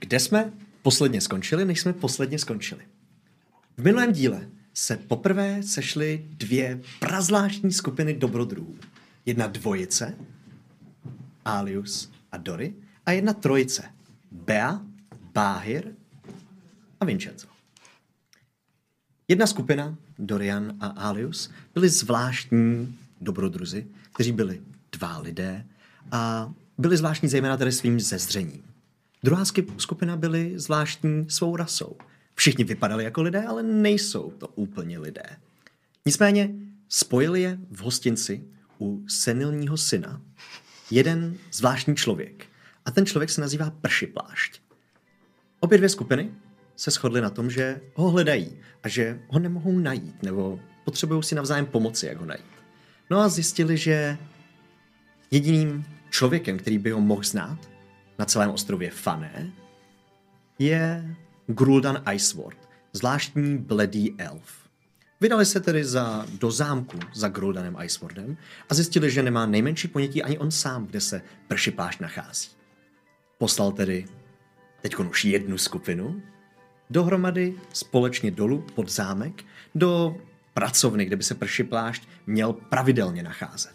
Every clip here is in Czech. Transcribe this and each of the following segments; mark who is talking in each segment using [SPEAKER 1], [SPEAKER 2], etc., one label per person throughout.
[SPEAKER 1] Kde jsme posledně skončili, než jsme posledně skončili? V minulém díle se poprvé sešly dvě prazvláštní skupiny dobrodruhů. Jedna dvojice, Alius a Dory, a jedna trojice, Bea, Báhir a Vincenzo. Jedna skupina, Dorian a Alius, byli zvláštní dobrodruzi, kteří byli dva lidé a byli zvláštní zejména tedy svým zezřením. Druhá sky- skupina byli zvláštní svou rasou. Všichni vypadali jako lidé, ale nejsou to úplně lidé. Nicméně spojili je v hostinci u senilního syna jeden zvláštní člověk. A ten člověk se nazývá Pršiplášť. Obě dvě skupiny se shodly na tom, že ho hledají a že ho nemohou najít, nebo potřebují si navzájem pomoci, jak ho najít. No a zjistili, že jediným člověkem, který by ho mohl znát na celém ostrově Fané, je Gruldan Iceward, zvláštní bledý elf. Vydali se tedy za, do zámku za Gruldanem Icewardem a zjistili, že nemá nejmenší ponětí ani on sám, kde se pršipáš nachází. Poslal tedy teď už jednu skupinu dohromady společně dolů pod zámek do pracovny, kde by se pršiplášť měl pravidelně nacházet.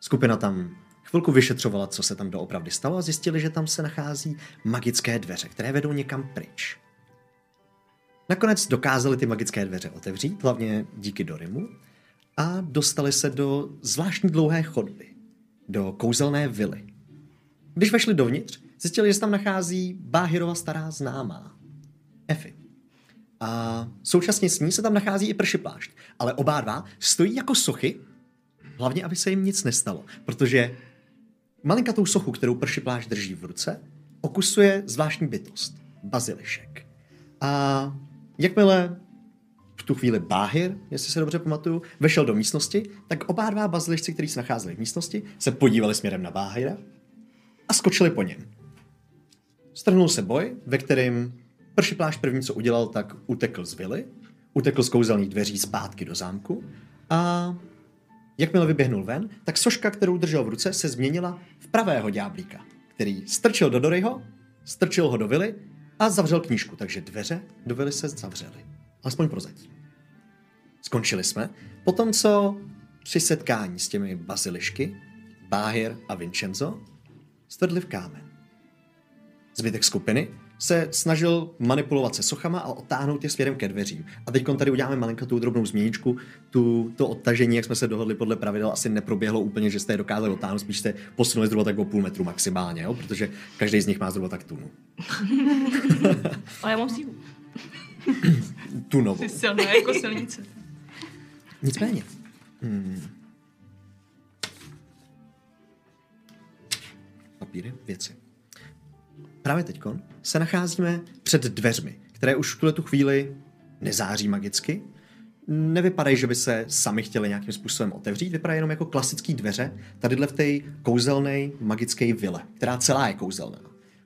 [SPEAKER 1] Skupina tam chvilku vyšetřovala, co se tam doopravdy stalo a zjistili, že tam se nachází magické dveře, které vedou někam pryč. Nakonec dokázali ty magické dveře otevřít, hlavně díky Dorimu, a dostali se do zvláštní dlouhé chodby, do kouzelné vily. Když vešli dovnitř, zjistili, že se tam nachází Báhirova stará známá, Efi. A současně s ní se tam nachází i pršiplášť, ale oba dva stojí jako sochy Hlavně, aby se jim nic nestalo, protože malinkatou sochu, kterou pršipláš drží v ruce, okusuje zvláštní bytost, bazilišek. A jakmile v tu chvíli Báhir, jestli se dobře pamatuju, vešel do místnosti, tak oba dva bazilišci, kteří se nacházeli v místnosti, se podívali směrem na Báhira a skočili po něm. Strhnul se boj, ve kterém pršipláš první, co udělal, tak utekl z vily, utekl z kouzelných dveří zpátky do zámku a Jakmile vyběhnul ven, tak soška, kterou držel v ruce, se změnila v pravého ďáblíka, který strčil do Doryho, strčil ho do vily a zavřel knížku, takže dveře do vily se zavřely. Alespoň prozatím. Skončili jsme. Potom, co při setkání s těmi bazilišky, Báhir a Vincenzo, stvrdli v kámen. Zbytek skupiny se snažil manipulovat se sochama a otáhnout je směrem ke dveřím. A teď tady uděláme malinkatou drobnou změničku. Tu, to odtažení, jak jsme se dohodli podle pravidel, asi neproběhlo úplně, že jste je dokázali otáhnout, spíš jste posunuli zhruba tak o půl metru maximálně, jo? protože každý z nich má zhruba tak tunu.
[SPEAKER 2] Ale já mám sílu.
[SPEAKER 1] Tunovou.
[SPEAKER 3] Jsi silná jako silnice.
[SPEAKER 1] Nicméně. Hmm. Papíry, věci. Právě teď se nacházíme před dveřmi, které už v tuhle tu chvíli nezáří magicky. Nevypadají, že by se sami chtěli nějakým způsobem otevřít, vypadají jenom jako klasické dveře, tadyhle v té kouzelné magické vile, která celá je kouzelná.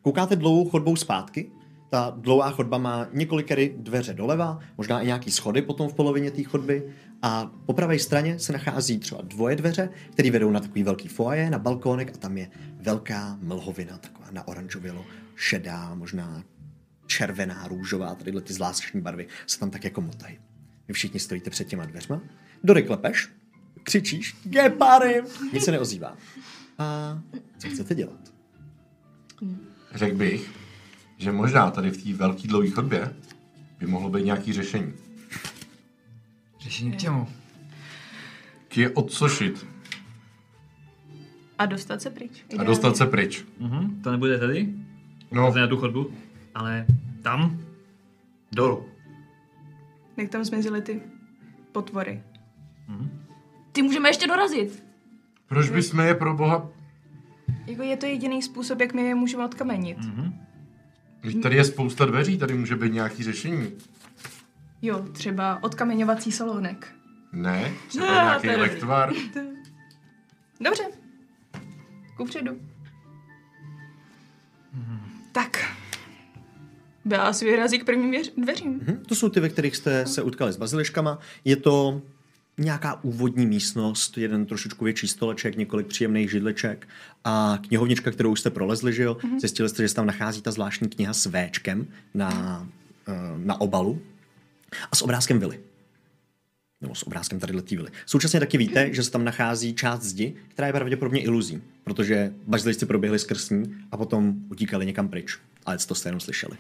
[SPEAKER 1] Koukáte dlouhou chodbou zpátky, ta dlouhá chodba má několikery dveře doleva, možná i nějaký schody potom v polovině té chodby a po pravé straně se nachází třeba dvoje dveře, které vedou na takový velký foaje, na balkónek a tam je velká mlhovina, taková na oranžovilo, šedá, možná červená, růžová, tadyhle ty zvláštní barvy se tam tak jako motají. Vy všichni stojíte před těma dveřma, Dory klepeš, křičíš, gepary, nic se neozývá. A co chcete dělat?
[SPEAKER 4] Řekl bych, že možná tady v té velké dlouhé chodbě by mohlo být nějaký řešení.
[SPEAKER 5] Řešení k čemu?
[SPEAKER 4] K je odsošit
[SPEAKER 3] A dostat se pryč.
[SPEAKER 4] a dostat se pryč.
[SPEAKER 5] Mhm, to nebude tady,
[SPEAKER 4] No,
[SPEAKER 5] to je na tu chodbu, ale tam, dolů.
[SPEAKER 3] Jak tam zmizely ty potvory.
[SPEAKER 4] Mhm.
[SPEAKER 2] Ty můžeme ještě dorazit.
[SPEAKER 4] proč bychom je pro boha...
[SPEAKER 3] Jako je to jediný způsob, jak my je můžeme odkamenit.
[SPEAKER 1] Mhm.
[SPEAKER 4] Vždyť Tady je spousta dveří, tady může být nějaký řešení.
[SPEAKER 3] Jo, třeba odkameňovací salónek.
[SPEAKER 4] Ne, třeba
[SPEAKER 3] Ne,
[SPEAKER 4] nějaký
[SPEAKER 3] tady.
[SPEAKER 4] lektvar.
[SPEAKER 3] Dobře. Kupředu. Tak. Bela
[SPEAKER 1] Hm?
[SPEAKER 3] si vyrazí k prvním věř- dveřím.
[SPEAKER 1] Mhm, To jsou ty, ve kterých jste se utkali s baziliškama. Je to nějaká úvodní místnost, jeden trošičku větší stoleček, několik příjemných židleček a knihovnička, kterou už jste prolezli, že jo? Mm-hmm. Zjistili jste, že se tam nachází ta zvláštní kniha s Včkem na, eh, na obalu a s obrázkem vily. Nebo s obrázkem tady letý vily. Současně taky víte, že se tam nachází část zdi, která je pravděpodobně iluzí, protože bažlejci proběhli skrz ní a potom utíkali někam pryč. Ale to jste jenom slyšeli.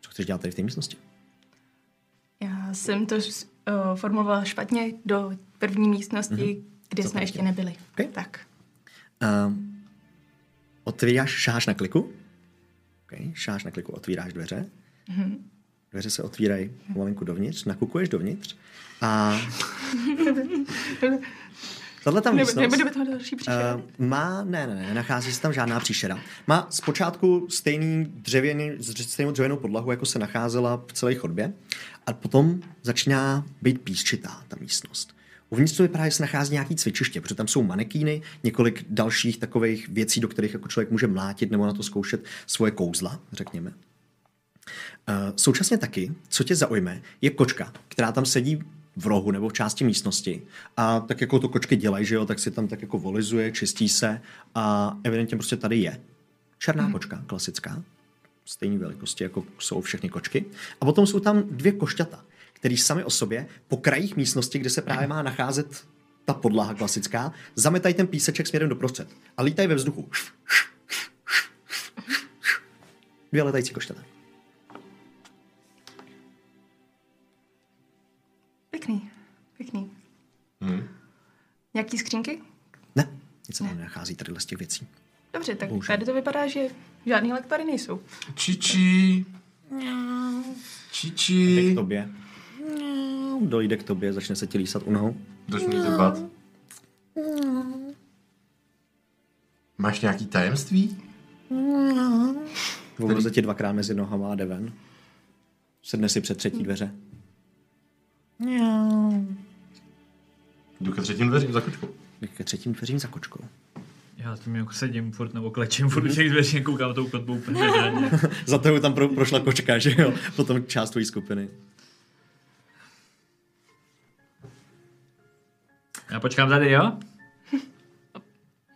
[SPEAKER 1] Co chceš dělat tady v té místnosti?
[SPEAKER 3] Já jsem to uh, formovala špatně do první místnosti,
[SPEAKER 4] Mhm.
[SPEAKER 3] kde
[SPEAKER 1] Co
[SPEAKER 3] jsme
[SPEAKER 1] tam
[SPEAKER 3] ještě
[SPEAKER 1] je?
[SPEAKER 3] nebyli.
[SPEAKER 1] Ok.
[SPEAKER 3] Tak.
[SPEAKER 1] Um, otvíráš, šáš na kliku. Okay, šáš na kliku, otvíráš dveře. Mm-hmm.
[SPEAKER 3] Mhm.
[SPEAKER 1] Dveře se otvírají pomalinku dovnitř, nakukuješ dovnitř a tahle tam
[SPEAKER 3] Nebe-
[SPEAKER 1] místnost...
[SPEAKER 3] Nebudeme toho další příšera.
[SPEAKER 1] Uh, má, ne, ne, ne, nachází se tam žádná příšera. Má zpočátku stejný dřevěný, z- stejnou dřevěnou podlahu, jako se nacházela v celé chodbě, a potom začíná být písčitá ta místnost. Uvnitř to vypadá, že se nachází nějaký cvičiště, protože tam jsou manekýny, několik dalších takových věcí, do kterých jako člověk může mlátit nebo na to zkoušet svoje kouzla, řekněme. Eh, současně taky, co tě zaujme, je kočka, která tam sedí v rohu nebo v části místnosti. A tak jako to kočky dělají, že jo, tak si tam tak jako volizuje, čistí se a evidentně prostě tady je. Černá hmm. kočka, klasická, stejné velikosti, jako jsou všechny kočky. A potom jsou tam dvě košťata, které sami o sobě po krajích místnosti, kde se právě má nacházet ta podlaha klasická, zametají ten píseček směrem doprostřed a lítají ve vzduchu. Dvě letající košťata.
[SPEAKER 3] Pěkný, pěkný. Hmm. Nějaký skřínky?
[SPEAKER 1] Ne, nic se tam nenachází tady z těch věcí.
[SPEAKER 3] Dobře, tak
[SPEAKER 1] Bohužel.
[SPEAKER 3] tady to vypadá, že žádný lektary nejsou.
[SPEAKER 4] Čiči.
[SPEAKER 1] Jde
[SPEAKER 4] No. Čiči.
[SPEAKER 1] k tobě. Dojde k tobě, začne se ti lísat u nohou.
[SPEAKER 4] Jdeš mi
[SPEAKER 6] No.
[SPEAKER 4] zrbat. Máš nějaký tajemství?
[SPEAKER 1] Vůbec ti dvakrát mezi nohama a jde ven. Sedne si před třetí dveře.
[SPEAKER 4] Jdu ke třetím dveřím za kočkou.
[SPEAKER 1] Jde Ke třetím dveřím za kočkou.
[SPEAKER 5] Já s tím jako sedím furt nebo klečím furt u těch dveří, koukám tou kotbou úplně.
[SPEAKER 1] za tebou tam pro, prošla kočka, že jo? Potom část tvojí skupiny.
[SPEAKER 5] Já počkám tady, jo?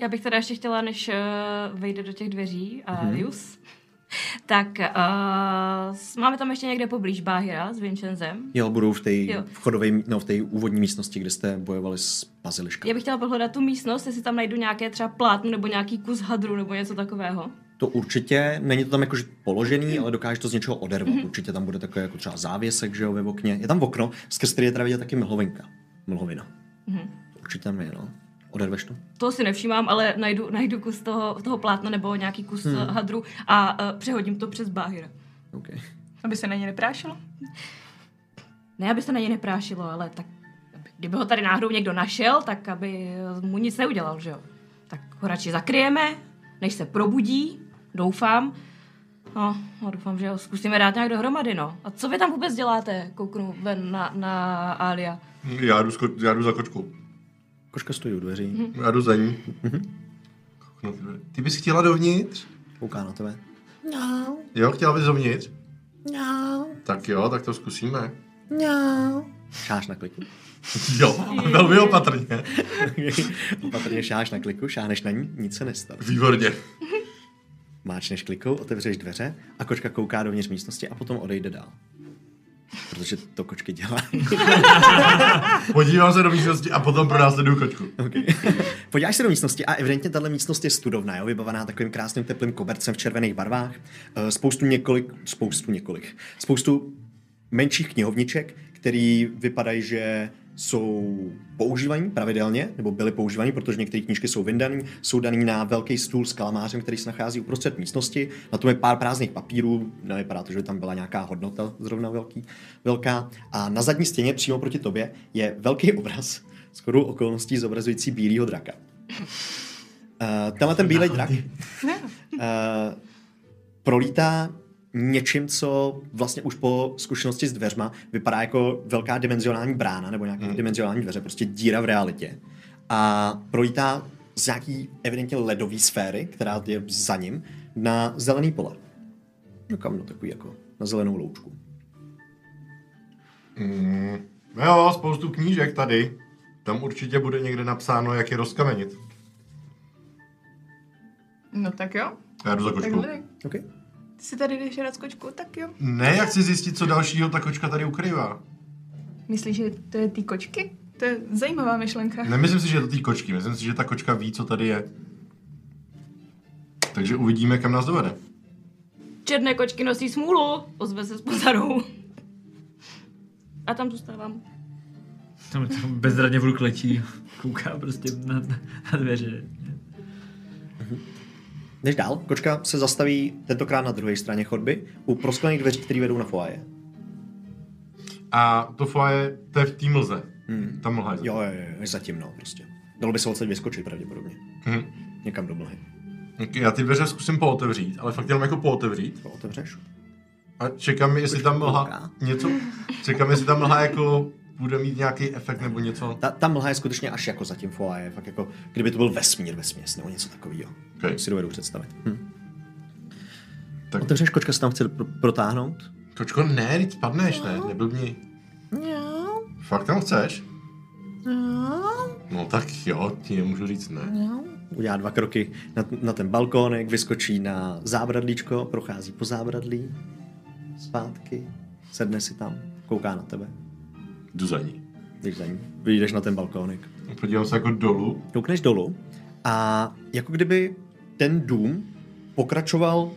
[SPEAKER 2] Já bych teda ještě chtěla, než uh, vejde do těch dveří a uh, Jus, tak uh, s- máme tam ještě někde poblíž Báhira s Vincenzem.
[SPEAKER 1] Jo, budou v té
[SPEAKER 2] Jo.
[SPEAKER 1] vchodové, no, v té úvodní místnosti, kde jste bojovali s Baziliška.
[SPEAKER 2] Já bych chtěla prohledat tu místnost, jestli tam najdu nějaké třeba plátno nebo nějaký kus hadru nebo něco takového.
[SPEAKER 1] To určitě, není to tam jakože položený,
[SPEAKER 4] Mhm.
[SPEAKER 1] ale dokáže to z něčeho odervat. Určitě tam bude takový jako třeba závěsek, že jo, ve okně. Je tam okno, skrz který je teda vidět taky mlhovinka. Mlhovina. Určitě tam je, no. Oderveš to?
[SPEAKER 2] Mhm. To si nevšímám, ale najdu, najdu kus toho, toho plátna nebo nějaký kus hmm. hadru a uh, přehodím to přes Báhira.
[SPEAKER 1] Okay.
[SPEAKER 3] Aby se na ně neprášilo?
[SPEAKER 2] Ne, aby se na něj neprášilo, ale tak aby- kdyby ho tady náhodou někdo našel, tak aby mu nic neudělal, že jo. Tak ho radši zakryjeme, než se probudí, doufám. No, no doufám, že ho zkusíme dát nějak dohromady, no. A co vy tam vůbec děláte? Kouknu ven na, na Alia.
[SPEAKER 4] Já jdu, s ko- já jdu za kočkou.
[SPEAKER 1] Koška stojí u dveří, Mhm.
[SPEAKER 4] Já jdu za ní. No, ty vole. Ty bys chtěla dovnitř?
[SPEAKER 1] kouká na tebe.
[SPEAKER 4] Jo, chtěla bys dovnitř? No. Tak jo, tak to zkusíme.
[SPEAKER 1] Šáš na kliku.
[SPEAKER 4] Jo, velmi opatrně.
[SPEAKER 1] Opatrně šáš na kliku, šáhneš na ní, nic se nestane.
[SPEAKER 4] Výborně.
[SPEAKER 1] Máčneš klikou, otevřeš dveře a kočka kouká dovnitř místnosti a potom odejde dál. Protože to kočky dělají.
[SPEAKER 4] Podívám se do místnosti a potom pronásleduju kočku.
[SPEAKER 1] Okay. Podíváš se do místnosti a evidentně tahle místnost je studovna, jo, vybavená takovým krásným teplým kobercem v červených barvách. Eh, Spoustu několik, spoustu několik, spoustu menších knihovniček, které vypadají, že jsou používaní pravidelně, nebo byly používaní, protože některé knížky jsou vyndané, jsou daný na velký stůl s kalamářem, který se nachází uprostřed místnosti. Na tom je pár prázdných papírů, nevypadá to, že by tam byla nějaká hodnota zrovna velký, velká. A na zadní stěně přímo proti tobě je velký obraz s chodou okolností zobrazující bílého draka. Uh, tenhle ten bílý drak eh, prolítá něčím, co vlastně už po zkušenosti s dveřma vypadá jako velká dimenzionální brána nebo nějaká hmm. dimenzionální dveře, prostě díra v realitě. A prolítá z nějaký evidentně ledové sféry, která je za ním, na zelený pole. No kam no takový jako na zelenou loučku.
[SPEAKER 4] No jo, spoustu knížek tady. Tam určitě bude někde napsáno, jak je rozkamenit.
[SPEAKER 3] No tak jo,
[SPEAKER 4] Já jdu za
[SPEAKER 3] tak
[SPEAKER 4] kočkou.
[SPEAKER 3] dobrý.
[SPEAKER 1] OK.
[SPEAKER 3] Ty si tady jdeš hrát s kočkou, tak jo.
[SPEAKER 4] Ne, já chci zjistit, co dalšího ta kočka tady ukrývá.
[SPEAKER 3] Myslíš, že to je ty kočky? To je zajímavá myšlenka.
[SPEAKER 4] Nemyslím si, že je to té kočky, myslím si, že ta kočka ví, co tady je. Takže uvidíme, kam nás dovede.
[SPEAKER 2] Černé kočky nosí smůlu, ozve se s pozadou. A tam zůstávám.
[SPEAKER 5] Tam, tam bezradně v klečí, kouká prostě na, na, na dveře.
[SPEAKER 1] Jdeš dál, kočka se zastaví tentokrát na druhé straně chodby u prosklených dveří, které vedou na foaje.
[SPEAKER 4] A to foaje, to je v té mlze. Hmm. Tam mlha je.
[SPEAKER 1] Jo, jo, jo, je zatím no, prostě. Dalo by se odsaď vyskočit pravděpodobně.
[SPEAKER 4] Hm.
[SPEAKER 1] Někam do mlhy.
[SPEAKER 4] Ok, Já ty dveře zkusím pootevřít, ale fakt jenom jako pootevřít.
[SPEAKER 1] To otevřeš?
[SPEAKER 4] A čekám, jestli tam mlha
[SPEAKER 1] kouká.
[SPEAKER 4] něco, čekám, jestli tam mlha jako bude mít nějaký efekt nebo něco.
[SPEAKER 1] Ta, ta mlha je skutečně až jako zatím foaje, fakt jako kdyby to byl vesmír vesměs nebo něco takového.
[SPEAKER 4] Okay.
[SPEAKER 1] Si dovedu představit. Hm.
[SPEAKER 4] Tak
[SPEAKER 1] Otevřeš, kočka se tam chce pr- protáhnout?
[SPEAKER 4] kočko, ne, teď spadneš, ne, neblbni.
[SPEAKER 1] Jo,
[SPEAKER 4] Fakt tam chceš?
[SPEAKER 1] jo,
[SPEAKER 4] No tak jo, ti nemůžu říct ne.
[SPEAKER 1] jo. Udělá dva kroky na, na ten balkónek, vyskočí na zábradlíčko, prochází po zábradlí, zpátky, sedne si tam, kouká na tebe.
[SPEAKER 4] Jdu za ní.
[SPEAKER 1] Jdeš za ní, vyjdeš na ten balkónek.
[SPEAKER 4] Podívám se jako dolů.
[SPEAKER 1] Koukneš dolů a jako kdyby ten dům pokračoval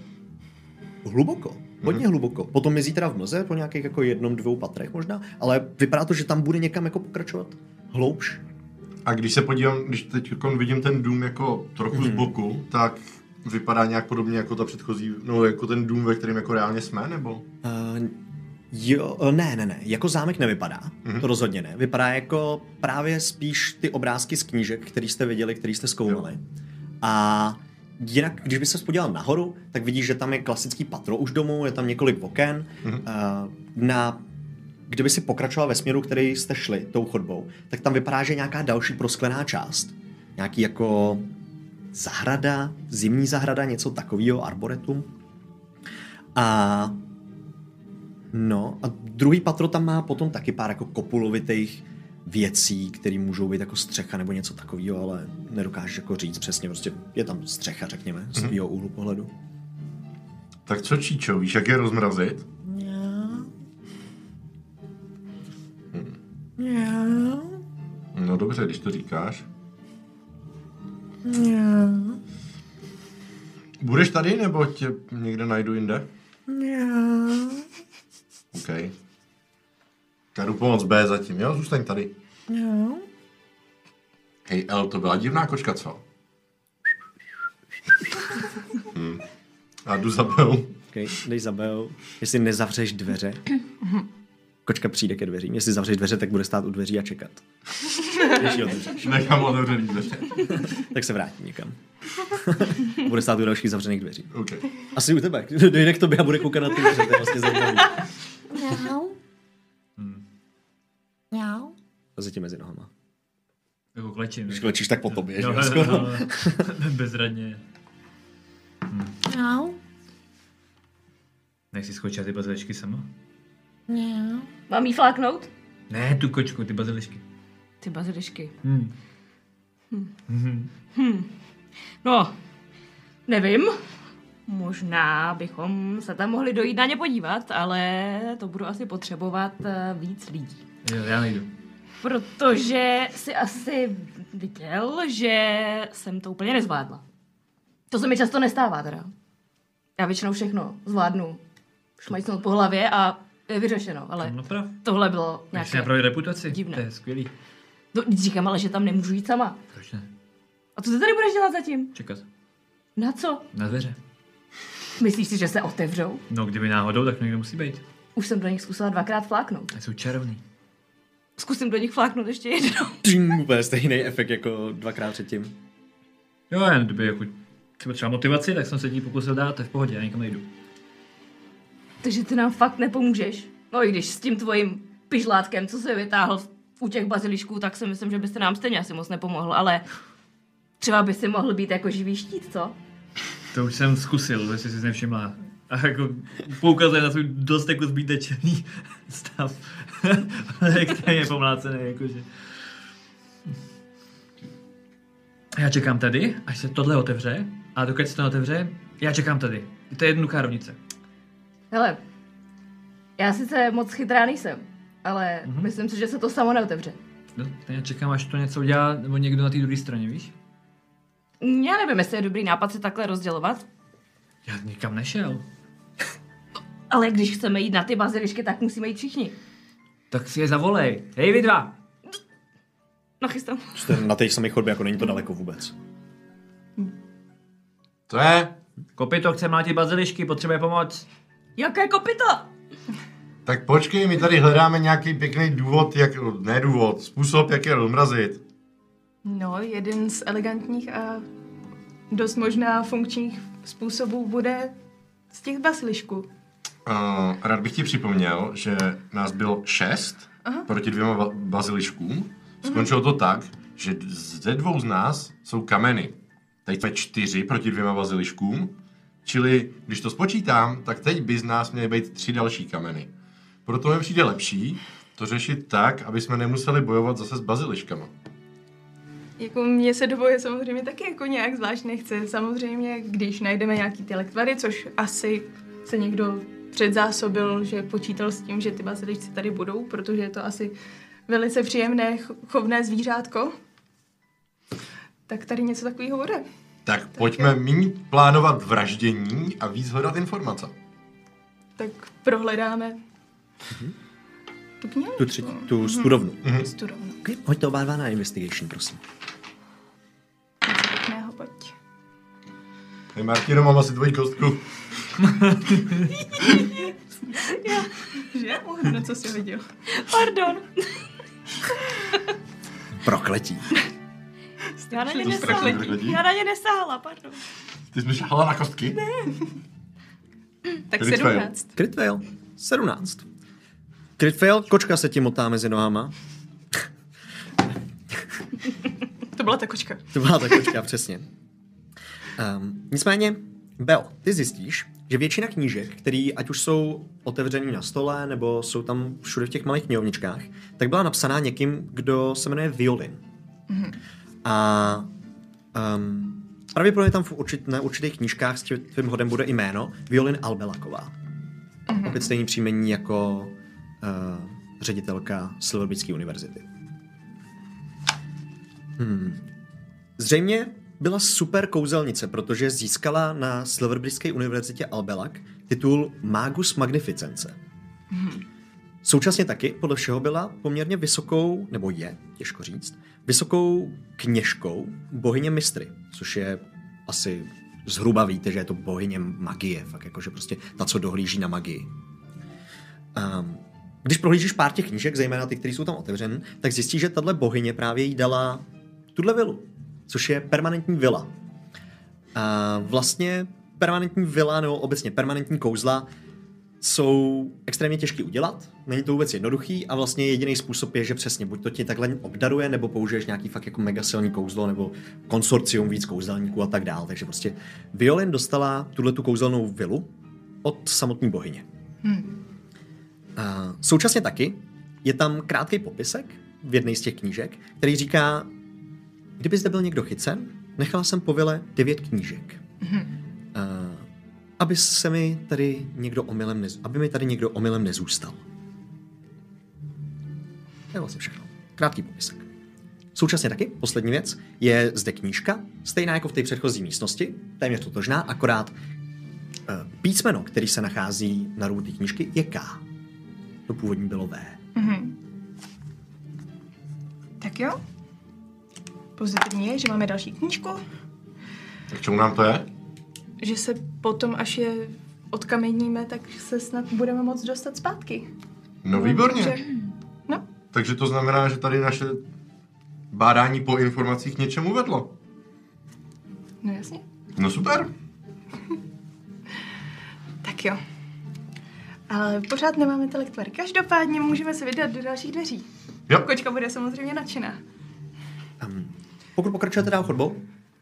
[SPEAKER 1] hluboko,
[SPEAKER 4] Mhm.
[SPEAKER 1] hodně hluboko. Potom je zítra v mlze, po nějakých jako jednom, dvou patrech možná, ale vypadá to, že tam bude někam jako pokračovat hloubš.
[SPEAKER 4] A když se podívám, když teď jako vidím ten dům jako trochu
[SPEAKER 1] Mhm.
[SPEAKER 4] z boku, tak vypadá nějak podobně jako ta předchozí, no jako ten dům, ve kterém jako reálně jsme, nebo?
[SPEAKER 1] Uh, jo, eh, ne, ne, ne, jako zámek nevypadá, mm-hmm. to rozhodně ne. Vypadá jako právě spíš ty obrázky z knížek, který jste viděli, který jste zkoumali. A jinak, když by se podíval nahoru, tak vidíš, že tam je klasický patro už domů, je tam několik oken. Mm-hmm. Uh, na, kdyby si pokračoval ve směru, který jste šli tou chodbou, tak tam vypadá, že je nějaká další prosklená část. Nějaký jako zahrada, zimní zahrada, něco takového, arboretum. A No a druhý patro tam má potom taky pár jako kopulovitých věcí, které můžou být jako střecha nebo něco takového, ale nedokážeš jako říct přesně, prostě je tam střecha, řekněme, z tvýho úhlu pohledu.
[SPEAKER 4] Tak co Číčo, víš, jak je rozmrazit? No dobře, když to říkáš. Budeš tady, nebo tě někde najdu jinde? OK. Já jdu pomoc B zatím, jo? Zůstaň tady. Hej, L, to byla divná kočka, co? hmm. A jdu za Bel.
[SPEAKER 1] Okay, dej za Bel, jestli nezavřeš dveře. Kočka přijde ke dveřím. Jestli zavřeš dveře, tak bude stát u dveří a čekat. Když ji otevřeš,
[SPEAKER 4] Nechám otevřený dveře.
[SPEAKER 1] tak se vrátí někam. bude stát u dalších zavřených dveří.
[SPEAKER 4] OK.
[SPEAKER 1] Asi u tebe. Dojde k tobě a bude koukat na ty dveře, to je vlastně zajímavý. Leze ti mezi nohama.
[SPEAKER 5] Jako klečím.
[SPEAKER 1] Když klečíš, tak po tobě, že
[SPEAKER 5] Jo,
[SPEAKER 1] jo?
[SPEAKER 5] jo,
[SPEAKER 1] skoro.
[SPEAKER 5] jo, jo. Bezradně. Nech si skočila ty bazilišky sama?
[SPEAKER 2] Mám jí fláknout?
[SPEAKER 5] Ne, tu kočku, ty bazilišky.
[SPEAKER 2] Ty bazilišky.
[SPEAKER 5] Hm. Mhm.
[SPEAKER 2] Hm. No, nevím. Možná bychom se tam mohli dojít na ně podívat, ale to budu asi potřebovat eh, víc lidí.
[SPEAKER 5] Jo, já nejdu.
[SPEAKER 2] Protože si asi viděl, že jsem to úplně nezvládla. To se mi často nestává teda. Já většinou všechno zvládnu. Šmajcnout po hlavě a je vyřešeno, ale
[SPEAKER 5] No prav.
[SPEAKER 2] tohle bylo
[SPEAKER 5] Jak si
[SPEAKER 2] nějaké...
[SPEAKER 5] napravit reputaci?
[SPEAKER 2] divné.
[SPEAKER 5] To je skvělý.
[SPEAKER 2] No, vždyť říkám ale, že tam nemůžu jít sama.
[SPEAKER 5] Proč ne?
[SPEAKER 2] A co ty tady budeš dělat zatím?
[SPEAKER 5] Čekat.
[SPEAKER 2] Na co?
[SPEAKER 5] Na dveře.
[SPEAKER 2] Myslíš si, že se otevřou?
[SPEAKER 5] No, kdyby náhodou, tak někdo musí být.
[SPEAKER 2] Už jsem do nich zkusila dvakrát fláknout.
[SPEAKER 5] A jsou čarovný.
[SPEAKER 2] Zkusím do nich fláknout ještě jednou.
[SPEAKER 1] Džing, Úplně stejný efekt jako dvakrát předtím.
[SPEAKER 5] Jo, já kdyby jako třeba, třeba motivaci, tak jsem se ní pokusil dát, to je v pohodě, já nikam nejdu.
[SPEAKER 2] Takže ty nám fakt nepomůžeš. No i když s tím tvojím pižlátkem, co se vytáhl v- u těch bazilišků, tak si myslím, že byste nám stejně asi moc nepomohl, ale třeba by si mohl být jako živý štít, co?
[SPEAKER 5] To už jsem zkusil, jestli jsi si nevšimla. A jako poukazuje na svůj dost jako zbytečný stav. Extrémně pomlácený, jakože. Já čekám tady, až se tohle otevře. A dokud se to otevře, já čekám tady. To je jednoduchá rovnice.
[SPEAKER 2] Hele, já sice moc chytrá nejsem, ale mm-hmm. myslím si, že se to samo neotevře.
[SPEAKER 5] No, tak já čekám, až to něco udělá, nebo někdo na té druhé straně, víš?
[SPEAKER 2] Já nevím, jestli je dobrý nápad se takhle rozdělovat,
[SPEAKER 5] Já nikam nešel.
[SPEAKER 2] ale když chceme jít na ty bazilišky, tak musíme jít všichni.
[SPEAKER 5] Tak si je zavolej. Hej, vy dva!
[SPEAKER 2] No chystám.
[SPEAKER 1] Jste na té samé chodbě, jako není to daleko vůbec.
[SPEAKER 4] To je.
[SPEAKER 5] Kopito chce mlátit bazilišky, potřebuje pomoc.
[SPEAKER 2] Jaké kopito?
[SPEAKER 4] Tak počkej, my tady hledáme nějaký pěkný důvod, jak, ne důvod, způsob, jak je rozmrazit.
[SPEAKER 3] No, jeden z elegantních a dost možná funkčních způsobů bude z těch basilišků.
[SPEAKER 4] Uh, rád bych ti připomněl, že nás bylo šest
[SPEAKER 3] Aha.
[SPEAKER 4] proti dvěma ba- baziliškům. Skončilo to tak, že d- ze dvou z nás jsou kameny. Teď jsme čtyři proti dvěma baziliškům. Čili, když to spočítám, tak teď by z nás měly být tři další kameny. Proto mi přijde lepší to řešit tak, aby jsme nemuseli bojovat zase s baziliškama.
[SPEAKER 3] Jako mě se do boje samozřejmě taky jako nějak zvlášť nechce. Samozřejmě, když najdeme nějaký ty lektvary, což asi se někdo předzásobil, že počítal s tím, že ty baziličci tady budou, protože je to asi velice příjemné cho- chovné zvířátko, tak tady něco takového bude.
[SPEAKER 4] Tak pojďme méně plánovat vraždění a víc hledat informace.
[SPEAKER 3] Tak prohledáme tu knihu.
[SPEAKER 1] Tu, třetí, tu studovnu.
[SPEAKER 4] Mhm.
[SPEAKER 3] Tu rovnou.
[SPEAKER 1] Okay, hoďte oba dva na investigation, prosím.
[SPEAKER 3] Něco pěkného, pojď.
[SPEAKER 4] Hej Martino, mám asi tvoji kostku.
[SPEAKER 3] Že? Uhrnu, co jsi viděl.
[SPEAKER 2] Pardon.
[SPEAKER 1] Prokletí.
[SPEAKER 2] Já na ně
[SPEAKER 4] To strašně
[SPEAKER 2] nesáhla.
[SPEAKER 4] prokletí.
[SPEAKER 2] Já na ně nesáhla, pardon.
[SPEAKER 4] Ty jsi mi šahala na kostky? Ne.
[SPEAKER 3] Tak
[SPEAKER 4] Crit fail.
[SPEAKER 3] 17.
[SPEAKER 1] Crit fail. 17. Crit fail, kočka se ti motá mezi nohama.
[SPEAKER 3] To byla ta kočka.
[SPEAKER 1] To byla ta kočka, přesně. Um, nicméně, Bel, ty zjistíš, že většina knížek, které ať už jsou otevřený na stole, nebo jsou tam všude v těch malých knihovničkách, tak byla napsaná někým, kdo se jmenuje Violin. Mm-hmm. A um, pravděpodobně tam v určit, na určitých knížkách s tě- tvým hodem bude jméno Violin Albelaková. Mm-hmm. Opět stejný příjmení jako uh, ředitelka Silverbické univerzity. Hmm. Zřejmě byla super kouzelnice, protože získala na Silverbrické univerzitě Albelak titul Magus Magnificence. Mhm. Současně taky, podle všeho, byla poměrně vysokou, nebo je, těžko říct, vysokou kněžkou bohyně Mistry, což je asi zhruba víte, že je to bohyně magie, fakt jakože prostě ta, co dohlíží na magii. Um, když prohlížíš pár těch knížek, zejména ty, které jsou tam otevřené, tak zjistíš, že tahle bohyně právě jí dala tuhle vilu, což je permanentní vila. A vlastně permanentní vila, nebo obecně permanentní kouzla, jsou extrémně těžký udělat, není to vůbec jednoduchý a vlastně jediný způsob je, že přesně buď to ti takhle obdaruje, nebo použiješ nějaký fakt jako mega silný kouzlo, nebo konsorcium víc kouzelníků a tak dál. Takže prostě Violin dostala tuhle tu kouzelnou vilu od samotné bohyně. A současně taky je tam krátký popisek v jedné z těch knížek, který říká, kdyby zde byl někdo chycen, nechala jsem po vile devět knížek. A, aby se mi tady někdo omylem nez, aby mi tady někdo omylem nezůstal. To je vlastně všechno. Krátký popisek. Současně taky, poslední věc, je zde knížka, stejná jako v té předchozí místnosti, téměř totožná, akorát eh, písmeno, který se nachází na rubu té knížky, je K. To původní bylo V.
[SPEAKER 3] Mhm. Tak jo. Pozitivní je, že máme další knížku,
[SPEAKER 4] Tak čemu nám to je?
[SPEAKER 3] že se potom, až je odkameníme, tak se snad budeme moc dostat zpátky.
[SPEAKER 4] No výborně.
[SPEAKER 3] Že... No,
[SPEAKER 4] Takže to znamená, že tady naše bádání po informacích k něčemu vedlo.
[SPEAKER 3] no jasně.
[SPEAKER 4] No super.
[SPEAKER 3] Tak jo. Ale pořád nemáme ty lektvary. Každopádně můžeme se vydat do dalších dveří.
[SPEAKER 4] Jo.
[SPEAKER 3] Kočka bude samozřejmě nadšená.
[SPEAKER 1] Um, pokud pokračujete dál chodbou,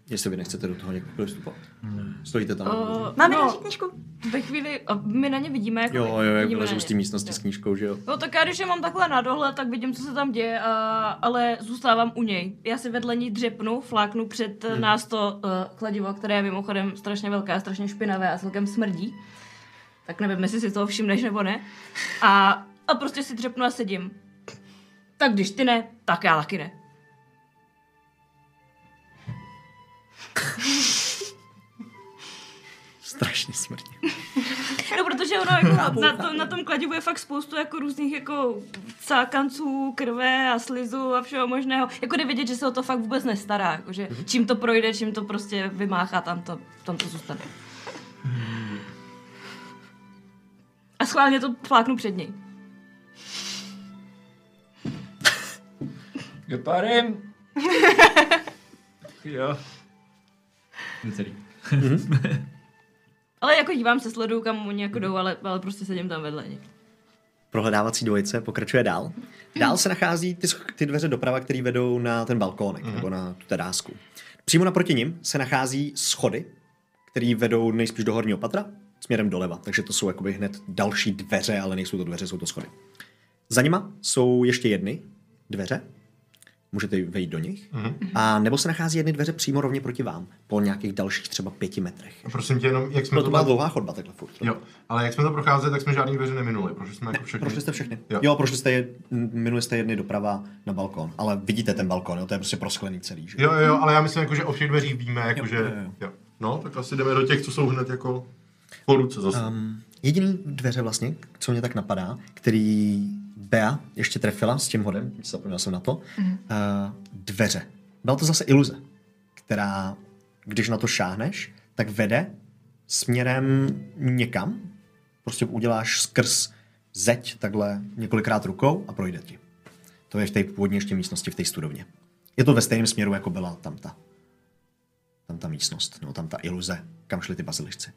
[SPEAKER 1] jestli vy nechcete do toho někdo vystupovat.
[SPEAKER 5] Ne.
[SPEAKER 1] Stojíte tam.
[SPEAKER 2] Uh,
[SPEAKER 3] Máme
[SPEAKER 2] no,
[SPEAKER 3] další knížku.
[SPEAKER 2] Ve chvíli, a my na ně vidíme, jako
[SPEAKER 1] jo, jo, jak
[SPEAKER 2] vidíme na
[SPEAKER 1] vylezou z
[SPEAKER 2] ně.
[SPEAKER 1] té místnosti s knížkou, že jo.
[SPEAKER 2] No tak já když je mám takhle na dohled, tak vidím, co se tam děje, a, ale zůstávám u něj. Já si vedle ní dřepnu, fláknu před hmm. nás to uh, kladivo, které je mimochodem strašně velké, a strašně špinavé a celkem smrdí. Tak nevím, jestli si toho všimneš nebo ne. A, a prostě si dřepnu a sedím. Tak když ty ne, tak já taky ne.
[SPEAKER 1] Strašně smrtně.
[SPEAKER 2] No, protože ono jako na, to, na tom kladivu je fakt spoustu jako různých jako cákanců, krve a slizu a všeho možného. Jako jde vidět, že se o to fakt vůbec nestará. Jako, že čím to projde, čím to prostě vymáchá, tam to, tam to zůstane. A schválně to fláknu před něj.
[SPEAKER 5] Geparem! jo. Celý.
[SPEAKER 1] Mhm.
[SPEAKER 2] Ale jako dívám se, sleduju, kam oni jako jdou, ale, ale prostě sedím tam vedle něj.
[SPEAKER 1] Prohledávací dvojice pokračuje dál. Dál se nachází ty, sch- ty dveře doprava, které vedou na ten balkónek
[SPEAKER 4] Mhm.
[SPEAKER 1] nebo na tu terásku. Přímo naproti nim se nachází schody, které vedou nejspíš do horního patra směrem doleva. Takže to jsou jakoby hned další dveře, ale nejsou to dveře, jsou to schody. Za nima jsou ještě jedny dveře. Můžete vejít do nich.
[SPEAKER 4] Mhm.
[SPEAKER 1] A nebo se nachází jedny dveře přímo rovně proti vám, po nějakých dalších třeba pěti metrech.
[SPEAKER 4] A prosím tě, jenom jak jsme
[SPEAKER 1] Proto má No, dlouhá chodba takhle furt. no?
[SPEAKER 4] Jo, ale jak jsme to procházeli, tak jsme žádný dveře neminuli, protože jsme jako všechny...
[SPEAKER 1] Prošli jste všechny. Jo,
[SPEAKER 4] Jo.
[SPEAKER 1] jo prošli jste je, m, minuli jste jedny doprava na balkon, ale vidíte ten balkon, jo, to je prostě prosklený celý, že?
[SPEAKER 4] Jo, jo, jo, ale já myslím, jako, že o všech dveřích víme, jako,
[SPEAKER 1] Jo,
[SPEAKER 4] že...
[SPEAKER 1] jo, jo.
[SPEAKER 4] Jo. No, tak asi jdeme do těch, co jsou hned jako po ruce zase. Um,
[SPEAKER 1] Um, jediný dveře vlastně, co mě tak napadá, který Bea ještě trefila s tím hodem, zapomněl jsem na to, mm. uh, dveře. Byla to zase iluze, která, když na to šáhneš, tak vede směrem někam, prostě uděláš skrz zeď takhle několikrát rukou a projde ti. To je v té původně ještě místnosti, v té studovně. Je to ve stejném směru, jako byla tam ta, tam ta místnost, nebo tam ta iluze, kam šli ty bazilišci.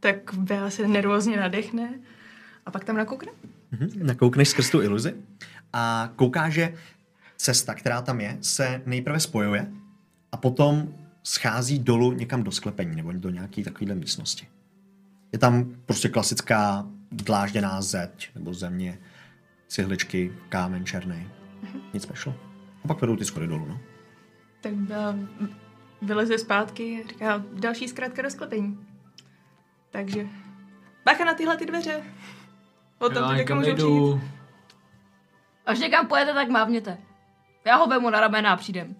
[SPEAKER 3] Tak Bela se nervózně nadechne a pak tam nakoukne.
[SPEAKER 1] Mhm, Nakoukneš skrz tu iluzi a koukáš, že cesta, která tam je, se nejprve spojuje a potom schází dolů někam do sklepení nebo do nějaké takovéhle místnosti. Je tam prostě klasická dlážděná zeď nebo země, cihličky, kámen černý.
[SPEAKER 3] Mhm.
[SPEAKER 1] Nic nešlo. A pak vedou ty schody dolů, no.
[SPEAKER 3] Tak Bela vyleze zpátky a říká další zkrátka do sklepení. Takže bacha na tyhle ty dveře. O tom
[SPEAKER 5] Já
[SPEAKER 3] to taky jako
[SPEAKER 5] nikam
[SPEAKER 3] můžu přijít.
[SPEAKER 5] nejdu.
[SPEAKER 2] Až někam pojete, tak mávněte. Já ho vemu na ramena a přijdem.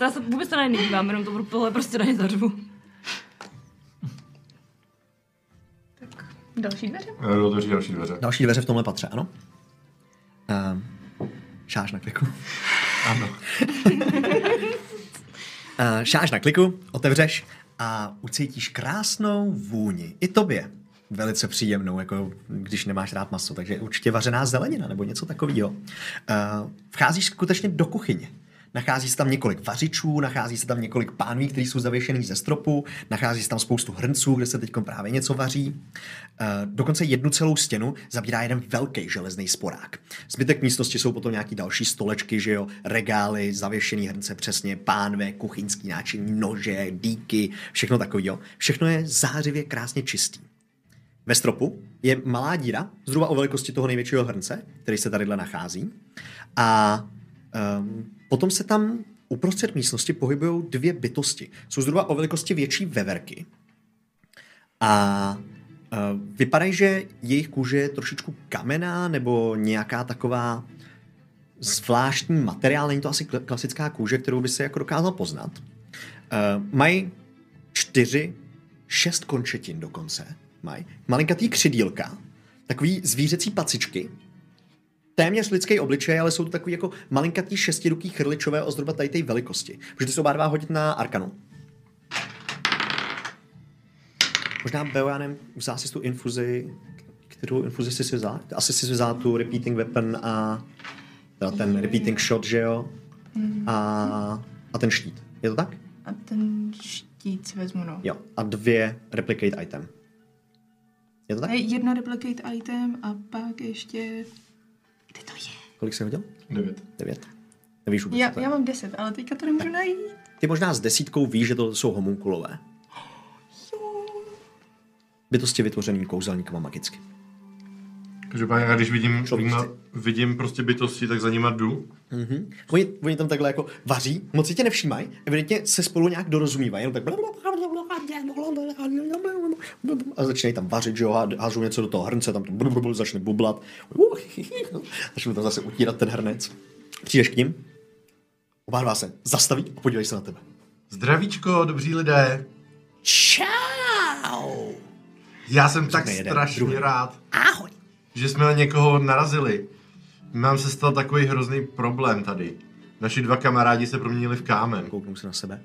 [SPEAKER 2] Já se vůbec se na ně nedívám, jenom to tohle prostě na ně zařvu.
[SPEAKER 3] Další dveře?
[SPEAKER 4] Otevří další dveře.
[SPEAKER 1] Další dveře v tomhle patře, ano? Ehm, šáš na kliku.
[SPEAKER 4] Ano.
[SPEAKER 1] Eh, šáš na kliku, otevřeš a ucítíš krásnou vůni. I tobě. Velice příjemnou, jako když nemáš rád maso, takže určitě vařená zelenina nebo něco takového. Uh, vcházíš skutečně do kuchyně. Nachází se tam několik vařičů, nachází se tam několik pánví, kteří jsou zavěšený ze stropu, nachází se tam spoustu hrnců, kde se teď právě něco vaří. Eh, dokonce jednu celou stěnu zabírá jeden velký železný sporák. Zbytek místnosti jsou potom nějaký další stolečky, že jo, regály, zavěšený hrnce přesně, pánve, kuchyňský náčiní, nože, díky, všechno takového. Všechno je zářivě krásně čistý. Ve stropu je malá díra, zhruba o velikosti toho největšího hrnce, který se tadyhle nachází. A um, potom se tam uprostřed místnosti pohybují dvě bytosti. Jsou zhruba o velikosti větší veverky. A uh, vypadají, že jejich kůže je trošičku kamená nebo nějaká taková zvláštní materiál. Není to asi kl- klasická kůže, kterou by se jako dokázal poznat. Uh, mají čtyři, šest končetin dokonce. Mají malinkatý křidílka, takový zvířecí pacičky, téměř lidský obličej, ale jsou to takový jako malinkatý šestiruký chrličové o zhruba tady té velikosti. Můžete se oba dva hodit na Arkanu. Možná Beojanem vzal si tu infuzi, kterou infuzi jsi si vzal? Asi jsi si vzal tu repeating weapon a teda ten repeating shot, že jo?
[SPEAKER 3] Mm-hmm.
[SPEAKER 1] A, a ten štít. Je to tak?
[SPEAKER 3] A ten štít si vezmu, no.
[SPEAKER 1] Jo, a dvě replicate item. Je to tak?
[SPEAKER 3] A Jedna replicate item a pak ještě... Kde to je?
[SPEAKER 1] Kolik jsi hodil?
[SPEAKER 4] Devět.
[SPEAKER 1] Devět. Nevíš vůbec, co
[SPEAKER 3] Já,
[SPEAKER 1] to je.
[SPEAKER 3] já mám 10, ale teďka to nemůžu najít.
[SPEAKER 1] Ty možná s desítkou víš, že to jsou homunkulové. Bytosti vytvořený kouzelníkama magicky.
[SPEAKER 4] Každopádně, já když vidím,
[SPEAKER 1] Šlo
[SPEAKER 4] vidím,
[SPEAKER 1] byste.
[SPEAKER 4] vidím prostě bytosti, tak za nima jdu.
[SPEAKER 1] Mhm. Oni, oni tam takhle jako vaří, moc si tě nevšímají, evidentně se spolu nějak dorozumívají, jenom tak a začínají tam vařit, že jo, a hážou něco do toho hrnce, tam to začne bublat, začne tam zase utírat ten hrnec. Přijdeš k ním, oba dva se zastaví a podívají se na tebe.
[SPEAKER 4] Zdravíčko, dobří lidé.
[SPEAKER 1] Čau!
[SPEAKER 4] Já jsem tak
[SPEAKER 1] Řekne jeden,
[SPEAKER 4] strašně
[SPEAKER 1] druhý.
[SPEAKER 4] rád,
[SPEAKER 1] Ahoj!
[SPEAKER 4] že jsme na někoho narazili. Nám se stal takový hrozný problém tady. Naši dva kamarádi se proměnili v kámen.
[SPEAKER 1] Kouknou se na sebe.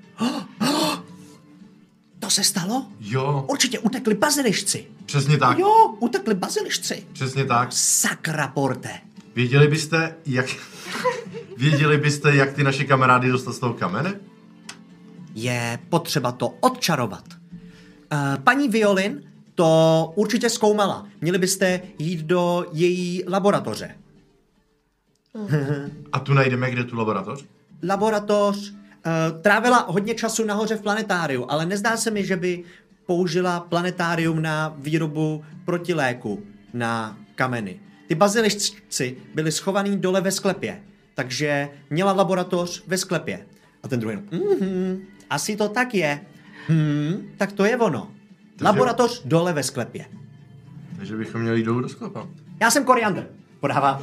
[SPEAKER 1] To se stalo?
[SPEAKER 4] Jo,
[SPEAKER 1] Určitě utekli bazilišci.
[SPEAKER 4] přesně tak.
[SPEAKER 1] Jo, utekli bazilišci.
[SPEAKER 4] Přesně tak.
[SPEAKER 1] Sakra porte.
[SPEAKER 4] Věděli byste, jak... Věděli byste, jak ty naše kamarády dostat z toho kamene?
[SPEAKER 1] je potřeba to odčarovat. Eh, Paní Violin to určitě zkoumala. Měli byste jít do její laboratoře.
[SPEAKER 4] A tu najdeme, kde tu laboratoř?
[SPEAKER 1] Laboratoř eh, trávila hodně času nahoře v planetáriu, ale nezdá se mi, že by použila planetárium na výrobu protiléku na kameny. Ty bazilišci byli schovaný dole ve sklepě, takže měla laboratoř ve sklepě. A ten druhý, mhm, asi to tak je. Hm, tak to je ono. Laboratoř dole ve sklepě.
[SPEAKER 4] Takže bychom měli jít dolů do sklepa.
[SPEAKER 1] Já jsem koriandr. Podává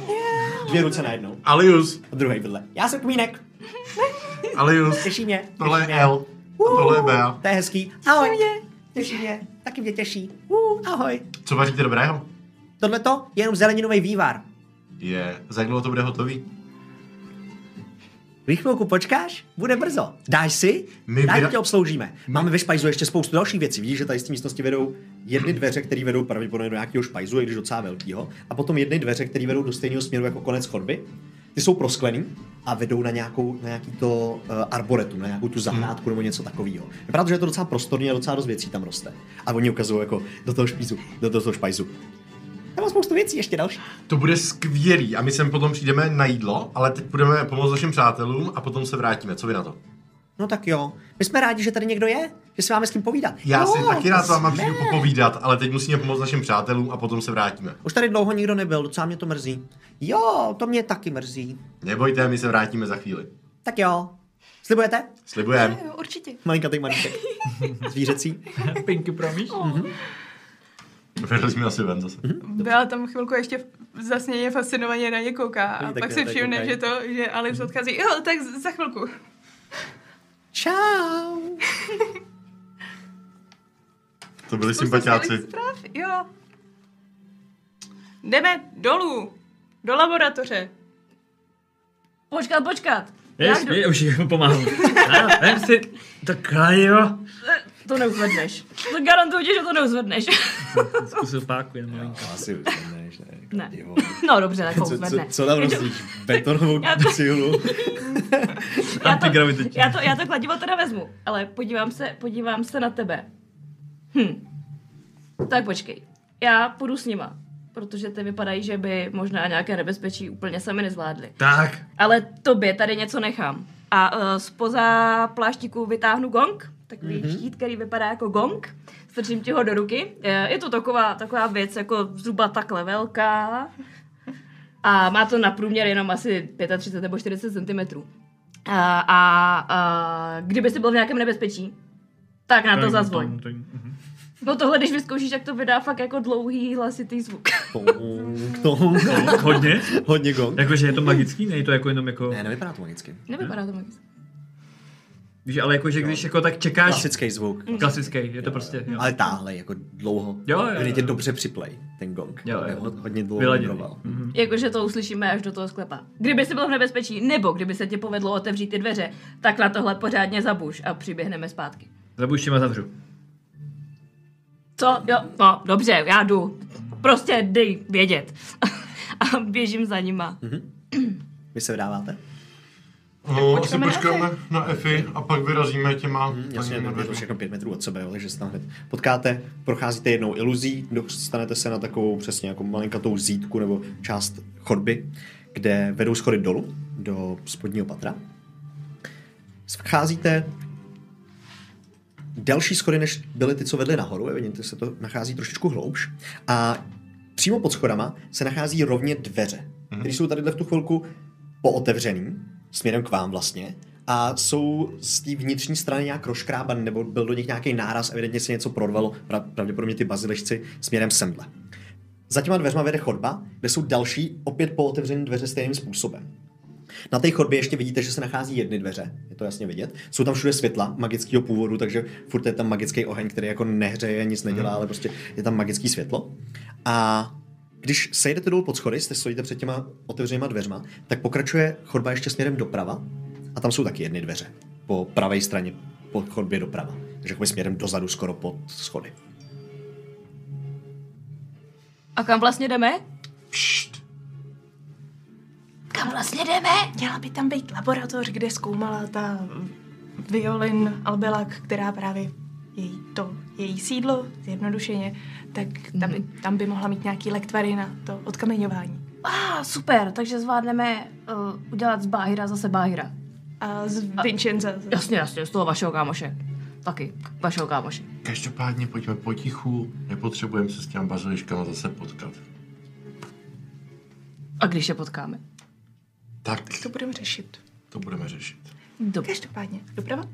[SPEAKER 1] dvě ruce najednou.
[SPEAKER 4] Alius,
[SPEAKER 1] A druhý vedle. Já jsem kmínek.
[SPEAKER 4] Alius,
[SPEAKER 1] Těší mě.
[SPEAKER 4] tohle
[SPEAKER 1] těší
[SPEAKER 4] je
[SPEAKER 1] mě.
[SPEAKER 4] L, a tohle je Bea.
[SPEAKER 1] To je hezký. Ahoj. Těší mě. Těší mě. Taky mě těší. Uh, ahoj.
[SPEAKER 4] Co vaříte dobrého?
[SPEAKER 1] Tohle to je jenom zeleninový vývar.
[SPEAKER 4] Je, za jak dlouho No, to bude hotový?
[SPEAKER 1] Vy chvilku počkáš? Bude brzo. Dáš si?
[SPEAKER 4] My
[SPEAKER 1] Rádi
[SPEAKER 4] vyra-
[SPEAKER 1] tě obsloužíme. Máme ve špajzu ještě spoustu dalších věcí. Vidíš, že tady z té místnosti vedou jedny dveře, které vedou pravděpodobně do nějakého špajzu, i když docela velkého, a potom jedny dveře, které vedou do stejného směru jako konec chodby. Ty jsou prosklený a vedou na, nějakou, na nějaký to uh, arboretum, na nějakou tu zahrádku nebo něco takového. Vypadá to, že je to docela prostorně a docela dost věcí tam roste. A oni ukazují jako do toho špízu, do toho špajzu. Tam má spoustu věcí, ještě další.
[SPEAKER 4] To bude skvělý a my sem potom přijdeme na jídlo, ale teď budeme pomoct našim přátelům a potom se vrátíme. Co vy na to?
[SPEAKER 1] No tak jo. My jsme rádi, že tady někdo je, že si máme s kým povídat. No,
[SPEAKER 4] Já
[SPEAKER 1] jo,
[SPEAKER 4] si taky rád s váma
[SPEAKER 1] jsme.
[SPEAKER 4] přijdu popovídat, ale teď musíme pomoct našim přátelům a potom se vrátíme.
[SPEAKER 1] Už tady dlouho nikdo nebyl, docela mě to mrzí. Jo, to mě taky mrzí.
[SPEAKER 4] Nebojte, my se vrátíme za chvíli.
[SPEAKER 1] Tak jo. Slibujete?
[SPEAKER 4] Slibujeme.
[SPEAKER 3] Jo, určitě.
[SPEAKER 1] Malinkatý maníček. Zvířecí.
[SPEAKER 5] Pinky, promíš?
[SPEAKER 3] Oh.
[SPEAKER 7] Mhm.
[SPEAKER 4] Vedli jsme asi ven zase.
[SPEAKER 1] Mhm.
[SPEAKER 3] Byla tam chvilku ještě zasněně fascinovaně na ně kouká a
[SPEAKER 1] Oni
[SPEAKER 3] pak
[SPEAKER 1] taky
[SPEAKER 3] se
[SPEAKER 1] na to
[SPEAKER 3] všimne,
[SPEAKER 1] koukají.
[SPEAKER 3] že to, že Alice odchází. Jo, tak z- za chvilku.
[SPEAKER 1] Čau.
[SPEAKER 4] To byli
[SPEAKER 3] Spousta skvělých
[SPEAKER 4] sympatiáci.
[SPEAKER 3] zpráv, Jo. Jdeme dolů, do laboratoře.
[SPEAKER 2] Počkat, počkat. Já
[SPEAKER 5] Jež,
[SPEAKER 2] jdu-
[SPEAKER 5] je, už jim pomáhám. A, vem si, to krajo.
[SPEAKER 2] Eh, To neuzvedneš. To garantuju ti, že to neuzvedneš.
[SPEAKER 5] Zkusil páku jen malinko.
[SPEAKER 1] Asi uzvedneš, ne?
[SPEAKER 2] Ne.
[SPEAKER 1] Divo.
[SPEAKER 2] No dobře, tak to
[SPEAKER 1] Co, co,
[SPEAKER 2] uzvedne.
[SPEAKER 1] co tam rozdíš? Betonovou
[SPEAKER 2] Já to-
[SPEAKER 1] cihlu?
[SPEAKER 2] Já to,
[SPEAKER 5] Antigravitační.
[SPEAKER 2] já, to, já to kladivo teda vezmu, ale podívám se, podívám se na tebe. Hm. Tak počkej, já půjdu s nima, protože ty vypadají, že by možná nějaké nebezpečí úplně sami nezvládli.
[SPEAKER 5] Tak,
[SPEAKER 2] Ale tobě tady něco nechám. A uh, spoza pláštíku vytáhnu gong, takový mm-hmm. štít, který vypadá jako gong. Strčím ti ho do ruky. Eh, Je to taková, taková věc, jako zhruba takhle velká. A má to na průměr jenom asi 35 nebo 40 cm. A, a, a kdyby jsi byl v nějakém nebezpečí, tak na to zazvoň. No tohle, když vyzkoušíš, tak to vydá fakt jako dlouhý hlasitý zvuk.
[SPEAKER 1] Tonk, tonk.
[SPEAKER 5] Hodně?
[SPEAKER 1] Hodně gong.
[SPEAKER 5] Jakože je to magický, není to jako jenom jako...
[SPEAKER 1] Ne, nevypadá to magicky.
[SPEAKER 2] Nevypadá to moc.
[SPEAKER 5] Víš, ale jakože když jako tak čekáš...
[SPEAKER 1] Klasický zvuk.
[SPEAKER 5] Klasický, je to prostě, jo.
[SPEAKER 1] Ale táhle jako dlouho.
[SPEAKER 5] Jo, jo, jo.
[SPEAKER 1] Evidentně dobře připlej ten gong.
[SPEAKER 5] Jo, jo.
[SPEAKER 1] Ho- Hodně dlouho
[SPEAKER 5] Vyladěný.
[SPEAKER 1] vibroval.
[SPEAKER 5] Mhm.
[SPEAKER 2] Mm-hmm. Jakože to uslyšíme až do toho sklepa. Kdyby si byl v nebezpečí, nebo kdyby se ti povedlo otevřít ty dveře, tak na tohle pořádně zabuš a přiběhneme zpátky.
[SPEAKER 5] Zabuším a zavřu.
[SPEAKER 2] Co? Jo, no, dobře, já jdu. Prostě dej vědět. a běžím za nima.
[SPEAKER 1] Mhm. Vy se vydáváte?
[SPEAKER 4] No, asi
[SPEAKER 3] počkáme na
[SPEAKER 4] počkáme na Efi a pak vyrazíme těma
[SPEAKER 1] Mhm, Jasně,
[SPEAKER 4] paníma
[SPEAKER 1] nebo je to
[SPEAKER 4] dveřma.
[SPEAKER 1] všechno pět metrů od sebe, jo, takže se tam hned potkáte, procházíte jednou iluzí, dostanete se na takovou přesně jako malinkatou zítku nebo část chodby, kde vedou schody dolů do spodního patra. vcházíte delší schody, než byly ty, co vedly nahoru, evidentně se to nachází trošičku hloubš. A přímo pod schodama se nachází rovně dveře, mm-hmm. které jsou tady v tu chvilku pootevřený, směrem k vám vlastně, a jsou z té vnitřní strany nějak rozkrában, nebo byl do nich nějaký náraz, evidentně se něco prorvalo, pra- pravděpodobně ty bazilešci směrem semhle. Za těma dveřma vede chodba, kde jsou další opět pootevřené dveře stejným způsobem. Na té chodbě ještě vidíte, že se nachází jedny dveře, je to jasně vidět. Jsou tam všude světla magického původu, takže furt je tam magický oheň, který jako nehřeje, nic nedělá, ale prostě je tam magický světlo. A když sejdete dolů pod schody, jste stojíte před těma otevřenýma dveřma, tak pokračuje chodba ještě směrem doprava a tam jsou taky jedny dveře. Po pravé straně, po chodbě doprava. Takže jakoby směrem dozadu, skoro pod schody.
[SPEAKER 2] A kam vlastně jdeme?
[SPEAKER 4] Pšt.
[SPEAKER 2] Kam vlastně jdeme?
[SPEAKER 3] Měla by tam být laboratoř, kde zkoumala ta violin Albelak, která právě její, to, její sídlo, zjednodušeně, tak tam, by-
[SPEAKER 2] Mhm.
[SPEAKER 3] tam by mohla mít nějaký lektvary na to odkameňování.
[SPEAKER 2] A ah, super, takže zvládneme uh, udělat z Báhira zase Báhira.
[SPEAKER 3] A z Vincenza.
[SPEAKER 2] Jasně, jasně, z toho vašeho kámoše. Taky, vašeho kámoše.
[SPEAKER 4] Každopádně pojďme potichu, nepotřebujeme se s těma baziliškama zase potkat.
[SPEAKER 2] A když je potkáme.
[SPEAKER 4] Tak
[SPEAKER 3] To budeme řešit.
[SPEAKER 4] to budeme řešit.
[SPEAKER 2] Dobře.
[SPEAKER 3] Každopádně, doprava?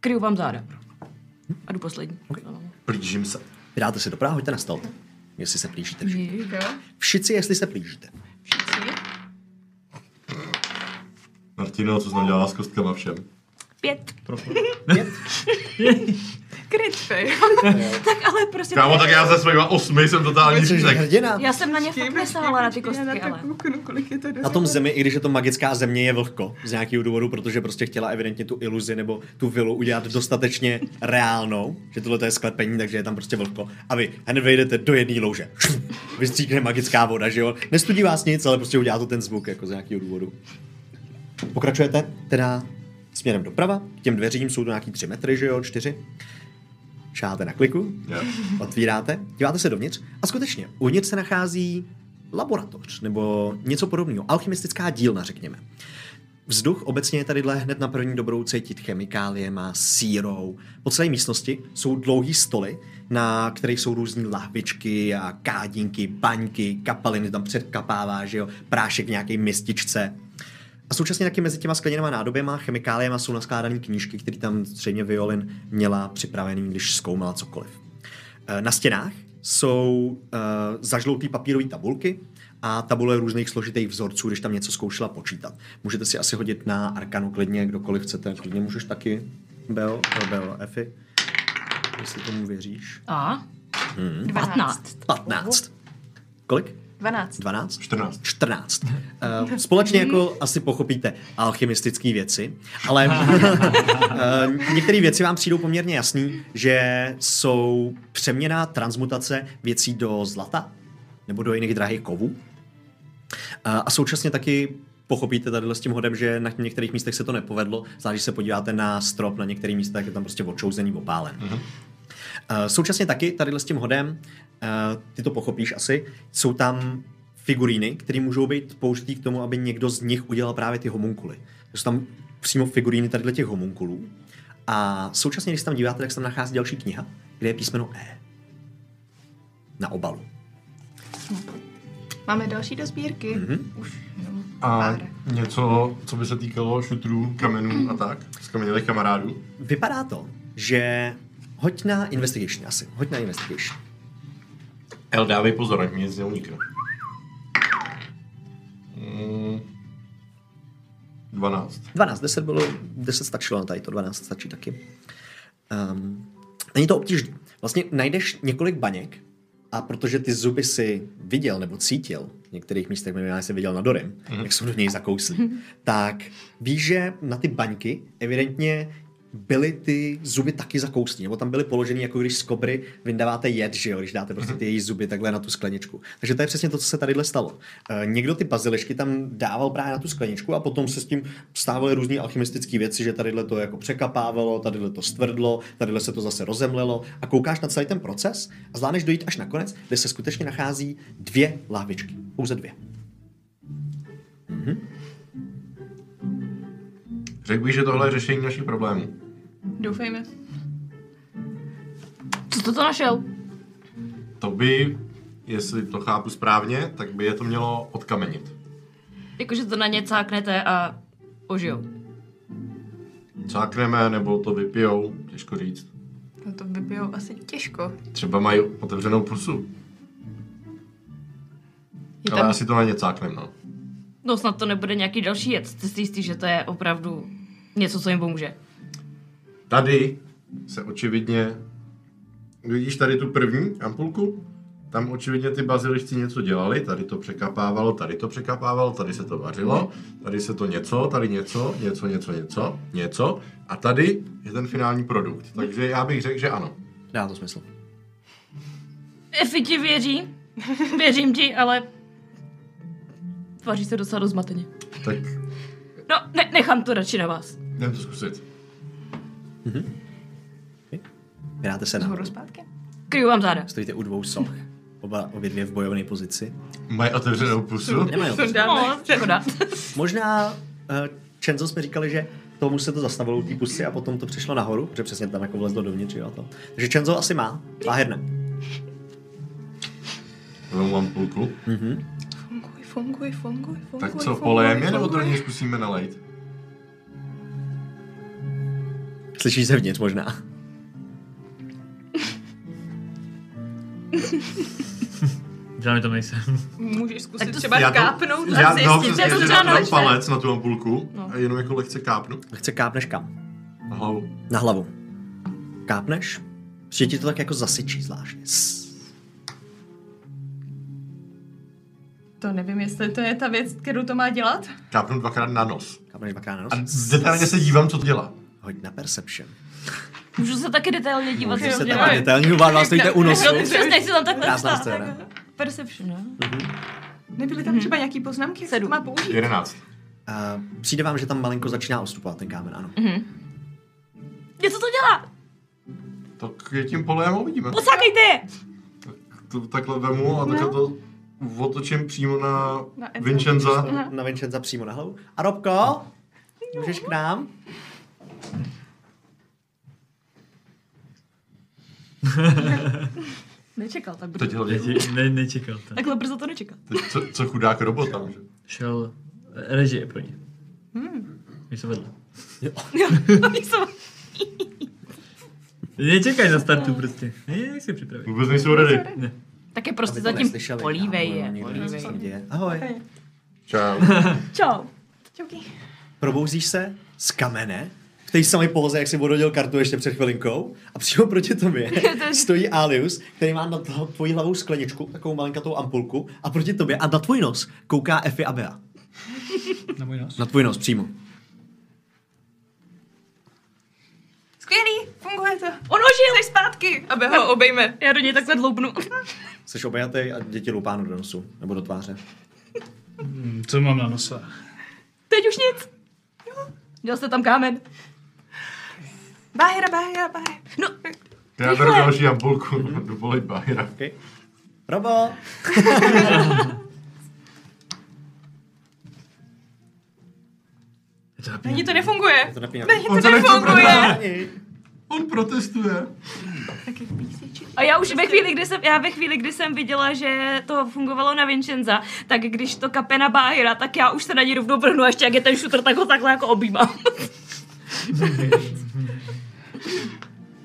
[SPEAKER 2] Kryju vám záda. A jdu poslední. Okay.
[SPEAKER 4] No. Plížím se.
[SPEAKER 1] Vydáte se doprava, hoďte na stealth. Jestli se plížíte všichni.
[SPEAKER 3] Jo,
[SPEAKER 1] Všici, jestli se plížíte.
[SPEAKER 3] všichni.
[SPEAKER 4] Martino, co jsi nám dělala s kostkama všem?
[SPEAKER 2] Pět.
[SPEAKER 3] Kryt fail.
[SPEAKER 2] Tak ale prostě...
[SPEAKER 4] Kámo, tak já se svýma osmi jsem totální
[SPEAKER 1] Jsi
[SPEAKER 4] šítek.
[SPEAKER 1] hrdina.
[SPEAKER 2] Já jsem na ně fakt nesáhla na ty
[SPEAKER 3] Já na
[SPEAKER 2] kostky,
[SPEAKER 3] to
[SPEAKER 2] ale...
[SPEAKER 3] kouknu, kolik je to
[SPEAKER 1] Na tom zemi, i když je to magická země, je vlhko z nějakého důvodu, protože prostě chtěla evidentně tu iluzi nebo tu vilu udělat dostatečně reálnou, že tohle to je sklepení, takže je tam prostě vlhko. A vy hned vejdete do jedné louže. Vystříkne magická voda, že jo? Nestudí vás nic, ale prostě udělá to ten zvuk jako z nějakého důvodu. Pokračujete teda směrem doprava, k těm dveřím jsou to nějaký 3 metry, že jo, 4. Šáte na kliku,
[SPEAKER 4] Jo.
[SPEAKER 1] Otvíráte, díváte se dovnitř a skutečně uvnitř se nachází laboratoř nebo něco podobného, alchymistická dílna, řekněme. Vzduch obecně je tadyhle hned na první dobrou cítit chemikáliema, sírou. Po celé místnosti jsou dlouhý stoly, na kterých jsou různé lahvičky a kádinky, baňky, kapaliny tam předkapává, že jo, prášek v nějaké mističce. A současně taky mezi těma skleněnýma nádoběma, chemikáliema jsou naskládané knížky, které tam zřejmě Violin měla připravený, když zkoumala cokoliv. Eh, Na stěnách jsou uh, zažloutlý papírové tabulky a tabule různých složitých vzorců, když tam něco zkoušela počítat. Můžete si asi hodit na Arkanu klidně, kdokoliv chcete. Klidně můžeš taky, Beo, eh, Beo Efi, jestli tomu věříš.
[SPEAKER 2] A? 15.
[SPEAKER 1] 15. Kolik?
[SPEAKER 3] 12.
[SPEAKER 1] 12?
[SPEAKER 4] 14.
[SPEAKER 1] 14. Eh, Společně jako asi pochopíte alchymistické věci, ale eh, některé věci vám přijdou poměrně jasný, že jsou přeměna transmutace věcí do zlata nebo do jiných drahých kovů. Eh, A současně taky pochopíte tady s tím hodem, že na některých místech se to nepovedlo, zvlášť, když se podíváte na strop, na některých místech je tam prostě odčouzený, opálen. Eh, Současně taky tady s tím hodem, eh, ty to pochopíš asi, jsou tam figuríny, které můžou být použitý k tomu, aby někdo z nich udělal právě ty homunkuly. Jsou tam přímo figuríny tady těch homunkulů. A současně, když se tam díváte, tak se tam nachází další kniha, kde je písmeno E. Na obalu.
[SPEAKER 3] Máme další do sbírky.
[SPEAKER 1] Mhm.
[SPEAKER 3] Už jenom
[SPEAKER 4] A
[SPEAKER 3] pár.
[SPEAKER 4] něco, co by se týkalo šutrů, kamenů a tak? Z kamenělých kamarádů?
[SPEAKER 1] Vypadá to, že hoď na investigation asi. Hoď na investigation.
[SPEAKER 4] El, dávej pozor, ať mi nic neunikne. Mm, 12.
[SPEAKER 1] 12, 10 bylo, 10 stačilo na tady to, 12 stačí taky. Um, není to obtížné. Vlastně najdeš několik baněk a protože ty zuby si viděl nebo cítil, v některých místech minimálně si viděl na Dorym, mm-hmm. jak jsou do něj zakouslí, tak víš, že na ty baňky evidentně byly ty zuby taky zakouslí, nebo tam byly položeny, jako když z kobry vyndáváte jed, že jo, když dáte prostě ty její zuby takhle na tu skleničku. Takže to je přesně to, co se tadyhle stalo. Eh, Někdo ty bazilišky tam dával právě na tu skleničku a potom se s tím stávaly různé alchymistické věci, že tadyhle to jako překapávalo, tadyhle to stvrdlo, tadyhle se to zase rozemlelo a koukáš na celý ten proces a zvládneš dojít až na konec, kde se skutečně nachází dvě lahvičky. Pouze dvě.
[SPEAKER 4] Řekl bych, že tohle je řešení našich problémů.
[SPEAKER 3] Doufejme.
[SPEAKER 2] Co jste to našel?
[SPEAKER 4] To by, jestli to chápu správně, tak by je to mělo odkamenit.
[SPEAKER 2] Jakože to na ně cáknete a ožijou.
[SPEAKER 4] Cákneme nebo to vypijou, těžko říct.
[SPEAKER 3] No to vypijou asi těžko.
[SPEAKER 4] Třeba mají otevřenou pusu,
[SPEAKER 3] Je
[SPEAKER 4] ale
[SPEAKER 3] tam,
[SPEAKER 4] asi to na ně cáknem, no.
[SPEAKER 2] No snad to nebude nějaký další jed. Jste si jistý, že to je opravdu něco, co jim pomůže.
[SPEAKER 4] Tady se očividně, vidíš tady tu první ampulku? Tam očividně ty bazilišci něco dělali, tady to překapávalo, tady to překapávalo, tady se to vařilo, tady se to něco, tady něco, něco, něco, něco, něco a tady je ten finální produkt. Takže já bych řekl, že ano.
[SPEAKER 1] Dá to smysl.
[SPEAKER 2] Efi ti věří. Věřím ti, ale... Tváří se docela dost zmateně.
[SPEAKER 4] Tak
[SPEAKER 2] No, ne, nechám to radši na vás.
[SPEAKER 4] jdem to zkusit.
[SPEAKER 1] Vydáte se na.
[SPEAKER 3] nahoru zpátky.
[SPEAKER 2] Kryju vám záda.
[SPEAKER 1] Stojíte u dvou soch. Oba, obě dvě v bojovné pozici.
[SPEAKER 4] Mají otevřenou pusu?
[SPEAKER 1] Nemají otevřenou.
[SPEAKER 3] Sundáme.
[SPEAKER 2] No, škoda.
[SPEAKER 1] Možná, uh, Čenzo jsme říkali, že tomu se to zastavilo u té pusy a potom to přišlo nahoru, protože přesně tam jako vlezlo dovnitř, jo. To. Takže Čenzo asi má, má herne.
[SPEAKER 4] Vezmu ampulku.
[SPEAKER 1] Mhm.
[SPEAKER 3] Funguj, funguj, funguj, funguj,
[SPEAKER 4] Tak co,
[SPEAKER 3] funguj,
[SPEAKER 4] polejem je nebo to do
[SPEAKER 3] funguj.
[SPEAKER 4] něj zkusíme nalejt?
[SPEAKER 1] Slyšíš se vnitř možná.
[SPEAKER 5] Žádný tam nejsem.
[SPEAKER 3] Můžeš zkusit
[SPEAKER 2] Tak to-
[SPEAKER 3] třeba kápnout
[SPEAKER 4] já,
[SPEAKER 3] a
[SPEAKER 4] no,
[SPEAKER 3] zjistit,
[SPEAKER 4] přesně,
[SPEAKER 3] jak
[SPEAKER 2] to
[SPEAKER 4] že
[SPEAKER 2] třeba
[SPEAKER 4] dám
[SPEAKER 2] nalečne.
[SPEAKER 4] palec na tu ampulku
[SPEAKER 2] No.
[SPEAKER 4] a jenom jako lehce kápnu
[SPEAKER 1] Chce kápneš kam?
[SPEAKER 4] na hlavu.
[SPEAKER 1] Na hlavu. Kápneš? Přijde ti to tak jako zasyčí zvláštně. Sss.
[SPEAKER 3] To nevím, jestli to je ta věc, kterou to má dělat.
[SPEAKER 4] Kápnu dvakrát na nos.
[SPEAKER 1] Kápneš dvakrát na
[SPEAKER 4] A
[SPEAKER 1] nos?
[SPEAKER 4] detailně se dívám, co to dělá.
[SPEAKER 1] Hoď na perception.
[SPEAKER 2] Můžu se taky detailně dívat,
[SPEAKER 1] Můžeš
[SPEAKER 2] co
[SPEAKER 1] se
[SPEAKER 3] dělej.
[SPEAKER 1] tam detailně, oba dva stojíte u nosu.
[SPEAKER 2] No, přesně, nechci tam takhle
[SPEAKER 1] Krásná
[SPEAKER 2] stát.
[SPEAKER 1] scéna.
[SPEAKER 2] Perception, no.
[SPEAKER 4] Mhm.
[SPEAKER 3] Nebyly
[SPEAKER 2] Mhm.
[SPEAKER 3] tam třeba nějaký poznámky, jak se to má použít?
[SPEAKER 4] 11.
[SPEAKER 1] A přijde vám, že tam malinko začíná ustupovat ten kámen, ano.
[SPEAKER 2] Něco Mhm. to dělá!
[SPEAKER 4] Tak je tím polejem a
[SPEAKER 1] No.
[SPEAKER 4] uvidíme.
[SPEAKER 2] Posákejte je!
[SPEAKER 4] Tak to takhle vemu a
[SPEAKER 3] No.
[SPEAKER 4] takhle to otočím přímo na,
[SPEAKER 3] Na Edu.
[SPEAKER 4] Vincenza.
[SPEAKER 1] Na Vincenza přímo na hlavu. A Robko, můžeš k nám?
[SPEAKER 2] Nečekal tak brzo.
[SPEAKER 4] Teď hlavně,
[SPEAKER 5] Ne, nečekal to.
[SPEAKER 2] Takhle brzo to nečekal.
[SPEAKER 4] teď co, co chudák robot tam, že?
[SPEAKER 5] Šel režie pro ně. Hmm. Když se vedle.
[SPEAKER 2] Oni jsou-
[SPEAKER 5] Nečekaj na startu prostě. Ne, nech si připravit.
[SPEAKER 4] Vůbec nejsou ready.
[SPEAKER 2] tak je prostě
[SPEAKER 1] Aby to
[SPEAKER 2] zatím
[SPEAKER 1] neslyšeli,
[SPEAKER 2] polívej
[SPEAKER 1] kámo, jo,
[SPEAKER 2] je.
[SPEAKER 1] nikdo neví,
[SPEAKER 2] polívej.
[SPEAKER 1] co tam děje. Ahoj.
[SPEAKER 4] Čau.
[SPEAKER 2] Čau.
[SPEAKER 3] Čauky.
[SPEAKER 1] Probouzíš se z kamene, v té samé pohoze, jak si odhodil kartu ještě před chvilinkou, a přímo proti tobě stojí Alius, který má na toho- tvojí hlavou skleničku, takovou malinkatou ampulku, a proti tobě a na tvůj nos kouká Efi a Bea.
[SPEAKER 7] Na můj nos.
[SPEAKER 1] Na tvůj nos přímo.
[SPEAKER 3] Skvělý, funguje to.
[SPEAKER 2] On ožil!
[SPEAKER 3] Jsi zpátky, aby ho obejme.
[SPEAKER 2] Já do něj takhle dloubnu.
[SPEAKER 1] Jsi obejatý a děti loupáno do nosu, nebo do tváře.
[SPEAKER 7] Hm, Co mám na nose?
[SPEAKER 2] Teď už nic. Dělal jste tam kámen.
[SPEAKER 3] Bájera, bájera, bájera.
[SPEAKER 2] No,
[SPEAKER 4] Já beru další ampulku do polej bajera.
[SPEAKER 1] Okay. Robo,
[SPEAKER 5] Je to
[SPEAKER 3] Ani
[SPEAKER 5] napínavý.
[SPEAKER 3] to nefunguje.
[SPEAKER 1] to napínám.
[SPEAKER 3] Ne,
[SPEAKER 4] On
[SPEAKER 3] to
[SPEAKER 4] to nechce
[SPEAKER 3] nefunguje.
[SPEAKER 4] On protestuje.
[SPEAKER 2] a já už ve chvíli, kdy jsem, já ve chvíli, kdy jsem viděla, že to fungovalo na Vincenza, tak když to kape na Bájera, tak já už se na něj rovnou vrhnu a ještě jak je ten šutr, tak ho takhle jako objímám.
[SPEAKER 1] Eh.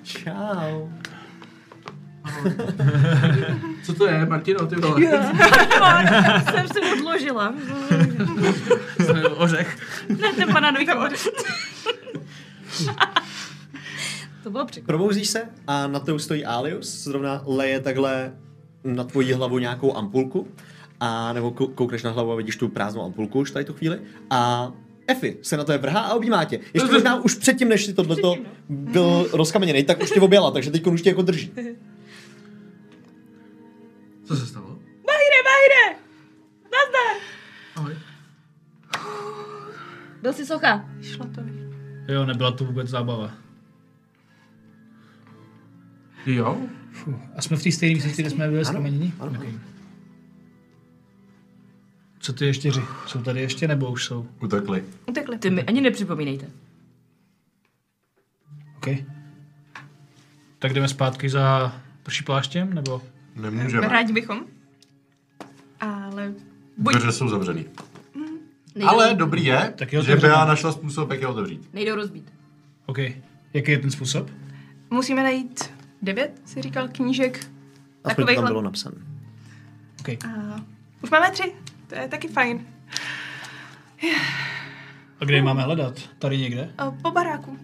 [SPEAKER 1] Čau.
[SPEAKER 8] Co to je, Martino, ty vole? Yeah.
[SPEAKER 2] jsem si odložila.
[SPEAKER 5] Ořech.
[SPEAKER 2] Ne, ten banánový to To bylo překvapivé.
[SPEAKER 1] Probouzíš se a na to stojí Alius, zrovna leje takhle na tvoji hlavu nějakou ampulku a nebo kou- koukneš na hlavu a vidíš tu prázdnou ampulku už tady tu chvíli a Efi se na to je vrhá a objímá tě. Ještě možná už předtím, než si tohleto
[SPEAKER 8] no.
[SPEAKER 1] byl rozkameněný, tak už tě objala, takže teď už tě jako drží.
[SPEAKER 8] Co se stalo?
[SPEAKER 2] Bahire, Bahire! Nazdar!
[SPEAKER 8] Ahoj.
[SPEAKER 2] Byl jsi socha.
[SPEAKER 3] Šlo to.
[SPEAKER 7] Jo, nebyla to vůbec zábava.
[SPEAKER 8] Jo?
[SPEAKER 7] A jsme v té stejné místnosti, kde jsme byli
[SPEAKER 1] Ano,
[SPEAKER 7] skamenění?
[SPEAKER 1] ano,
[SPEAKER 7] Okay. Co ty ještěři? Jsou tady ještě nebo už jsou?
[SPEAKER 4] Utekli.
[SPEAKER 3] Utekli.
[SPEAKER 2] Ty mi ani nepřipomínejte.
[SPEAKER 7] OK. Tak jdeme zpátky za prší pláštěm, nebo?
[SPEAKER 4] Nemůžeme.
[SPEAKER 3] Rádi bychom. Ale buď Mm.
[SPEAKER 4] Dveře jsou zavřený.
[SPEAKER 2] Nejdou,
[SPEAKER 4] Ale dobrý je,
[SPEAKER 7] Tak jo,
[SPEAKER 4] že
[SPEAKER 7] otevřeme.
[SPEAKER 4] Bea našla způsob, jak je otevřít.
[SPEAKER 2] Nejdou rozbít.
[SPEAKER 7] OK. Jaký je ten způsob?
[SPEAKER 3] musíme najít devět, si říkal, knížek.
[SPEAKER 1] Aspoň to tam
[SPEAKER 3] Takovejhle-
[SPEAKER 1] bylo napsané.
[SPEAKER 7] OK.
[SPEAKER 3] A už máme tři, to je taky fajn.
[SPEAKER 7] A kde je máme hledat? Tady někde?
[SPEAKER 3] A po baráku.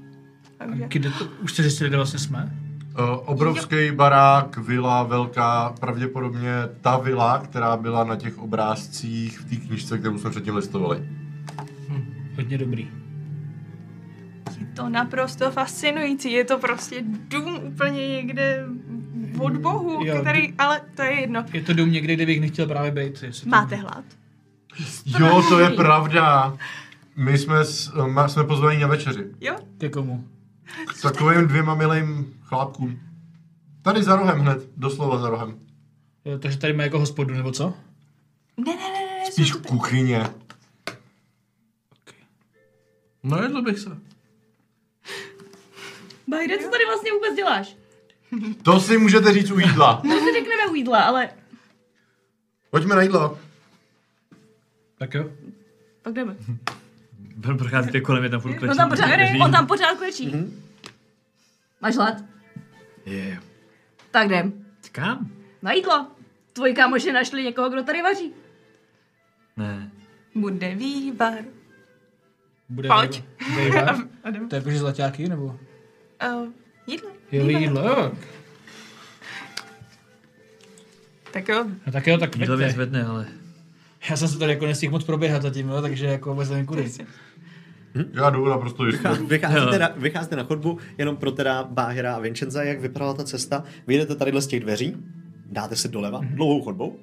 [SPEAKER 3] Takže.
[SPEAKER 7] Kde to, už jste zjistili, kde vlastně jsme?
[SPEAKER 4] Eh, Obrovský barák, vila velká, pravděpodobně ta vila, která byla na těch obrázcích v té knižce, kterou jsme předtím listovali.
[SPEAKER 7] Hm, Hodně dobrý.
[SPEAKER 3] Je to naprosto fascinující, je to prostě dům úplně někde od bohu,
[SPEAKER 7] Jo,
[SPEAKER 3] který, ale to je jedno.
[SPEAKER 7] Je to dům někde, kde bych nechtěl právě být. jestli to-
[SPEAKER 3] Máte hlad?
[SPEAKER 4] Jo, to je pravda. My jsme, s- ma- jsme pozvaní na večeři.
[SPEAKER 3] Jo?
[SPEAKER 7] Ke komu?
[SPEAKER 4] S takovým dvěma milým chlápkům. Tady za rohem hned, doslova za rohem.
[SPEAKER 7] Jo, takže tady má jako hospodu, nebo co?
[SPEAKER 3] Ne, ne, ne, ne, ne,
[SPEAKER 4] Spíš
[SPEAKER 3] jsou to
[SPEAKER 4] kuchyně.
[SPEAKER 8] No jedl bych se.
[SPEAKER 2] Bajde, co tady vlastně vůbec děláš?
[SPEAKER 4] To si můžete říct u jídla.
[SPEAKER 2] To si řekneme u jídla, ale
[SPEAKER 4] Pojďme na jídlo.
[SPEAKER 7] Tak jo.
[SPEAKER 2] pak jdeme.
[SPEAKER 5] Byl procházíte kolem, je tam furt klečí.
[SPEAKER 2] On No, tam pořád,
[SPEAKER 5] Každý-
[SPEAKER 2] on tam pořád klečí. Máš hlad?
[SPEAKER 5] Je.
[SPEAKER 2] Tak jdem.
[SPEAKER 5] Kam?
[SPEAKER 2] Na jídlo. Tvoji kámoši našli někoho, kdo tady vaří.
[SPEAKER 5] Ne.
[SPEAKER 3] Bude vývar.
[SPEAKER 7] Bude
[SPEAKER 3] Pojď.
[SPEAKER 7] Vejva. To je jakože zlaťáky, nebo?
[SPEAKER 3] Uh, jídlo.
[SPEAKER 7] Jo,
[SPEAKER 3] Vývar.
[SPEAKER 7] jídlo, jo.
[SPEAKER 3] Tak jo,
[SPEAKER 7] No tak jo, tak
[SPEAKER 5] Jídlo mě
[SPEAKER 7] pojďte.
[SPEAKER 5] zvedne, ale...
[SPEAKER 7] Já jsem se tady jako nestihl moc proběhat zatím, jo, takže jako vůbec nevím kudy.
[SPEAKER 3] přesně.
[SPEAKER 4] Hm? Já jdu naprosto jistě.
[SPEAKER 1] Vycházíte na, vycházíte na chodbu, jenom pro teda Báhera a Vincenza, jak vypadala ta cesta. Vyjedete tady z těch dveří, dáte se doleva, dlouhou chodbou.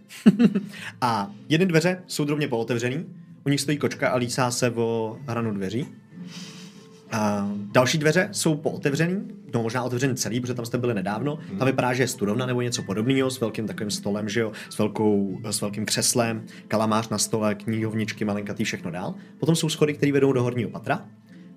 [SPEAKER 1] a jedny dveře jsou drobně pootevřený, u nich stojí kočka a lísá se o hranu dveří. A další dveře jsou pootevřený, no možná otevřený celý, protože tam jste byli nedávno. Tam vypadá, že je studovna nebo něco podobného s velkým takovým stolem, že jo, s, velkou, s velkým křeslem, kalamář na stole, knihovničky, malinkatý, všechno dál. Potom jsou schody, které vedou do horního patra.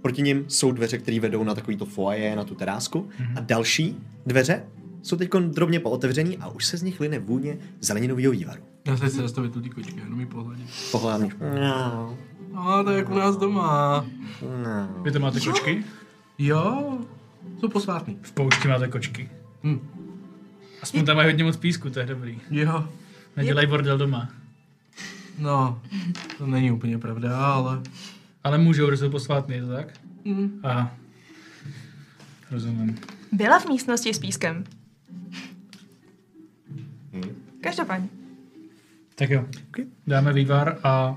[SPEAKER 1] Proti nim jsou dveře, které vedou na takovýto foaje, na tu terásku. A další dveře jsou teď drobně pootevřený a už se z nich line vůně zeleninového vývaru.
[SPEAKER 8] Já se chci zastavit tu ty kočky, jenom mi pohledit.
[SPEAKER 1] Pohledám. No,
[SPEAKER 8] A to je jak u nás doma.
[SPEAKER 1] no.
[SPEAKER 7] Vy to máte kočky?
[SPEAKER 8] Jo, jsou posvátný.
[SPEAKER 7] V poušti máte kočky.
[SPEAKER 8] Hm.
[SPEAKER 7] Aspoň tam mají hodně moc písku, to je dobrý.
[SPEAKER 8] Jo,
[SPEAKER 7] Nedělej bordel doma.
[SPEAKER 8] no, to není úplně pravda, ale...
[SPEAKER 7] Ale můžou, protože jsou posvátný, je to tak?
[SPEAKER 3] Mm.
[SPEAKER 8] Hm.
[SPEAKER 7] Aha. Rozumím.
[SPEAKER 3] Byla v místnosti s pískem.
[SPEAKER 1] Mm.
[SPEAKER 3] Každopádně.
[SPEAKER 7] Tak jo. Dáme vývar a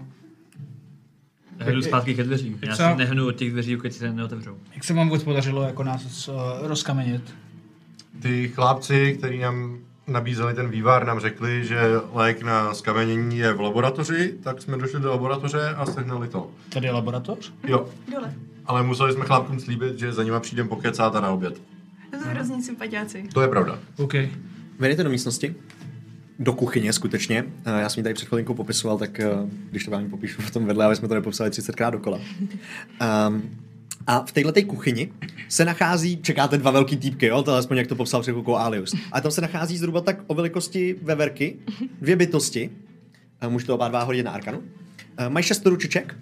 [SPEAKER 5] Já jdu zpátky ke dveřím. Já
[SPEAKER 7] Co?
[SPEAKER 5] se nehnu od těch dveří, dokud se neotevřou.
[SPEAKER 7] jak se vám vůbec podařilo jako nás uh, rozkamenit?
[SPEAKER 4] Ty chlápci, kteří nám nabízeli ten vývar, nám řekli, že lék na skamenění je v laboratoři, tak jsme došli do laboratoře a sehnali to.
[SPEAKER 7] Tady je laboratoř?
[SPEAKER 4] Jo,
[SPEAKER 3] Dole.
[SPEAKER 4] ale museli jsme chlápkům slíbit, že za nima přijdem pokecat a na oběd.
[SPEAKER 3] To jsou hrozně sympatiáci.
[SPEAKER 4] To je pravda.
[SPEAKER 7] OK.
[SPEAKER 1] Vedete do místnosti? Do kuchyně, skutečně. Eh, Já jsem ji tady před chvilinkou popisoval, tak eh, když to vám popíšu v tom vedle, aby jsme to nepopsali 30krát dokola. Um, a v této kuchyni se nachází, čekáte dva velký týpky, jo? to alespoň jak to popsal před chvilkou Alius. A tam se nachází zhruba tak o velikosti veverky, dvě bytosti. Eh, Můžete oba dva hodit na arkanu. Eh, Mají šest ručiček.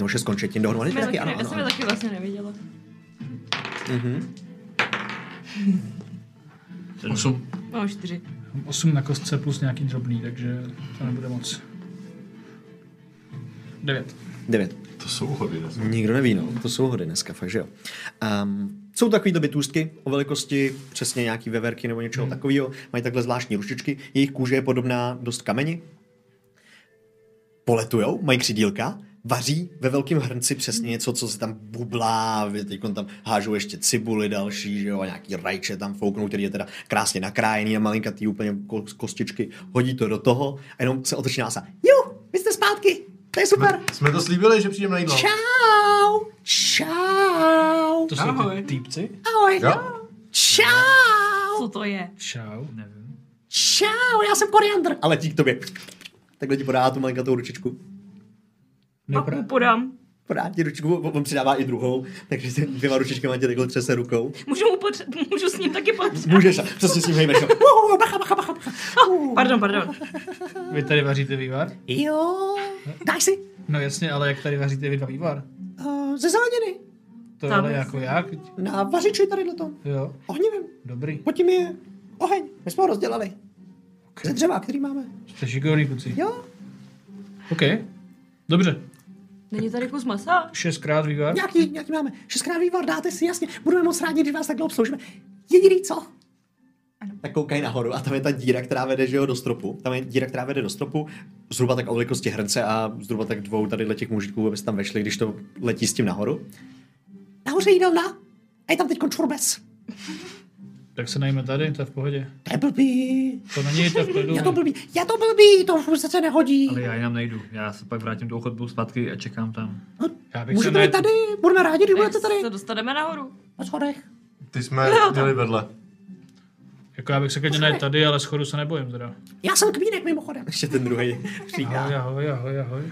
[SPEAKER 1] No, šest končetin dohromady. že Taky, ano,
[SPEAKER 2] já
[SPEAKER 1] ano,
[SPEAKER 2] jsem
[SPEAKER 1] ano. Mhm.
[SPEAKER 2] je taky vlastně neviděla.
[SPEAKER 8] Osm.
[SPEAKER 2] Mám čtyři.
[SPEAKER 7] 8 na kostce plus nějaký drobný, takže to nebude moc. 9.
[SPEAKER 1] Devět.
[SPEAKER 4] To jsou hody, ne?
[SPEAKER 1] Nikdo neví, no. To jsou hody dneska, fakt, že jo. Um, jsou takovýhle bytůstky o velikosti přesně nějaký veverky nebo něčeho hmm. takového. Mají takhle zvláštní ručičky. Jejich kůže je podobná dost kameni. Poletujou, mají křídílka, vaří ve velkém hrnci
[SPEAKER 4] Hmm.
[SPEAKER 1] přesně něco, co se tam bublá, teď tam hážou ještě cibuli další, že jo, a nějaký rajče tam fouknou, který je teda krásně nakrájený a malinkatý úplně ko- z kostičky, hodí to do toho a jenom se otočí nás a jo, vy jste zpátky, to je super.
[SPEAKER 4] Jsme to slíbili, že přijdem na jídlo.
[SPEAKER 1] Čau! Čau!
[SPEAKER 7] To jsou
[SPEAKER 8] Ahoj.
[SPEAKER 7] ty týpci?
[SPEAKER 1] Ahoj!
[SPEAKER 4] Jo?
[SPEAKER 1] Čau!
[SPEAKER 2] Co to je?
[SPEAKER 7] Čau.
[SPEAKER 5] Nevím.
[SPEAKER 1] Čau! Já jsem koriandr! Ale ti k tobě. Takhle ti podá tu malinkatou ručičku.
[SPEAKER 2] Pak mu podám.
[SPEAKER 6] Vrátí ručku, on on přidává i druhou, takže si dvěma ručičkama tě takhle třese rukou.
[SPEAKER 2] Můžu, mu potře- můžu s ním taky potřebovat.
[SPEAKER 6] Můžeš, přesně s ním hejbeš. Uhu, bacha, bacha, bacha, bacha.
[SPEAKER 2] Pardon, pardon.
[SPEAKER 9] Vy tady vaříte vývar?
[SPEAKER 6] Jo, dáš si
[SPEAKER 9] No jasně, ale jak tady vaříte vy dva vývar?
[SPEAKER 1] Eh,
[SPEAKER 6] uh, ze zeleniny
[SPEAKER 9] To je
[SPEAKER 2] Tam.
[SPEAKER 9] ale jako jak?
[SPEAKER 6] na vařiči tady na tom.
[SPEAKER 9] Jo,
[SPEAKER 6] Ohnivým.
[SPEAKER 9] dobrý.
[SPEAKER 6] Pojď mi je oheň. My jsme ho rozdělali. Ze dřeva, který máme.
[SPEAKER 9] Jste šikovný kuci.
[SPEAKER 6] Jo,
[SPEAKER 9] OK. Dobře,
[SPEAKER 2] Není tady kus masa?
[SPEAKER 9] šestkrát vývar.
[SPEAKER 6] nějaký, nějaký máme. Šestkrát vývar dáte si, jasně. Budeme moc rádi, když vás takhle obsloužíme. Jediný co? Tak koukají nahoru a tam je ta díra, která vede že jo, do stropu. Tam je díra, která vede do stropu, zhruba tak o velikosti hrnce a zhruba tak dvou tady těch mužíků, aby se tam vešli, když to letí s tím nahoru. Nahoře jídelna a je tam teď čurbec.
[SPEAKER 9] Tak se najme tady, to je v pohodě.
[SPEAKER 6] To je blbý.
[SPEAKER 9] To není to v klidu.
[SPEAKER 6] Je to blbý. Je to blbý, to už se nehodí.
[SPEAKER 5] Ale já jinam nejdu. Já se pak vrátím do chodbu zpátky a čekám tam.
[SPEAKER 7] No,
[SPEAKER 9] Já bych se
[SPEAKER 6] Můžete být
[SPEAKER 9] najít.
[SPEAKER 6] tady, budeme rádi, když budete tady.
[SPEAKER 2] Jak se dostaneme nahoru?
[SPEAKER 6] Po schodech.
[SPEAKER 4] Ty jsme no, měli vedle.
[SPEAKER 9] Jako já bych se klidně najít tady, ale schodu se nebojím teda.
[SPEAKER 6] Já jsem kmínek mimochodem. Ještě ten druhý říká.
[SPEAKER 9] Ahoj, ahoj, ahoj, ahoj.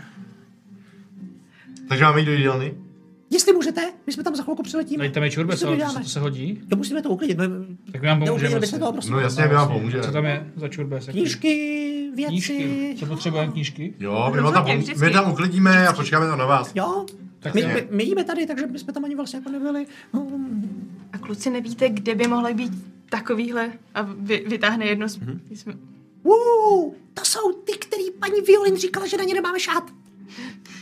[SPEAKER 4] Takže máme jít do jídelny.
[SPEAKER 6] Jestli můžete, my jsme tam za chvilku přiletíme.
[SPEAKER 9] Dejte mi čurbe,
[SPEAKER 6] My se
[SPEAKER 9] ale to,
[SPEAKER 6] uděláme.
[SPEAKER 9] se- to se hodí.
[SPEAKER 6] To musíme to uklidit. no,
[SPEAKER 9] Tak my vám pomůžeme.
[SPEAKER 6] Neuklidili byste toho prostě.
[SPEAKER 4] No jasně, my vám
[SPEAKER 9] Vlastně.
[SPEAKER 4] pomůžeme.
[SPEAKER 9] Co tam je za čurbes? Jaký-
[SPEAKER 6] Knížky, věci.
[SPEAKER 9] Knížky. Co potřebujeme knížky?
[SPEAKER 4] Jo, my, vám tam,
[SPEAKER 2] Rozhodně,
[SPEAKER 4] pom-
[SPEAKER 2] vždycky.
[SPEAKER 4] my tam uklidíme a počkáme tam na vás.
[SPEAKER 6] Jo,
[SPEAKER 9] Tak
[SPEAKER 6] my,
[SPEAKER 9] jo.
[SPEAKER 6] my, my, jíme tady, takže my jsme tam ani vlastně jako nebyli. Hm,
[SPEAKER 3] A kluci nevíte, kde by mohly být takovýhle a vy, vytáhne jedno z... Mm-hmm.
[SPEAKER 6] Wow, to jsou ty, který paní Violin říkala, že na ně nemáme šát.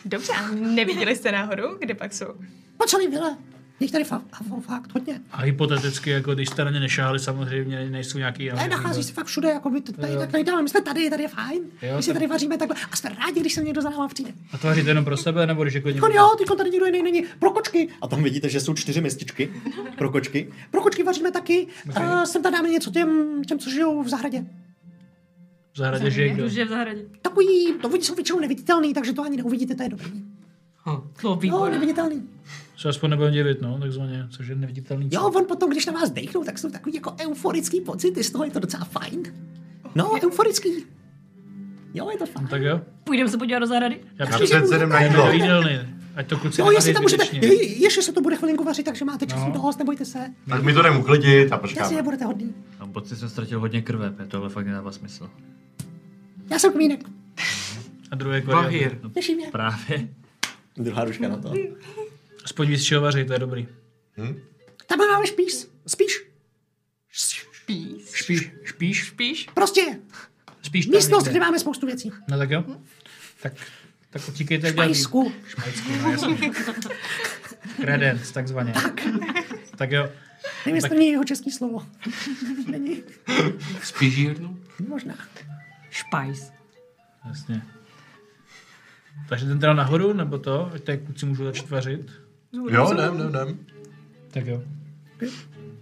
[SPEAKER 3] Dobře, a neviděli jste náhodou, kde pak jsou?
[SPEAKER 6] Po No, celý vile. Jich tady fa- fa- fakt hodně.
[SPEAKER 9] A hypoteticky, jako když jste na ně nešáhli, samozřejmě nejsou nějaký jiný.
[SPEAKER 6] Ne, nachází se fakt všude, jako my to tady tak nejdáme, my jsme tady, tady je fajn.
[SPEAKER 9] Jo,
[SPEAKER 6] my si
[SPEAKER 9] tak-
[SPEAKER 6] tady vaříme takhle a jsme rádi, když se někdo za náma přijde.
[SPEAKER 9] A to vaříte jenom pro sebe, nebo když je klidně...
[SPEAKER 6] Kon jo, teď tady nikdo jiný není. Pro kočky. A tam vidíte, že jsou čtyři městičky. Pro kočky. Pro kočky vaříme taky. Okay. Uh, sem tam dáme něco těm, těm, co žijou v zahradě.
[SPEAKER 9] V zahradě žije kdo?
[SPEAKER 2] Už je v zahradě.
[SPEAKER 6] Takový, to oni jsou většinou neviditelný, takže to ani neuvidíte, to je dobrý.
[SPEAKER 2] Hm, To
[SPEAKER 6] No,
[SPEAKER 2] výborné.
[SPEAKER 6] neviditelný.
[SPEAKER 9] Se aspoň nebudeme divit, no, takzvaně, což je neviditelný.
[SPEAKER 6] Jo, on potom, když na vás dechnou, tak jsou takový jako euforický pocity, z toho je to docela fajn. No, euforický. Jo, je to fajn.
[SPEAKER 9] Hm, Tak jo,
[SPEAKER 2] Půjdeme se podívat do zahrady?
[SPEAKER 9] já
[SPEAKER 4] Já
[SPEAKER 6] Taky, že
[SPEAKER 9] přijdu
[SPEAKER 4] před sedem na
[SPEAKER 6] můžete.
[SPEAKER 4] jídlo.
[SPEAKER 9] do jídelny, ať to kluci
[SPEAKER 6] Jo, No, jestli tam
[SPEAKER 9] nevaří
[SPEAKER 6] můžete,
[SPEAKER 9] zbytečně.
[SPEAKER 6] je, ještě se to bude chvilinku vařit, takže máte času
[SPEAKER 9] No.
[SPEAKER 6] dost, nebojte se.
[SPEAKER 4] Tak my to jdeme uklidit a
[SPEAKER 6] Já si
[SPEAKER 4] počkáme.
[SPEAKER 6] nebudete hodný.
[SPEAKER 5] Mám pocit, že jsem ztratil hodně krve, Pe, tohle fakt nedává smysl.
[SPEAKER 6] Já jsem kmínek.
[SPEAKER 9] A druhé kvalitu.
[SPEAKER 8] Bahir.
[SPEAKER 6] Těší mě.
[SPEAKER 5] No, Právě.
[SPEAKER 6] Druhá ručka na to.
[SPEAKER 9] Aspoň víc čeho vaří, to je dobrý.
[SPEAKER 4] Hm?
[SPEAKER 6] Tam máme špíš. Spíš.
[SPEAKER 3] Pís.
[SPEAKER 9] Špíš, špíš,
[SPEAKER 3] Píš?
[SPEAKER 6] Prostě.
[SPEAKER 9] spíš tam
[SPEAKER 6] Místnost,
[SPEAKER 9] někde.
[SPEAKER 6] kde máme spoustu věcí.
[SPEAKER 9] No tak jo, tak, tak utíkejte dělat
[SPEAKER 6] Špajsku.
[SPEAKER 9] Špajsku, no jasně. Credence, takzvaně. Tak. tak jo,
[SPEAKER 6] Nevím, jestli to není jeho český slovo. Není.
[SPEAKER 8] Spíš jednou?
[SPEAKER 6] Možná.
[SPEAKER 2] Špajs.
[SPEAKER 9] jasně. Takže ten teda nahoru, nebo to, ať tady kluci můžou začít vařit.
[SPEAKER 4] Jo, jdem, jdem, jdem.
[SPEAKER 9] Tak jo.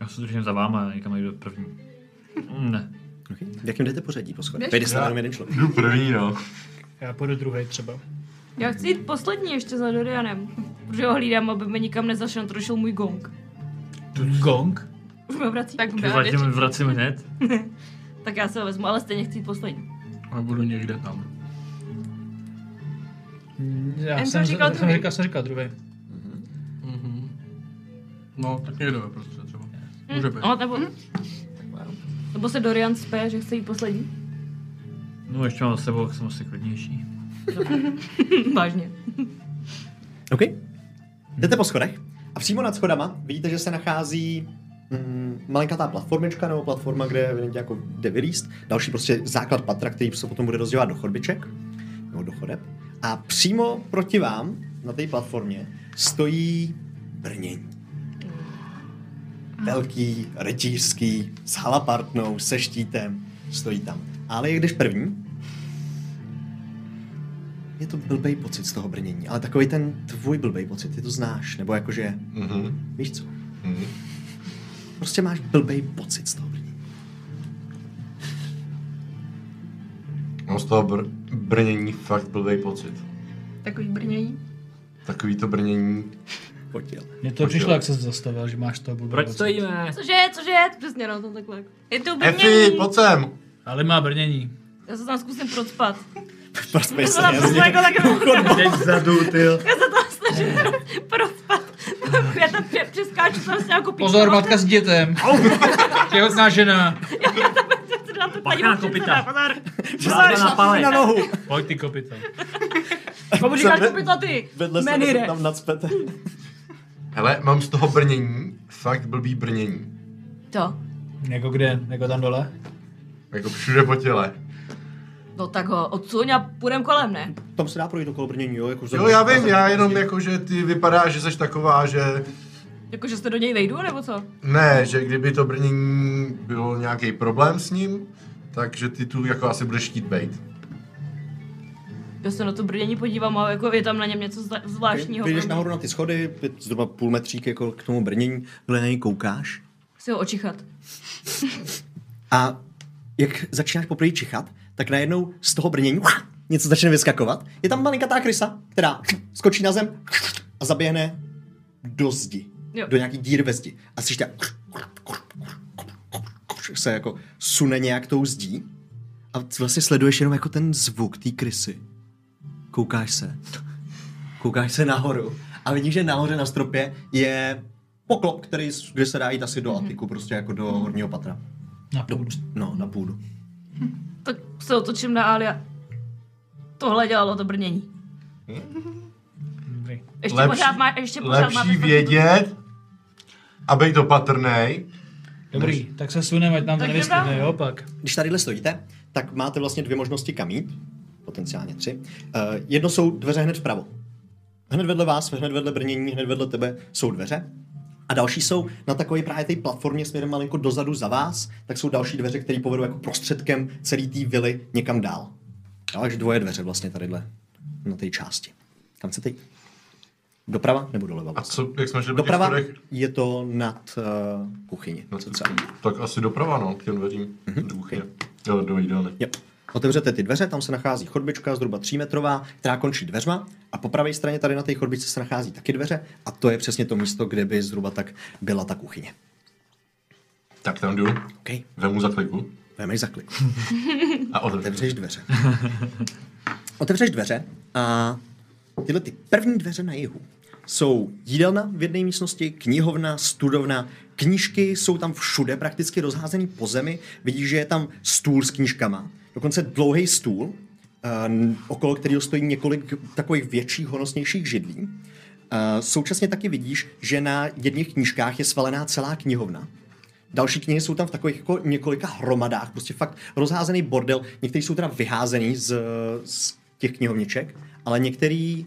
[SPEAKER 5] Já se držím za váma, někam jdu první. Ne.
[SPEAKER 6] Okay. V jakém jdete pořadí po schodech? Vejde se tam jenom jeden člověk.
[SPEAKER 4] Jdu první, no.
[SPEAKER 9] Já půjdu druhý třeba.
[SPEAKER 2] Já chci jít poslední ještě za Dorianem, protože ho hlídám, aby mi nikam nezašantrošil můj gong.
[SPEAKER 9] Gong?
[SPEAKER 2] Už mě vrací. Tak,
[SPEAKER 3] Tak
[SPEAKER 8] vlastně
[SPEAKER 5] Vrátím,
[SPEAKER 3] vrátím.
[SPEAKER 5] vracím hned.
[SPEAKER 2] tak já se ho vezmu, ale stejně chci jít poslední.
[SPEAKER 8] Ale budu někde tam.
[SPEAKER 9] Já
[SPEAKER 3] Jen
[SPEAKER 9] jsem,
[SPEAKER 3] to říkal
[SPEAKER 9] říkal jsem,
[SPEAKER 3] druhý.
[SPEAKER 9] říkal, jsem říkal druhý.
[SPEAKER 8] Mhm. No, tak někde ve prostě třeba.
[SPEAKER 3] Hm.
[SPEAKER 8] Může být.
[SPEAKER 2] No, nebo... Nebo se Dorian spe, že chce jít poslední?
[SPEAKER 5] No, ještě mám za sebou, jsem asi klidnější.
[SPEAKER 2] Vážně.
[SPEAKER 6] OK. Jdete po schodech a přímo nad schodama vidíte, že se nachází mm, malinkatá platformička nebo platforma, kde evidentně jako jde vylíst. Další prostě základ patra, který se potom bude rozdělovat do chodbiček nebo do chodeb. A přímo proti vám na té platformě stojí brnění. Velký, retířský, s halapartnou, se štítem, stojí tam. Ale je když první, je to blbej pocit z toho brnění, ale takový ten tvůj blbej pocit, ty to znáš, nebo jakože,
[SPEAKER 4] Mhm.
[SPEAKER 6] víš co? Prostě máš blbej pocit z toho brnění.
[SPEAKER 4] Mám No, z toho br- brnění fakt blbý pocit.
[SPEAKER 3] Takový brnění.
[SPEAKER 4] Takový to brnění.
[SPEAKER 6] Potil.
[SPEAKER 9] Mně to přišlo, jak se zastavil, že máš to blbý
[SPEAKER 5] Proč
[SPEAKER 9] pocit.
[SPEAKER 5] stojíme?
[SPEAKER 2] Cože, cože, přesně no, to takhle. Je to
[SPEAKER 4] Efi,
[SPEAKER 2] brnění.
[SPEAKER 4] pojď sem!
[SPEAKER 9] Ale má brnění.
[SPEAKER 2] Já se tam zkusím procpat.
[SPEAKER 6] Prostě
[SPEAKER 2] Já se
[SPEAKER 6] se
[SPEAKER 2] tam
[SPEAKER 6] jasně.
[SPEAKER 2] procpat jako tak.
[SPEAKER 5] Teď zadu, ty.
[SPEAKER 2] Já se tam Prospad. Já tam pře- přeskáču tam se jako píčka.
[SPEAKER 7] Pozor, matka s dětem. Těhotná žena.
[SPEAKER 2] Na to tady
[SPEAKER 5] Pachá na
[SPEAKER 2] mám
[SPEAKER 5] kopyta.
[SPEAKER 2] Pozor.
[SPEAKER 5] Vláda na palec.
[SPEAKER 1] Na nohu.
[SPEAKER 7] Pojď ty kopyta.
[SPEAKER 2] Komu říkáš kopyta ty?
[SPEAKER 1] Vedle
[SPEAKER 2] Menire.
[SPEAKER 1] se tam nadspete.
[SPEAKER 4] Hele, mám z toho brnění, fakt blbý brnění.
[SPEAKER 2] To.
[SPEAKER 7] Jako kde? Jako tam dole?
[SPEAKER 4] Jako všude po těle.
[SPEAKER 2] No tak ho odsuň a půjdem kolem, ne?
[SPEAKER 1] Tam se dá projít okolo brnění, jo? Jako
[SPEAKER 4] Jo, já vím, já jenom jako, že ty vypadá, že jsi taková, že
[SPEAKER 2] Jako, že se do něj vejdu, nebo co?
[SPEAKER 4] ne, že kdyby to brnění bylo nějaký problém s ním, takže ty tu jako asi budeš chtít bejt.
[SPEAKER 2] Já se na to brdění podívám a jako je tam na něm něco zda- zvláštního.
[SPEAKER 1] Vyjdeš nahoru na ty schody, zhruba půl metřík jako k tomu brnění, kde na něj koukáš.
[SPEAKER 2] Chci ho očichat.
[SPEAKER 1] A jak začínáš poprvé čichat, tak najednou z toho brnění uah, něco začne vyskakovat. Je tam malinkatá krysa, která skočí na zem a zaběhne do zdi.
[SPEAKER 2] Jo.
[SPEAKER 1] Do nějaký díry ve zdi. A slyšíte se jako sune nějak tou zdí a vlastně sleduješ jenom jako ten zvuk té krysy. Koukáš se. Koukáš se nahoru a vidíš, že nahoře na stropě je poklop, který, kde se dá jít asi do atiku, prostě jako do horního patra.
[SPEAKER 7] Na
[SPEAKER 1] Do, no, na půdu.
[SPEAKER 2] Tak se otočím na Alia. Tohle dělalo to brnění.
[SPEAKER 7] Dobrý.
[SPEAKER 2] Ještě
[SPEAKER 4] Lepší-
[SPEAKER 2] pořád má, ještě pořád má
[SPEAKER 4] Lepší
[SPEAKER 2] bezpečnost.
[SPEAKER 4] vědět a bejt opatrnej,
[SPEAKER 7] Dobrý, tak se suneme, ať nám to
[SPEAKER 2] Tak
[SPEAKER 7] nevyskne,
[SPEAKER 2] jdeme.
[SPEAKER 7] jo, pak.
[SPEAKER 1] Když tadyhle stojíte, tak máte vlastně dvě možnosti kam jít, potenciálně tři. Uh, jedno jsou dveře hned vpravo. Hned vedle vás, hned vedle brnění, hned vedle tebe jsou dveře. A další jsou na takové právě té platformě směrem malinko dozadu za vás, tak jsou další dveře, které povedou jako prostředkem celý té vily někam dál. Jo, takže dvoje dveře vlastně tadyhle na té části. Kam chcete jít? Doprava nebo doleva?
[SPEAKER 4] A
[SPEAKER 1] Vlastně?
[SPEAKER 4] co, jak jsme šli po těch
[SPEAKER 1] Doprava
[SPEAKER 4] schodech?
[SPEAKER 1] je to nad uh, kuchyni.
[SPEAKER 4] No,
[SPEAKER 1] Cca.
[SPEAKER 4] tak- tak asi doprava, no, k těm dveřím. Do kuchyně. Jo, do jídelny.
[SPEAKER 1] Jo. Otevřete ty dveře, tam se nachází chodbička zhruba 3 metrová, která končí dveřma a po pravé straně tady na té chodbičce se nachází taky dveře a to je přesně to místo, kde by zhruba tak byla ta kuchyně.
[SPEAKER 4] Tak tam jdu,
[SPEAKER 1] OK,
[SPEAKER 4] vemu za kliku
[SPEAKER 1] vemej za klik.
[SPEAKER 4] a otevřu.
[SPEAKER 1] Otevřeš dveře. Otevřeš dveře a tyhle ty první dveře na jihu jsou jídelna v jedné místnosti, knihovna, studovna, knížky jsou tam všude prakticky rozházený po zemi. Vidíš, že je tam stůl s knížkama. Dokonce dlouhý stůl, ehm, okolo kterého stojí několik takových větších, honosnějších židlí. Eh, Současně taky vidíš, že na jedných knížkách je svalená celá knihovna. Další knihy jsou tam v takových jako několika hromadách, prostě fakt rozházený bordel. Některý jsou teda vyházený z, z těch knihovniček, ale některý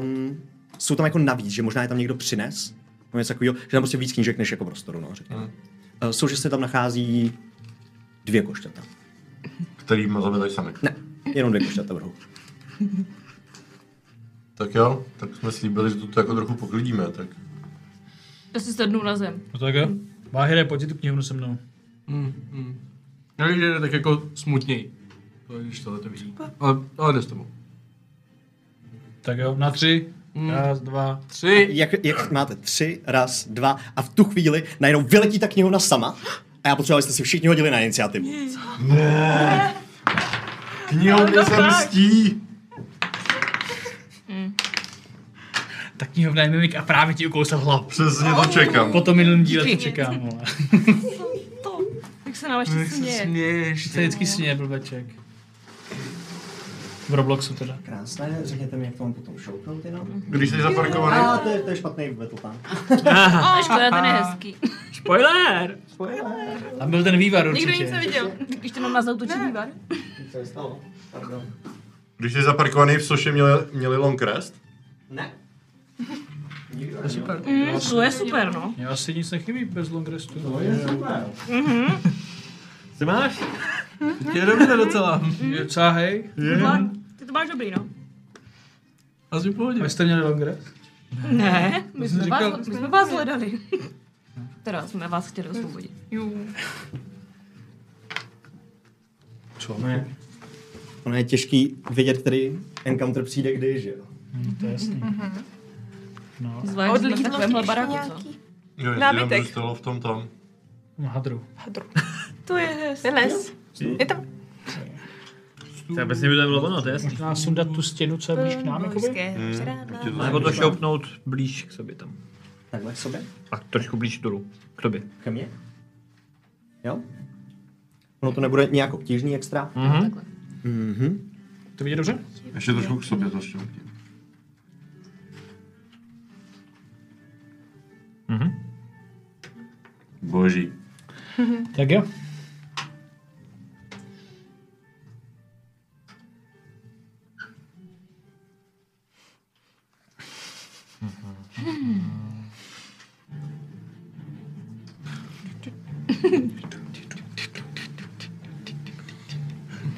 [SPEAKER 1] um, jsou tam jako navíc, že možná je tam někdo přines. Nebo něco takového, že tam prostě víc knížek než jako prostoru, no, řekněme. Eh, Jsou, že se tam nachází dvě košťata.
[SPEAKER 4] Který máme tady sami.
[SPEAKER 1] Ne, jenom dvě košťata vrhu.
[SPEAKER 4] Tak jo, tak jsme slíbili, že to jako trochu poklidíme, tak.
[SPEAKER 2] Já si sednu na zem.
[SPEAKER 7] No tak jo. Váhire, pojď tu knihovnu se mnou.
[SPEAKER 8] Mm, mm. Já vím, že jde tak jako smutněji. To je, když tohle to vidí. Ale, ale jde s tebou.
[SPEAKER 7] Tak jo, na tři.
[SPEAKER 2] Mm.
[SPEAKER 7] Raz, dva.
[SPEAKER 8] Tři.
[SPEAKER 1] Jak, jak máte tři, raz, dva a v tu chvíli najednou vyletí ta knihovna sama a já potřeboval, abyste si všichni hodili na iniciativu.
[SPEAKER 4] Knihovně se mstí!
[SPEAKER 7] Ta knihovna je mimik a právě ti ukousal hlavu.
[SPEAKER 4] Přesně to čekám.
[SPEAKER 7] Po tom minulém díle to čekám, vole.
[SPEAKER 2] To. Tak se nám
[SPEAKER 7] No,
[SPEAKER 2] ještě směje.
[SPEAKER 8] Směješ.
[SPEAKER 7] To je vždycky sně, blbeček. V Robloxu teda.
[SPEAKER 1] Krásné, řekněte mi, jak to mám potom shoutout jenom.
[SPEAKER 4] Když jsi zaparkovaný,
[SPEAKER 1] A to je, to je špatný Battletown.
[SPEAKER 2] To je Ah, škoda, ten je hezký.
[SPEAKER 5] Spoiler!
[SPEAKER 7] Tam byl ten vývar určitě.
[SPEAKER 3] Nikdo nic neviděl.
[SPEAKER 2] Když to mám na zautočí vývar.
[SPEAKER 1] Co se stalo? Pardon.
[SPEAKER 4] když jsi zaparkovaný v Soše měli, měli long crest,
[SPEAKER 1] Ne.
[SPEAKER 2] Mm, to je super, no.
[SPEAKER 7] Mně asi nic nechybí bez long restu. No,
[SPEAKER 2] Mhm.
[SPEAKER 5] Co máš?
[SPEAKER 8] Je dobře docela.
[SPEAKER 3] Mhm.
[SPEAKER 7] je docela hej.
[SPEAKER 2] Vlak, Ty to máš dobrý, no.
[SPEAKER 8] Asi v pohodě.
[SPEAKER 7] Vy jste měli long rest?
[SPEAKER 2] Ne, my jsme,
[SPEAKER 7] říkal-
[SPEAKER 2] vás, my jsme vás hledali. Teda jsme vás chtěli osvobodit.
[SPEAKER 3] Jú.
[SPEAKER 7] Co? Ne.
[SPEAKER 1] Ono je těžký vědět, který encounter přijde kdy, že jo?
[SPEAKER 9] Hmm.
[SPEAKER 7] To je jasný. No,
[SPEAKER 2] Zvlášť jsme v takovémhle baraku, co?
[SPEAKER 4] jo, jestli tam
[SPEAKER 3] Nábytek.
[SPEAKER 4] zůstalo v tom tam.
[SPEAKER 7] na hadru.
[SPEAKER 3] To je les. Je tam.
[SPEAKER 8] poctu.
[SPEAKER 5] To je obecně by to bylo ono, to je jasný.
[SPEAKER 7] Možná sundat tu stěnu, co je blíž k nám, jakoby?
[SPEAKER 4] Hm, určitě to
[SPEAKER 5] Nebo to
[SPEAKER 4] zajímá.
[SPEAKER 5] šoupnout blíž k sobě tam.
[SPEAKER 1] Takhle k sobě?
[SPEAKER 5] A trošku blíž dolů, k tobě.
[SPEAKER 1] Ke mně? Jo? Ono to nebude nějak obtížný extra.
[SPEAKER 2] Takhle.
[SPEAKER 1] Mhm.
[SPEAKER 7] To vidět dobře?
[SPEAKER 4] Ještě trošku k sobě to šťoutím.
[SPEAKER 5] Mhm.
[SPEAKER 4] Boží.
[SPEAKER 7] Tak jo.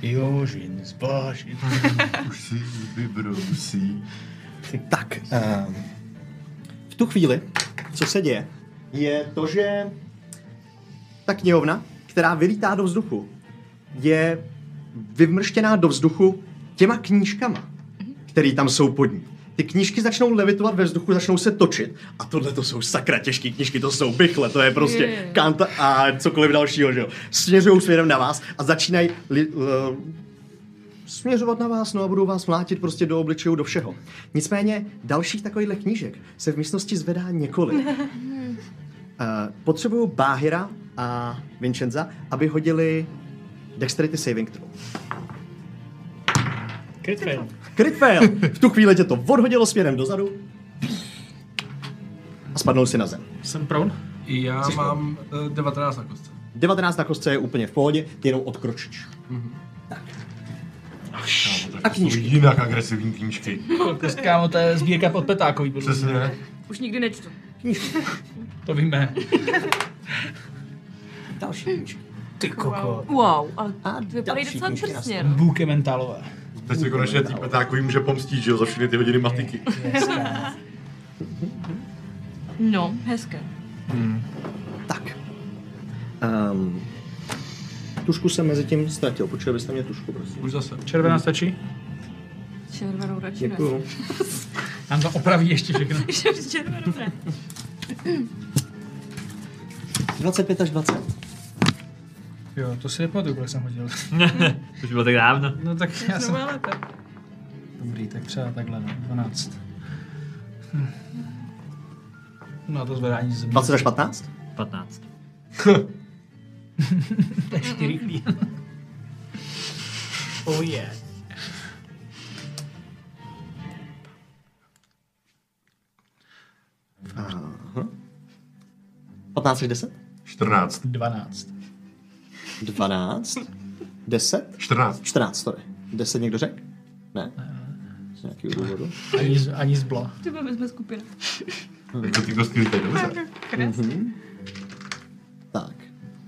[SPEAKER 7] Jožin z Bážin.
[SPEAKER 4] Už si vybrousí.
[SPEAKER 1] Tak, ehm, v tu chvíli, co se děje, je to, že ta knihovna, která vylítá do vzduchu, je vyvmrštěná do vzduchu těma knížkama, které tam jsou pod ní. Ty knížky začnou levitovat ve vzduchu, začnou se točit. A tohle to jsou sakra těžké knížky, to jsou bychle, to je prostě
[SPEAKER 2] Je.
[SPEAKER 1] kant a cokoliv dalšího, že jo. Směřují směrem na vás a začínají li, l, směřovat na vás, no a budou vás mlátit prostě do obličejů, do všeho. Nicméně dalších takových knížek se v místnosti zvedá několik. uh, potřebuju Báhira a Vincenza, aby hodili Dexterity Saving Throw.
[SPEAKER 7] Crit fail.
[SPEAKER 1] Crit fail! V tu chvíli tě to odhodilo směrem dozadu a spadnul si na zem.
[SPEAKER 7] Jsem prone.
[SPEAKER 8] Já mám eh, 19 na kostce.
[SPEAKER 1] 19 na kostce je úplně v pohodě, ty jenom odkročíš.
[SPEAKER 8] Mhm.
[SPEAKER 4] Tak to jsou
[SPEAKER 1] knížky.
[SPEAKER 4] jinak agresivní knížky.
[SPEAKER 7] Kost, Jako Kámo, to je sbírka pod petákový. podle mě.
[SPEAKER 4] Přesně.
[SPEAKER 2] Už nikdy nečtu.
[SPEAKER 7] To víme.
[SPEAKER 1] Další knížky.
[SPEAKER 7] Ty koko.
[SPEAKER 2] Wow, a
[SPEAKER 1] A
[SPEAKER 2] to vypadají
[SPEAKER 1] další
[SPEAKER 2] docela
[SPEAKER 1] knížky
[SPEAKER 2] přesně,
[SPEAKER 1] nastanou.
[SPEAKER 2] no.
[SPEAKER 7] Bůke mentálové.
[SPEAKER 4] Teď se konečně tý petákový může pomstit, že jo, za všechny ty hodiny matiky.
[SPEAKER 2] No, hezké.
[SPEAKER 1] Tak. Um, tušku jsem mezi tím ztratil. Počkej, byste mě tušku, prosím.
[SPEAKER 8] Už zase.
[SPEAKER 7] Červená stačí?
[SPEAKER 2] Červenou radši ne.
[SPEAKER 1] Děkuju.
[SPEAKER 7] Tam to opraví ještě všechno.
[SPEAKER 2] Červenou ne.
[SPEAKER 1] 25 až 20.
[SPEAKER 7] Jo, to si nepamatuju, kolik jsem hodil.
[SPEAKER 5] Už bylo tak dávno.
[SPEAKER 7] No tak já jsem...
[SPEAKER 3] Nové léta.
[SPEAKER 7] Dobrý, tak třeba takhle, no, 12. Hm. No to zvedání ze země.
[SPEAKER 1] 20 až 15?
[SPEAKER 5] 15.
[SPEAKER 7] to je čtyři chlí. Oh yeah.
[SPEAKER 1] Aha. 15 až 10?
[SPEAKER 4] 14.
[SPEAKER 7] 12.
[SPEAKER 1] 12? 10?
[SPEAKER 4] 14.
[SPEAKER 1] 14, sorry. 10 někdo řekl? Ne? Z nějakého důvodu.
[SPEAKER 7] Ani, z, ani zbla.
[SPEAKER 2] To máme jsme skupina.
[SPEAKER 4] Jako ty kostky lítají dobře.
[SPEAKER 3] Krásný.
[SPEAKER 1] Mhm. Tak.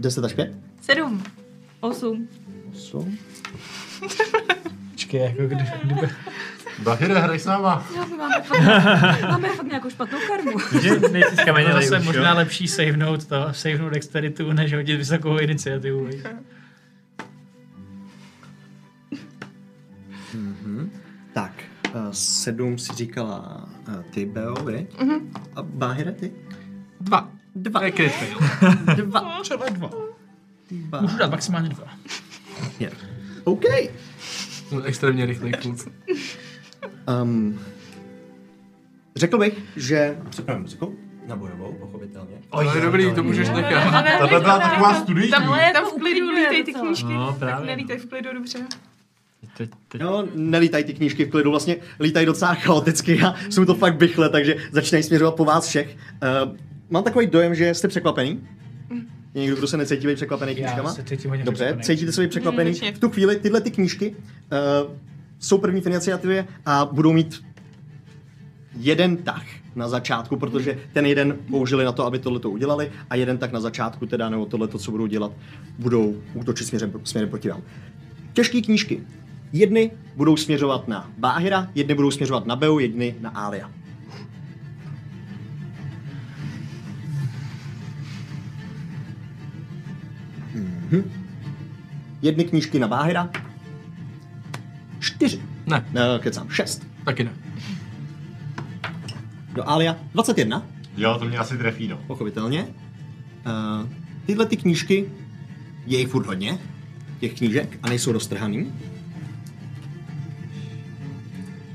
[SPEAKER 1] 10 až 5?
[SPEAKER 3] Sedm.
[SPEAKER 2] Osm.
[SPEAKER 1] 8.
[SPEAKER 7] Počkej, jako kdy, kdyby...
[SPEAKER 4] Bahire, hraj s
[SPEAKER 1] Ah.
[SPEAKER 4] náma.
[SPEAKER 2] Já, my máme, fakt, máme fakt nějakou špatnou karmu.
[SPEAKER 5] Že nejsi
[SPEAKER 7] To
[SPEAKER 5] skamenělej
[SPEAKER 7] Jako zase
[SPEAKER 5] už,
[SPEAKER 7] možná
[SPEAKER 5] jo?
[SPEAKER 7] lepší savenout to, savenout dexteritu, než hodit vysokou iniciativu. víš.
[SPEAKER 1] Mhm. Tak. 7 si říkala eh, ty, Beo, vy?
[SPEAKER 2] Mhm.
[SPEAKER 1] A Báhira, ty?
[SPEAKER 8] Dva.
[SPEAKER 1] Dva.
[SPEAKER 8] Je crit fail.
[SPEAKER 1] Dva.
[SPEAKER 7] Třeba dva.
[SPEAKER 1] Dva.
[SPEAKER 7] Můžu dát maximálně dva.
[SPEAKER 1] Je. OK.
[SPEAKER 8] Jsem extrémně rychlej kluk.
[SPEAKER 1] Um, řekl bych, že... Připravím muziku. Na bojovou, pochopitelně.
[SPEAKER 8] Ale je dobrý, to můžeš nechat.
[SPEAKER 4] Tahle byla taková studijní.
[SPEAKER 3] Ale tam
[SPEAKER 2] to
[SPEAKER 3] v klidu
[SPEAKER 2] uklidňuje
[SPEAKER 3] lítají ty
[SPEAKER 2] docela.
[SPEAKER 3] knížky.
[SPEAKER 5] No,
[SPEAKER 3] tak
[SPEAKER 5] právě.
[SPEAKER 3] nelítaj v klidu, dobře.
[SPEAKER 5] Teď- teď-
[SPEAKER 1] No, nelítají ty knížky v klidu, vlastně lítají docela chaoticky a jsou to fakt bychle, takže začínají směřovat po vás všech. Uh, mám takový dojem, že jste překvapený. Je někdo, kdo se necítí být překvapený knížkama?
[SPEAKER 7] se cítím hodně
[SPEAKER 1] Dobře,
[SPEAKER 7] překvapený.
[SPEAKER 1] cítíte se být překvapený.
[SPEAKER 3] Mm,
[SPEAKER 1] V tu chvíli tyhle ty knížky uh, jsou první v iniciativě a budou mít jeden tah na začátku, protože ten jeden použili na to, aby tohleto udělali a jeden tak na začátku teda, nebo tohleto, co budou dělat, budou útočit směrem, směrem proti vám. Těžké knížky. Jedny budou směřovat na Báhira, jedny budou směřovat na Beu, jedny na Alia. Mhm. Jedny knížky na Báhira. Čtyři.
[SPEAKER 8] Ne,
[SPEAKER 1] Ne, kecám, šest.
[SPEAKER 8] taky ne.
[SPEAKER 1] Do Alia 21.
[SPEAKER 4] Jo, to mě asi trefí, no.
[SPEAKER 1] pochopitelně. Uh, tyhle ty knížky, je jich furt hodně, těch knížek, a nejsou roztrhaný.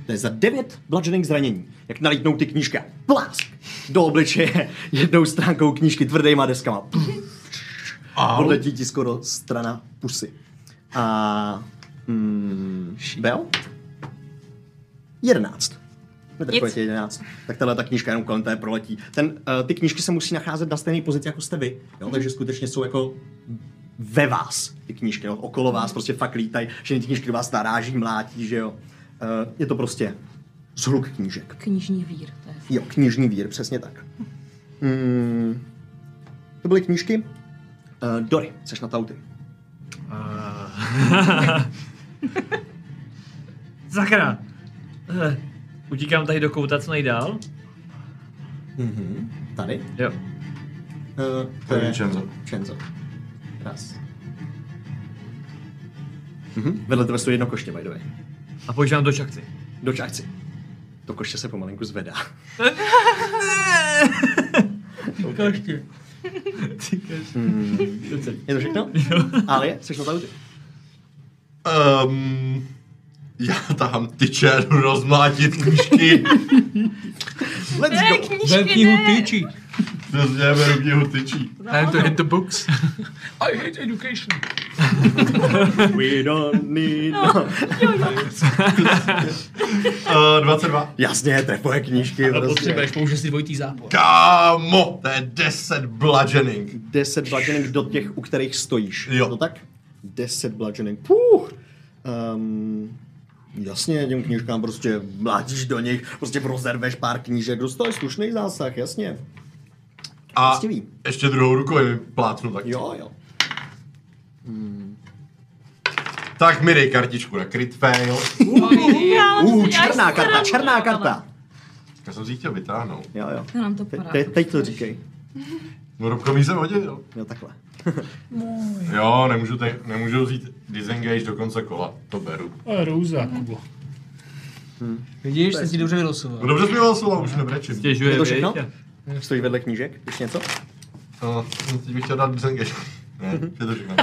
[SPEAKER 1] To je za devět bludgeoning zranění. Jak nalítnou ty knížky a plask do obličeje jednou stránkou knížky tvrdýma deskama. Odletí ti skoro strana pusy. A... Mm, Bel? Jedenáct. Ne, tak
[SPEAKER 2] Nic.
[SPEAKER 1] pojď, jedenáct. Tak tahle ta knížka jenom kolem té proletí. Ten, uh, ty knížky se musí nacházet na stejné pozici, jako jste vy. Jo? Takže skutečně jsou jako ve vás ty knížky, jo? okolo vás prostě fakt lítají, všechny ty knížky do vás naráží, mlátí, že jo. Uh, je to prostě zhluk knížek.
[SPEAKER 2] Knižní vír, to je
[SPEAKER 1] Jo, knižní vír, přesně tak. Mm, to byly knížky. Uh, Dory, seš na tauty.
[SPEAKER 5] Eh. Sakra! Eh, Utíkám tady do kouta co nejdál.
[SPEAKER 8] Mhm.
[SPEAKER 1] Tady.
[SPEAKER 5] Jo.
[SPEAKER 1] Uh,
[SPEAKER 4] To je Čenzo.
[SPEAKER 1] Čenzo. Raz. Mhm. Vedle tebe stojí jedno koště, by the way.
[SPEAKER 5] A používám do čakci.
[SPEAKER 1] Do čájci. To koště se pomalinku zvedá.
[SPEAKER 5] Koště.
[SPEAKER 6] Hmm.
[SPEAKER 1] Je to všechno? Ale jsi na tauty.
[SPEAKER 4] Um, já tahám tyče, jdu rozmlátit knížky.
[SPEAKER 1] Let's
[SPEAKER 2] Ne,
[SPEAKER 1] go!
[SPEAKER 2] knížky,
[SPEAKER 8] Vem knihu
[SPEAKER 2] ne.
[SPEAKER 8] tyčí.
[SPEAKER 4] Přesně, beru knihu tyčí.
[SPEAKER 8] Time to hit the books. I hate education.
[SPEAKER 1] We don't need... No.
[SPEAKER 4] Uh, 22.
[SPEAKER 1] Jasně, trefuje knížky. Prostě.
[SPEAKER 5] použít si dvojitý zápor.
[SPEAKER 4] Kámo, to je 10 bludgeoning.
[SPEAKER 1] 10 bludgeoning do těch, u kterých stojíš.
[SPEAKER 4] Jo.
[SPEAKER 1] Je To tak? 10 bludgeoning. Puh! Um, jasně, těm knížkám prostě mlátíš do nich, prostě rozerveš pár knížek, dostáš slušný zásah, jasně.
[SPEAKER 4] A
[SPEAKER 1] Poctivý.
[SPEAKER 4] ještě druhou rukou je mi plácnu tak.
[SPEAKER 1] Jo, jo.
[SPEAKER 4] Hmm. Tak mi dej kartičku na crit fail.
[SPEAKER 1] Uh, černá karta, černá karta.
[SPEAKER 4] Já jsem si ji chtěl vytáhnout.
[SPEAKER 1] Jo, jo.
[SPEAKER 2] To nám to
[SPEAKER 1] Te,
[SPEAKER 2] porá.
[SPEAKER 1] te, teď to říkej.
[SPEAKER 4] No Robko mi jsem hodil.
[SPEAKER 1] Jo, takhle.
[SPEAKER 4] Jo, nemůžu, te, nemůžu vzít disengage do konce kola. To beru.
[SPEAKER 9] Ale růza, Kubo.
[SPEAKER 1] Hm.
[SPEAKER 7] Vidíš, jsem ti dobře vylosoval.
[SPEAKER 4] No dobře jsi mi hlasoval, už nebrečím.
[SPEAKER 5] Stěžuje,
[SPEAKER 1] Je to všechno?
[SPEAKER 5] viď?
[SPEAKER 1] Stojí vedle knížek, ještě něco?
[SPEAKER 4] No, teď bych chtěl dát disengage. Ne, je to všechno.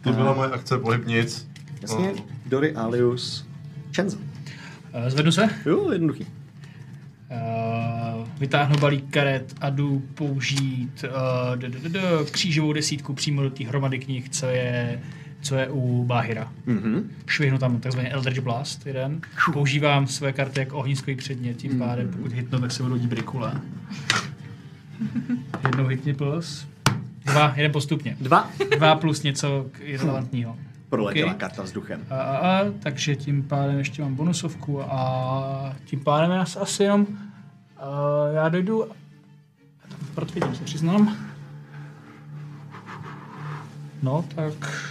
[SPEAKER 4] to byla moje akce pohyb nic.
[SPEAKER 1] Jasně.
[SPEAKER 4] No.
[SPEAKER 1] Dory, Alius, Chenzo.
[SPEAKER 9] Eh, Zvednu se,
[SPEAKER 1] Jo, jednoduchý.
[SPEAKER 9] eh, vytáhnu balík karet a jdu použít eh, d- d- d- křížovou desítku přímo do té hromady knih, co je, co je u Bahira.
[SPEAKER 1] Mhm.
[SPEAKER 9] Švihnu tam takzvaný Eldritch Blast jeden. Používám své karty jako ohniskový předmět,
[SPEAKER 1] Mhm.
[SPEAKER 9] tím pádem pokud hitnu, tak se budou dít brikule. Jednou hitni plus. Dva, jeden postupně.
[SPEAKER 1] Dva.
[SPEAKER 9] Dva plus něco k- irrelevantního.
[SPEAKER 1] Proletěla
[SPEAKER 9] Ok.
[SPEAKER 1] karta vzduchem.
[SPEAKER 9] A, a, a, takže tím pádem ještě mám bonusovku a tím pádem já se asi jenom uh, já dojdu protvítím se přiznám. No, tak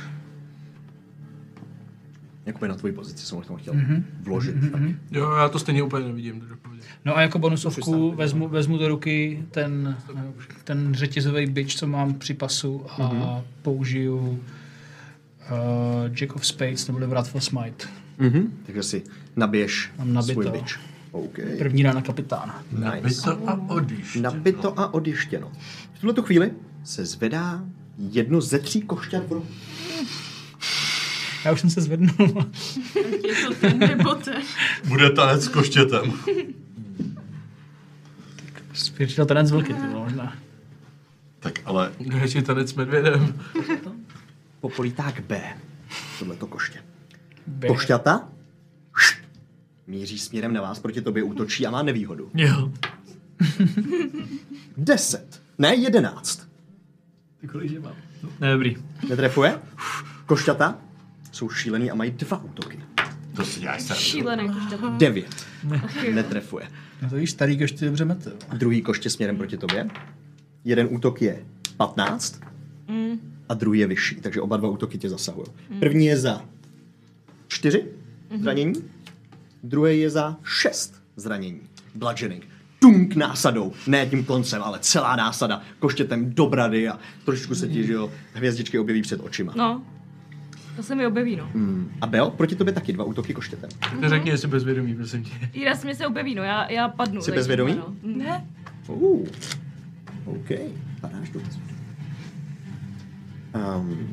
[SPEAKER 1] Jakoby na tvoji pozici jsem ho k tomu chtěl
[SPEAKER 5] Mhm.
[SPEAKER 1] vložit. Tak.
[SPEAKER 8] Jo, já to stejně úplně nevidím. takže v pohodě.
[SPEAKER 9] Mhm, No a jako bonusovku
[SPEAKER 1] no.
[SPEAKER 9] vezmu, vezmu do ruky ten, ten řetězový bič, co mám při pasu a
[SPEAKER 1] Mhm.
[SPEAKER 9] mm-hmm. použiju uh, Jack of Spades neboli Wrath for Smite.
[SPEAKER 1] Mhm. Takže si nabiješ
[SPEAKER 9] Mám nabito.
[SPEAKER 1] svůj bič. OK.
[SPEAKER 9] První rána kapitána.
[SPEAKER 1] Nice.
[SPEAKER 4] Vyto a no. odjíš.
[SPEAKER 1] Nabito a odjištěno. V tuhle tu chvíli se zvedá jedno ze tří košťat v rohu.
[SPEAKER 9] Já už jsem se zvednul.
[SPEAKER 3] Je to ten nebo ten.
[SPEAKER 4] Bude tanec s koštětem.
[SPEAKER 9] Spiritual tenec vlky, to bylo možná.
[SPEAKER 4] Tak ale
[SPEAKER 8] Radši tanec s medvědem.
[SPEAKER 1] Popolíták B. Tohle to koště.
[SPEAKER 9] B.
[SPEAKER 1] Košťata míří směrem na vás, proti tobě útočí a má nevýhodu.
[SPEAKER 9] Jo.
[SPEAKER 1] Deset. Ne, jedenáct.
[SPEAKER 5] Ne, dobrý.
[SPEAKER 1] Netrefuje? Košťata jsou šílený a mají dva útoky.
[SPEAKER 4] to si děláš se.
[SPEAKER 2] Šílené košťata.
[SPEAKER 1] Devět. Netrefuje.
[SPEAKER 7] No to víš, starý ještě dobře mete. jo.
[SPEAKER 1] Druhý koště směrem proti tobě. Jeden útok je 15
[SPEAKER 2] Mm.
[SPEAKER 1] a druhý je vyšší, takže oba dva útoky tě zasahují. První je za 4 zranění, druhý je za 6 zranění. Bludgeoning. Tunk násadou, ne tím koncem, ale celá násada, koštětem do brady a trošičku se ti, že jo, hvězdičky objeví před očima.
[SPEAKER 2] No, to se mi objeví, no.
[SPEAKER 1] A Bel, proti tobě taky dva útoky koštětem.
[SPEAKER 8] Tak Řekni, jestli bezvědomí, prosím tě.
[SPEAKER 2] Jiras mi se objeví, no, já, já padnu.
[SPEAKER 1] Jsi
[SPEAKER 2] takže-
[SPEAKER 1] bezvědomý?
[SPEAKER 2] No. Ne,
[SPEAKER 1] Uh, OK, padáš do bezvědomí. Um,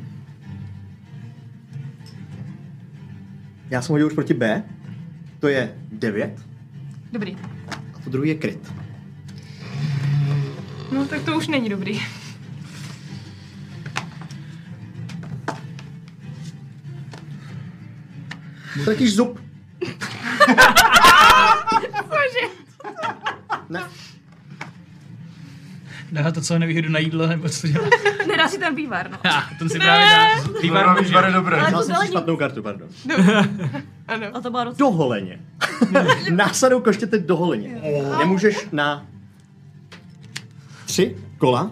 [SPEAKER 1] Já jsem hodil už proti B. To je 9.
[SPEAKER 3] Dobrý.
[SPEAKER 1] A to druhý je kryt.
[SPEAKER 3] No tak to už není dobrý.
[SPEAKER 1] Ztratíš zub.
[SPEAKER 3] Cože?
[SPEAKER 1] Ne.
[SPEAKER 9] Dá to co nevýhodu na jídlo, nebo co dělá?
[SPEAKER 2] Nedá si ten vývar, no.
[SPEAKER 5] Ha, ten si právě dá.
[SPEAKER 4] Vývar
[SPEAKER 5] Vývar může.
[SPEAKER 4] výbar je dobré.
[SPEAKER 2] Ale
[SPEAKER 1] Dal
[SPEAKER 2] to
[SPEAKER 1] jsem si
[SPEAKER 2] zelení.
[SPEAKER 1] špatnou kartu, pardon.
[SPEAKER 3] Ano.
[SPEAKER 2] A to byla docela...
[SPEAKER 1] Doholeně. Násadou koštěte doholeně. Nemůžeš na tři kola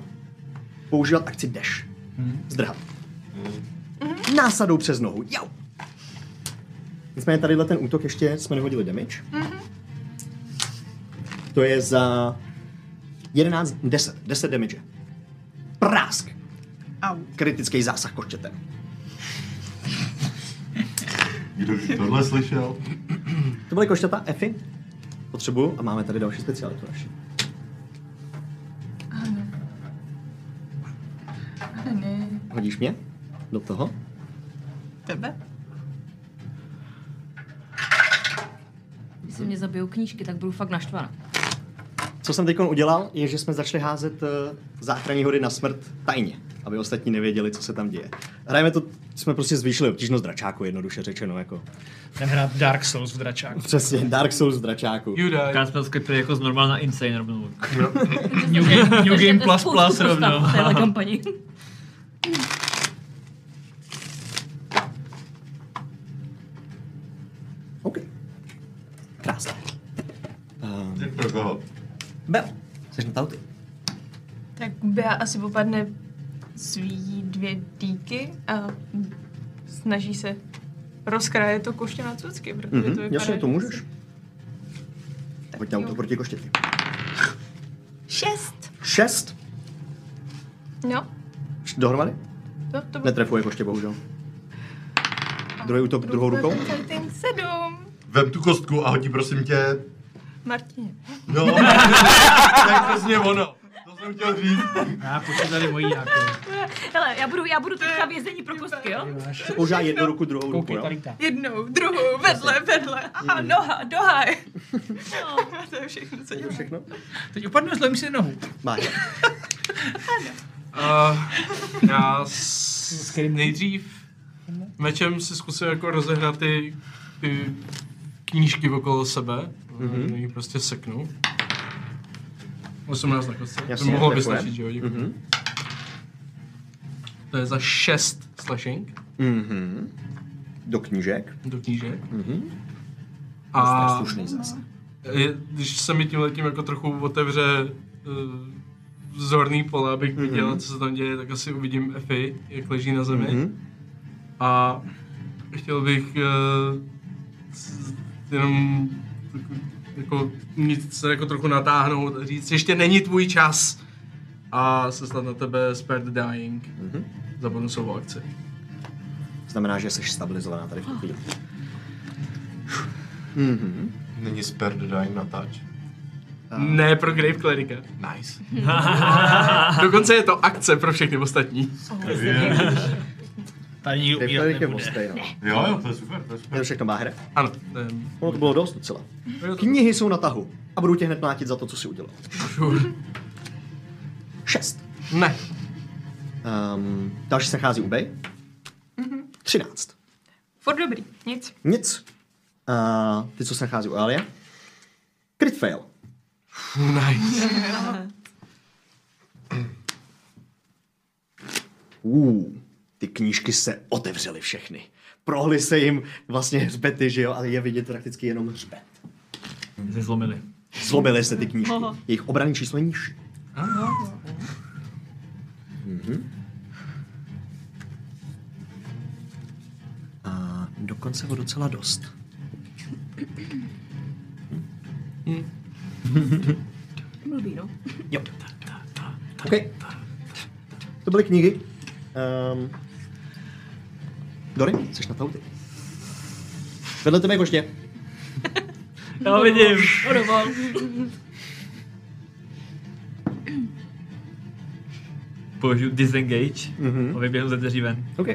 [SPEAKER 1] používat akci dash.
[SPEAKER 4] Mhm.
[SPEAKER 1] Zdrhat. Násadou přes nohu. Jau. Nicméně tadyhle ten útok ještě jsme nehodili damage. To je za 11, 10, 10 damage. Prásk.
[SPEAKER 3] Au.
[SPEAKER 1] Kritický zásah koštětem.
[SPEAKER 4] Kdo tohle slyšel?
[SPEAKER 1] To byly košťata Efy. Potřebuju a máme tady další specialitu naši.
[SPEAKER 3] Ale ne.
[SPEAKER 1] Hodíš mě do toho?
[SPEAKER 3] Tebe?
[SPEAKER 2] Jestli mě zabijou knížky, tak budu fakt naštvaná.
[SPEAKER 1] Co jsem teď udělal, je, že jsme začali házet eh, záchranní hody na smrt tajně, aby ostatní nevěděli, co se tam děje. Hrajeme to, jsme prostě zvýšili obtížnost dračáku, jednoduše řečeno, jako.
[SPEAKER 9] Jdem hrát Dark Souls v dračáku.
[SPEAKER 1] Přesně, Dark Souls v dračáku.
[SPEAKER 8] Judaj.
[SPEAKER 5] Káspel skrypte jako z normálna insane rovnou.
[SPEAKER 9] New Game, new game
[SPEAKER 2] Držíte
[SPEAKER 9] plus
[SPEAKER 2] spoustu
[SPEAKER 9] plus
[SPEAKER 2] postav
[SPEAKER 9] rovnou.
[SPEAKER 2] V téhle kampani.
[SPEAKER 1] OK. Krásné.
[SPEAKER 4] Pro koho?
[SPEAKER 1] Bel, jsi na tauty.
[SPEAKER 3] Tak Bea asi popadne svý dvě dýky a snaží se rozkraje to koště na cucky, protože mm-hmm. to
[SPEAKER 1] Mhm,
[SPEAKER 3] vypadá...
[SPEAKER 1] jasně, to můžeš.
[SPEAKER 3] Tak
[SPEAKER 1] Pojď na
[SPEAKER 3] jo.
[SPEAKER 1] útok proti koštěti.
[SPEAKER 3] Šest.
[SPEAKER 1] Šest.
[SPEAKER 3] No,
[SPEAKER 1] Š- Dohromady?
[SPEAKER 3] to, to bude...
[SPEAKER 1] Netrefuje koště, bohužel. Druhý útok druhou rukou?
[SPEAKER 3] Fighting sedm.
[SPEAKER 4] Vem tu kostku a hodí prosím tě.
[SPEAKER 3] Martině.
[SPEAKER 1] Mhm.
[SPEAKER 4] No, to je přesně ono. To jsem chtěl říct.
[SPEAKER 9] Já počítám tady mojí jako.
[SPEAKER 2] Hele, já budu, já budu teďka vězení pro kostky, jo?
[SPEAKER 1] Jsi používá jednu ruku, druhou ruku,
[SPEAKER 9] Koukej
[SPEAKER 1] jo?
[SPEAKER 9] tady tak.
[SPEAKER 3] Jednou, druhou, vedle, vedle. A noha, dohaj. to je všechno, co dělám.
[SPEAKER 1] Všechno?
[SPEAKER 9] Teď upadnu a zlomím si nohu.
[SPEAKER 1] Máš.
[SPEAKER 8] Uh, já s... nejdřív mečem si zkusil jako rozehrát ty, ty knížky okolo sebe.
[SPEAKER 1] Mhm.
[SPEAKER 8] Mm-hmm. Jí prostě seknu. 18 na kostce. To
[SPEAKER 1] Jasně,
[SPEAKER 8] mohlo by
[SPEAKER 1] takové.
[SPEAKER 8] stačit, že jo? Děkuji.
[SPEAKER 1] Mhm.
[SPEAKER 8] To je za 6 slashing
[SPEAKER 1] Mhm. Do knížek.
[SPEAKER 8] do knížek.
[SPEAKER 1] Mhm.
[SPEAKER 8] A
[SPEAKER 1] Slušný zase.
[SPEAKER 8] je, když se mi tím letím jako trochu otevře uh, zorný pole, abych
[SPEAKER 1] Mhm.
[SPEAKER 8] viděl, co se tam děje, tak asi uvidím Efi, jak leží na zemi.
[SPEAKER 1] Mhm.
[SPEAKER 8] A chtěl bych uh, jenom tak- jako, nic, se jako trochu natáhnout a říct, ještě není tvůj čas. A seslat na tebe Spare the Dying
[SPEAKER 1] Mhm.
[SPEAKER 8] za bonusovou akci.
[SPEAKER 1] Znamená, že jsi stabilizovaná tady v
[SPEAKER 3] Ah.
[SPEAKER 1] tu chvíli. Mhm.
[SPEAKER 4] Není no. spare the dying natáč.
[SPEAKER 8] Ne pro Grave Clerica.
[SPEAKER 4] Nice.
[SPEAKER 8] Dokonce je to akce pro všechny ostatní.
[SPEAKER 9] Tady nikdo
[SPEAKER 1] Ty
[SPEAKER 9] ubírat
[SPEAKER 1] je
[SPEAKER 9] nebude.
[SPEAKER 1] vostej, no.
[SPEAKER 4] Jo, jo, to je super, to je super.
[SPEAKER 1] Je to všechno má hra.
[SPEAKER 8] Ano, ehm,
[SPEAKER 1] Ono to bylo dost docela.
[SPEAKER 8] jo, to-
[SPEAKER 1] Knihy jsou na tahu a budu tě hned mlátit za to, co jsi udělal.
[SPEAKER 8] sure.
[SPEAKER 1] Šest.
[SPEAKER 8] Ne,
[SPEAKER 1] Um, další se nachází u Bej. Třináct.
[SPEAKER 3] Furt dobrý, nic.
[SPEAKER 1] Nic. Uh, ty, co se nachází u Alia. Crit fail.
[SPEAKER 8] nice.
[SPEAKER 1] Uh, ty knížky se otevřely všechny. Prohly se jim vlastně hřbety, že jo, a je vidět prakticky jenom hřbet.
[SPEAKER 5] Se zlomili.
[SPEAKER 1] Zlomily se ty knížky. Jejich obranné číslo je nižší. Mhm. A dokonce ho docela dost.
[SPEAKER 2] Blbý, no.
[SPEAKER 1] Jo. Okay. To byly knihy. Um, Dory, jsi na tauty. Vedle tebe je koště.
[SPEAKER 5] Já vidím.
[SPEAKER 2] Odobal.
[SPEAKER 1] Mhm.
[SPEAKER 5] Použiju disengage a vyběhnu ze dveří ven.
[SPEAKER 1] OK.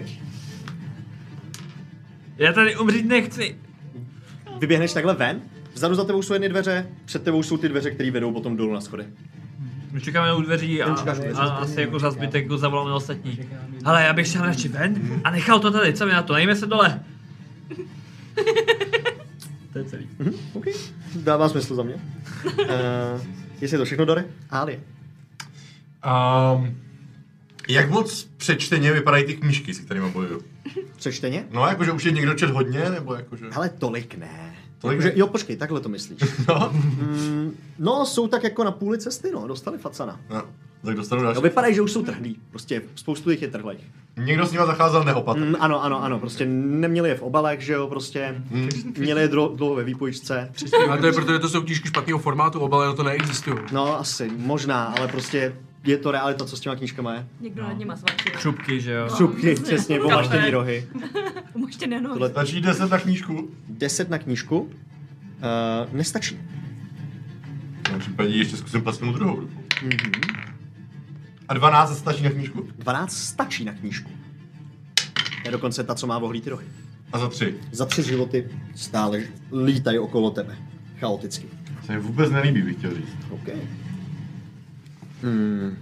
[SPEAKER 5] Já tady umřít nechci.
[SPEAKER 1] Vyběhneš takhle ven, vzadu za tebou jsou jedny dveře, před tebou jsou ty dveře, které vedou potom dolů na schody.
[SPEAKER 5] My čekáme u dveří a,
[SPEAKER 1] čekáš u dveří.
[SPEAKER 5] a, asi jako za zbytek jako zavoláme ostatní. Hele, já bych šel radši ven a nechal to tady, co mi na to, nejme se dole. to je celý.
[SPEAKER 1] Mhm, OK, dává smysl za mě. uh, jestli je to všechno, Dory? Álie.
[SPEAKER 4] Um, jak moc přečteně vypadají ty knížky, se kterými bojuju?
[SPEAKER 1] Přečteně?
[SPEAKER 4] No, jakože už je někdo čet hodně, nebo jakože...
[SPEAKER 1] Ale tolik ne.
[SPEAKER 4] Tolik
[SPEAKER 1] Jakože-
[SPEAKER 4] ne.
[SPEAKER 1] jo, počkej, takhle to myslíš.
[SPEAKER 4] No,
[SPEAKER 1] Mm, no, jsou tak jako na půli cesty, no, dostali facana.
[SPEAKER 4] no. Tak dostanu
[SPEAKER 1] No,
[SPEAKER 4] další.
[SPEAKER 1] vypadají, že už jsou trhlí. Prostě spoustu jich je trhlých.
[SPEAKER 4] Někdo s nima zacházel neopatrně.
[SPEAKER 1] Mm, ano, ano, ano, prostě neměli je v obalech, že jo, prostě.
[SPEAKER 4] Mm.
[SPEAKER 1] Měli je dlo- dlouho ve výpojičce.
[SPEAKER 8] A to je proto, že to jsou knížky špatného formátu, obaly na to neexistují.
[SPEAKER 1] No, asi, možná, ale prostě je to realita, co s těma knížkama je.
[SPEAKER 2] Někdo nad nima svačil.
[SPEAKER 5] Šupky, že jo.
[SPEAKER 1] Šupky, přesně, pomaštění rohy.
[SPEAKER 2] Umožtěné nohy.
[SPEAKER 1] Tohle-
[SPEAKER 4] Stačí 10 na knížku.
[SPEAKER 1] 10 na knížku. Uh, nestačí.
[SPEAKER 4] V tom případě ještě zkusím plastnou Vlastně druhou ruku.
[SPEAKER 1] Mhm.
[SPEAKER 4] A 12 stačí na knížku.
[SPEAKER 1] 12 stačí na knížku. To je dokonce ta, co má vohlý ty rohy.
[SPEAKER 4] A za 3.
[SPEAKER 1] Za tři životy stále lítají okolo tebe. Chaoticky.
[SPEAKER 4] Se mi vůbec nelíbí, bych chtěl říct.
[SPEAKER 1] OK. Hmm.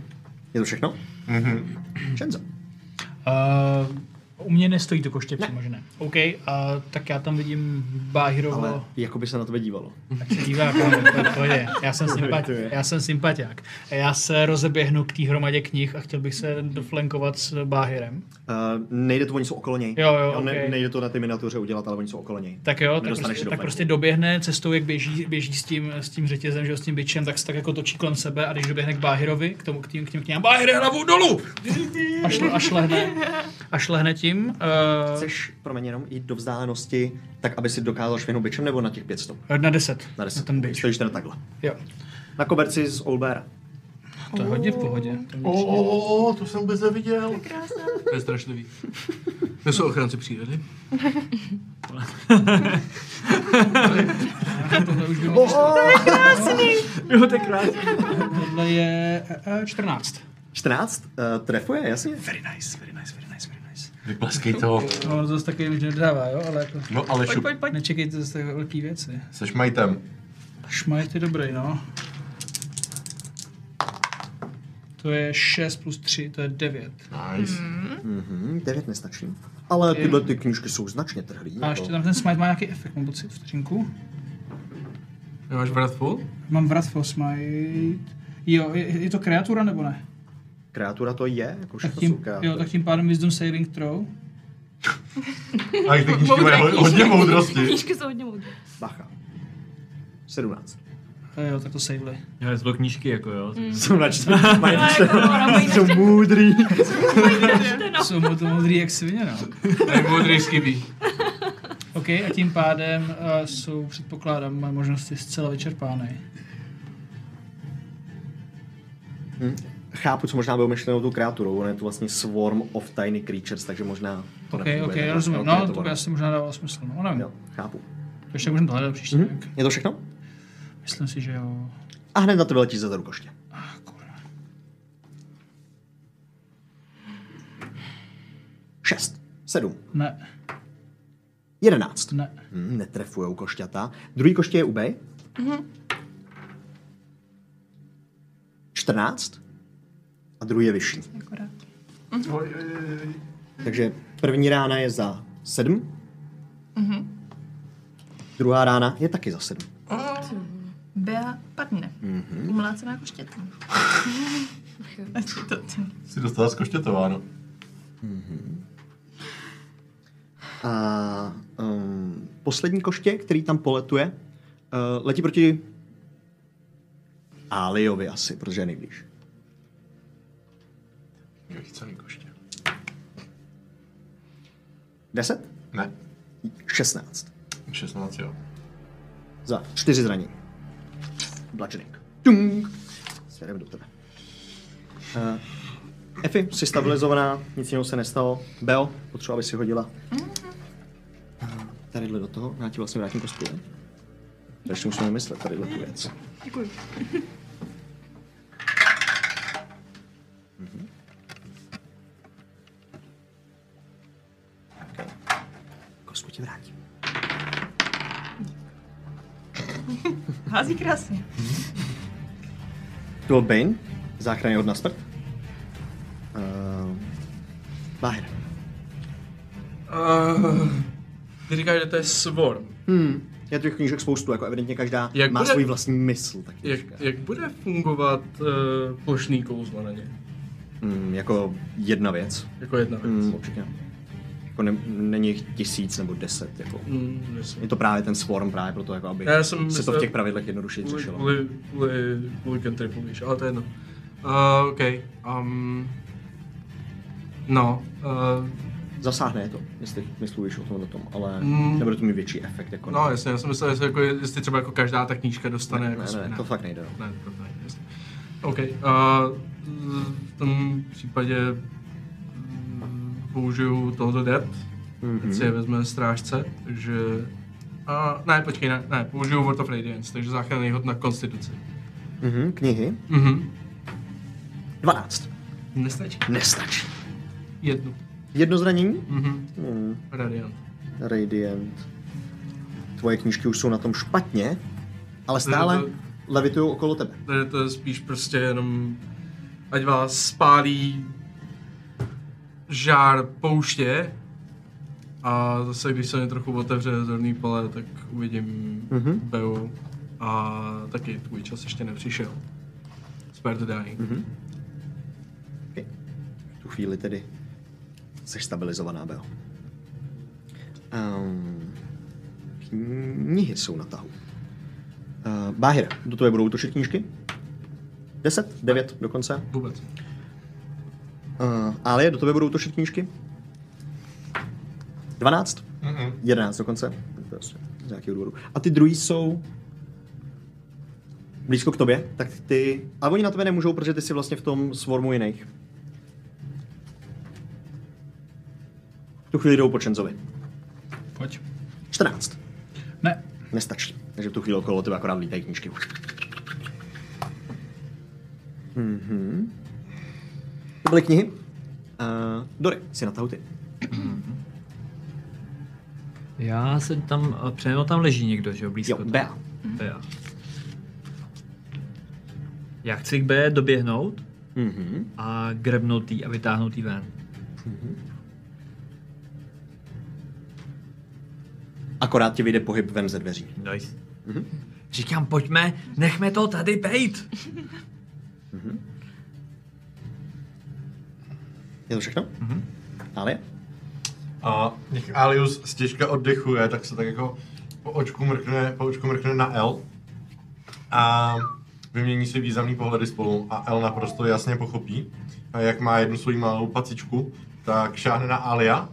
[SPEAKER 1] Je to všechno?
[SPEAKER 4] Mhm.
[SPEAKER 1] Šenzo.
[SPEAKER 9] Uh, u mě nestojí to koště přímo, že ne. OK, a tak já tam vidím Báhirovo.
[SPEAKER 1] Ale jako by se na tebe dívalo.
[SPEAKER 9] Tak se dívá, jako kámo, to je v pohodě. Já jsem, sympati- já jsem sympatiák. A Já se rozeběhnu k té hromadě knih a chtěl bych se doflankovat s Báhirem.
[SPEAKER 1] Uh, nejde to, oni jsou okolo něj.
[SPEAKER 9] Jo, jo,
[SPEAKER 1] ne,
[SPEAKER 9] okej.
[SPEAKER 1] nejde to na té miniatuře udělat, ale oni jsou okolo něj.
[SPEAKER 9] Tak jo, tak
[SPEAKER 1] Nedostaneš
[SPEAKER 9] prostě,
[SPEAKER 1] se do
[SPEAKER 9] tak
[SPEAKER 1] flanku.
[SPEAKER 9] prostě doběhne cestou, jak běží, běží s, tím, s tím řetězem, že jo, s tím bičem, tak se tak jako točí kolem sebe a když doběhne k Báhirovi, k tomu k tím, k těm knihám, Báhire, hlavu dolů! A, šle, a šlehne, a šlehne tím. Uh,
[SPEAKER 1] Chceš, promiň, jenom jít do vzdálenosti, tak aby si dokázal švihnout bičem nebo na těch 500?
[SPEAKER 9] Eh, na 10.
[SPEAKER 1] Na 10.
[SPEAKER 9] ten bič.
[SPEAKER 1] Stojíš teda takhle.
[SPEAKER 9] Jo,
[SPEAKER 1] Na koberci z Olbera.
[SPEAKER 9] to je hodně v pohodě. To je
[SPEAKER 4] O, o, o, to jsem vůbec neviděl.
[SPEAKER 8] To je strašlivý. To jsou ochránci přírody.
[SPEAKER 9] Tohle už by
[SPEAKER 1] O,
[SPEAKER 9] mohlo-
[SPEAKER 1] o,
[SPEAKER 5] Jo, tak krásně.
[SPEAKER 9] tohle je eh, eh, 14.
[SPEAKER 1] 14? Uh, trefuje, jasně.
[SPEAKER 9] Very nice, very nice, very nice, very nice.
[SPEAKER 4] Vypleskej to.
[SPEAKER 9] No, ono to zase taky už nedává, jo, ale jako...
[SPEAKER 4] No ale šup,
[SPEAKER 9] Pojď. Nečekejte zase takové velký věci.
[SPEAKER 4] seš majtem.
[SPEAKER 9] Šmajt je dobrý, no. To je 6 plus 3, to je 9.
[SPEAKER 4] Nice.
[SPEAKER 1] Mhm, 9 nestačí. Ale tyhle ty knížky jsou značně trhlý.
[SPEAKER 9] A
[SPEAKER 4] No.
[SPEAKER 1] jako.
[SPEAKER 9] ještě tam ten smite má nějaký efekt, mám pocit, vteřinku.
[SPEAKER 8] Nemáš Wrathful?
[SPEAKER 9] Mám Wrathful smite. Jo, je, je to kreatura nebo ne?
[SPEAKER 1] Kreatura to je, jako
[SPEAKER 9] Tak
[SPEAKER 1] všechno jsou
[SPEAKER 9] tím, jo,
[SPEAKER 1] kreatury.
[SPEAKER 9] tak tím pádem Wisdom Saving Throw.
[SPEAKER 4] A ty knížky mají ho- hodně moudrosti.
[SPEAKER 2] Knížky jsou hodně moudré.
[SPEAKER 1] Bacha. 17.
[SPEAKER 9] A jo, tak to savely.
[SPEAKER 5] Já jsou to knížky, jako jo.
[SPEAKER 1] Jsou na čtyři. Mají
[SPEAKER 2] Ale Hmm. jako, ona mají
[SPEAKER 1] jsou moudrý.
[SPEAKER 2] načteno.
[SPEAKER 9] Jsou mu to modrý jak svině, no.
[SPEAKER 8] Nejmoudrý skibí.
[SPEAKER 9] OK, a tím pádem uh, jsou, předpokládám, moje možnosti zcela vyčerpány.
[SPEAKER 1] Hm? Chápu, co možná bylo myšleno tou kreaturou. Ono je to vlastně Swarm of Tiny Creatures, takže možná to
[SPEAKER 9] OK,
[SPEAKER 1] nefunguje
[SPEAKER 9] OK,
[SPEAKER 1] takhle.
[SPEAKER 9] rozumím.
[SPEAKER 1] Ok,
[SPEAKER 9] No, to by
[SPEAKER 1] ono.
[SPEAKER 9] asi možná dávalo smysl. No, nevím.
[SPEAKER 1] Jo, chápu.
[SPEAKER 9] To ještě můžeme to hledat příště.
[SPEAKER 1] Mhm.
[SPEAKER 9] Mm-hmm.
[SPEAKER 1] Je to všechno?
[SPEAKER 9] Myslím si, že jo.
[SPEAKER 1] A hned na tebe letí za rukoště.
[SPEAKER 9] Ah, kurva.
[SPEAKER 1] Šest, sedm,
[SPEAKER 9] Ne,
[SPEAKER 1] jedenáct.
[SPEAKER 9] ne.
[SPEAKER 1] Hm, netrefujou košťata. Druhý koště je ubej. Mhm, Čtrnáct. A druhý je vyšší. Takže první rána je za sedm. mhm. Druhá rána je taky za sedm.
[SPEAKER 3] Bea padne. Mm-hmm.
[SPEAKER 1] Mhm.
[SPEAKER 3] Umlácená koštětem. Ať je to ten.
[SPEAKER 4] Jsi dostala zkoštětováno.
[SPEAKER 1] A um, poslední koště, který tam poletuje, uh, letí proti Aliovi asi, protože je nejblíž.
[SPEAKER 4] Jo, celý koště.
[SPEAKER 1] Deset?
[SPEAKER 4] Ne,
[SPEAKER 1] Šestnáct.
[SPEAKER 4] 16 jo.
[SPEAKER 1] Za čtyři zranění. Bludgeoning. Tung! Směrem do tebe. Uh, Efi, jsi stabilizovaná, nic jiného se nestalo. Beo, potřeba, aby si hodila. Eh, Tadyhle do toho, já ti vlastně vrátím kostku. ne? To ještě musíme myslet, tadyhle tu věc.
[SPEAKER 3] Děkuji.
[SPEAKER 1] Kosmu ti vrátím.
[SPEAKER 3] Hází krásně.
[SPEAKER 1] To byl Bane, záchranný od na smrt. Uh, Bahir.
[SPEAKER 8] Uh, ty říkáš, že to je swarm.
[SPEAKER 1] Hmm. Je těch knížek spoustu, jako evidentně každá
[SPEAKER 8] Jak
[SPEAKER 1] má
[SPEAKER 8] bude-
[SPEAKER 1] svůj vlastní mysl. Tak
[SPEAKER 8] Jak,
[SPEAKER 1] knížka.
[SPEAKER 8] jak bude fungovat uh, plošný kouzlo na ně?
[SPEAKER 1] Hmm, jako jedna věc.
[SPEAKER 8] Jako jedna věc.
[SPEAKER 1] Hmm, určitě. Jako ne, není jich tisíc nebo deset. Jako.
[SPEAKER 8] Mm,
[SPEAKER 1] Je
[SPEAKER 8] jasně.
[SPEAKER 1] to právě ten swarm právě proto, jako aby
[SPEAKER 8] Já
[SPEAKER 1] se
[SPEAKER 8] jsem
[SPEAKER 1] to
[SPEAKER 8] myslel-
[SPEAKER 1] v těch pravidlech jednoduše
[SPEAKER 8] Kvůli,
[SPEAKER 1] řešilo.
[SPEAKER 8] kvůli, kvůli, kvůli cantripu, víš, ale to je jedno. Uh, OK. Um, no, uh,
[SPEAKER 1] Zasáhne je to, jestli myslíš o tomhle tom, ale
[SPEAKER 8] Hmm.
[SPEAKER 1] nebude to mít větší efekt. Jako
[SPEAKER 8] no jasně, já jsem myslel, jestli, jako, jestli třeba jako každá ta knížka dostane
[SPEAKER 1] ne,
[SPEAKER 8] jako
[SPEAKER 1] ne, ne,
[SPEAKER 8] spin-out.
[SPEAKER 1] to fakt nejde. No.
[SPEAKER 8] Ne, to ne, jasně. OK, a v tom případě mm, použiju tohoto dept, mm-hmm. si je vezme strážce, takže... A, ne, počkej, ne, ne, použiju Word of Radiance, takže záchranný hod na konstituci.
[SPEAKER 1] Mhm, knihy.
[SPEAKER 8] Mhm,
[SPEAKER 1] 12.
[SPEAKER 8] nestačí.
[SPEAKER 1] Nestačí.
[SPEAKER 8] Jednu.
[SPEAKER 1] Jedno zranění?
[SPEAKER 8] Mhm,
[SPEAKER 1] Hmm.
[SPEAKER 8] radiant.
[SPEAKER 1] Radiant. Tvoje knížky už jsou na tom špatně, ale stále
[SPEAKER 8] To je
[SPEAKER 1] levitují okolo tebe.
[SPEAKER 8] Takže to je spíš prostě jenom, ať vás spálí žár pouště a zase, když se mi trochu otevře zorný pole, tak uvidím
[SPEAKER 1] Mhm.
[SPEAKER 8] mm-hmm. Beu a taky tvůj čas ještě nepřišel. Spare the dying. Mm-hmm.
[SPEAKER 1] V tu chvíli tedy jsi stabilizovaná, Beo. Um, knihy jsou na tahu. Uh, Báhir, do tvoje budou točit knížky? 10, 9 dokonce.
[SPEAKER 8] Vůbec.
[SPEAKER 1] Uh, Ale do tebe budou točit knížky? 12?
[SPEAKER 5] Mhm.
[SPEAKER 4] Mm-mm.
[SPEAKER 1] 11 dokonce. Prostě, Z nějakého důvodu. A ty druhý jsou blízko k tobě, tak ty... Ale oni na tebe nemůžou, protože ty jsi vlastně v tom swarmu jiných. V tu chvíli jdou po Čenzovi.
[SPEAKER 9] Pojď.
[SPEAKER 1] 14.
[SPEAKER 9] Ne,
[SPEAKER 1] Nestačí. Takže v tu chvíli okolo tebe akorát lítají knížky. Mhm. To byly knihy. Uh, Dory, si natahu ty.
[SPEAKER 5] Já jsem tam, eh, přece jenom tam leží někdo, že jo, blízko.
[SPEAKER 1] Jo,
[SPEAKER 5] tam.
[SPEAKER 1] Bea.
[SPEAKER 5] Bea. Já chci k B doběhnout
[SPEAKER 1] Mhm.
[SPEAKER 5] a grebnout jí a vytáhnout jí ven.
[SPEAKER 1] Akorát ti vyjde pohyb ven ze dveří. Mhm.
[SPEAKER 5] Nice. Říkám, pojďme, nechme to tady bejt.
[SPEAKER 1] Mhm. Je to všechno? Mm-hmm.
[SPEAKER 4] Mhm.
[SPEAKER 1] Ale?
[SPEAKER 4] A jak Alius z těžka oddechuje, tak se tak jako po očku mrkne, po očku mrkne na L a vymění si významný pohledy spolu a L naprosto jasně pochopí, a jak má jednu svoji malou pacičku, tak šáhne na Alia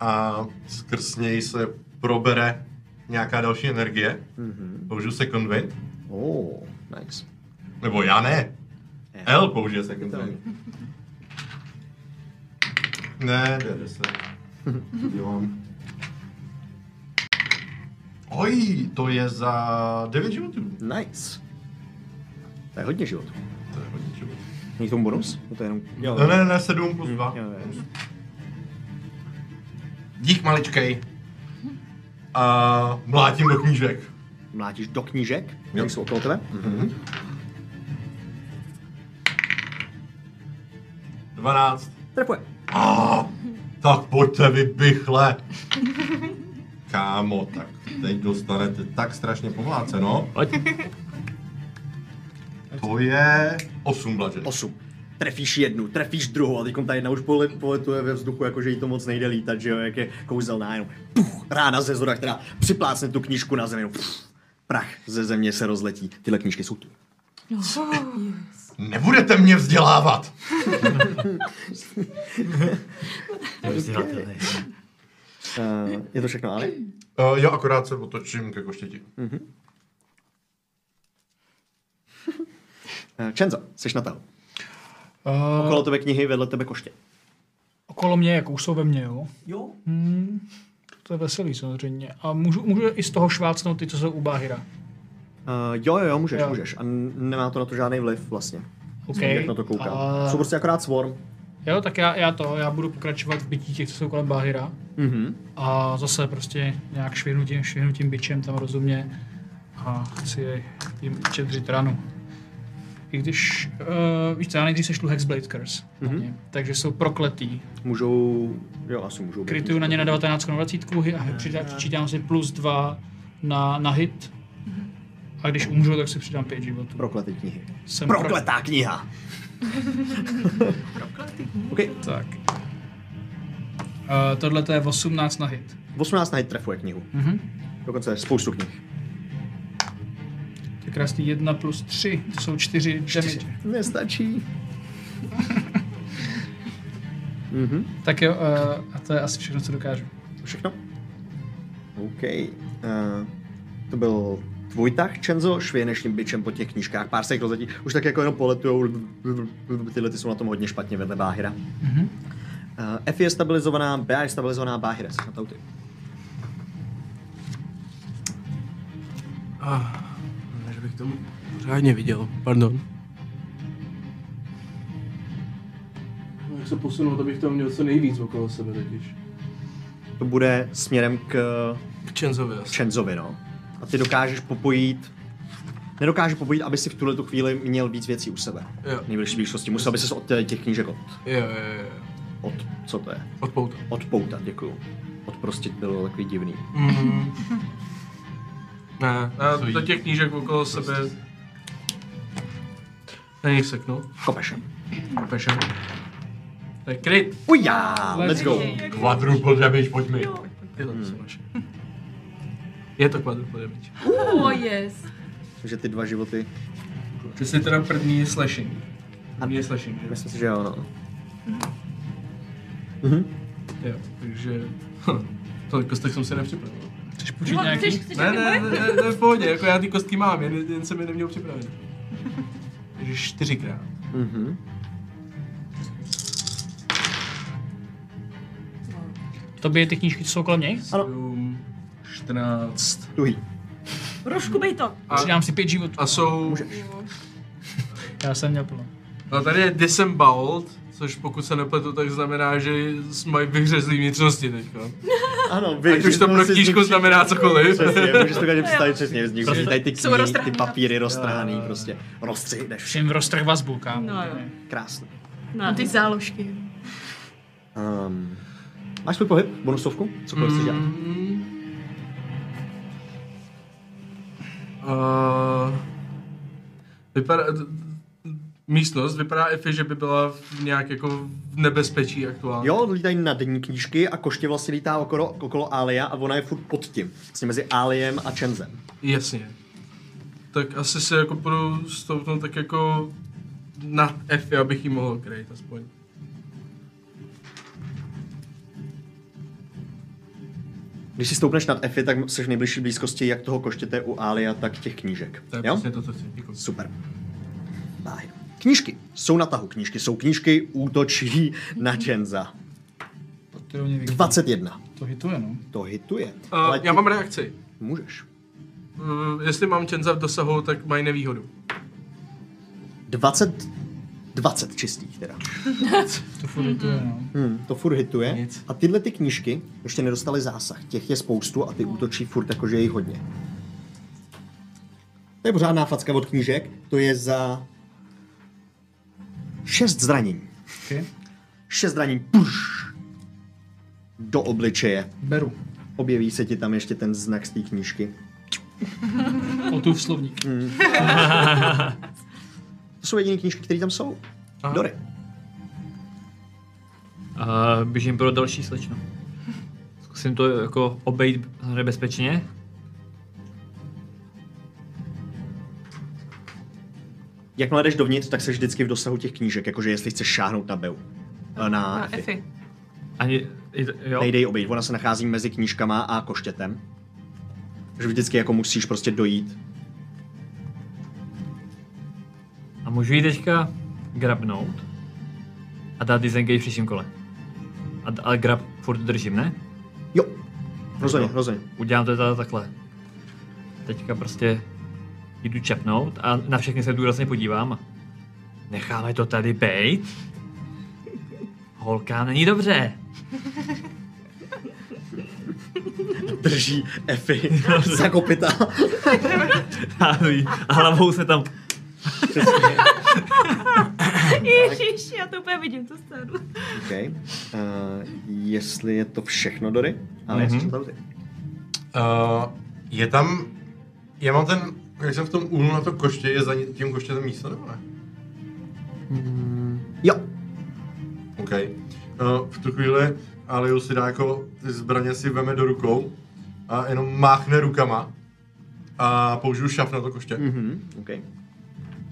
[SPEAKER 4] a skrz něj se probere nějaká další energie.
[SPEAKER 1] Mhm.
[SPEAKER 4] Mm-hmm. Použiju second wind.
[SPEAKER 1] Oh, nice.
[SPEAKER 4] Nebo já ne. L použije second
[SPEAKER 1] to
[SPEAKER 4] wind. Ne, D10. To Dělám. Oj, to je za 9 životů.
[SPEAKER 1] Nice. To je hodně životů.
[SPEAKER 4] To je hodně životů.
[SPEAKER 1] Není k tomu bonus? No to je jenom... Jo,
[SPEAKER 4] Ne, ne, ne, 7 plus 2.
[SPEAKER 1] Jo, jo.
[SPEAKER 4] Dík maličkej. A mlátím do knížek. Mhm.
[SPEAKER 1] Mlátíš do knížek, které jsou okolo tebe.
[SPEAKER 4] 12.
[SPEAKER 1] Trefuje.
[SPEAKER 4] Tak pojďte vy bychle. Kámo, tak teď dostanete tak strašně pomláceno.
[SPEAKER 5] Pojď.
[SPEAKER 4] To je 8 blažen.
[SPEAKER 1] Osm. Trefíš jednu, trefíš druhou a teď ta jedna už pole- poletuje ve vzduchu, jakože jí to moc nejde lítat, že jo, jak je kouzelná, jenom puch, rána ze zora, která připlácne tu knížku na zemi, jenom puch, prach ze země se rozletí. Tyhle knížky jsou tu.
[SPEAKER 4] Nebudete mě vzdělávat.
[SPEAKER 1] Uh, je to všechno, ale?
[SPEAKER 4] Uh, jo, akorát se otočím ke koštěti.
[SPEAKER 1] Mhm. Uh, Čenzo, jsi na tahu.
[SPEAKER 4] Eh,
[SPEAKER 9] Uh,
[SPEAKER 1] Okolo tebe knihy, vedle tebe koště.
[SPEAKER 9] okolo mě, jak už jsou ve mně, jo?
[SPEAKER 1] Jo.
[SPEAKER 9] Hmm, to je veselý samozřejmě. A můžu, můžu i z toho švácnout ty, co jsou u Bahira.
[SPEAKER 1] Uh, jo, jo, jo, můžeš, jo.
[SPEAKER 9] Jo.
[SPEAKER 1] můžeš. A n- nemá to na to žádný vliv vlastně.
[SPEAKER 9] OK.
[SPEAKER 1] Jak na to koukám.
[SPEAKER 9] A,
[SPEAKER 1] Jsou prostě akorát swarm.
[SPEAKER 9] Jo, tak já, já to, já budu pokračovat v bytí těch, co jsou kolem Bahira.
[SPEAKER 1] Mhm.
[SPEAKER 9] A zase prostě nějak švihnu tím, švihnu tím bičem tam rozumně a chci jej tím četřit ranu. I když, uh, víš co, já nejdřív sešlu Hexblade Curse.
[SPEAKER 1] Mhm.
[SPEAKER 9] Mm-hmm. Takže jsou prokletý.
[SPEAKER 1] Můžou, jo, asi můžou. být. prostě
[SPEAKER 9] Krytuju na ně na 19 na 20 a přidá- přičítám si plus 2 na, na hit. A když umřu, tak si přidám 5 životů.
[SPEAKER 1] Prokletý knihy.
[SPEAKER 9] Jsem pro-
[SPEAKER 1] Prokletá kniha! OK,
[SPEAKER 9] Tak. Uh, tohle to je 18 na hit.
[SPEAKER 1] 18 najít trefuje knihu.
[SPEAKER 9] Mhm.
[SPEAKER 1] Dokonce je spoustu knih.
[SPEAKER 9] To je krásný 1 plus 3, to jsou 4 damage.
[SPEAKER 1] Nestačí.
[SPEAKER 9] Tak jo, uh, a to je asi všechno, co dokážu.
[SPEAKER 1] Mhm. Všechno? OK. Uh, to byl tvůj tah, Čenzo, švije dnešním bičem po těch knížkách. Pár se jich rozletí. Už tak jako jenom poletujou. Tyhle ty jsou na tom hodně špatně vedle Báhira. Mm-hmm. Uh, F je stabilizovaná, BA je stabilizovaná, Báhira. Jsi na to ty.
[SPEAKER 8] Ne, že Ah, bych tomu pořádně viděl, pardon. No, Jak se posunout, abych tam měl co nejvíc okolo sebe totiž.
[SPEAKER 1] To bude směrem k
[SPEAKER 8] K Čenzovi asi.
[SPEAKER 1] Čenzovi, no. A ty dokážeš popojit Nedokáže popojit, aby si v tuhle tu chvíli měl víc věcí u sebe.
[SPEAKER 8] Jo.
[SPEAKER 1] V nejbližší blízkosti. Musel by se od těch knížek od,
[SPEAKER 8] Jo, jo, jo.
[SPEAKER 1] od, co to je?
[SPEAKER 8] Odpoutat.
[SPEAKER 1] Odpoutat, děkuju. Odprostit bylo takový divný.
[SPEAKER 8] Mm. ne,
[SPEAKER 4] Co
[SPEAKER 8] ne
[SPEAKER 4] jí?
[SPEAKER 8] do těch knížek okolo sebe. Na nich seknu.
[SPEAKER 1] Kopešem.
[SPEAKER 8] Pešem. To je kryt.
[SPEAKER 1] Ujá, let's go.
[SPEAKER 4] Quadruple damage, pojď mi.
[SPEAKER 8] Tyhle to jsou naše. Je to quadruple damage.
[SPEAKER 6] Oh, yes.
[SPEAKER 1] Takže ty dva životy.
[SPEAKER 8] Ty jsi teda první je slashing. První je slashing, že?
[SPEAKER 1] Myslím si, že jo, no.
[SPEAKER 8] Mhm.
[SPEAKER 1] Mhm.
[SPEAKER 8] Jo, takže... Hm, tolik kostek jsem se nepřipravil.
[SPEAKER 9] Chceš půjčit nějaký?
[SPEAKER 6] Chceš, chceš
[SPEAKER 8] Ne,
[SPEAKER 6] nějaký
[SPEAKER 8] ne,
[SPEAKER 6] moje?
[SPEAKER 8] ne, ne, ne, v pohodě, jako já ty kostky mám, jen, jen jsem je neměl připravený. Takže čtyřikrát.
[SPEAKER 1] Mhm.
[SPEAKER 9] To by ty knížky, co jsou kolem něj?
[SPEAKER 1] Ano.
[SPEAKER 8] Sedm, 14.
[SPEAKER 1] Tuhý.
[SPEAKER 2] Rošku bej to.
[SPEAKER 8] A,
[SPEAKER 9] Přidám si pět životů.
[SPEAKER 8] a jsou...
[SPEAKER 9] Já jsem měl plno.
[SPEAKER 8] No tady je disemboweled, což pokud se nepletu, tak znamená, že mají vyhřezlý vnitřnosti teďka.
[SPEAKER 1] Ano, No, vy.
[SPEAKER 8] Ať už to pro knížku znamená cokoliv.
[SPEAKER 1] Přesně, můžeš to každý představit přesně z nich.
[SPEAKER 9] Prostě
[SPEAKER 1] Tady ty
[SPEAKER 3] jsou
[SPEAKER 1] knihy, ty
[SPEAKER 3] roztrhaný.
[SPEAKER 1] papíry roztrhaný, prostě. Rozstřihneš, vše
[SPEAKER 9] Všem v roztrh vazbu, kámo.
[SPEAKER 2] No jo.
[SPEAKER 1] krásný.
[SPEAKER 2] No,
[SPEAKER 3] Ty záložky.
[SPEAKER 1] Um, máš svůj pohyb? Bonusovku? Cokoliv chceš dělat? Mhm.
[SPEAKER 8] Uh, vypadá, t- t- místnost vypadá Efi, že by byla v nějak jako v nebezpečí aktuálně.
[SPEAKER 1] Jo, lítají na denní knížky a koště vlastně lítá okolo, okolo Alia a ona je furt pod tím. Vlastně mezi Aliem a Čenzem.
[SPEAKER 8] Jasně. Tak asi se jako budu stoupnout tak jako nad Efi, abych ji mohl kryt aspoň.
[SPEAKER 1] Když si stoupneš nad Efi, tak jsi v nejbližší blízkosti jak toho koštěte u Alia, tak těch knížek.
[SPEAKER 8] To je
[SPEAKER 1] Jo?
[SPEAKER 8] přesně to, co chci. Děkuji.
[SPEAKER 1] Super. Báhy. Knížky. Jsou na tahu knížky. Jsou knížky, útočí na Jenza.
[SPEAKER 9] Kterou mě vykl-
[SPEAKER 1] 21.
[SPEAKER 9] To hituje, no.
[SPEAKER 1] To hituje.
[SPEAKER 8] Uh, já
[SPEAKER 1] ti-
[SPEAKER 8] mám reakci.
[SPEAKER 1] Můžeš.
[SPEAKER 8] Uh, jestli mám Chenza v dosahu, tak mají nevýhodu.
[SPEAKER 1] 20... 20 čistých teda.
[SPEAKER 9] To furt hituje, no.
[SPEAKER 1] Hmm, to furt hituje.
[SPEAKER 8] Nic.
[SPEAKER 1] A tyhle ty knížky ještě nedostaly zásah. Těch je spoustu a ty útočí furt jakože jich hodně. To je pořádná facka od knížek. To je za... 6 zranění.
[SPEAKER 9] Okay.
[SPEAKER 1] Šest zranění. Puš! Do obličeje.
[SPEAKER 9] Beru.
[SPEAKER 1] Objeví se ti tam ještě ten znak z té knížky. Hmm.
[SPEAKER 9] O tu v slovník.
[SPEAKER 1] To jsou jediné knížky, které tam jsou. Aha. Dory.
[SPEAKER 5] A běžím pro další slečno. Zkusím to jako obejít nebezpečně.
[SPEAKER 1] Jakmile jdeš dovnitř, tak jsi vždycky v dosahu těch knížek, jakože jestli chceš šáhnout na Beu. Eh, Na, na
[SPEAKER 3] A
[SPEAKER 1] Efi.
[SPEAKER 3] Efi.
[SPEAKER 5] Ani, i- jo.
[SPEAKER 1] Nejde ji obejít, ona se nachází mezi knížkama a koštětem. Takže vždycky jako musíš prostě dojít.
[SPEAKER 5] A můžu ji teďka grabnout a dát disengage v příštím kole. A, d- a grab furt držím, ne?
[SPEAKER 1] Jo, rozhodně, rozhodně.
[SPEAKER 5] Udělám to teda takhle. Teďka prostě jdu čepnout a na všechny se důrazně podívám. Necháme to tady bejt. holkám není dobře.
[SPEAKER 1] Drží Efi za kopita.
[SPEAKER 5] Hánují a hlavou se tam...
[SPEAKER 2] Ježiš, já to úplně vidím, co stanu.
[SPEAKER 1] okay. uh, Eh, jestli je to všechno, Dory, ale
[SPEAKER 5] Mhm.
[SPEAKER 1] jestli jsou tam ty.
[SPEAKER 4] Uh, je tam... Já mám ten... Jak jsem v tom úlu na to koště, je za ní- tím koštětem místo, nebo ne?
[SPEAKER 1] Mm, Jo,
[SPEAKER 4] OK. Uh, v tu chvíli Aliu si dá jako ty zbraně si veme do rukou a jenom máchne rukama a použiju šaf na to koště. Mm.
[SPEAKER 1] mhm. okay.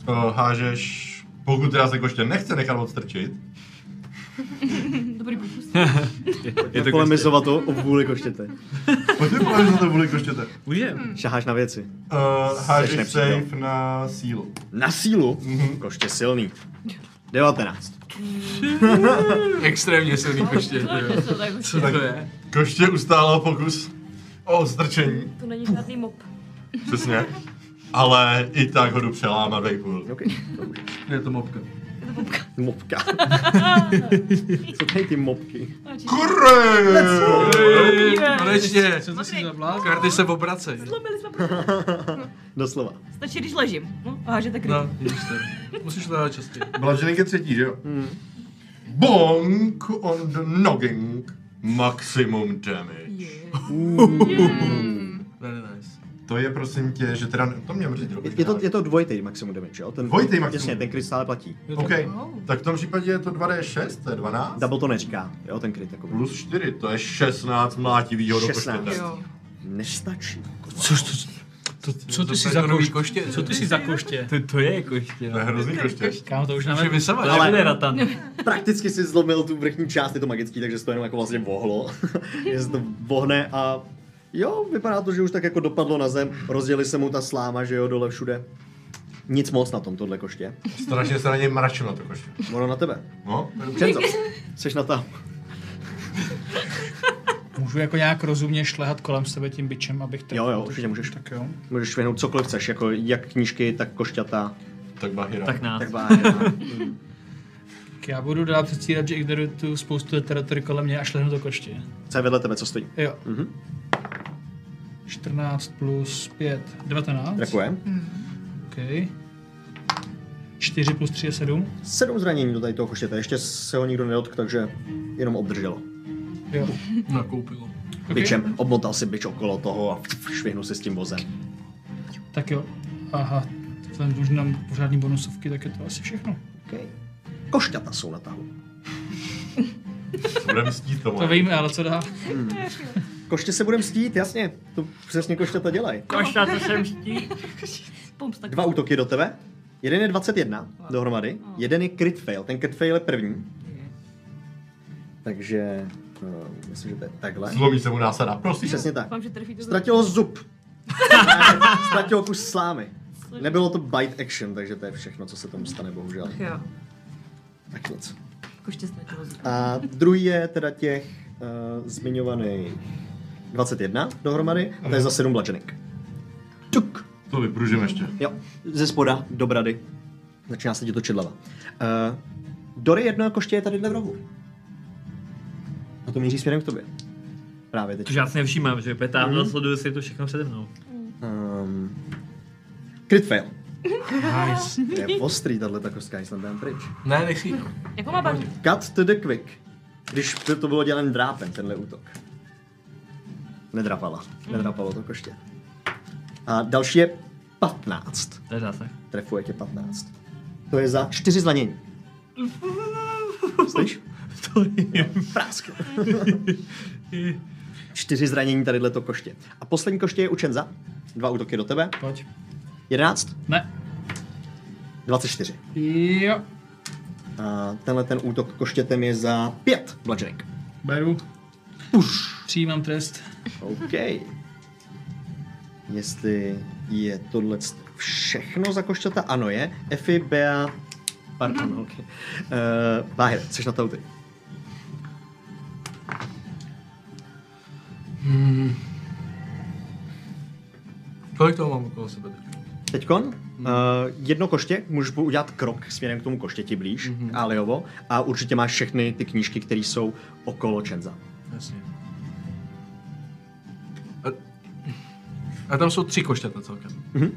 [SPEAKER 4] Uh, hážeš, pokud teda se koště nechce nechat odstrčit,
[SPEAKER 2] Dobrý pokus.
[SPEAKER 1] je to polemizovat o, o vůli koštěte.
[SPEAKER 4] pojďme povědět, že to bude koštěte.
[SPEAKER 5] Může.
[SPEAKER 1] Šaháš na věci.
[SPEAKER 4] Uh,
[SPEAKER 1] Seš
[SPEAKER 4] hážeš
[SPEAKER 1] nepřítel.
[SPEAKER 4] safe Mhm. na sílu.
[SPEAKER 1] Na sílu, koště silný. 19.
[SPEAKER 8] Extrémně silný koště. ty jo.
[SPEAKER 2] To, tak,
[SPEAKER 8] Co to je?
[SPEAKER 4] Koště ustálo pokus o odstrčení,
[SPEAKER 2] to není žádný mop.
[SPEAKER 4] přesně. Ale i tak ho jdu přelámat vejpůl.
[SPEAKER 1] Okay.
[SPEAKER 8] Je to mopka.
[SPEAKER 1] Mopka. Co tady ty mopky?
[SPEAKER 4] Kurry!
[SPEAKER 8] Ej, Konečně.
[SPEAKER 9] Co to si za blázen?
[SPEAKER 8] Karty se obracejí.
[SPEAKER 2] Zlomili jsme prst.
[SPEAKER 1] Doslova.
[SPEAKER 2] Stačí, když ležím. No, a hážete kryt.
[SPEAKER 8] No, vidíš to. Musíš to dát častěji.
[SPEAKER 4] Bludgeoning je třetí, že jo? Hmm. Bonk on the nogging. Maximum damage.
[SPEAKER 1] Hmm.
[SPEAKER 8] Very nice.
[SPEAKER 4] To je prosím tě, že teda... To mě mrzí trochu.
[SPEAKER 1] Je, je, to, je to dvojitý maximum damage, jo? Ten,
[SPEAKER 4] Dvojitý maximum.
[SPEAKER 1] Jasně, ten kryt stále platí.
[SPEAKER 4] OK, tak v tom případě je to 2D6, to je 12.
[SPEAKER 1] Double to neříká, jo, ten kryt takový.
[SPEAKER 4] Plus 4, to je 16 mlátivýho do
[SPEAKER 1] 16.
[SPEAKER 4] koštěte.
[SPEAKER 1] Nestačí.
[SPEAKER 9] Což to, to, co ty si za
[SPEAKER 8] Betonový
[SPEAKER 9] koště?
[SPEAKER 8] koště.
[SPEAKER 9] Co ty si za koště?
[SPEAKER 5] To, to je koště. no.
[SPEAKER 4] To je hrozný koště.
[SPEAKER 9] Kámo, to už nám
[SPEAKER 8] Že vysavač.
[SPEAKER 5] Ale bude ratan.
[SPEAKER 1] Prakticky si zlomil tu vrchní část, je to magický, takže se to jenom jako vlastně vohlo. že se to vohne a jo, vypadá to, že už tak jako dopadlo na zem, rozdělí se mu ta sláma, že jo, dole všude. Nic moc na tom, tohle koště.
[SPEAKER 4] Strašně se na něj mračím na to koště.
[SPEAKER 1] Ono na tebe.
[SPEAKER 4] No, to je dobře.
[SPEAKER 1] Čenzo, seš na tam.
[SPEAKER 9] Můžu jako nějak rozumně šlehat kolem sebe tím bičem, abych to...
[SPEAKER 1] Jo, jo, určitě můžeš.
[SPEAKER 9] Tak jo.
[SPEAKER 1] Můžeš švihnout cokoliv chceš, jako jak knížky, tak košťata.
[SPEAKER 4] tak Bahira.
[SPEAKER 5] Tak nás.
[SPEAKER 1] Tak bájena.
[SPEAKER 9] Tak já budu dál předstírat, že ignoruju tu spoustu literatury kolem mě a šlehnu to koště.
[SPEAKER 1] Co je vedle tebe, co stojí? Mhm,
[SPEAKER 9] Jo. 14 plus 5, 19.
[SPEAKER 1] Drakuje.
[SPEAKER 9] OK. 4 plus 3 je 7.
[SPEAKER 1] Sedm zranění do tady toho koštěte, ještě se ho nikdo nedotkl, takže jenom obdrželo.
[SPEAKER 9] Jo.
[SPEAKER 8] Nakoupilo.
[SPEAKER 9] Okay.
[SPEAKER 1] Bičem, obmotal si bič okolo toho a švihnul si s tím vozem.
[SPEAKER 9] Tak jo. Aha. Vzhledem už nám pořádný bonusovky, tak je to asi všechno.
[SPEAKER 1] Okay. Košťata jsou na tahu.
[SPEAKER 4] Budeme stít tomu.
[SPEAKER 9] To víme, ale co dá?
[SPEAKER 1] Hm. Koště se budem stít, jasně. To přesně košťata dělají.
[SPEAKER 5] Košta, to jsem ští.
[SPEAKER 2] Pomsta.
[SPEAKER 1] Dva útoky do tebe. Jeden je 21 dohromady, jeden je crit fail. Ten crit fail je první. Takže, no, myslím, že to je takhle.
[SPEAKER 4] Zlomí se mu násada, prosím.
[SPEAKER 1] Přesně tak.
[SPEAKER 2] Doufám, že trefí to
[SPEAKER 1] Ztratilo zub. Ztratilo kus slámy. Nebylo to bite action, takže to je všechno, co se tomu stane, bohužel.
[SPEAKER 2] Jo,
[SPEAKER 1] Tak nic.
[SPEAKER 2] koště ztratilo zub.
[SPEAKER 1] A druhý je teda těch uh, zmiňovaných 21 dohromady, a to je za 7 bludgeoning. Tuk.
[SPEAKER 4] To vypružím ještě.
[SPEAKER 1] Jo, ze spoda do brady. Začíná se ti točit hlava. Uh, Dory jedno koště je tady v rohu. A to míří směrem k tobě. Právě teď. Mhm.
[SPEAKER 5] To já si nevšímám, že petám, mm. sleduju si to všechno přede mnou.
[SPEAKER 1] Um, crit fail.
[SPEAKER 8] Nice.
[SPEAKER 1] To je ostrý tahle ta kostka, když jsem tam pryč.
[SPEAKER 8] Ne, nechci. jí.
[SPEAKER 2] Jako má barvu?
[SPEAKER 1] Cut to the quick. Když by to bylo dělané drápem, tenhle útok. Nedrapala.
[SPEAKER 9] Hmm.
[SPEAKER 1] Nedrapalo to koště. A další je 15.
[SPEAKER 5] To je zásah.
[SPEAKER 1] Trefuje tě 15. To je za 4 zlanění.
[SPEAKER 9] Hm.
[SPEAKER 1] Slyš?
[SPEAKER 5] To je...
[SPEAKER 1] Prásk. Čtyři zranění tadyhle to koště. A poslední koště je u Čenza. Dva útoky do tebe.
[SPEAKER 9] Pojď.
[SPEAKER 1] 11,
[SPEAKER 9] Ne.
[SPEAKER 1] 24.
[SPEAKER 9] Jo.
[SPEAKER 1] A tenhle ten útok koštětem je za 5 bludgeoning.
[SPEAKER 9] Beru. Už. Přijímám trest.
[SPEAKER 1] OK. Jestli je tohle všechno za košťata? Ano je. Efi, Bea... Pardon, OK. Uh, Báhir, jsi na to ty.
[SPEAKER 8] Hmm. Kolik toho mám okolo sebe teď?
[SPEAKER 1] teďkon. Uh, jedno koště, můžeš bu- udělat krok směrem k tomu koštěti blíž, mm-hmm. Aliovo, a určitě máš všechny ty knížky, které jsou okolo Čenza.
[SPEAKER 7] Jasně.
[SPEAKER 8] A tam jsou tři košťata celkem.
[SPEAKER 1] Mhm.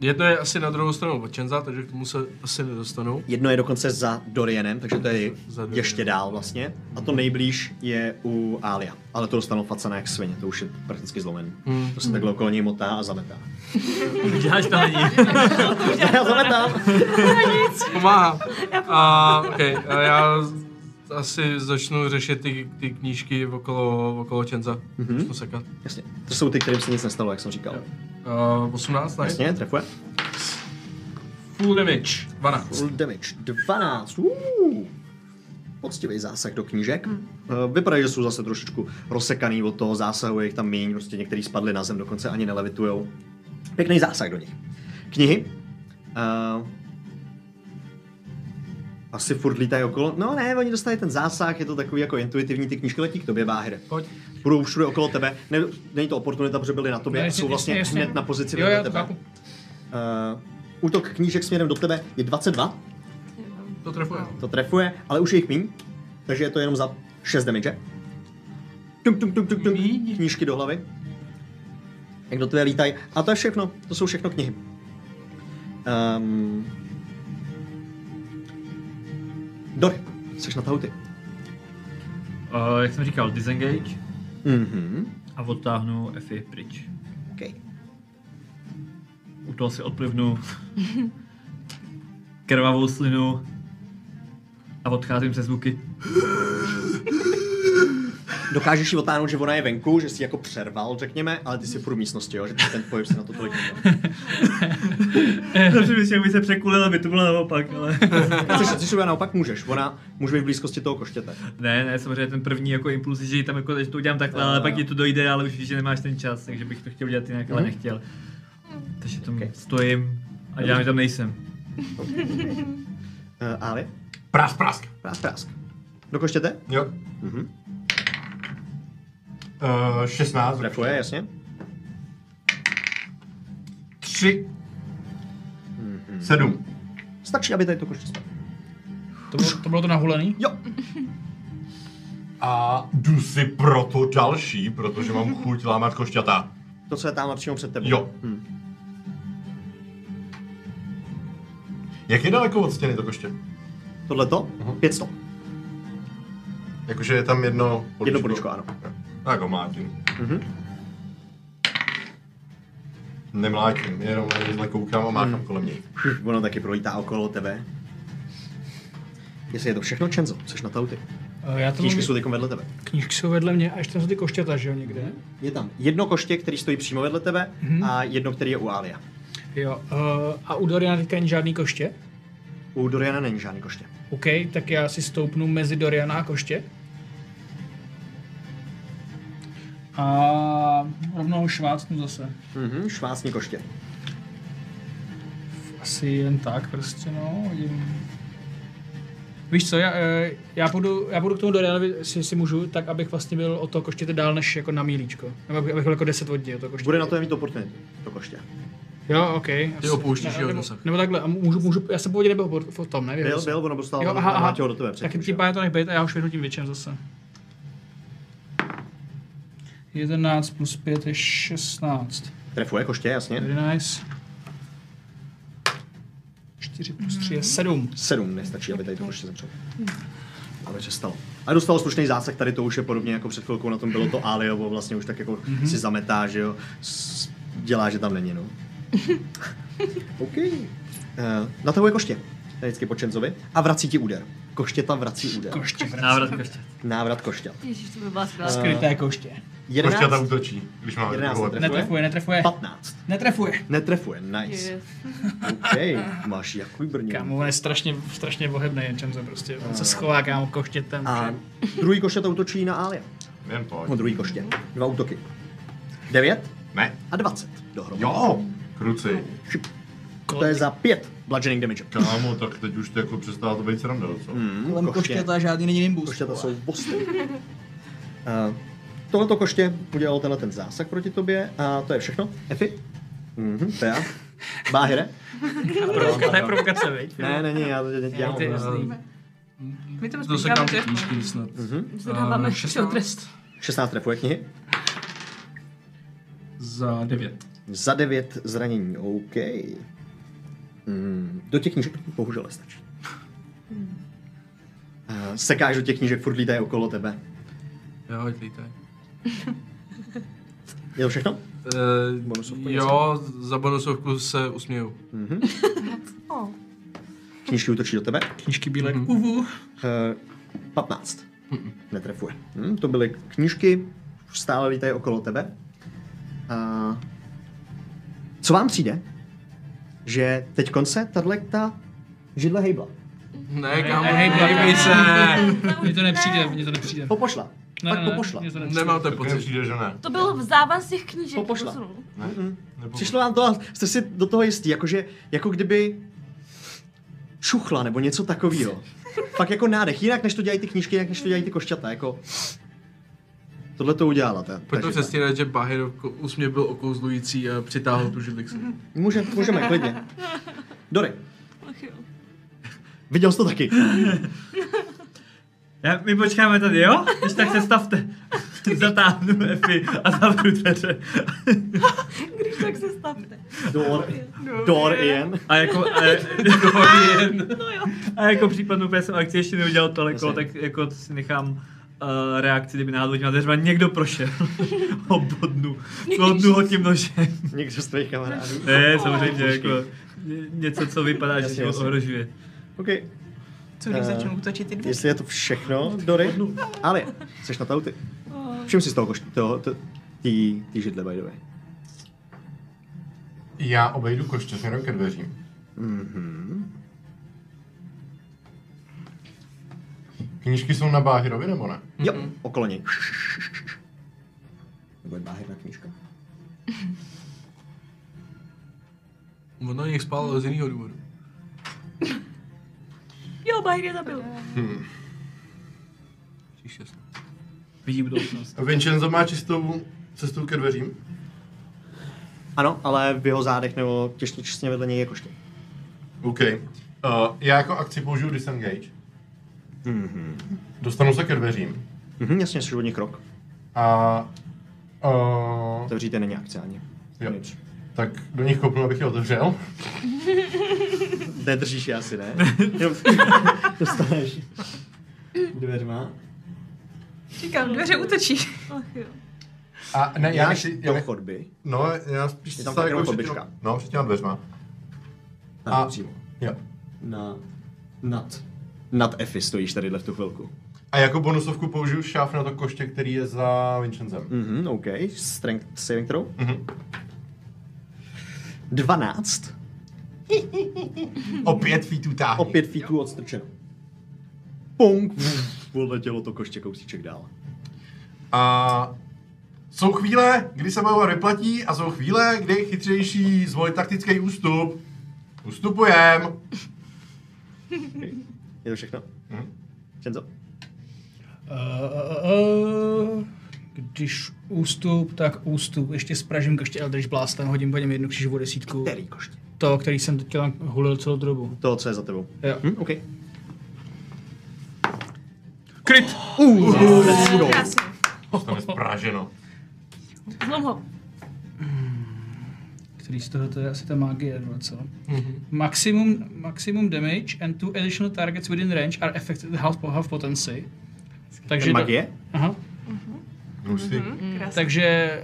[SPEAKER 8] Jedno je asi na druhou stranu od Čenza, takže k tomu se asi nedostanou.
[SPEAKER 1] Jedno je dokonce za Dorienem, takže to je
[SPEAKER 8] Za Dorienem.
[SPEAKER 1] ještě dál vlastně. A to nejblíž je u Alia. Ale to dostanou facena jak svině, to už je prakticky zlomený.
[SPEAKER 8] Hmm.
[SPEAKER 1] To se takhle okolo něj motá a zametá.
[SPEAKER 5] Děláš tam lidi.
[SPEAKER 1] Já zametám!
[SPEAKER 2] No
[SPEAKER 8] Pomáhá. A, okay, a já z- asi začnu řešit ty, ty knížky okolo, okolo Čenza.
[SPEAKER 1] Mhm.
[SPEAKER 8] Mm-hmm. Začnu sekat.
[SPEAKER 1] Jasně, to jsou ty, kterým se nic nestalo, jak jsem říkal.
[SPEAKER 8] Uh, 18, ne?
[SPEAKER 1] Jasně, trefuje.
[SPEAKER 8] Full damage. 12.
[SPEAKER 1] Full damage 12. Uuu. Poctivý zásah do knížek. Mm. Vypadají, že jsou zase trošičku rozsekaný od toho zásahu, je jich tam míň, prostě některý spadli na zem, dokonce ani nelevitujou. Pěkný zásah do nich. Knihy. Uh, asi furt lítají okolo. No ne, oni dostali ten zásah, je to takový jako intuitivní, ty knížky letí k tobě, Báhir.
[SPEAKER 9] Pojď.
[SPEAKER 1] Budou všude okolo tebe. Ne, není to oportunita, protože byli na tobě,
[SPEAKER 9] Ne,
[SPEAKER 1] ne,
[SPEAKER 9] jasně,
[SPEAKER 1] jsou vlastně
[SPEAKER 9] jasně, jasně.
[SPEAKER 1] hned na pozici
[SPEAKER 9] Jo,
[SPEAKER 1] vedle
[SPEAKER 9] já to
[SPEAKER 1] tebe.
[SPEAKER 9] chápu.
[SPEAKER 1] Uh, útok knížek směrem do tebe je 22,
[SPEAKER 8] To trefuje.
[SPEAKER 1] to trefuje, ale už je jich míň, takže je to jenom za 6 damage. Tum, tum, tum, tum, tum. Knížky do hlavy. Jak do tebe lítají. A to je všechno, to jsou všechno knihy. Um, Dor, jsi na tahu ty.
[SPEAKER 5] Uh, jak jsem říkal, disengage
[SPEAKER 1] Mhm,
[SPEAKER 5] a odtáhnu Effie pryč.
[SPEAKER 1] okay.
[SPEAKER 5] U toho si odplivnu krvavou slinu a odcházím se zvuky.
[SPEAKER 1] Dokážeš ji otáhnout, že ona je venku, že si jako přerval, řekněme, ale ty jsi furt v místnosti, jo? že ten pohyb se na to tolik nedal.
[SPEAKER 5] Dobře, myslím, by se překulil, aby to bylo naopak, ale...
[SPEAKER 1] Chceš, chceš udělat naopak můžeš, ona může být v blízkosti toho koštěte.
[SPEAKER 5] ne, ne, samozřejmě ten první jako impuls, že ji tam jako, že to udělám takhle, ale pak ti to dojde, ale už víš, že nemáš ten čas, takže bych to chtěl udělat jinak, ale nechtěl. Takže tam
[SPEAKER 1] Okay.
[SPEAKER 5] stojím a dělám, že tam nejsem.
[SPEAKER 1] Uh, Ali,
[SPEAKER 4] Prask, prask.
[SPEAKER 1] prásk, prásk. Do koštěte?
[SPEAKER 4] Jo.
[SPEAKER 1] Mhm.
[SPEAKER 4] Uh, 16.
[SPEAKER 1] Trefuje, jasně.
[SPEAKER 4] 3. 7.
[SPEAKER 1] Stačí, aby tady to koště spadlo.
[SPEAKER 9] To bylo, to bylo to nahulený?
[SPEAKER 1] Jo,
[SPEAKER 4] A jdu si proto další, protože mám chuť lámat košťata.
[SPEAKER 1] to, co je tam přímo před tebou.
[SPEAKER 4] Jo.
[SPEAKER 1] Hm.
[SPEAKER 4] Jak je daleko od stěny to koště?
[SPEAKER 1] Tohle to?
[SPEAKER 4] Mhm.
[SPEAKER 1] 500.
[SPEAKER 4] Jakože je tam jedno políčko.
[SPEAKER 1] Jedno políčko, ano.
[SPEAKER 4] Tak ho mlátím.
[SPEAKER 1] Mhm.
[SPEAKER 4] Nemlátím, jenom na něj zle koukám a máchám kolem něj.
[SPEAKER 1] Hm, Ono taky prolítá okolo tebe. Jestli je to všechno, Čenzo, jsi na tauty.
[SPEAKER 9] Eh, Já to
[SPEAKER 1] Knížky
[SPEAKER 9] mám-
[SPEAKER 1] jsou teď vedle tebe.
[SPEAKER 9] Knížky jsou vedle mě a ještě tam jsou ty košťata, že jo, někde?
[SPEAKER 1] Je tam jedno koště, který stojí přímo vedle tebe
[SPEAKER 9] Mhm.
[SPEAKER 1] a jedno, který je u Alia.
[SPEAKER 9] Jo, eh, a u Doriana teďka není žádný koště?
[SPEAKER 1] U Doriana není žádný koště.
[SPEAKER 9] OK, tak já si stoupnu mezi Doriana a koště. A rovnou ho švácnu zase.
[SPEAKER 1] Mhm, švácní koště.
[SPEAKER 9] Asi jen tak prostě, no. Hodím. Víš co, já, eh, já, půjdu, já půjdu k tomu Dorianovi, jestli si můžu, tak abych vlastně byl o to koštěte dál než jako na mílíčko. Nebo abych, abych byl jako 10 od něj, o to koště.
[SPEAKER 1] Bude na to mít oportunitu, to koště.
[SPEAKER 9] Jo, OK. Ty
[SPEAKER 8] opouštíš jeho
[SPEAKER 9] nebo,
[SPEAKER 8] dosah.
[SPEAKER 9] nebo takhle, a můžu, můžu, já jsem původně nebyl po- po tom, ne?
[SPEAKER 1] Byl,
[SPEAKER 9] Věděl jsem.
[SPEAKER 1] byl, ono dostal
[SPEAKER 9] Jo,
[SPEAKER 1] jo,
[SPEAKER 9] aha, aha.
[SPEAKER 1] do tebe
[SPEAKER 9] Tak
[SPEAKER 1] předtím, že
[SPEAKER 9] tím
[SPEAKER 1] jo?
[SPEAKER 9] pádem to nech být a já už vyhodím většem zase. 11 plus 5 je 16.
[SPEAKER 1] Trefuje koště, jasně.
[SPEAKER 9] Very nice. 4 plus 3 je 7.
[SPEAKER 1] Sedm nestačí, aby tady to koště zemřelo. Aby se stalo. A dostal slušný zásah, tady to už je podobně jako před chvilkou, na tom bylo to Aliovo, vlastně už tak jako
[SPEAKER 9] Mhm.
[SPEAKER 1] mm-hmm. si zametá, že jo, s- dělá, že tam není, no. OK. Uh, natahuje koště, tady vždycky po Čenzovi, a vrací ti úder. Koště tam vrací úder.
[SPEAKER 9] Koště, vrát.
[SPEAKER 5] Návrat koště.
[SPEAKER 1] Návrat koště.
[SPEAKER 2] Ježíš, to by byla skvělá.
[SPEAKER 9] Skryté koště.
[SPEAKER 4] Košťata
[SPEAKER 1] 11,
[SPEAKER 4] útočí, když máme
[SPEAKER 1] Jedenáct
[SPEAKER 4] druhou
[SPEAKER 1] trefuje.
[SPEAKER 9] Netrefuje, netrefuje.
[SPEAKER 1] 15.
[SPEAKER 9] Netrefuje.
[SPEAKER 1] Netrefuje, nice. OK, máš jaký brně.
[SPEAKER 9] Kámo, on je strašně, strašně bohebný, jen čemže prostě. On se schová, kámo, koštětem.
[SPEAKER 1] A druhý koště to útočí na Alia.
[SPEAKER 4] Jen pojď.
[SPEAKER 1] No, druhý koště. Dva útoky. 9
[SPEAKER 4] Ne.
[SPEAKER 1] a 20 dohromady.
[SPEAKER 4] Jo. Kruci.
[SPEAKER 1] To je za 5 bludgeoning damage.
[SPEAKER 4] Kámo, tak teď už to jako přestává to být sranda, co?
[SPEAKER 1] Mm, koště,
[SPEAKER 9] žádný není nimbus.
[SPEAKER 1] koštěta jsou bosty. Uh, tohleto koště udělalo tenhle ten zásah proti tobě a to je všechno. Efi? Mhm, to já. Báhre?
[SPEAKER 9] Provoka, to je provokace, viď?
[SPEAKER 1] Ne, není, já Mhm. to nedělám.
[SPEAKER 9] Ty-
[SPEAKER 3] My tam
[SPEAKER 8] To se kam ty
[SPEAKER 3] trefku.
[SPEAKER 8] knížky snad.
[SPEAKER 1] Mhm.
[SPEAKER 2] Zvedáváme
[SPEAKER 8] Eh,
[SPEAKER 2] uh, trest.
[SPEAKER 1] 16 trefuje knihy.
[SPEAKER 8] Za devět.
[SPEAKER 1] Za 9 zranění, OK. Mm, do těch knížek bohužel nestačí. Eh, Sekáš do těch knížek, furt lítají okolo tebe.
[SPEAKER 8] Jo, ať lítaj.
[SPEAKER 1] Je to všechno? Bonusovku Mhm.
[SPEAKER 8] Uh, jo, za bonusovku se usměju.
[SPEAKER 1] Knížky útočí do tebe.
[SPEAKER 9] Knížky bílé k uvu.
[SPEAKER 1] Eh, 15. Netrefuje. Hm, to byly knížky, stále lítají okolo tebe. A co vám přijde? Že teď konce tahle ta židle hejbla.
[SPEAKER 8] Ne, kámo,
[SPEAKER 9] ne, ne,
[SPEAKER 8] nedívej
[SPEAKER 9] ne,
[SPEAKER 8] se.
[SPEAKER 9] Mně to nepřijde, mně to nepřijde.
[SPEAKER 1] Popošla.
[SPEAKER 9] Ne,
[SPEAKER 1] Fakt
[SPEAKER 9] ne, ne,
[SPEAKER 1] popošla.
[SPEAKER 9] mně to nepřijde.
[SPEAKER 8] Nemáte
[SPEAKER 4] Takovým
[SPEAKER 8] pocit.
[SPEAKER 4] přijde, že ne.
[SPEAKER 2] To byl v závaz těch knížek.
[SPEAKER 1] Popošla.
[SPEAKER 2] posunul.
[SPEAKER 4] Nebo...
[SPEAKER 1] Přišlo vám to a jste si do toho jistý, jakože, jako kdyby šuchla nebo něco takového. Fakt jako nádech, jinak než to dělají ty knížky, jinak než to dělají ty košťata, jako... Tohle to udělala. Ta, ta
[SPEAKER 8] Pojďme
[SPEAKER 1] židle.
[SPEAKER 8] přestírat, že Bahirov ko- úsměv byl okouzlující a přitáhl tu židli k sobě.
[SPEAKER 1] Může, můžeme, klidně. Dory,
[SPEAKER 2] Ach jo.
[SPEAKER 1] viděl jsi to taky.
[SPEAKER 5] Já, my počkáme tady, jo? Když tak se stavte. Zatáhnu Efi a zavřu dveře.
[SPEAKER 2] Když tak se stavte.
[SPEAKER 1] Dor, Dor Ian.
[SPEAKER 5] A jako, a,
[SPEAKER 2] No jo.
[SPEAKER 5] a jako případnou úplně jsem akci ještě neudělal toliko,
[SPEAKER 1] Jasně.
[SPEAKER 5] tak jako si nechám uh, reakci, kdyby náhodou těma dveřma někdo prošel. Obodnu. Klodnu ho tím nožem.
[SPEAKER 1] Někdo z tvých kamarádů.
[SPEAKER 5] Ne, samozřejmě, jako ně- něco, co vypadá, že
[SPEAKER 1] Jasně,
[SPEAKER 5] se
[SPEAKER 1] jasně.
[SPEAKER 5] ohrožuje.
[SPEAKER 1] OK,
[SPEAKER 3] Co když
[SPEAKER 1] Eh,
[SPEAKER 3] začnou útočit ty dvě?
[SPEAKER 1] jestli je to všechno, Dory. Ale, jsi na tauty.
[SPEAKER 3] Oh.
[SPEAKER 1] Všim si z toho, koš- toho, to- tý, tý židle, by the way.
[SPEAKER 4] Já obejdu koště směrem ke dveřím.
[SPEAKER 5] Mhm.
[SPEAKER 4] Knížky jsou na Báhirovi, nebo ne?
[SPEAKER 1] Jo,
[SPEAKER 5] Mhm.
[SPEAKER 1] okolo něj. Nebo je báhirná knížka.
[SPEAKER 8] On na nich spal z jiného důvodu.
[SPEAKER 2] Jo, Bahir je zabil.
[SPEAKER 8] Příště snad.
[SPEAKER 5] Vidí budoucnost.
[SPEAKER 4] Vincenzo má čistou cestu ke dveřím.
[SPEAKER 1] Ano, ale v jeho zádech nebo těsně, těsně vedle něj je koště.
[SPEAKER 4] OK. Uh, já jako akci použiju disengage. Mm-hmm. Dostanu se ke dveřím.
[SPEAKER 1] Mhm, jasně, jsi od nich krok.
[SPEAKER 4] A uh,
[SPEAKER 1] Otevříte není akce ani.
[SPEAKER 4] Jo.
[SPEAKER 1] Nic.
[SPEAKER 4] tak do nich kopnu, abych je otevřel.
[SPEAKER 1] Nedržíš je asi, ne? Jenom dostaneš dveřma.
[SPEAKER 3] Říkám, dveře útočí.
[SPEAKER 2] Ach jo.
[SPEAKER 4] A ne, já
[SPEAKER 1] Já
[SPEAKER 4] nechci... Já
[SPEAKER 1] do
[SPEAKER 4] nech...
[SPEAKER 1] chodby.
[SPEAKER 4] No, já spíš...
[SPEAKER 1] Je tam
[SPEAKER 4] se
[SPEAKER 1] fakt jenom
[SPEAKER 4] před těma-
[SPEAKER 1] chodbička.
[SPEAKER 4] No, před těma dveřma.
[SPEAKER 1] A
[SPEAKER 4] A-
[SPEAKER 1] přímo.
[SPEAKER 4] Jo.
[SPEAKER 1] Na, nad. Nad Efi stojíš tadyhle v tu chvilku.
[SPEAKER 4] A jako bonusovku použiju šáf na to koště, který je za Vincencem.
[SPEAKER 1] Mhm, OK. Strength saving throw.
[SPEAKER 4] Mhm.
[SPEAKER 1] 12.
[SPEAKER 4] O pět feetů táhni.
[SPEAKER 1] O pět feetů odstrčeno. Pong. Vf, Odletělo to koště kousíček dál.
[SPEAKER 4] A jsou chvíle, kdy se bojovat vyplatí a jsou chvíle, kdy je chytřejší zvolit taktický ústup. Ustupujem.
[SPEAKER 1] Je to všechno?
[SPEAKER 4] Mhm.
[SPEAKER 1] Čenzo?
[SPEAKER 9] Eh, Když ústup, tak ústup. Ještě spražím ještě Eldritch Blastem, hodím po něm jednu křižovou desítku.
[SPEAKER 1] Který koště?
[SPEAKER 9] To, který jsem teďka tam hulil celou tu dobu.
[SPEAKER 1] To, co je za tebou.
[SPEAKER 9] Jo.
[SPEAKER 1] Hm, OK.
[SPEAKER 9] Kryt!
[SPEAKER 3] Krásně.
[SPEAKER 4] Dostane spraženo.
[SPEAKER 2] Zlom ho.
[SPEAKER 9] Který z toho to je asi ta magie, nebo co? Maximum, maximum damage and two additional targets within range are affected half, half potency. Takže
[SPEAKER 1] Takže magie?
[SPEAKER 9] To, aha,
[SPEAKER 4] Hustý.
[SPEAKER 9] takže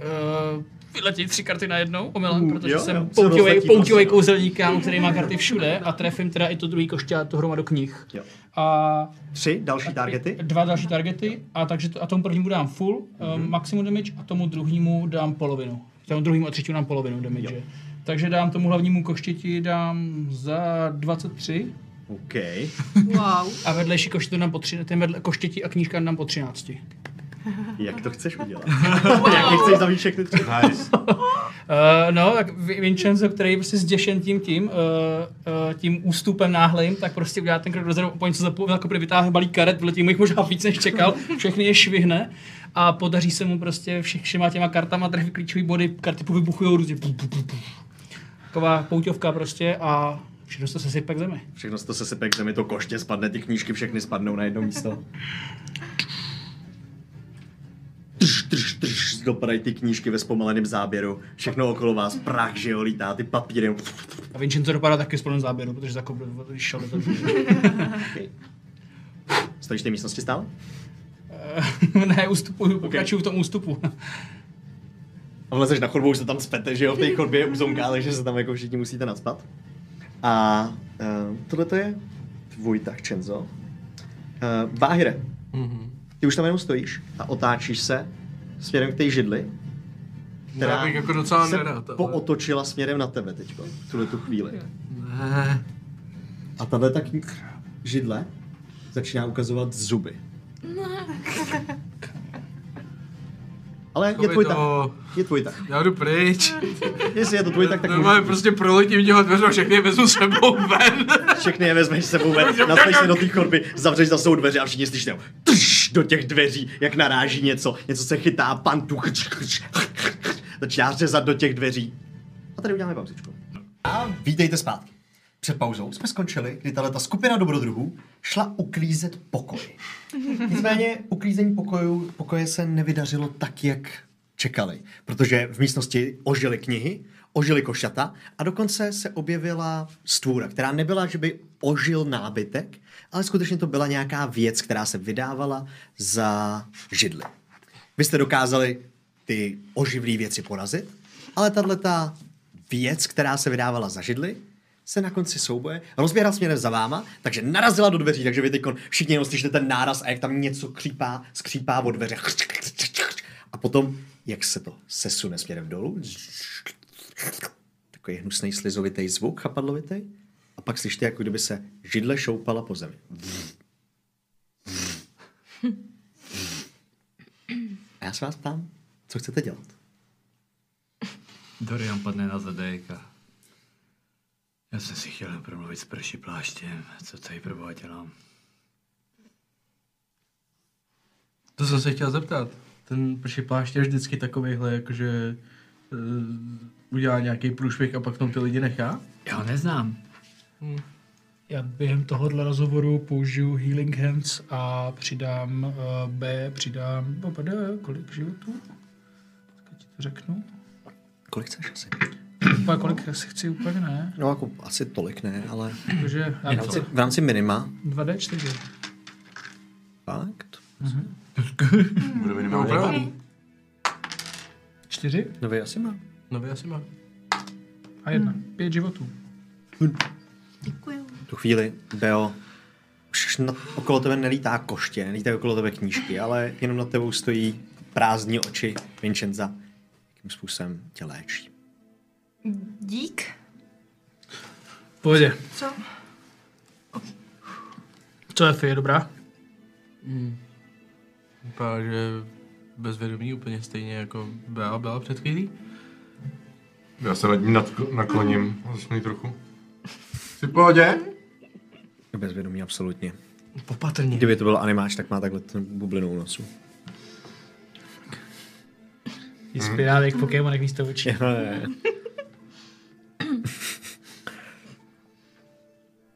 [SPEAKER 9] uh, vyletí tři karty najednou, omylem,
[SPEAKER 1] Mm,
[SPEAKER 9] protože
[SPEAKER 1] jo, jo,
[SPEAKER 9] jsem
[SPEAKER 1] se rozletí
[SPEAKER 9] poutivej
[SPEAKER 1] prostě, no.
[SPEAKER 9] kouzelník, kámo, který má karty všude a trefím teda i to druhý koště a tu hromadu knih.
[SPEAKER 1] Jo.
[SPEAKER 9] A
[SPEAKER 1] Tři další targety?
[SPEAKER 9] Dva další targety a takže to, a tomu prvnímu dám full mm-hmm.
[SPEAKER 1] Mhm.
[SPEAKER 9] um, maximum damage a tomu druhému dám polovinu. Tomu druhému a třetímu dám polovinu damage. Jo. Takže dám tomu hlavnímu koštěti dám za 23
[SPEAKER 1] OK.
[SPEAKER 2] Wow.
[SPEAKER 9] a vedlejší koštěti dám po 13, ten vedle koštěti a knížka dám po 13. Uh,
[SPEAKER 1] Jak to chceš udělat? Jak je chceš zabít všechny tři?
[SPEAKER 4] Nice.
[SPEAKER 9] Uh, no, tak Vi- Vincenzo, který je prostě zděšen tím tím, uh, uh, tím ústupem náhlým, tak prostě udělá ten krok dozadu, úplně se zapůl, jako vytáhne balík karet, vyletí mu jich možná víc než čekal, všechny je švihne a podaří se mu prostě všech, všema těma kartama trefit klíčové body, karty povybuchují různě. Pum, pum, pum, pum. Taková pouťovka prostě a všechno se sesype k zemi.
[SPEAKER 1] Všechno se to sesype k zemi, to koště spadne, ty knížky všechny spadnou na jedno místo. Trš, trš, trš, dopadají ty knížky ve zpomaleném záběru. Všechno okolo vás, prach, že jo, lítá, ty papíry.
[SPEAKER 9] A Vincenzo dopadá taky s plným záběru, protože zakopl, když šel do toho.
[SPEAKER 1] Stojíš v té místnosti stále?
[SPEAKER 9] Eh, ne, ustupuju, pokračuju v tom ústupu.
[SPEAKER 1] A vlezeš na chodbu, už se tam spete, že jo, v té chodbě je uzonká, takže se tam jako všichni musíte nadspat. A uh, tohle to je tvůj tak, Čenzo. Uh, Báhire,
[SPEAKER 8] Mhm.
[SPEAKER 1] ty už tam jenom stojíš a otáčíš se směrem k té židli, která
[SPEAKER 8] Já bych jako docela
[SPEAKER 1] se
[SPEAKER 8] nerad, ale-
[SPEAKER 1] pootočila směrem na tebe teď, v tuhle tu chvíli.
[SPEAKER 8] Ne.
[SPEAKER 1] A tahle ta kni- židle začíná ukazovat zuby. Ale je
[SPEAKER 8] Takový
[SPEAKER 1] tvůj tak.
[SPEAKER 8] to-
[SPEAKER 1] Je tvůj tak.
[SPEAKER 8] Já jdu pryč.
[SPEAKER 1] Jestli je to tvůj tak, tak můžu.
[SPEAKER 8] Normálně prostě proletím těho dveře a všechny je vezmu s sebou ven.
[SPEAKER 1] Všechny je vezmeš sebou ven, naspeš se do té chodby, zavřeš za svou dveře a všichni slyšíte trš, do těch dveří, jak naráží něco, něco se chytá, pantuch, chrč, chrč, chrč, chrč, začíná řezat do těch dveří. A tady uděláme pauzičku. A vítejte zpátky. Před pauzou jsme skončili, kdy tahle ta skupina dobrodruhů šla uklízet pokoj. Nicméně uklízení pokojů, pokoje se nevydařilo tak, jak čekali, protože v místnosti ožily knihy, ožily košata a dokonce se objevila stvůra, která nebyla, že by ožil nábytek, ale skutečně to byla nějaká věc, která se vydávala za židly. Vy jste dokázali ty oživlé věci porazit, ale tahle ta věc, která se vydávala za židli, se na konci souboje rozběhla směrem za váma, takže narazila do dveří, takže vy teď všichni jenom slyšíte ten náraz a jak tam něco křípá, skřípá o dveře. A potom, jak se to sesune směrem dolů, takový hnusný slizovitý zvuk, chapadlovitý, a pak slyšíte, jako kdyby se židle šoupala po zemi. A já se vás ptám, co chcete dělat?
[SPEAKER 5] Dorian padne na zadek a... Já jsem si chtěl jen promluvit s prší pláštěm, co tady pro boha dělám.
[SPEAKER 8] To jsem se chtěl zeptat. Ten prší plášť je vždycky takovýhle, jakože uh, udělá nějaký průšvih a pak v tom ty lidi nechá?
[SPEAKER 5] Já ho neznám.
[SPEAKER 9] Já během tohohle rozhovoru použiju Healing Hands a přidám uh, B, přidám BD, kolik životů? Tak ti to řeknu.
[SPEAKER 1] Kolik chceš asi?
[SPEAKER 9] Úplně kolik asi chci úplně ne,
[SPEAKER 1] No jako asi tolik ne, ale
[SPEAKER 9] takže
[SPEAKER 1] v rámci, v rámci minima.
[SPEAKER 9] 2D4.
[SPEAKER 1] Fakt?
[SPEAKER 9] Mhm.
[SPEAKER 4] Bude
[SPEAKER 8] No,
[SPEAKER 4] minimálně.
[SPEAKER 8] opravdu.
[SPEAKER 9] 4
[SPEAKER 1] No vy asi má.
[SPEAKER 8] No, vy asi má.
[SPEAKER 9] a 1. 5 životů.
[SPEAKER 2] Děkuju.
[SPEAKER 1] tu chvíli, Beo, už na, okolo tebe nelítá koště, nelítají okolo tebe knížky, ale jenom nad tebou stojí prázdní oči Vincenza. Jakým způsobem tě léčí.
[SPEAKER 3] Dík.
[SPEAKER 9] Pohodě.
[SPEAKER 3] Co?
[SPEAKER 9] Co je je dobrá?
[SPEAKER 8] Vypadá, že bezvědomí úplně stejně jako Bea byla před chvílí.
[SPEAKER 4] Já se nad ním nadk- nakloním. Začnu jí trochu. Jsi v pohodě?
[SPEAKER 1] Bezvědomí absolutně.
[SPEAKER 8] Popatrně.
[SPEAKER 1] Kdyby to byl animáč, tak má takhle tu bublinu u nosu.
[SPEAKER 9] Je spirálek, pokémonek místo očí.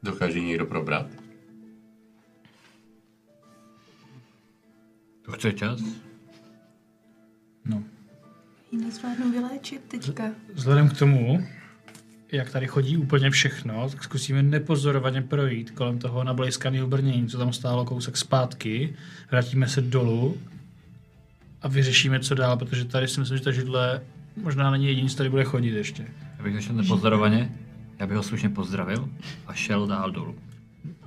[SPEAKER 4] Dokáže ji někdo probrat.
[SPEAKER 5] To chce čas?
[SPEAKER 3] Ji nezvládnu vyléčit teďka.
[SPEAKER 9] Vzhledem k tomu, jak tady chodí úplně všechno, tak zkusíme nepozorovaně projít kolem toho nablejskaného brnění, co tam stálo kousek zpátky. Vrátíme se dolů a vyřešíme, co dál, protože tady si myslím, že ta židle možná není jediný, co tady bude chodit ještě.
[SPEAKER 5] Já bych zašel nepozorovaně, já bych ho slušně pozdravil a šel dál dolů.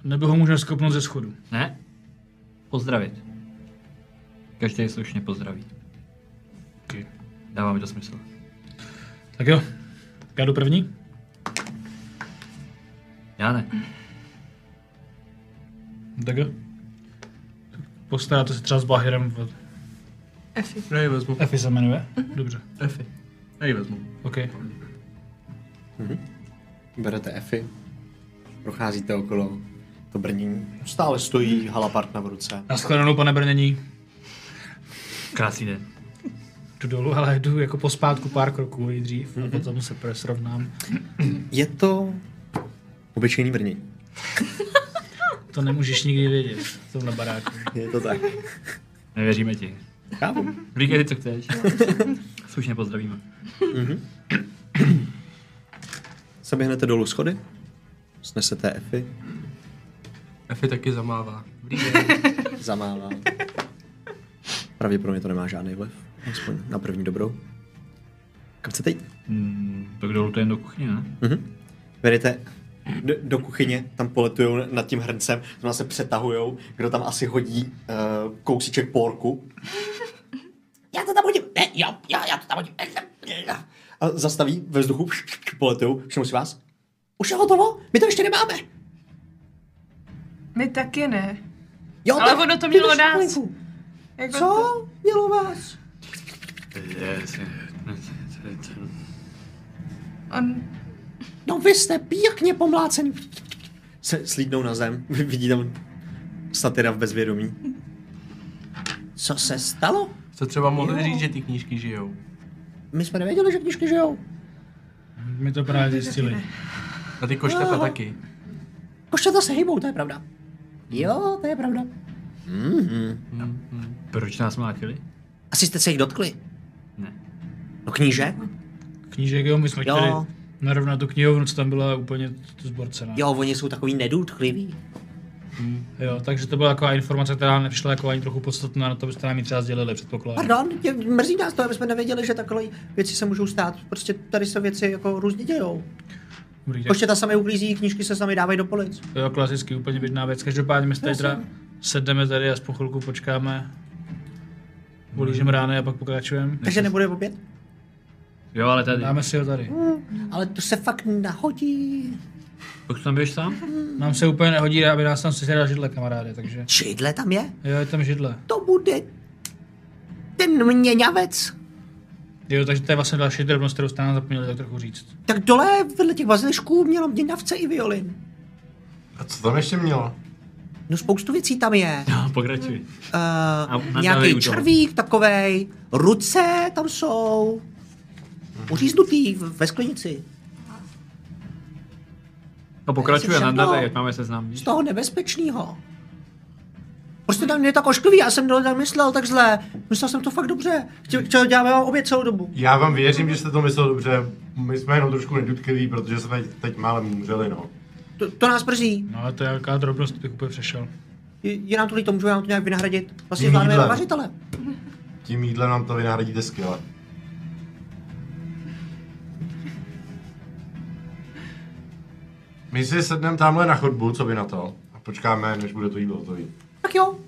[SPEAKER 9] Nebo ho můžeme skopnout ze schodu.
[SPEAKER 5] Ne? Pozdravit. Každý je slušně pozdraví.
[SPEAKER 9] Okay.
[SPEAKER 5] Dává mi to smysl.
[SPEAKER 9] Tak jo, já jdu první.
[SPEAKER 5] Já ne.
[SPEAKER 9] Tak jo. Postaráte se třeba s Bahirem, v...
[SPEAKER 3] Efi.
[SPEAKER 8] Já ji vezmu.
[SPEAKER 9] Efi se jmenuje? Dobře,
[SPEAKER 8] Efi. Já ji vezmu.
[SPEAKER 9] OK.
[SPEAKER 1] Mhm. Berete Efi, procházíte okolo to brnění. Stále stojí halapartna v ruce.
[SPEAKER 9] Naschledanou, pane Brnění.
[SPEAKER 5] Krásný den.
[SPEAKER 9] jdu dolů, ale jdu jako pospátku pár kroků nejdřív
[SPEAKER 1] Mhm.
[SPEAKER 9] a potom se pr- srovnám.
[SPEAKER 1] Je to obyčejný brnění.
[SPEAKER 9] To nemůžeš nikdy vědět v tomhle baráku.
[SPEAKER 1] Je to tak.
[SPEAKER 5] Nevěříme ti.
[SPEAKER 1] Chápu.
[SPEAKER 5] Říkej, co chceš. Slušně pozdravíme.
[SPEAKER 1] Mhm. Se běhnete dolů schody, snesete Efi,
[SPEAKER 8] Efi taky zamává.
[SPEAKER 1] zamává. Pravděpodobně to nemá žádný vliv, aspoň na první dobrou. Kam chcete jít?
[SPEAKER 5] Hmm, tak dolů to jen do kuchyně, ne?
[SPEAKER 1] Mhm. Vedete do, do kuchyně, tam poletujou nad tím hrncem, tam se přetahujou, kdo tam asi hodí uh, kousíček porku. Já to tam hodím, ne, já, já, já to tam hodím. A zastaví ve vzduchu, pš, pš, pš, poletujou, všemu si vás. Už je hotovo? My to ještě nemáme.
[SPEAKER 3] My taky ne.
[SPEAKER 1] Jo,
[SPEAKER 3] Ale
[SPEAKER 1] tak
[SPEAKER 3] ono to mělo
[SPEAKER 1] vydrž
[SPEAKER 3] nás.
[SPEAKER 1] chvilinku.
[SPEAKER 3] Jako To...
[SPEAKER 1] Co? Mělo vás?
[SPEAKER 3] On
[SPEAKER 1] No vy jste pěkně pomlácený. Se slídnou na zem, vidí tam satyra v bezvědomí. Co se stalo?
[SPEAKER 8] Co třeba
[SPEAKER 1] Jo.
[SPEAKER 8] mohli říct, že ty knížky žijou?
[SPEAKER 1] My jsme nevěděli, že knižky žijou.
[SPEAKER 9] My to právě zjistili.
[SPEAKER 8] A ty koštepa
[SPEAKER 1] Jo.
[SPEAKER 8] taky.
[SPEAKER 1] Košťata se hýbou, to je pravda. Jo, to je pravda.
[SPEAKER 5] Hmm.
[SPEAKER 1] Mm-hmm.
[SPEAKER 5] Proč nás mlátili?
[SPEAKER 1] Asi jste se jich dotkli.
[SPEAKER 5] Ne.
[SPEAKER 1] No knížek?
[SPEAKER 9] Knížek, jo, my jsme
[SPEAKER 1] Jo.
[SPEAKER 9] chtěli narovnat tu knihovnu, co tam byla úplně no. zborcená.
[SPEAKER 1] Jo, oni jsou takový nedůtklivý.
[SPEAKER 9] jo. takže to byla taková informace, která nepřišla jako ani trochu podstatná, na to byste nám ji třeba sdělili, předpokládám.
[SPEAKER 1] Pardon, je- mrzí nás to, aby jsme nevěděli, že takové věci se můžou stát. Prostě tady se věci jako různě dějou.
[SPEAKER 9] Dobrý, tak-
[SPEAKER 1] Košťata sami uklízí, knížky se sami dávají do polic.
[SPEAKER 9] To je klasicky úplně běžná věc. Každopádně my se tady teda sedneme tady a po chvilku počkáme.
[SPEAKER 5] Hmm.
[SPEAKER 9] Volížeme rány a pak pokračujeme.
[SPEAKER 1] Takže nebude oběd? Hmm,
[SPEAKER 5] Jo, ale tady.
[SPEAKER 9] Dáme si ho tady.
[SPEAKER 1] Ale to se fakt nahodí.
[SPEAKER 5] Pokud tam běž sám?
[SPEAKER 9] Nám se úplně nehodí, aby nás tam sežrala židle, kamaráde, takže...
[SPEAKER 1] Čidle tam je?
[SPEAKER 9] Jo, je tam židle.
[SPEAKER 1] To bude ten měňavec.
[SPEAKER 9] Jo, takže to je vlastně další drobnost, kterou jste nám zapomněli tak trochu říct.
[SPEAKER 1] Tak dole vedle těch bazilišků mělo měňavce i violin.
[SPEAKER 4] A co tam ještě mělo?
[SPEAKER 1] No spoustu věcí tam je.
[SPEAKER 5] No, pokračuj.
[SPEAKER 1] Uh,
[SPEAKER 5] na tady
[SPEAKER 1] nějaký
[SPEAKER 5] u toho.
[SPEAKER 1] červík takovej, ruce tam jsou. Uříznutý v- ve sklenici.
[SPEAKER 5] No pokračuje,
[SPEAKER 1] Asi všechno.
[SPEAKER 5] nadále, jak máme seznam.
[SPEAKER 1] Z toho nebezpečného. Prostě tam je tak ošklivý, já jsem to nemyslel tak zle. Myslel jsem to fakt dobře. Chtěl, chtěl děláme vám oběd celou dobu.
[SPEAKER 4] Já vám věřím, že jste to myslel dobře. My jsme jenom trošku nedutkiví, protože jsme teď málem umřeli, no.
[SPEAKER 1] To, to nás mrzí.
[SPEAKER 9] No, ale to je nějaká drobnost, bych úplně přešel.
[SPEAKER 1] Je, je nám to líto, můžeme nám to nějak vynahradit. Vlastně
[SPEAKER 4] Jiným
[SPEAKER 1] zvládneme
[SPEAKER 4] jídlem.
[SPEAKER 1] vařitele.
[SPEAKER 4] Tím jídlem nám to vynahradíte skvěle. My si sedneme tamhle na chodbu, co vy na to? A počkáme, než bude to jídlo hotový.
[SPEAKER 1] Tak jo,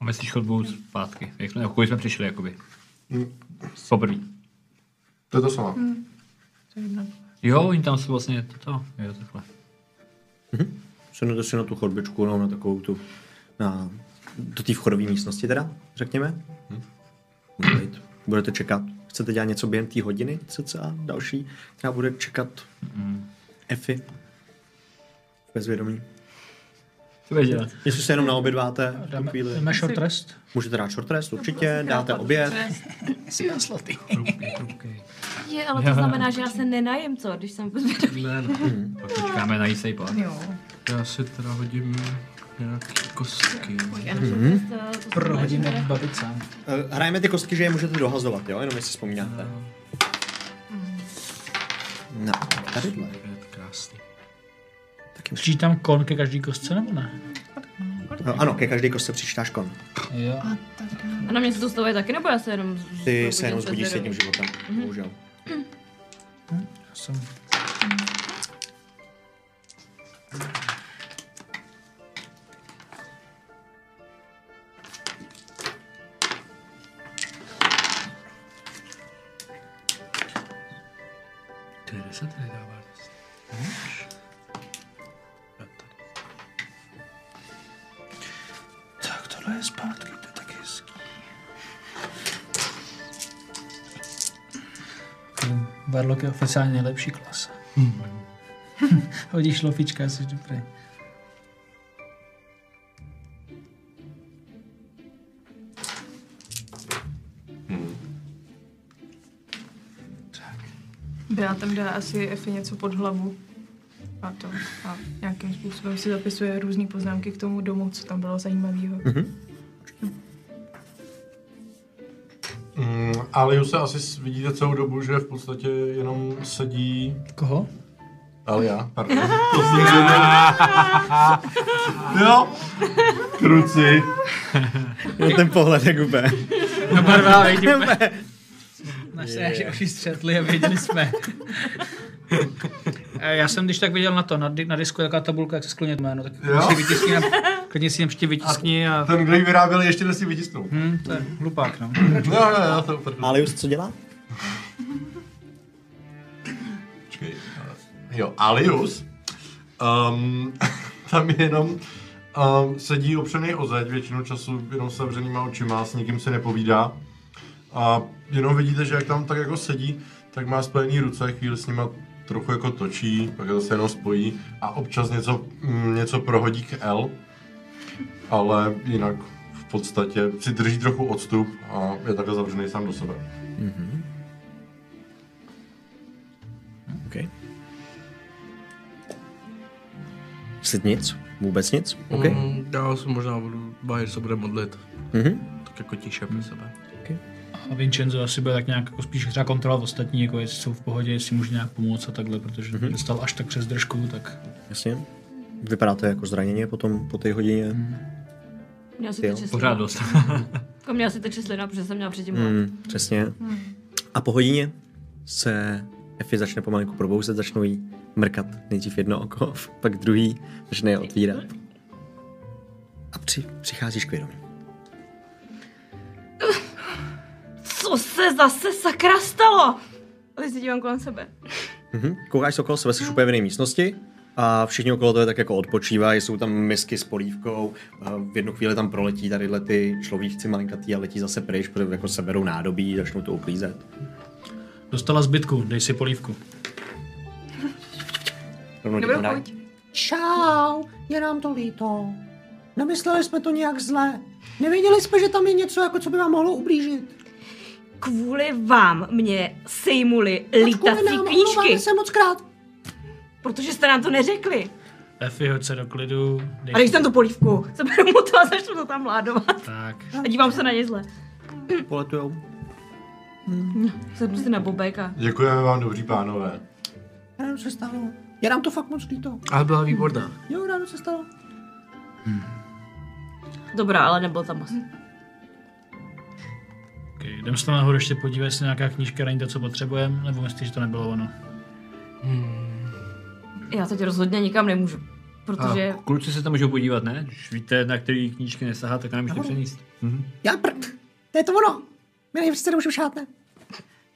[SPEAKER 5] A myslíš chodbu zpátky. Jak jsme, jako jsme přišli, jakoby.
[SPEAKER 1] Mm.
[SPEAKER 5] Poprvé.
[SPEAKER 4] To je to samé.
[SPEAKER 1] Mhm.
[SPEAKER 5] Jo, oni tam jsou vlastně toto. Jo, takhle.
[SPEAKER 1] Sunete si na tu chodbičku, no, na takovou tu, na, do té vchodové místnosti teda, řekněme. Může být. Budete čekat. Chcete dělat něco během té hodiny, cca další, která bude čekat
[SPEAKER 5] Hmm.
[SPEAKER 1] Efi v bezvědomí.
[SPEAKER 5] Co budeš dělat?
[SPEAKER 1] Jestli se jenom naobědváte v tu
[SPEAKER 9] Dáme,
[SPEAKER 1] chvíli,
[SPEAKER 9] dáme short rest?
[SPEAKER 1] můžete dát short rest, určitě, dáte oběd.
[SPEAKER 9] Si dá sloty.
[SPEAKER 2] Je, ale to znamená, že já se nenajím, co, když jsem bezvědomý.
[SPEAKER 8] Ne, no.
[SPEAKER 5] Pak počkáme na jísej pak.
[SPEAKER 3] jo.
[SPEAKER 8] Já si teda hodím nějaký kostky.
[SPEAKER 9] Prohodíme bavit sám.
[SPEAKER 1] Eh, Hrajeme ty kostky, že je můžete dohazovat, jo? Jenom jestli vzpomínáte. No, tadyhle.
[SPEAKER 8] Je to krásný.
[SPEAKER 9] Přičítám kon ke každý kostce nebo ne?
[SPEAKER 1] Eh, Ano, ke každé kostce přičítáš kon.
[SPEAKER 9] Jo.
[SPEAKER 2] A na mě se to stavuje taky, nebo já se jenom... z-
[SPEAKER 1] Ty se
[SPEAKER 2] probudím
[SPEAKER 1] jenom zbudíš s jedním
[SPEAKER 2] bezvědomí?
[SPEAKER 1] životem,
[SPEAKER 2] Mhm.
[SPEAKER 1] bohužel.
[SPEAKER 9] Já jsem
[SPEAKER 8] To je deset tady dává.
[SPEAKER 9] Tak tohle je zpátky, to je tak hezký. Varlok je oficiálně nejlepší klasa. Hodíš lofička, jsi dobrý.
[SPEAKER 3] Bea tam dá asi Efi něco pod hlavu. A to. A nějakým způsobem si zapisuje různé poznámky k tomu domu, co tam bylo zajímavého.
[SPEAKER 1] Mhm.
[SPEAKER 4] Mm, Alius se asi s- vidíte celou dobu, že v podstatě jenom sedí...
[SPEAKER 7] Koho?
[SPEAKER 4] Alia, pardon. To jsem Jo. Kruci. No,
[SPEAKER 1] Jenom ten pohled jak úplně.
[SPEAKER 9] Na barva, Naše naše oči střetly a věděli jsme. E, Já jsem když tak viděl na to, na, di- na disku je taková tabulka, jak se skloně jméno, tak
[SPEAKER 4] Jo?
[SPEAKER 9] si vytiskni, na, klidně si ještě vytiskni a...
[SPEAKER 4] Ten, kdo ji vyráběl, ještě nesí vytisnul.
[SPEAKER 9] Hm, to je hlupák, no.
[SPEAKER 4] No, jo, jo, to opravdu.
[SPEAKER 1] Alius, co dělá?
[SPEAKER 4] Počkej. ale- Jo, Alius. Um, tam jenom um, sedí opřený o zeď, většinu času jenom s zavřenýma očima, s nikým se nepovídá. A jenom vidíte, že jak tam tak jako sedí, tak má spojený ruce, chvíli s nima trochu jako točí, pak je zase jenom spojí a občas něco, mm, něco prohodí k L. Ale jinak v podstatě si drží trochu odstup a je takhle zavřený sám do sebe.
[SPEAKER 1] Mhm. OK. Sit nic? Vůbec nic? OK. Mm.
[SPEAKER 8] Mm, já se možná budu, Bajer se bude modlit.
[SPEAKER 1] Mhm.
[SPEAKER 8] Tak jako tiše pro sebe.
[SPEAKER 9] A Vincenzo asi bude tak nějak jako spíš třeba kontrolovat ostatní, jako jestli jsou v pohodě, jestli může nějak pomoct a takhle, protože
[SPEAKER 1] Mhm.
[SPEAKER 9] mm-hmm. dostal až tak přes držku, tak...
[SPEAKER 1] Jasně. Vypadá to jako zraněně potom po té hodině.
[SPEAKER 2] Měl si
[SPEAKER 1] Jo,
[SPEAKER 2] teče
[SPEAKER 5] Mm. Pořád
[SPEAKER 2] slina.
[SPEAKER 5] dost.
[SPEAKER 2] Jako měl si teče slina, protože jsem měla předtím hlad.
[SPEAKER 1] Mm, přesně. A po hodině se Efi začne pomalinku probouzet, začnou jí mrkat nejdřív jedno oko, pak druhý, začne je otvírat. A při, přicházíš k vědomí.
[SPEAKER 2] Co se zase sakra stalo?
[SPEAKER 3] Ale si dívám kolem sebe.
[SPEAKER 1] Mhm. Koukáš se okolo sebe, jsi úplně v jiné místnosti a všichni okolo tebe tak jako odpočívají, jsou tam misky s polívkou, a v jednu chvíli tam proletí tadyhle ty človíčci malinkatý a letí zase pryč, protože jako seberou nádobí, začnou to uklízet.
[SPEAKER 9] Dostala zbytku, dej si polívku.
[SPEAKER 1] Rovnou ti
[SPEAKER 3] Dobrou
[SPEAKER 1] to dají.
[SPEAKER 3] chuť.
[SPEAKER 6] Čau, je nám to líto. Nemysleli jsme to nějak zle. Nevěděli jsme, že tam je něco, jako co by vám mohlo ublížit.
[SPEAKER 2] Kvůli vám mě sejmuli
[SPEAKER 6] Tačkové
[SPEAKER 2] lítací
[SPEAKER 6] nám, omlouváme
[SPEAKER 2] knížky,
[SPEAKER 6] se moc krát.
[SPEAKER 2] protože jste nám to neřekli.
[SPEAKER 9] Efi, hoď se do klidu. Dej
[SPEAKER 2] A
[SPEAKER 9] si...
[SPEAKER 2] když tam tu polívku, zaberu mu to a začnu to tam ládovat.
[SPEAKER 9] Tak.
[SPEAKER 2] A dívám se na ně zle.
[SPEAKER 1] Poletujou.
[SPEAKER 2] Sednu si na bobek a
[SPEAKER 4] Děkujeme vám, dobří pánové.
[SPEAKER 6] Já nevím, co se stalo. Je nám to fakt moc líto.
[SPEAKER 8] Ale byla výborná.
[SPEAKER 6] Jo, ráno se stalo.
[SPEAKER 2] dobrá, ale nebylo tam moc.
[SPEAKER 9] Okay, jdem se tam nahoru ještě podívat, jestli nějaká knížka není to, co potřebujeme, nebo myslíš, že to nebylo ono?
[SPEAKER 5] Hmm.
[SPEAKER 2] Já teď rozhodně nikam nemůžu, protože
[SPEAKER 5] Kluci se tam můžou podívat, ne? Když víte, na který knížky nesahá, tak nám můžete přenést.
[SPEAKER 6] Já prd. To je to ono. My nevím, se nemůžeme šát, ne?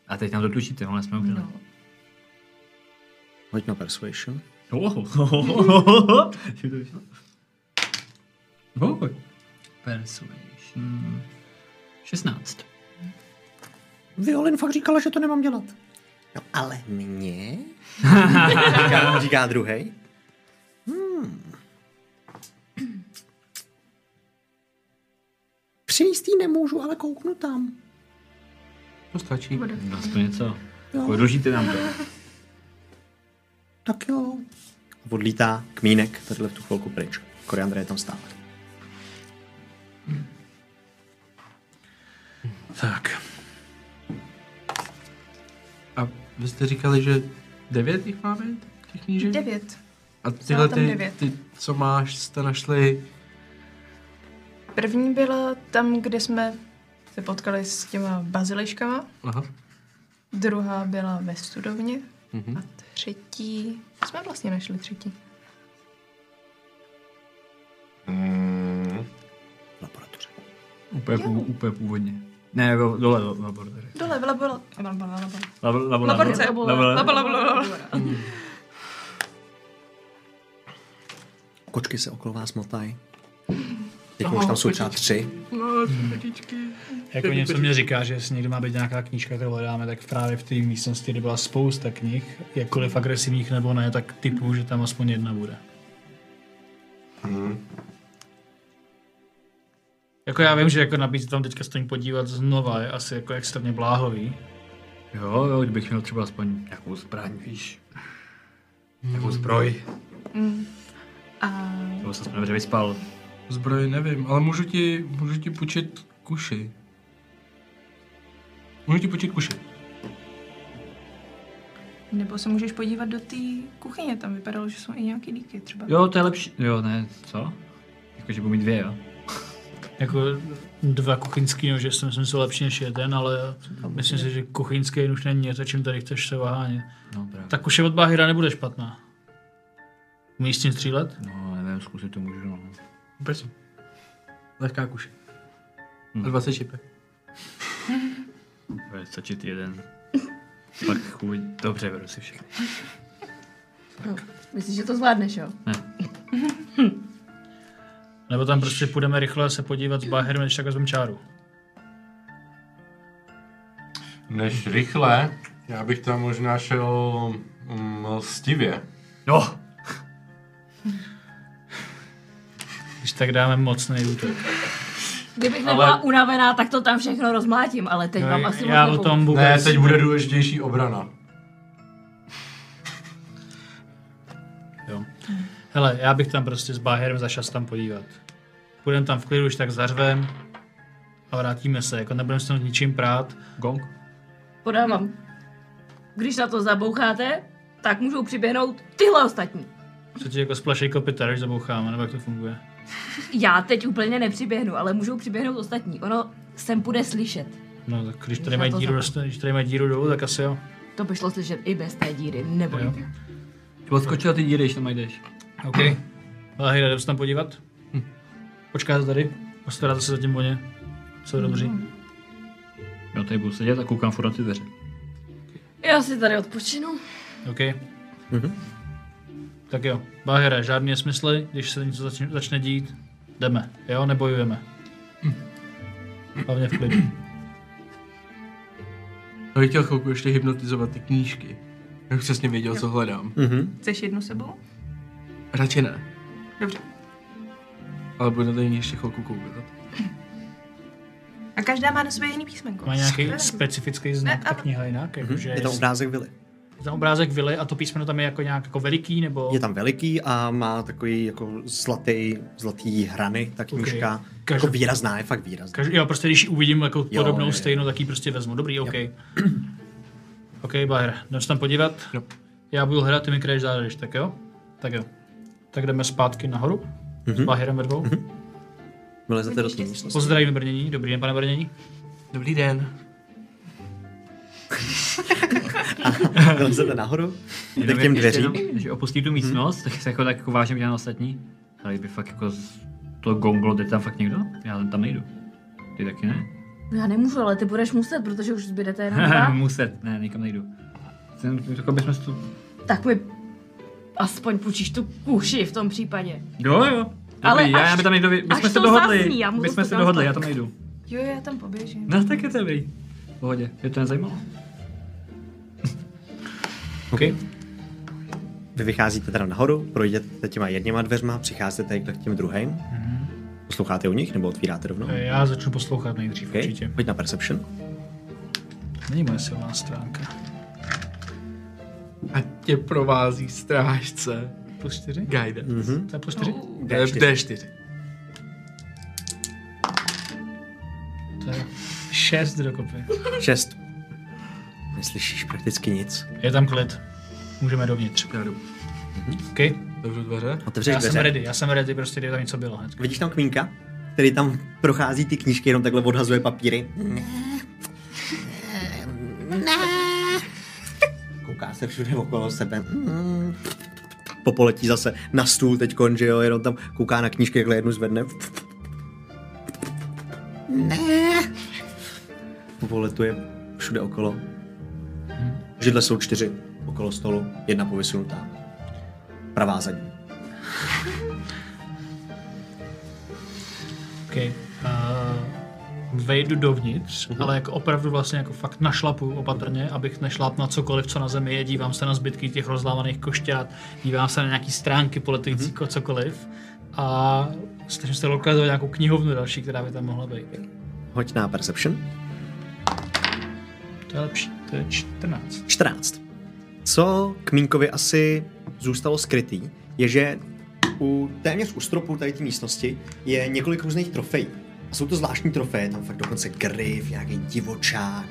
[SPEAKER 5] A teď nám to tlučíte, ale jsme ukryli.
[SPEAKER 1] No. Hoď na persuasion.
[SPEAKER 5] No. Že to vyšlo? Boj. Persuasion. 16.
[SPEAKER 6] Violin fakt říkala, že to nemám dělat.
[SPEAKER 1] No ale mě? říká, říká druhý. Hmm.
[SPEAKER 6] Hmm. Přinést jí nemůžu, ale kouknu tam.
[SPEAKER 8] To stačí.
[SPEAKER 5] Aspoň něco. Podložíte nám to.
[SPEAKER 6] Tak jo.
[SPEAKER 1] Odlítá kmínek tadyhle v tu chvilku pryč. Koriandra je tam stále.
[SPEAKER 8] Tak. A vy jste říkali, že devět jich máme? Těch knížek?
[SPEAKER 3] Devět.
[SPEAKER 8] A tyhle
[SPEAKER 3] tam
[SPEAKER 8] ty,
[SPEAKER 3] devět.
[SPEAKER 8] ty, co máš, jste našli...
[SPEAKER 3] První byla tam, kde jsme se potkali s těma baziliškama.
[SPEAKER 8] Aha.
[SPEAKER 3] Druhá byla ve studovně. A
[SPEAKER 8] Mhm.
[SPEAKER 3] třetí... co Jsme vlastně našli třetí.
[SPEAKER 4] Mm,
[SPEAKER 1] Laboratoře.
[SPEAKER 5] Úplně, pů, úplně původně. Ne, jako dole do laboratoře.
[SPEAKER 3] Dole, byla, byla, byla, byla, byla.
[SPEAKER 5] Labo, labo,
[SPEAKER 3] Laborce. Labo- labo- labo- labo.
[SPEAKER 1] Kočky se okolo vás motají. Teď už tam jsou třeba tři.
[SPEAKER 8] No, kočičky.
[SPEAKER 9] Jako něco mě říká, že jestli někdo má být nějaká knížka, kterou hledáme, tak právě v té místnosti, kde byla spousta knih,
[SPEAKER 5] Hmm.
[SPEAKER 9] jakkoliv agresivních nebo ne, tak typu, že tam aspoň jedna bude.
[SPEAKER 5] Mm.
[SPEAKER 9] Jako já vím, že jako nabít se tam teďka stojím podívat znova je asi jako extrémně bláhový,
[SPEAKER 5] Jo, jo, kdybych měl třeba aspoň nějakou zbraň, víš. Nějakou zbroj.
[SPEAKER 3] A
[SPEAKER 5] Nebo se aspoň dobře vyspal.
[SPEAKER 8] Zbroj nevím, ale můžu ti, můžu ti půjčit kuši. Můžu ti půjčit kuši.
[SPEAKER 3] nebo se můžeš podívat do té kuchyně, tam vypadalo, že jsou i nějaký díky třeba.
[SPEAKER 5] Jo, to je lepší. Jo, ne, co? Jakože budu mít dvě, jo?
[SPEAKER 9] Jako dva kuchyňský nože si myslím, jsou lepší než jeden, ale myslím si, že kuchyňský už není něco, čím tady chceš se váhánět.
[SPEAKER 5] No, právě.
[SPEAKER 9] Tak už je od Bahira nebude špatná. Umíš s tím střílet?
[SPEAKER 5] No, nevím, zkusit to můžu, no.
[SPEAKER 8] Prosím. Lehká kuše. A 20 šipek.
[SPEAKER 5] Bude stačit jeden. Pak chuj, dobře, beru si všechny.
[SPEAKER 2] Myslíš, že to zvládneš, jo?
[SPEAKER 9] Nebo tam prostě půjdeme rychle se podívat s Bahirem, než tak vezmeme čáru.
[SPEAKER 4] Než rychle, já bych tam možná šel mm, lstivě.
[SPEAKER 5] No!
[SPEAKER 9] Když tak dáme mocný útok.
[SPEAKER 2] Kdybych nebyla unavená, tak to tam všechno rozmlátím, ale teď vám asi
[SPEAKER 9] No, Já
[SPEAKER 2] moc
[SPEAKER 9] o tom
[SPEAKER 4] No, Ne,
[SPEAKER 9] vůbec...
[SPEAKER 4] teď bude důležitější obrana.
[SPEAKER 9] Jo. Hele, já bych tam prostě s Bahirem zašel se tam podívat. Půjdeme tam v klidu, už tak zařvem a vrátíme se. Jako nebudeme se tam s ničím prát.
[SPEAKER 5] Gong?
[SPEAKER 2] Podávám. Když na to zaboucháte, tak můžou přiběhnout tyhle ostatní.
[SPEAKER 9] Co ti jako splašej kopita, když zaboucháme, nebo jak to funguje?
[SPEAKER 2] Já teď úplně nepřiběhnu, ale můžou přiběhnout ostatní. Ono sem bude slyšet.
[SPEAKER 9] No tak když tady
[SPEAKER 2] Já
[SPEAKER 9] mají
[SPEAKER 2] to
[SPEAKER 9] díru,
[SPEAKER 2] zapnu.
[SPEAKER 9] dost- když tady mají díru dolů, tak asi jo.
[SPEAKER 2] To by šlo slyšet i bez té díry, nebo
[SPEAKER 9] Jo.
[SPEAKER 5] Odskočila ty díry, když tam jdeš.
[SPEAKER 9] OK. Ale hej, jdem se tam podívat. Počkáte tady? Postaráte se zatím o ně? Co je dobří?
[SPEAKER 5] Jo, tady budu sedět a koukám furt na ty dveře.
[SPEAKER 2] Já si tady odpočinu.
[SPEAKER 9] OK.
[SPEAKER 1] Mhm.
[SPEAKER 9] Tak jo, Bahera, žádný nesmysly, když se něco začne, začne dít, jdeme, jo, nebojujeme. Hm. Hlavně v klidu.
[SPEAKER 8] Já bych chtěl chvilku ještě hypnotizovat ty knížky. Já bych přesně věděl, co hledám.
[SPEAKER 3] Chceš jednu sebou?
[SPEAKER 8] Radši ne,
[SPEAKER 3] Dobře.
[SPEAKER 8] ale budu na ní ještě chvilku koukat.
[SPEAKER 3] A každá má na sobě jiný písmenko.
[SPEAKER 9] Má nějaký
[SPEAKER 3] Skvělé.
[SPEAKER 9] specifický znak
[SPEAKER 3] Ne,
[SPEAKER 9] ta
[SPEAKER 3] ale-
[SPEAKER 9] kniha jinak? Jakože
[SPEAKER 1] Mhm. Je tam obrázek vily.
[SPEAKER 9] je tam obrázek vily a to písmeno tam je jako nějak jako veliký, nebo...
[SPEAKER 1] Je tam veliký a má takový jako zlatý, zlatý hrany, ta knížka. Jako
[SPEAKER 9] Každop-
[SPEAKER 1] výrazná, je fakt výrazná.
[SPEAKER 9] Každý, jo, prostě když ji uvidím jako
[SPEAKER 1] Jo,
[SPEAKER 9] podobnou
[SPEAKER 1] jo.
[SPEAKER 9] stejnou, tak ji prostě vezmu. Dobrý, OK. OK, Baher, jdem se tam podívat.
[SPEAKER 8] Jo.
[SPEAKER 9] Já budu hledat, ty mi kraješ záda, když tak jo? Tak jo. Tak jdeme zpátky nahoru. Mm-hmm.
[SPEAKER 1] Mhm.
[SPEAKER 9] S Baherem ve dvou. Mm-hmm.
[SPEAKER 1] Vylezete do té místnosti.
[SPEAKER 9] Pozdravím Brnění. Dobrý den, pane Brnění.
[SPEAKER 8] Dobrý den.
[SPEAKER 1] Vylezete nahoru, jdete k
[SPEAKER 5] Jenom
[SPEAKER 1] těm
[SPEAKER 5] jak ještě
[SPEAKER 1] dveřím.
[SPEAKER 5] jenom, Když opustí tu místnost, tak se jako tak jako vážím na ostatní. Ale by fakt jako z- to gonglo, jde tam fakt někdo? Já tam nejdu. Ty taky ne?
[SPEAKER 2] No Já nemůžu, ale ty budeš muset, protože už zbydete jenom dva.
[SPEAKER 5] Muset, ne, nikam nejdu. Jsem, jako bychom si tu...
[SPEAKER 2] tak mi aspoň půjčíš tu kuši v tom případě.
[SPEAKER 5] Jo, jo. Dobrý,
[SPEAKER 2] Ale
[SPEAKER 5] Ale já,
[SPEAKER 2] až-
[SPEAKER 5] já by tam nejdu, my
[SPEAKER 2] až
[SPEAKER 5] jsme se
[SPEAKER 2] to
[SPEAKER 5] dohodli,
[SPEAKER 2] zazní, já můžu
[SPEAKER 5] my jsme
[SPEAKER 2] to
[SPEAKER 5] se
[SPEAKER 2] tam
[SPEAKER 5] dohodli,
[SPEAKER 2] dát.
[SPEAKER 5] já tam nejdu.
[SPEAKER 3] Jo, já tam poběžím.
[SPEAKER 5] No tak je to dobrý. V Pohodě, je to nezajímalo.
[SPEAKER 9] OK.
[SPEAKER 1] Vy vycházíte teda nahoru, projdete těma jedněma dveřma, přicházíte tady k těm druhým. Posloucháte u nich nebo otvíráte rovnou?
[SPEAKER 9] Eh, Mhm. Já začnu poslouchat nejdřív
[SPEAKER 1] Okay.
[SPEAKER 9] určitě.
[SPEAKER 1] Pojď na Perception.
[SPEAKER 9] To Není moje silná stránka.
[SPEAKER 8] A tě provází strážce.
[SPEAKER 9] Plus čtyři?
[SPEAKER 8] Guidance. Mm-hmm.
[SPEAKER 9] To je plus čtyři?
[SPEAKER 8] D4. D4.
[SPEAKER 9] To je šest dokopy.
[SPEAKER 1] Šest. Neslyšíš prakticky nic.
[SPEAKER 9] Je tam klid. Můžeme dovnitř. OK.
[SPEAKER 8] Dobře dveře.
[SPEAKER 1] Otevřeš
[SPEAKER 9] Já jsem
[SPEAKER 1] dveře.
[SPEAKER 9] ready, já jsem ready, prostě kdyby tam něco bylo hned.
[SPEAKER 1] Vidíš tam kmínka, který tam prochází ty knížky, jenom takhle odhazuje papíry. Ne. Kouká se všude okolo sebe. Popoletí zase na stůl teď, že jo, jenom tam kouká na knížky, jakhle jednu zvedne. Ne. Popoletuje všude okolo. Židle jsou čtyři okolo stolu, jedna povysunutá. Pravá zadní.
[SPEAKER 9] OK. Uh, vejdu dovnitř, ale jako opravdu vlastně jako fakt našlapuju opatrně, abych nešláp na cokoliv, co na zemi je, dívám se na zbytky těch rozlávaných košťat, dívám se na nějaký stránky poletující mm-hmm. cokoliv a snažím se lokalizovat nějakou knihovnu další, která by tam mohla být.
[SPEAKER 1] Hoď na Perception.
[SPEAKER 9] To To je lepší. To je 14.
[SPEAKER 1] 14. Co Kmínkovi asi zůstalo skrytý, je, že u, téměř u stropu tady té místnosti je několik různých trofejí. A jsou to zvláštní trofeje, tam fakt dokonce gryf, nějaký divočák,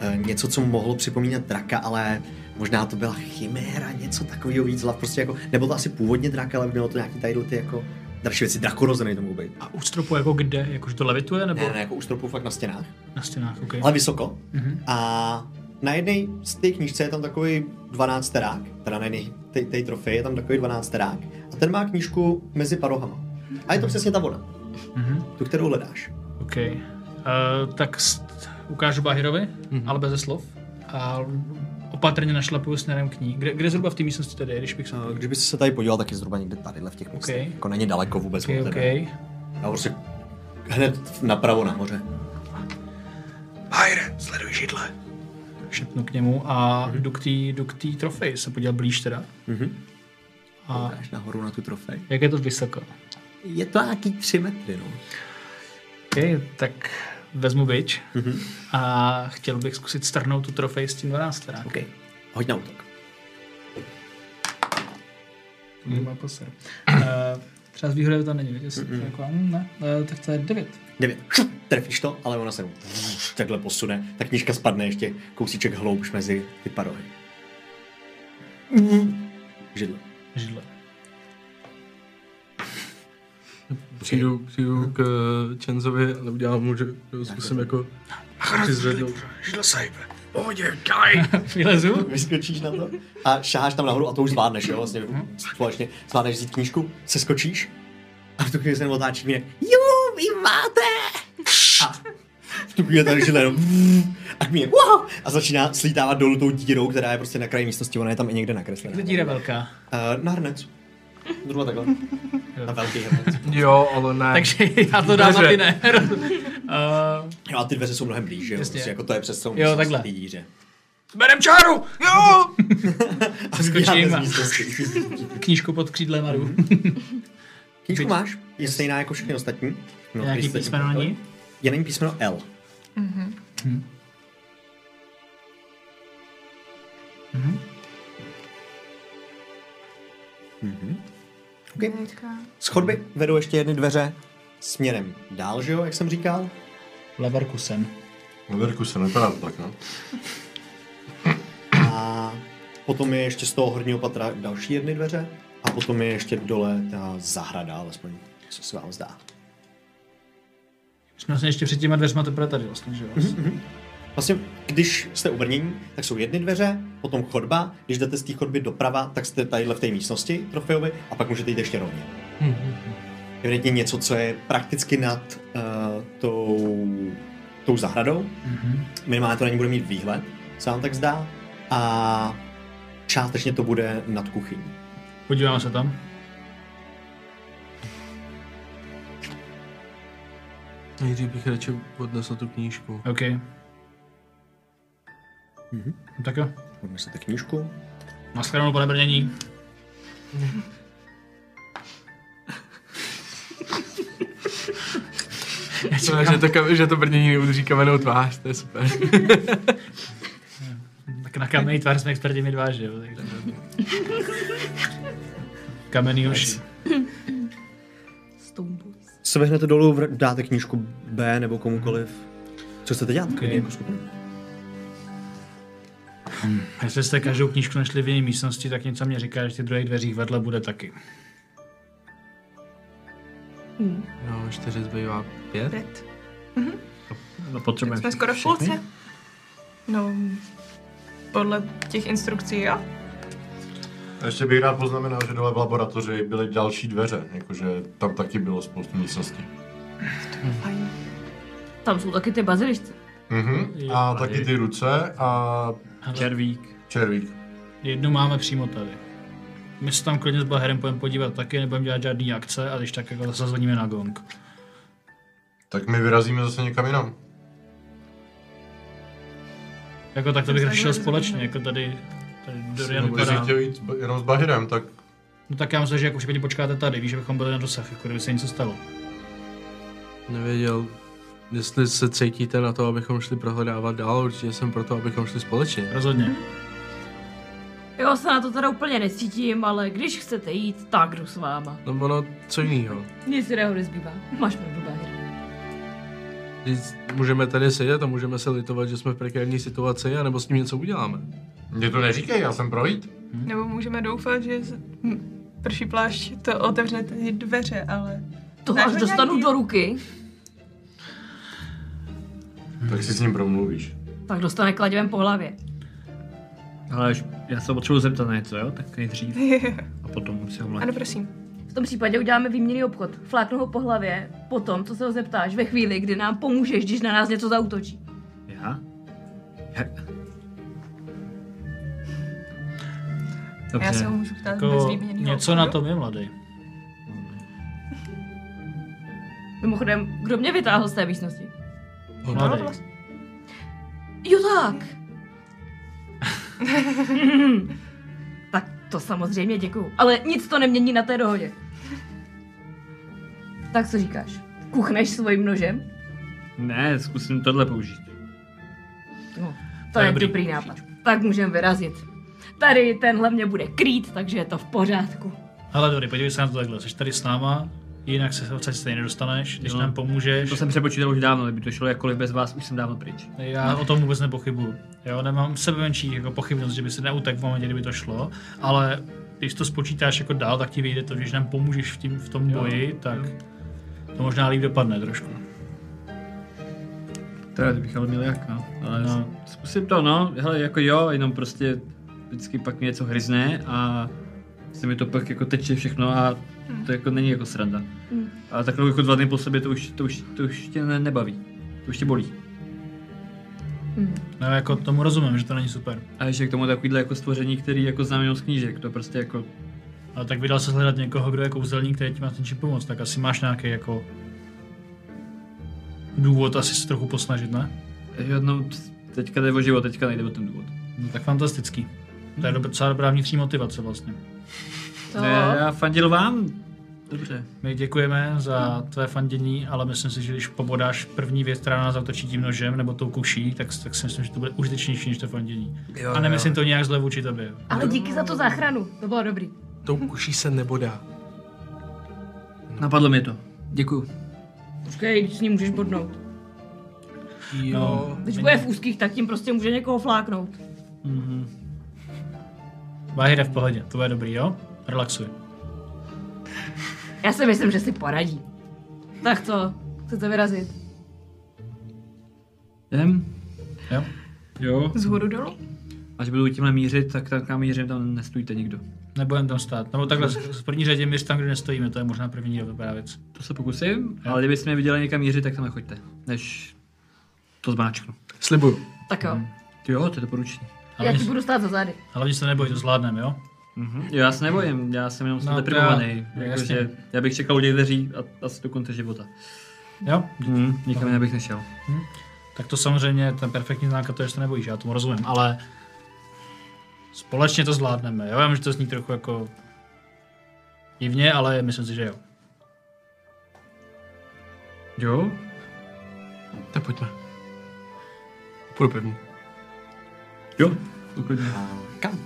[SPEAKER 1] eh, něco, co mohlo připomínat draka, ale možná to byla chiméra, něco takového víc, ale prostě jako, nebylo to asi původně drak, ale mělo to nějaký tady ty jako další věci, drakorozený to mohou být.
[SPEAKER 9] A u stropu jako kde? Jakože to levituje nebo
[SPEAKER 1] Ne, ne, jako u stropu fakt na stěnách
[SPEAKER 9] na stěnách? Mhm. Okay.
[SPEAKER 1] ale vysoko. Mm-hmm. A na jedné z té knížce je tam takový 12 terák, teda na jedné té- té trofej je tam takový 12 terák. A ten má knížku mezi parohama. A je to přesně ta voda,
[SPEAKER 9] Mhm.
[SPEAKER 1] mm-hmm. tu, kterou hledáš.
[SPEAKER 9] OK. Uh, tak st- ukážu Bahirovi, mm-hmm. ale bez slov. A opatrně našlapuju směrem k ní. Kde, kde zhruba v té místnosti tedy, je, když bych se...
[SPEAKER 1] A Kdyby se tady podíval, tak je zhruba někde tadyhle v těch místech.
[SPEAKER 9] Ok.
[SPEAKER 1] Jako není daleko vůbec.
[SPEAKER 9] OK,
[SPEAKER 1] od
[SPEAKER 9] OK.
[SPEAKER 1] tebe. A prostě hned napravo nahoře.
[SPEAKER 8] Hajre, sleduj židle.
[SPEAKER 9] Šepnu k němu a mm-hmm. jdu k té- jdu k té trofeji, se podívat blíž teda.
[SPEAKER 1] Mhm.
[SPEAKER 9] A
[SPEAKER 1] Až nahoru na tu trofej.
[SPEAKER 9] jak je to vysoko?
[SPEAKER 1] Je to nějaký 3 metry, no.
[SPEAKER 9] OK, tak vezmu bič a chtěl bych zkusit strhnout tu trofej s tím 12 teda.
[SPEAKER 1] OK. Hoď na útok.
[SPEAKER 9] To má poser. Eh, Třeba s výhodou to není, vidět, to jako, hm, ne, Eh, tak to je 9.
[SPEAKER 1] 9. Trefíš to, ale ona se mu takhle posune. Ta knižka spadne ještě kousíček hloubš mezi ty parohy. Židlo.
[SPEAKER 9] Židle.
[SPEAKER 8] Přijdu, přijdu k eh, Čenzovi, ale udělám mu, že že zkusím jako... Ty zvednout.
[SPEAKER 4] Židl sejbe. Pohodě, daj!
[SPEAKER 9] Vylezu?
[SPEAKER 1] Vyskočíš na to a šáháš tam nahoru a to už zvládneš, jo? Vlastně společně zvládneš vzít knížku, seskočíš a v tu chvíli se jenom otáčí mě. Jo, vy máte! A v tu chvíli tady židle jenom a mě wow! A začíná slítávat dolů tou dírou, která je prostě na kraji místnosti, ona je tam i někde nakreslená.
[SPEAKER 9] To díra velká.
[SPEAKER 1] Uh, na hrnec. Zhruba takhle. Na velký hrnec.
[SPEAKER 8] Jo, ale ne.
[SPEAKER 9] Takže já to dám a ty ne. uh,
[SPEAKER 1] Jo, a ty dveře jsou mnohem blíž, že jo?
[SPEAKER 9] Jasně.
[SPEAKER 1] Prostě jako to je přes celou
[SPEAKER 9] Jo,
[SPEAKER 1] místnost
[SPEAKER 9] takhle.
[SPEAKER 1] té díře.
[SPEAKER 8] Berem čáru! Jo!
[SPEAKER 1] A zbíháte
[SPEAKER 9] a-
[SPEAKER 1] z místnosti.
[SPEAKER 9] knížku pod křídlem a jdu.
[SPEAKER 1] Knížku máš? Je stejná jako všechny ostatní? No,
[SPEAKER 9] Nějaký
[SPEAKER 1] ostatní
[SPEAKER 9] písmeno na
[SPEAKER 1] kapitoly.
[SPEAKER 9] ní?
[SPEAKER 1] Je na ní písmeno L.
[SPEAKER 3] Mhm.
[SPEAKER 9] Mhm.
[SPEAKER 1] Mhm. Schodby vedou ještě jedny dveře směrem dál, že jo, jak jsem říkal?
[SPEAKER 9] Leverkusen.
[SPEAKER 4] Leverku se nepadá to tak, no.
[SPEAKER 1] A potom je ještě z toho horního patra další jedny dveře. A potom je ještě dole ta zahrada, alespoň co se vám zdá.
[SPEAKER 9] Jsme vlastně ještě před těma dveřma teprve tady vlastně, že jo?
[SPEAKER 1] Vlastně, když jste ubrnění, tak jsou jedny dveře, potom chodba, když jdete z té chodby doprava, tak jste tadyhle v té místnosti trofejové a pak můžete jít ještě rovně.
[SPEAKER 5] Mhm.
[SPEAKER 1] Evidentně něco, co je prakticky nad uh, tou, tou zahradou. Minimálně to na ní bude mít výhled, se vám tak zdá. A částečně to bude nad kuchyní.
[SPEAKER 9] Podívám se tam.
[SPEAKER 8] Nejdřív bych radši odnesl tu knížku.
[SPEAKER 9] OK. No Tak jo.
[SPEAKER 1] Mhm. Odnesete knížku.
[SPEAKER 9] Naschledanou, pane Brnění.
[SPEAKER 8] že, to, kam- že to brnění neudrží kamenou tvář, to je super.
[SPEAKER 9] Tak na kamenný tvar jsme experti my dva, že jo? takže- Kamenný hoši.
[SPEAKER 2] Stone Boys.
[SPEAKER 1] Se vehnete dolů, vr- dáte knížku B nebo komukoliv. Co chcete dělat? Okay. Jako skupina. Hmm.
[SPEAKER 9] Jestli jste každou knížku našli v jiné místnosti, tak něco mě říká, že v těch druhých dveřích vedle bude taky.
[SPEAKER 8] No, čtyři zbývá pět.
[SPEAKER 3] Pět.
[SPEAKER 9] No potřebujeme.
[SPEAKER 3] Jsme skoro v
[SPEAKER 9] všechny.
[SPEAKER 3] půlce. No, podle těch instrukcí, jo?
[SPEAKER 4] A ještě bych rád poznamenal, že dole v laboratoři byly další dveře, jakože tam taky bylo spoustu místností.
[SPEAKER 2] Tam jsou taky ty bazilišce.
[SPEAKER 4] Mhm. A taky ty ruce a
[SPEAKER 5] Červík.
[SPEAKER 4] červík.
[SPEAKER 9] Jednu máme přímo tady. My se tam klidně s Baherem půjdeme podívat taky, nebudeme dělat žádný akce, a když tak jako zase zvoníme na gong.
[SPEAKER 4] Tak my vyrazíme zase někam jinam.
[SPEAKER 9] Jako tak to bych
[SPEAKER 3] Tak
[SPEAKER 9] řešil
[SPEAKER 3] zajímavé
[SPEAKER 9] společně,
[SPEAKER 3] zajímavé.
[SPEAKER 9] jako tady, tady Dorian
[SPEAKER 4] Kdyby jsi
[SPEAKER 9] vypadá.
[SPEAKER 4] chtěl jít s Ba- jenom s Bahirem, tak
[SPEAKER 9] No tak já myslím, že jako případně počkáte tady, víš, že bychom byli na dosah, jako kdyby se něco stalo.
[SPEAKER 8] Nevěděl, Jestli se cítíte na to, abychom šli prohledávat dál, určitě jsem pro to, abychom šli společně.
[SPEAKER 7] Rozhodně.
[SPEAKER 2] Jo, se na to teda úplně necítím, ale když chcete jít, tak jdu s váma.
[SPEAKER 8] No ono, co jiného.
[SPEAKER 2] Nic jiného nezbývá. Máš pravdu, Bahir.
[SPEAKER 8] Můžeme tady sedět a můžeme se litovat, že jsme v prekérní situaci, anebo s ním něco uděláme.
[SPEAKER 4] Mně to neříkej, já jsem projít.
[SPEAKER 9] Mhm.
[SPEAKER 3] Nebo můžeme doufat, že z- hm, prší plášť to otevře ty dveře, ale...
[SPEAKER 2] To
[SPEAKER 3] Znáš
[SPEAKER 2] až
[SPEAKER 3] ho
[SPEAKER 2] dostanu
[SPEAKER 3] nějaký?
[SPEAKER 2] do ruky,
[SPEAKER 4] Tak si s ním promluvíš.
[SPEAKER 2] tak dostane kladivem po hlavě.
[SPEAKER 5] Ale já se potřebuji zeptat na něco, jo? Tak nejdřív. A potom už se omlátím.
[SPEAKER 3] ano, prosím.
[SPEAKER 2] V tom případě uděláme výměný obchod. Fláknu ho po hlavě, potom, co se ho zeptáš, ve chvíli, kdy nám pomůžeš, když na nás něco zautočí.
[SPEAKER 5] Já? Já? Dobře.
[SPEAKER 3] Já se ho můžu ptát bez
[SPEAKER 9] Jako,
[SPEAKER 3] výměnýho
[SPEAKER 9] něco
[SPEAKER 3] obchodu.
[SPEAKER 9] na tom je, mladý.
[SPEAKER 2] Mimochodem, kdo mě vytáhl z té místnosti?
[SPEAKER 3] No,
[SPEAKER 9] Mladý.
[SPEAKER 3] vlastně.
[SPEAKER 2] Jo tak. tak to samozřejmě děkuju. Ale nic to nemění na té dohodě. Tak co říkáš? Kuchneš svým nožem?
[SPEAKER 5] Ne, zkusím tohle použít.
[SPEAKER 2] No, to
[SPEAKER 5] To je
[SPEAKER 2] je
[SPEAKER 5] dobrý.
[SPEAKER 2] dobrý nápad. Tak můžeme vyrazit. Tady tenhle mě bude krýt, takže je to v pořádku.
[SPEAKER 9] Hele, Dory, podívej se na to takhle. Jsi tady s náma, jinak se odsaď stejně dostaneš, když
[SPEAKER 5] No.
[SPEAKER 9] nám pomůžeš.
[SPEAKER 5] To jsem přepočítal už dávno, kdyby to šlo jakkoliv bez vás, už jsem dávno pryč.
[SPEAKER 9] Já o tom vůbec nepochybuju. Jo, nemám sebe menší jako pochybnost, že by se neutek v momentě, kdyby to šlo, ale když to spočítáš jako dál, tak ti vyjde to, že když nám pomůžeš v, tím, v tom boji, tak to možná líp dopadne trošku.
[SPEAKER 5] Teda, kdybych ale měl jak, no. Ale
[SPEAKER 9] No.
[SPEAKER 5] no. zkusím to, no. Hele, jako jo, jenom prostě vždycky pak mě něco hryzne a se mi to pak jako teče všechno a
[SPEAKER 3] Hmm.
[SPEAKER 5] to jako není jako sranda. A takhle jako dva dny po sobě to už, to už, to už tě ne, nebaví. To už tě bolí.
[SPEAKER 9] No jako tomu rozumím, že to není super.
[SPEAKER 5] A ještě k tomu takovýhle jako stvoření, který jako znám jenom z knížek, to prostě jako
[SPEAKER 9] Ale tak vydal se hledat někoho, kdo je kouzelník, který ti má s něčím pomoct, tak asi máš nějaký jako důvod asi se trochu posnažit, ne?
[SPEAKER 5] jednou teďka jde o život, teďka nejde o ten důvod.
[SPEAKER 9] No tak fantastický. To je dob- docela dobrá vnitřní motivace vlastně.
[SPEAKER 2] To...
[SPEAKER 5] Ne, já fandil vám. Dobře.
[SPEAKER 9] My děkujeme za tvé fandění, ale myslím si, že když pobodáš první věc, která nás zautočí tím nožem nebo tou kuší, tak, tak si myslím, že to bude užitečnější než to fandění.
[SPEAKER 5] Jo,
[SPEAKER 9] A nemyslím to nějak zle vůči tobě. jo.
[SPEAKER 2] Ale díky za tu záchranu, to bylo dobrý.
[SPEAKER 8] Tou kuší se nebodá.
[SPEAKER 5] Napadlo mě to. Děkuju.
[SPEAKER 2] Počkej, když s ním můžeš bodnout.
[SPEAKER 9] No,
[SPEAKER 8] Jo.
[SPEAKER 2] Když bude v úzkých, tak tím prostě může někoho fláknout.
[SPEAKER 9] Bahire Mhm. v pohodě, to bude dobrý, jo? Relaxuj.
[SPEAKER 2] Já si myslím, že si poradí. Tak co? Chcete vyrazit?
[SPEAKER 5] Jdem?
[SPEAKER 9] Jo?
[SPEAKER 5] Jo.
[SPEAKER 3] Z hůru dolů?
[SPEAKER 5] Až budu tímhle mířit, tak tam kam mířím, tam nestůjte nikdo.
[SPEAKER 9] Nebudem tam stát. Nebo No, takhle, v první řadě my tam, kde nestojíme, to je možná první dobrá věc.
[SPEAKER 5] To se pokusím, ale kdybyste mě viděli někam mířit, tak tam nechoďte. Než to zmáčknu. Mm.
[SPEAKER 8] Slibuju.
[SPEAKER 2] Tak jo.
[SPEAKER 5] Ty jo, to je doporučení.
[SPEAKER 2] Já
[SPEAKER 9] Hlavně,
[SPEAKER 2] ti budu stát za zády.
[SPEAKER 9] hlavně se neboj, to zvládneme, jo?
[SPEAKER 5] Mhm. Jo, já se nebojím, já jsem jenom no,
[SPEAKER 9] No, to já-
[SPEAKER 5] deprimovaný.
[SPEAKER 9] no, jasně.
[SPEAKER 5] Jakože já bych čekal u těch dveří a asi do konce života.
[SPEAKER 9] Jo?
[SPEAKER 5] Mhm. Nikam jinak bych nešel.
[SPEAKER 9] Mhm. Tak to samozřejmě, ten perfektní znak, to je, že se nebojíš, já tomu rozumím, ale společně to zvládneme. Jo, já vím, že to zní trochu jako divně, ale myslím si, že jo.
[SPEAKER 5] Jo?
[SPEAKER 8] Tak pojďme. Půjdu první.
[SPEAKER 5] Jo.
[SPEAKER 1] Kam?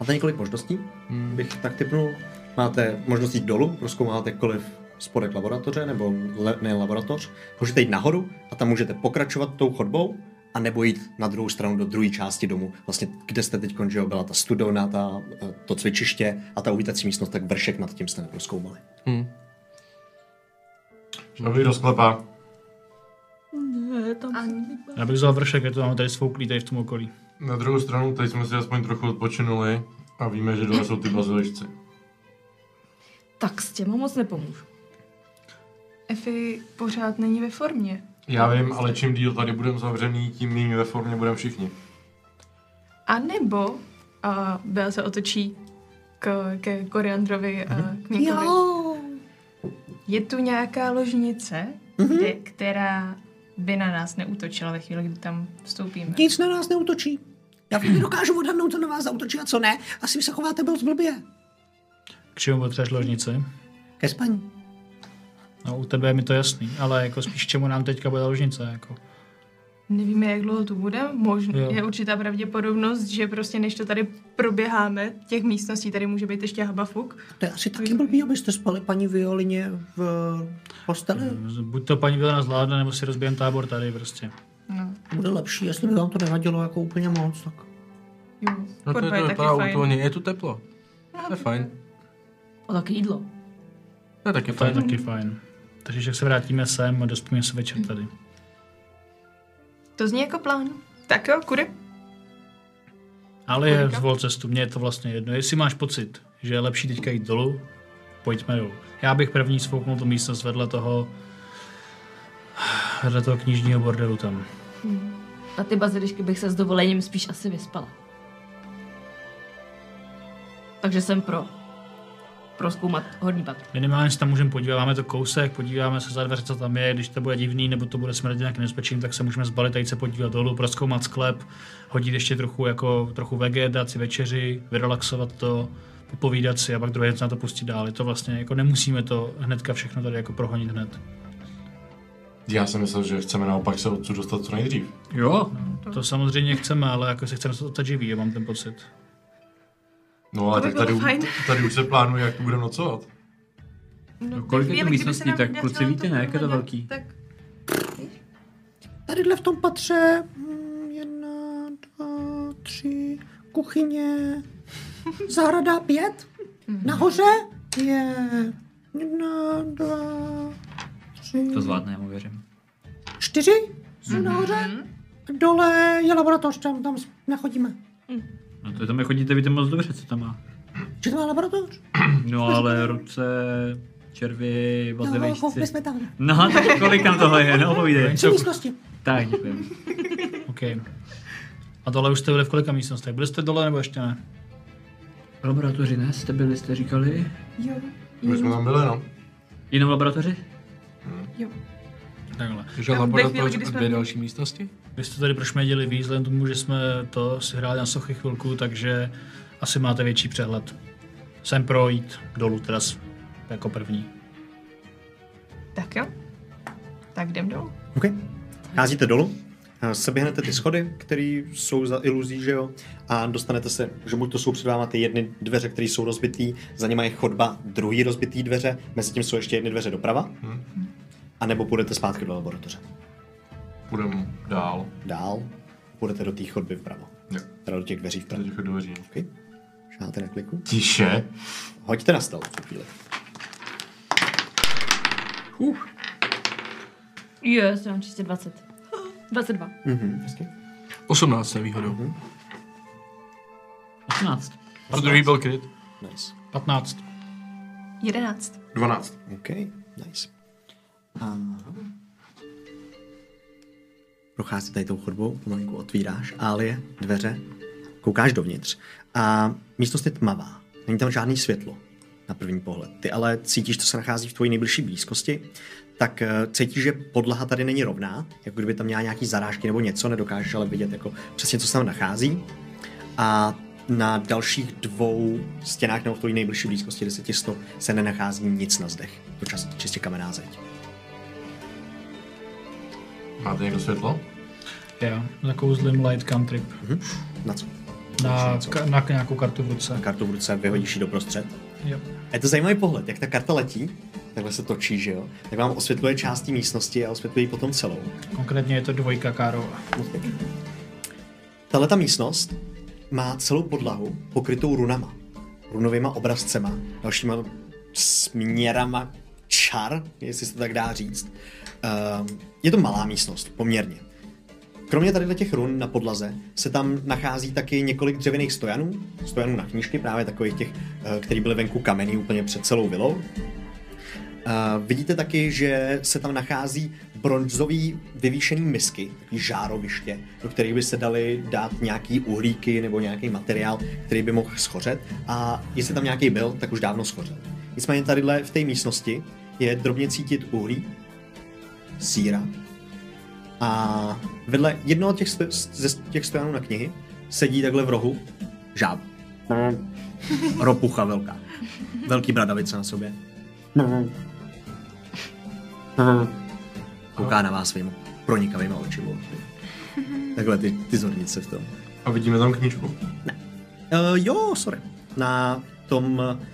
[SPEAKER 1] Máte několik možností, hmm. bych tak typnul. Máte možnost jít dolů, proskoumáte koliv spodek laboratoře, nebo le, ne laboratoř. Můžete jít nahoru a tam můžete pokračovat tou chodbou, a nebo jít na druhou stranu do druhé části domu, vlastně kde jste teď že jo, byla ta studovna, ta, eh, to cvičiště a ta uvítací místnost, tak vršek nad tím jste neproskoumali.
[SPEAKER 4] Šel do sklepa.
[SPEAKER 9] Já bych vzal vršek, je to máme tady svouklý tady v tom okolí.
[SPEAKER 4] Na druhou stranu, tady jsme si aspoň trochu odpočinuli a víme, že dole jsou ty bazilišci.
[SPEAKER 2] Tak s těma moc nepomůžu.
[SPEAKER 3] Efi pořád není ve formě.
[SPEAKER 4] Já vím, ale čím díl tady budeme zavřený, tím méně ve formě budeme všichni.
[SPEAKER 3] A nebo uh, Bel se otočí k, ke Koriandrovi a
[SPEAKER 4] Mhm.
[SPEAKER 3] k Minkovi.
[SPEAKER 6] Jo.
[SPEAKER 3] Je tu nějaká ložnice,
[SPEAKER 2] Mhm.
[SPEAKER 3] kde, která by na nás neútočila ve chvíli, kdy tam vstoupíme.
[SPEAKER 6] Nic na nás neutočí. Já vždy dokážu odhadnout, co na vás zautočí a co ne. Asi vy se chováte moc blbě.
[SPEAKER 9] K čemu potřebuješ ložnici?
[SPEAKER 6] Ke spaní.
[SPEAKER 9] No, u tebe je mi to jasný, ale jako spíš čemu nám teďka bude ložnice, jako.
[SPEAKER 3] Nevíme, jak dlouho to bude. Možná
[SPEAKER 9] Jo.
[SPEAKER 3] je určitá pravděpodobnost, že prostě než to tady proběháme, těch místností tady může být ještě habafuk.
[SPEAKER 6] To je asi taky blbý, abyste spali paní Violině v
[SPEAKER 1] eh,
[SPEAKER 6] posteli.
[SPEAKER 9] Buď to paní Vilena zvládne, nebo si rozbijeme tábor tady prostě.
[SPEAKER 3] No,
[SPEAKER 6] Bude lepší, jestli by vám to nevadilo jako úplně moc. Tak.
[SPEAKER 3] jo.
[SPEAKER 8] No to,
[SPEAKER 3] Korba
[SPEAKER 8] je to
[SPEAKER 3] je taky
[SPEAKER 8] vypadá
[SPEAKER 3] fajn.
[SPEAKER 8] útulně, je tu teplo. To je fajn.
[SPEAKER 2] O taky jídlo.
[SPEAKER 8] To je taky
[SPEAKER 9] To je
[SPEAKER 8] fajn.
[SPEAKER 9] taky fajn. Takže jak se vrátíme sem, dospíme se večer tady.
[SPEAKER 3] To zní jako plán. Tak jo, kudy?
[SPEAKER 9] Ale je
[SPEAKER 3] Kolika?
[SPEAKER 9] zvol cestu, mně je to vlastně jedno. Jestli máš pocit, že je lepší teďka jít dolů, pojďme dolů. Já bych první svouknul tu místnost vedle toho, vedle toho knižního bordelu tam.
[SPEAKER 2] Na ty bazilišky bych se s dovolením spíš asi vyspala. Takže jsem pro. Proskoumat horní patro.
[SPEAKER 9] Minimálně se tam můžeme podívat, máme to kousek, podíváme se za dveře, co tam je, když to bude divný, nebo to bude smrt nějak nebezpečným, tak se můžeme zbalit, tady se podívat dolů, proskoumat sklep, hodit ještě trochu, jako, trochu vege, dát si večeři, vyrelaxovat to, popovídat si a pak druhý den se na to pustit dál. Je to vlastně, jako nemusíme to hnedka všechno tady jako prohonit hned.
[SPEAKER 4] Já jsem myslel, že chceme naopak se odsud dostat co nejdřív.
[SPEAKER 5] Jo,
[SPEAKER 9] To samozřejmě chceme, ale jako se chceme dostat živý, já mám ten pocit.
[SPEAKER 4] No ale
[SPEAKER 3] To by
[SPEAKER 4] tak tady,
[SPEAKER 3] bylo
[SPEAKER 4] u-
[SPEAKER 3] fajn.
[SPEAKER 4] tady už se plánuje, jak tu budeme nocovat.
[SPEAKER 5] No, kolik je tu
[SPEAKER 3] Nevím, kdyby se
[SPEAKER 5] místností,
[SPEAKER 3] nám
[SPEAKER 5] tak
[SPEAKER 3] podařilo
[SPEAKER 5] kluci víte, ne, jak je to
[SPEAKER 3] dohromady,
[SPEAKER 5] velký?
[SPEAKER 3] Tak
[SPEAKER 6] Tadyhle v tom patře mm, jedna, dva, tři, kuchyně, zahrada pět,
[SPEAKER 5] Mhm.
[SPEAKER 6] nahoře je jedna, dva, tři,
[SPEAKER 5] to Mhm. zvládne, já mu věřím.
[SPEAKER 6] čtyři, jsou nahoře,
[SPEAKER 5] Mhm.
[SPEAKER 6] dole je laboratoř, tam, tam nechodíme.
[SPEAKER 5] No to tam nechodíte, víte moc dobře, co tam má.
[SPEAKER 6] Že to má laboratoř?
[SPEAKER 5] No ale ruce, červy,
[SPEAKER 6] No, koupili
[SPEAKER 5] bazilišci.
[SPEAKER 6] jsme tam.
[SPEAKER 5] No, tak kolik tam tohle je, no povídej.
[SPEAKER 6] Tři místnosti.
[SPEAKER 5] Tak, děkuji.
[SPEAKER 9] OK. A dole už jste byli v kolika místnostech? Byli jste dole nebo ještě ne?
[SPEAKER 5] V laboratoři ne, jste byli, jste říkali?
[SPEAKER 3] Jo,
[SPEAKER 4] My jsme tam byli, no.
[SPEAKER 5] Jenom v laboratoři?
[SPEAKER 9] Takhle.
[SPEAKER 8] Takže
[SPEAKER 3] Ve chvíli,
[SPEAKER 8] laboratoř
[SPEAKER 3] kdy
[SPEAKER 8] a
[SPEAKER 3] jsme-
[SPEAKER 8] dvě další místnosti?
[SPEAKER 9] Vy jste tady prošmědili víc, vzhledem tomu, že jsme to si hráli na sochy chvilku, takže asi máte větší přehled. Jsem pro jít dolů teda s- jako první.
[SPEAKER 3] tak jo. Tak jdem dolů.
[SPEAKER 1] OK. Házíte dolů, a seběhnete ty schody, které jsou za iluzí, že jo, a dostanete se, že buď to jsou před váma ty jedny dveře, které jsou rozbitý, za nimi je chodba, druhý rozbitý dveře, mezi tím jsou ještě jedny dveře doprava,
[SPEAKER 4] Hm?
[SPEAKER 1] a nebo půjdete zpátky do laboratoře.
[SPEAKER 4] Půjdeme dál.
[SPEAKER 1] Dál půjdete do té chodby vpravo,
[SPEAKER 4] Jo,
[SPEAKER 1] teda do těch dveří vpravo.
[SPEAKER 4] do těch dveří.
[SPEAKER 1] OK. Šáháte na kliku.
[SPEAKER 4] Tiše.
[SPEAKER 1] Hoďte na stol tu chvíli.
[SPEAKER 2] Jo, já jsem mám čistě 20. 22.
[SPEAKER 8] 18 s nevýhodou.
[SPEAKER 5] 18.
[SPEAKER 8] To druhý byl kryt.
[SPEAKER 1] Nice.
[SPEAKER 9] 15.
[SPEAKER 3] 11.
[SPEAKER 4] 12.
[SPEAKER 1] OK, nice. A... Prochází tady tou chodbou, pomalinku otvíráš álie, dveře, koukáš dovnitř a místnost je tmavá. Není tam žádný světlo na první pohled. Ty ale cítíš, co se nachází v tvojí nejbližší blízkosti, tak eh, cítíš, že podlaha tady není rovná, jako kdyby tam měla nějaký zarážky nebo něco, nedokážeš ale vidět jako přesně, co se tam nachází a na dalších dvou stěnách nebo v tvojí nejbližší blízkosti 10 stop se nenachází nic na zdech. To čas, čistě kamenná zeď.
[SPEAKER 4] Máte někdo světlo?
[SPEAKER 9] Já zakouzlím light country
[SPEAKER 1] Na co?
[SPEAKER 9] na, ka- na nějakou kartu v ruce.
[SPEAKER 1] Kartu v ruce vyhodíš ji doprostřed.
[SPEAKER 9] Jo.
[SPEAKER 1] A je to zajímavý pohled, jak ta karta letí, takhle se točí, že jo, tak vám osvětluje části místnosti a osvětluje ji potom celou.
[SPEAKER 9] Konkrétně je to dvojka Károva.
[SPEAKER 1] Tahle ta místnost má celou podlahu pokrytou runama. Runovýma obrazcema, dalšíma směrama čar, jestli se to tak dá říct. Ehm, Je to malá místnost, poměrně. Kromě tady těch run na podlaze se tam nachází taky několik dřevěných stojanů, stojanů na knížky, právě takových těch, eh, který byly venku kamení úplně před celou vilou. A vidíte taky, že se tam nachází bronzový vyvýšený misky, takový žároviště, do kterých by se dali dát nějaký uhlíky nebo nějaký materiál, který by mohl schořet a jestli tam nějaký byl, tak už dávno schořel. Nicméně tadyhle v té místnosti je drobně cítit uhlí, síra a vedle jednoho těch, sto- ze těch stojanů na knihy sedí takhle v rohu žáb. Ropucha velká. Velký bradavice na sobě. Kouká na vás svým pronikavýma očima. Takhle ty, ty zornice v tom.
[SPEAKER 4] A vidíme tam knížku.
[SPEAKER 1] Uh, jo, sorry. Na tom, eh,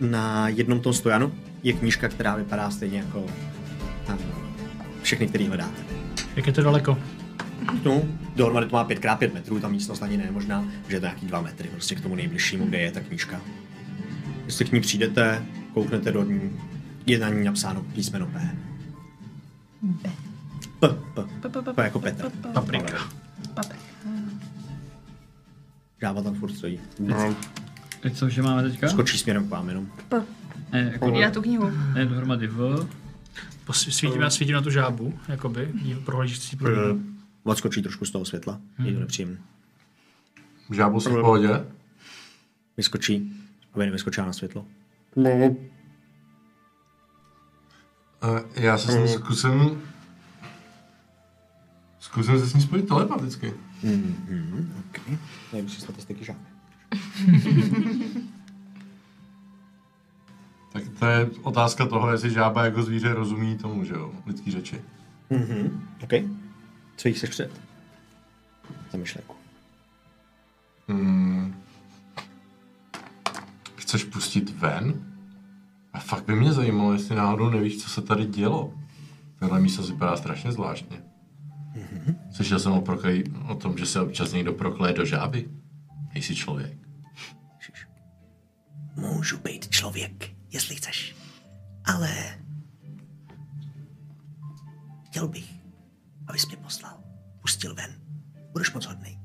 [SPEAKER 1] na jednom tom stojanu je knížka, která vypadá stejně jako eh, všechny, který hledáte.
[SPEAKER 9] Jak je to daleko?
[SPEAKER 1] No, dohromady to má 5x5 metrů, ta místnost ani ne možná, že je to nějaký 2 metry, prostě k tomu nejbližšímu, kde je ta knížka. Jestli k ní přijdete, kouknete do ní, je na ní napsáno písmeno P. P. P.
[SPEAKER 3] Pa, pa, pa,
[SPEAKER 1] P jako Petr.
[SPEAKER 3] pa, pa.
[SPEAKER 1] Paprika. Žába tam furt stojí.
[SPEAKER 5] Cože máme teďka?
[SPEAKER 1] Skočí směrem k vám jenom.
[SPEAKER 5] Ne, jako,
[SPEAKER 3] Já tu knihu.
[SPEAKER 5] ne, dohromady V.
[SPEAKER 9] Posv- Svítím, já svítím na tu žábu, jakoby, jí
[SPEAKER 1] Eh.
[SPEAKER 9] prohlížící pro
[SPEAKER 1] Odskočí trošku z toho světla, je to nepříjemné.
[SPEAKER 4] Žábu si v pohodě.
[SPEAKER 1] Vyskočí, aby nevyskočila na světlo.
[SPEAKER 4] Eh, Já se s ní zkusím... Zkusím se s ní spojit telepaticky.
[SPEAKER 1] Okay. Mhm, Nevím, jestli statistiky žádné.
[SPEAKER 4] Tak to je otázka toho, jestli žába jako zvíře rozumí tomu, že jo, lidský řeči.
[SPEAKER 1] Mhm, OK. Co jich chceš před? Za myšlenku.
[SPEAKER 4] Hmm. Chceš pustit ven? A fakt by mě zajímalo, jestli náhodou nevíš, co se tady dělo. Tohle místo vypadá strašně zvláštně. Slyšel jsem o, proklej, o tom, že se občas někdo prokleje do žáby. Nejsi člověk.
[SPEAKER 1] Ježíš. Můžu být člověk, jestli chceš. Ale... Chtěl bych, abys mě poslal. Pustil ven. Budeš moc hodnej.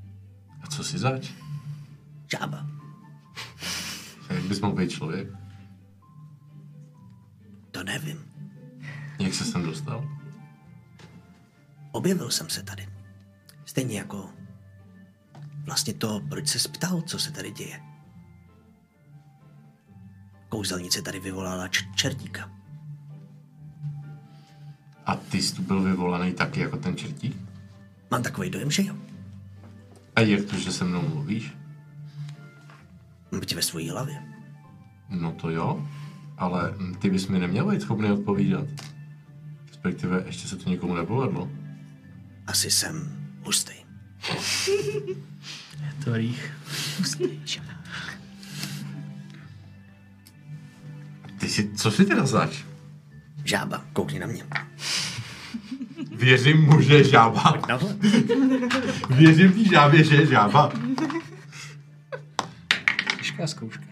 [SPEAKER 4] A co si zač?
[SPEAKER 1] Žába.
[SPEAKER 4] Jak bys mohl být člověk?
[SPEAKER 1] To nevím.
[SPEAKER 4] Jak se sem dostal?
[SPEAKER 1] Objevil jsem se tady. Stejně jako... Vlastně to, proč se ptal, co se tady děje. Kouzelnice tady vyvolala č- čertíka.
[SPEAKER 4] A ty jsi tu byl vyvolaný taky jako ten čertík?
[SPEAKER 1] Mám takový dojem, že jo.
[SPEAKER 4] A jak to, že se mnou mluvíš?
[SPEAKER 1] Byť ve svojí hlavě.
[SPEAKER 4] No to jo, ale hm, ty bys mi neměl být schopný odpovídat. Respektive ještě se to někomu nepovedlo.
[SPEAKER 1] Asi jsem hustý.
[SPEAKER 9] tvarích.
[SPEAKER 4] Ty si, co si teda zač?
[SPEAKER 1] Žába, koukni na mě.
[SPEAKER 4] Věřím mu, že je žába.
[SPEAKER 1] Nahle.
[SPEAKER 4] Věřím tý žábě, že je žába.
[SPEAKER 9] Těžká zkouška.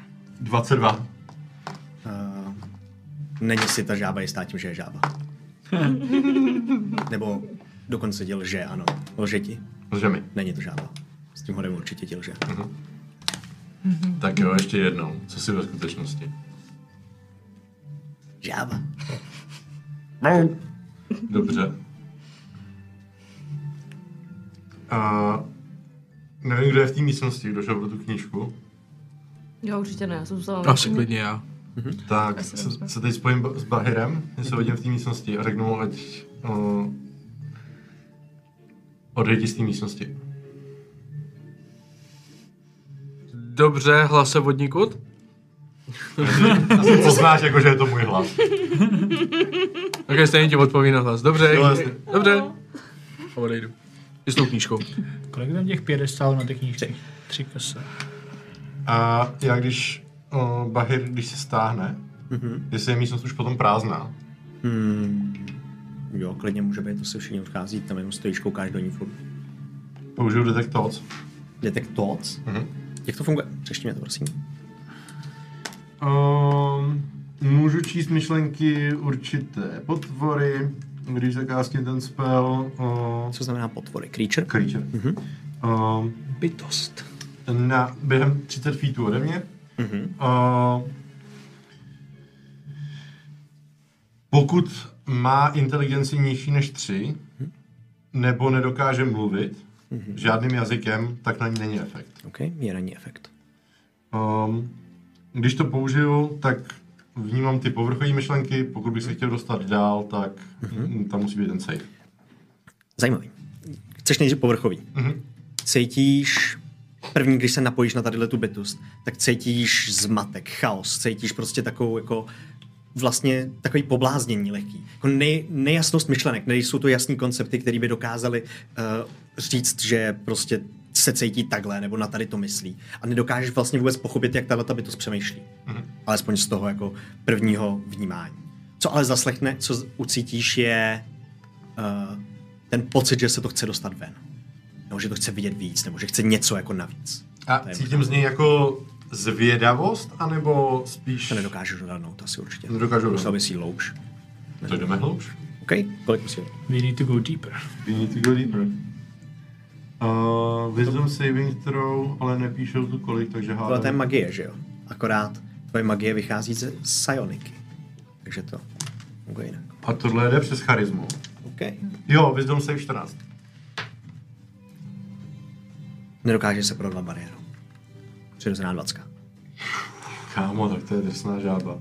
[SPEAKER 4] 22.
[SPEAKER 1] Uh, není si ta žába jistá tím, že je žába. Nebo dokonce ti lže, ano. Lže ti?
[SPEAKER 4] Lže mi. Mhm.
[SPEAKER 1] Není to žába. S tím hodem určitě ti lže.
[SPEAKER 4] Tak jo, ještě jednou. Co si ve skutečnosti?
[SPEAKER 1] Žába.
[SPEAKER 4] Dobře. A nevím, kdo je v té místnosti, kdo šel pro tu knížku.
[SPEAKER 2] Jo, určitě ne, já jsem se
[SPEAKER 8] No, Asi klidně já.
[SPEAKER 4] Tak se, se teď spojím ba- s Bahirem, že se hodím v té místnosti a řeknu mu, ať uh, odejdi z té místnosti.
[SPEAKER 8] Dobře, hlase od nikud.
[SPEAKER 4] Asi poznáš, jako, že je to můj hlas.
[SPEAKER 8] Tak stejně ti odpoví na hlas. Dobře,
[SPEAKER 4] Jo, No, jasně.
[SPEAKER 8] dobře. A odejdu. I s tou knížkou.
[SPEAKER 9] Kolik tam těch pědestálů na té knížce? Tři kasa.
[SPEAKER 4] A já když uh, Bahir, když se stáhne, mm-hmm. jestli je místnost už potom prázdná.
[SPEAKER 1] Hmm. Jo, klidně může být, to se všichni odchází, tam jenom stojíš, koukáš do ní furt.
[SPEAKER 4] Použiju detect thoughts.
[SPEAKER 1] Detect thoughts?
[SPEAKER 4] Mhm.
[SPEAKER 1] Jak to funguje? Přečti mě to, prosím.
[SPEAKER 4] Um, můžu číst myšlenky určité potvory, když zakástím ten spell. Uh,
[SPEAKER 1] Co znamená potvory? Creature? Mhm.
[SPEAKER 4] creature. Mm-hmm. Um,
[SPEAKER 9] Bytost.
[SPEAKER 4] na, během 30 feetů ode mě. Ehm,
[SPEAKER 1] Mhm.
[SPEAKER 4] A pokud má inteligenci nižší než 3, nebo nedokáže mluvit žádným jazykem, tak na ní není efekt.
[SPEAKER 1] Mhm. OK, je na ní efekt.
[SPEAKER 4] Um, když to použiju, tak vnímám ty povrchové myšlenky, pokud bych se chtěl dostat dál, tak
[SPEAKER 1] Mhm.
[SPEAKER 4] mm, tam musí být ten save.
[SPEAKER 1] Zajímavý. Chceš nejdřív povrchový.
[SPEAKER 4] Mhm.
[SPEAKER 1] Cítíš, první, když se napojíš na tadyhle tu bytost, tak cítíš zmatek, chaos, cítíš prostě takovou jako vlastně takový pobláznění lehký. Jako nej, nejasnost myšlenek, nejsou to jasní koncepty, které by dokázali uh, říct, že prostě se cítí takhle, nebo na tady to myslí. A nedokážeš vlastně vůbec pochopit, jak tahle ta bytost přemýšlí. Mm-hmm. Alespoň z toho jako prvního vnímání. Co ale zaslechne, co z- ucítíš, je uh, ten pocit, že se to chce dostat ven. Nebo že to chce vidět víc, nebo že chce něco jako navíc.
[SPEAKER 4] A
[SPEAKER 1] To je
[SPEAKER 4] cítím z něj jako zvědavost, anebo spíš...
[SPEAKER 1] To nedokážu dohlednout asi určitě.
[SPEAKER 4] Nedokážu dohlédnout.
[SPEAKER 1] Musel by si louš.
[SPEAKER 4] To jdeme hloubš.
[SPEAKER 1] OK, kolik musí jít?
[SPEAKER 9] We need to go deeper.
[SPEAKER 4] We need to go deeper. Uh, wisdom saving throw, ale nepíšou tu kolik, takže
[SPEAKER 1] Tohle
[SPEAKER 4] hádám.
[SPEAKER 1] to je magie, že jo? Akorát tvoje magie vychází ze psioniky. Takže to funguje jinak.
[SPEAKER 4] A tohle jde přes charismu.
[SPEAKER 1] OK.
[SPEAKER 4] Jo, wisdom save 14.
[SPEAKER 1] Nedokáže se prodlat bariéru. Přirozená dvacka.
[SPEAKER 4] Kámo, tak to je drsná žába.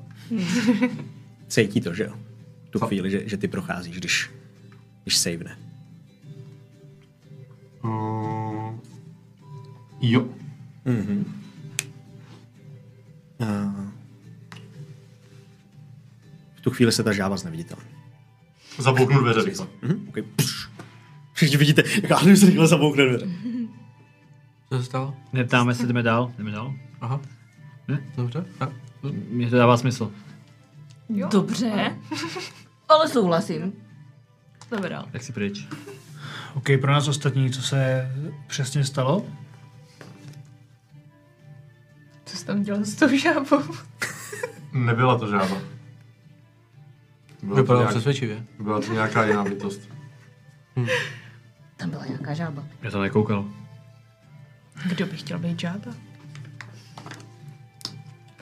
[SPEAKER 1] Cítí to, že jo? Tu chvíli, že, že ty procházíš, když, když savene.
[SPEAKER 4] Uh, jo.
[SPEAKER 1] Mhm. A... V tu chvíli se ta žába zneviditelní.
[SPEAKER 4] Zablouknu dveře rychle.
[SPEAKER 1] Mhm, okay. Pš. Všichni vidíte, jak Arnus rychle zaboukne dveře.
[SPEAKER 8] Co se stalo?
[SPEAKER 5] Neptáme se, jdeme dál. Jdeme dál.
[SPEAKER 8] Aha.
[SPEAKER 5] Ne?
[SPEAKER 8] Dobře. A,
[SPEAKER 5] Mně to dává smysl.
[SPEAKER 2] Dobře. Ale souhlasím. Jdeme dál.
[SPEAKER 5] Tak si pryč.
[SPEAKER 9] OK, pro nás ostatní, co se přesně stalo?
[SPEAKER 3] Co jsi tam dělal s tou žábou?
[SPEAKER 4] Nebyla to žába. Byla to,
[SPEAKER 8] vypadalo
[SPEAKER 4] nějak,
[SPEAKER 8] přesvědčivě.
[SPEAKER 4] byla to nějaká jiná bytost.
[SPEAKER 2] Tam byla nějaká žába.
[SPEAKER 5] Já to nekoukal.
[SPEAKER 3] Kdo by chtěl být žába?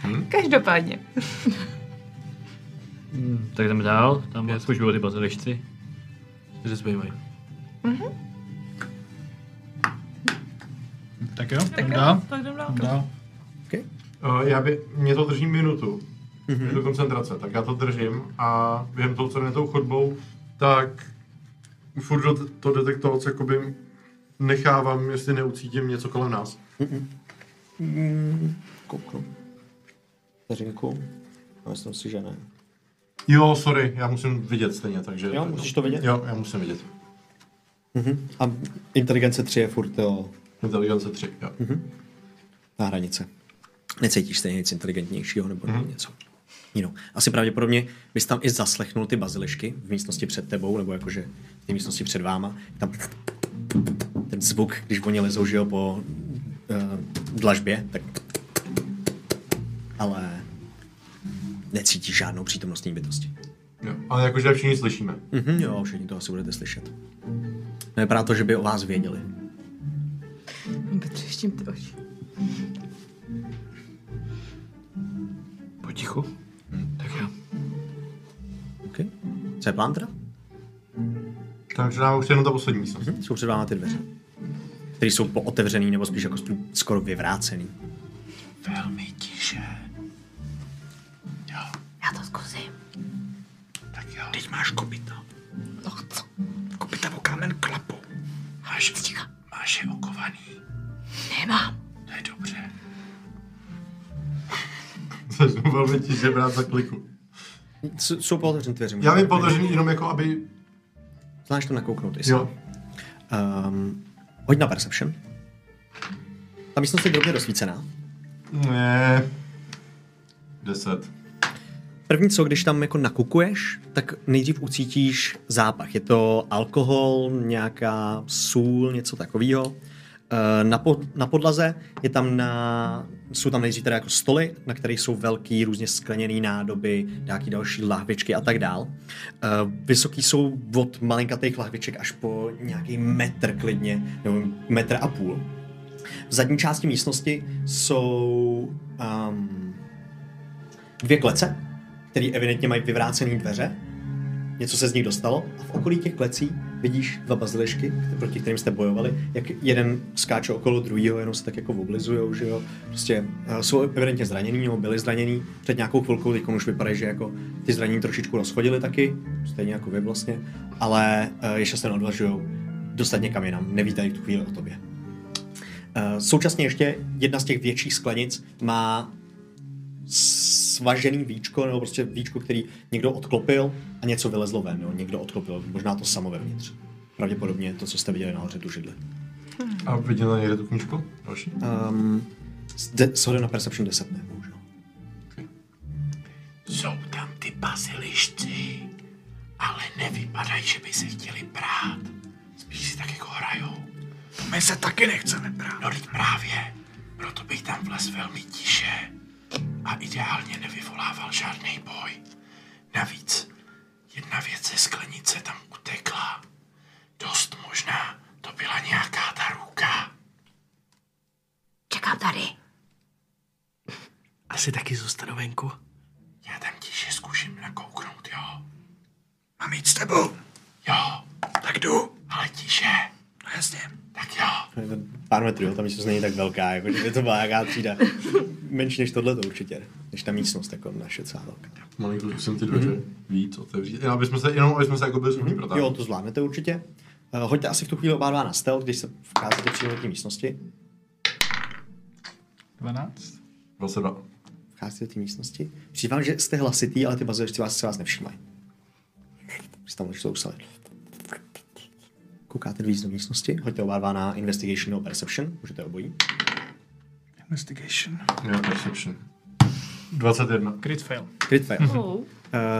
[SPEAKER 4] Hm?
[SPEAKER 3] Každopádně.
[SPEAKER 5] Hmm, tak jdeme dál. Tam
[SPEAKER 8] Pět.
[SPEAKER 5] Pět. už bylo ty bazilišci.
[SPEAKER 8] Že zbývají.
[SPEAKER 3] Mhm.
[SPEAKER 9] Tak jo, tak dál.
[SPEAKER 2] Tak jdem dál.
[SPEAKER 9] jdem dál.
[SPEAKER 4] Uh, já by, mě to drží minutu.
[SPEAKER 1] Mhm.
[SPEAKER 4] Mm-hmm. Je to koncentrace, tak já to držím a během toho, co jde tou chodbou, tak furt do to detektovac jakoby nechávám, jestli neucítím něco kolem nás.
[SPEAKER 1] Kouknu. Vteřinku. No, myslím si, že ne.
[SPEAKER 4] Jo, sorry, já musím vidět stejně, takže...
[SPEAKER 1] Jo, musíš to vidět?
[SPEAKER 4] Jo, já musím vidět.
[SPEAKER 1] A inteligence 3 je furt to,
[SPEAKER 4] Inteligence 3, jo. Mm-hmm.
[SPEAKER 1] ta hranice. Necítíš stejně nic inteligentnějšího nebo mm. něco. Jinou. Asi pravděpodobně bys tam i zaslechnul ty bazilišky v místnosti před tebou, nebo jakože v té místnosti před váma. Tam ten zvuk, když oni lezou, že jo, po uh, dlažbě, tak ale necítíš žádnou přítomnostní bytosti.
[SPEAKER 4] jo. Ale jakože všichni slyšíme.
[SPEAKER 1] Mm-hmm, jo, všichni to asi budete slyšet. Nevypadá to, že by o vás věděli.
[SPEAKER 3] No,
[SPEAKER 2] Petřištím ty oči.
[SPEAKER 5] Potichu. Tak jo.
[SPEAKER 1] Okay. Hm. Co je plán teda?
[SPEAKER 4] Takže nám už jenom ta poslední místnost.
[SPEAKER 1] Mhm, Jsou před váma ty dveře. Které jsou pootevřený, nebo spíš jako spíš skoro vyvrácený.
[SPEAKER 4] Velmi tiše.
[SPEAKER 2] Já to zkusím.
[SPEAKER 4] Tak jo.
[SPEAKER 9] Teď máš kopita.
[SPEAKER 2] No co?
[SPEAKER 9] Kopita o kámen klapu.
[SPEAKER 2] Ticha.
[SPEAKER 4] Máš je okovaný.
[SPEAKER 2] Nemám.
[SPEAKER 4] To je dobře. Začnu velmi tiše brát za kliku.
[SPEAKER 1] S- jsou pootevřený dveře.
[SPEAKER 4] Já
[SPEAKER 1] můžete-
[SPEAKER 4] vím podložený jenom jako, aby...
[SPEAKER 1] Znáš to nakouknout, jestli.
[SPEAKER 4] Jo.
[SPEAKER 1] Um, hoď na Perception. Ta místnost je drobně rozsvícená.
[SPEAKER 4] Ne. Deset.
[SPEAKER 1] První co, když tam jako nakukuješ, tak nejdřív ucítíš zápach. Je to alkohol, nějaká sůl, něco takového. Na, pod, na podlaze je tam na, jsou tam nejdřív teda jako stoly, na kterých jsou velký různě skleněné nádoby, nějaký další lahvičky a tak dál. Eh, Vysoký jsou od malinkatých lahviček až po nějaký metr klidně, nebo metr a půl. V zadní části místnosti jsou um, dvě klece, které evidentně mají vyvrácené dveře. Něco se z nich dostalo a v okolí těch klecí vidíš dva bazilišky, proti kterým jste bojovali, jak jeden skáče okolo druhého, jenom se tak jako oblizujou, že jo. Prostě eh, jsou evidentně zranění, nebo byli zranění před nějakou chvilkou, teď už vypadají, že jako ty zranění trošičku rozchodili taky, stejně jako vy vlastně, ale eh, ještě se neodvažují dostat někam jinam, nevítají v tu chvíli o tobě. Eh, Současně ještě jedna z těch větších sklenic má s- svažený víčko, nebo prostě víčko, který někdo odklopil a něco vylezlo ven, jo? někdo odklopil, možná to samo vevnitř. Pravděpodobně to, co jste viděli nahoře, tu židli.
[SPEAKER 4] A viděla někde tu knížku? Další?
[SPEAKER 1] Um, de, sorry na Perception 10 ne, bohužel.
[SPEAKER 4] Jsou tam ty bazilišci, ale nevypadají, že by se chtěli brát. Spíš si tak jako hrajou.
[SPEAKER 10] To my se taky nechceme brát.
[SPEAKER 4] No teď právě, proto bych tam vles velmi tiše a ideálně nevyvolával žádný boj. Navíc, jedna věc ze sklenice tam utekla. Dost možná to byla nějaká ta ruka.
[SPEAKER 2] Čekám tady.
[SPEAKER 10] Asi taky zůstanu venku.
[SPEAKER 4] Já tam tiše zkusím nakouknout, jo?
[SPEAKER 10] Mám jít s tebou.
[SPEAKER 4] Jo,
[SPEAKER 10] Tak jdu.
[SPEAKER 4] ale tiše.
[SPEAKER 10] No jasně.
[SPEAKER 4] Tak jo.
[SPEAKER 1] To je ten pár metrů, jo, ta místnost není tak velká, jako že by to byla nějaká třída. Menší než tohle to určitě, než ta místnost jako naše celá velká. Mhm.
[SPEAKER 4] Malinko zkusím ty dveře mm-hmm. víc otevřít, jen aby jsme se, jenom aby jsme se jako byli schopni protáhnout.
[SPEAKER 1] Jo, to zvládnete určitě. Eh, Hoďte asi v tu chvíli oba dva na stealth, když se vcházíte přímo do té místnosti.
[SPEAKER 7] 12?
[SPEAKER 4] 22.
[SPEAKER 1] Vcházíte do té místnosti. Přijde vám, že jste hlasitý, ale ty bazilišti vás, se vás nevšímají. Jste tam to usali. Koukáte do do místnosti, hoďte oba dva na investigation nebo perception, můžete obojí.
[SPEAKER 10] Investigation.
[SPEAKER 4] Jo, perception. 21.
[SPEAKER 9] Crit fail.
[SPEAKER 1] Crit fail.
[SPEAKER 2] Oh.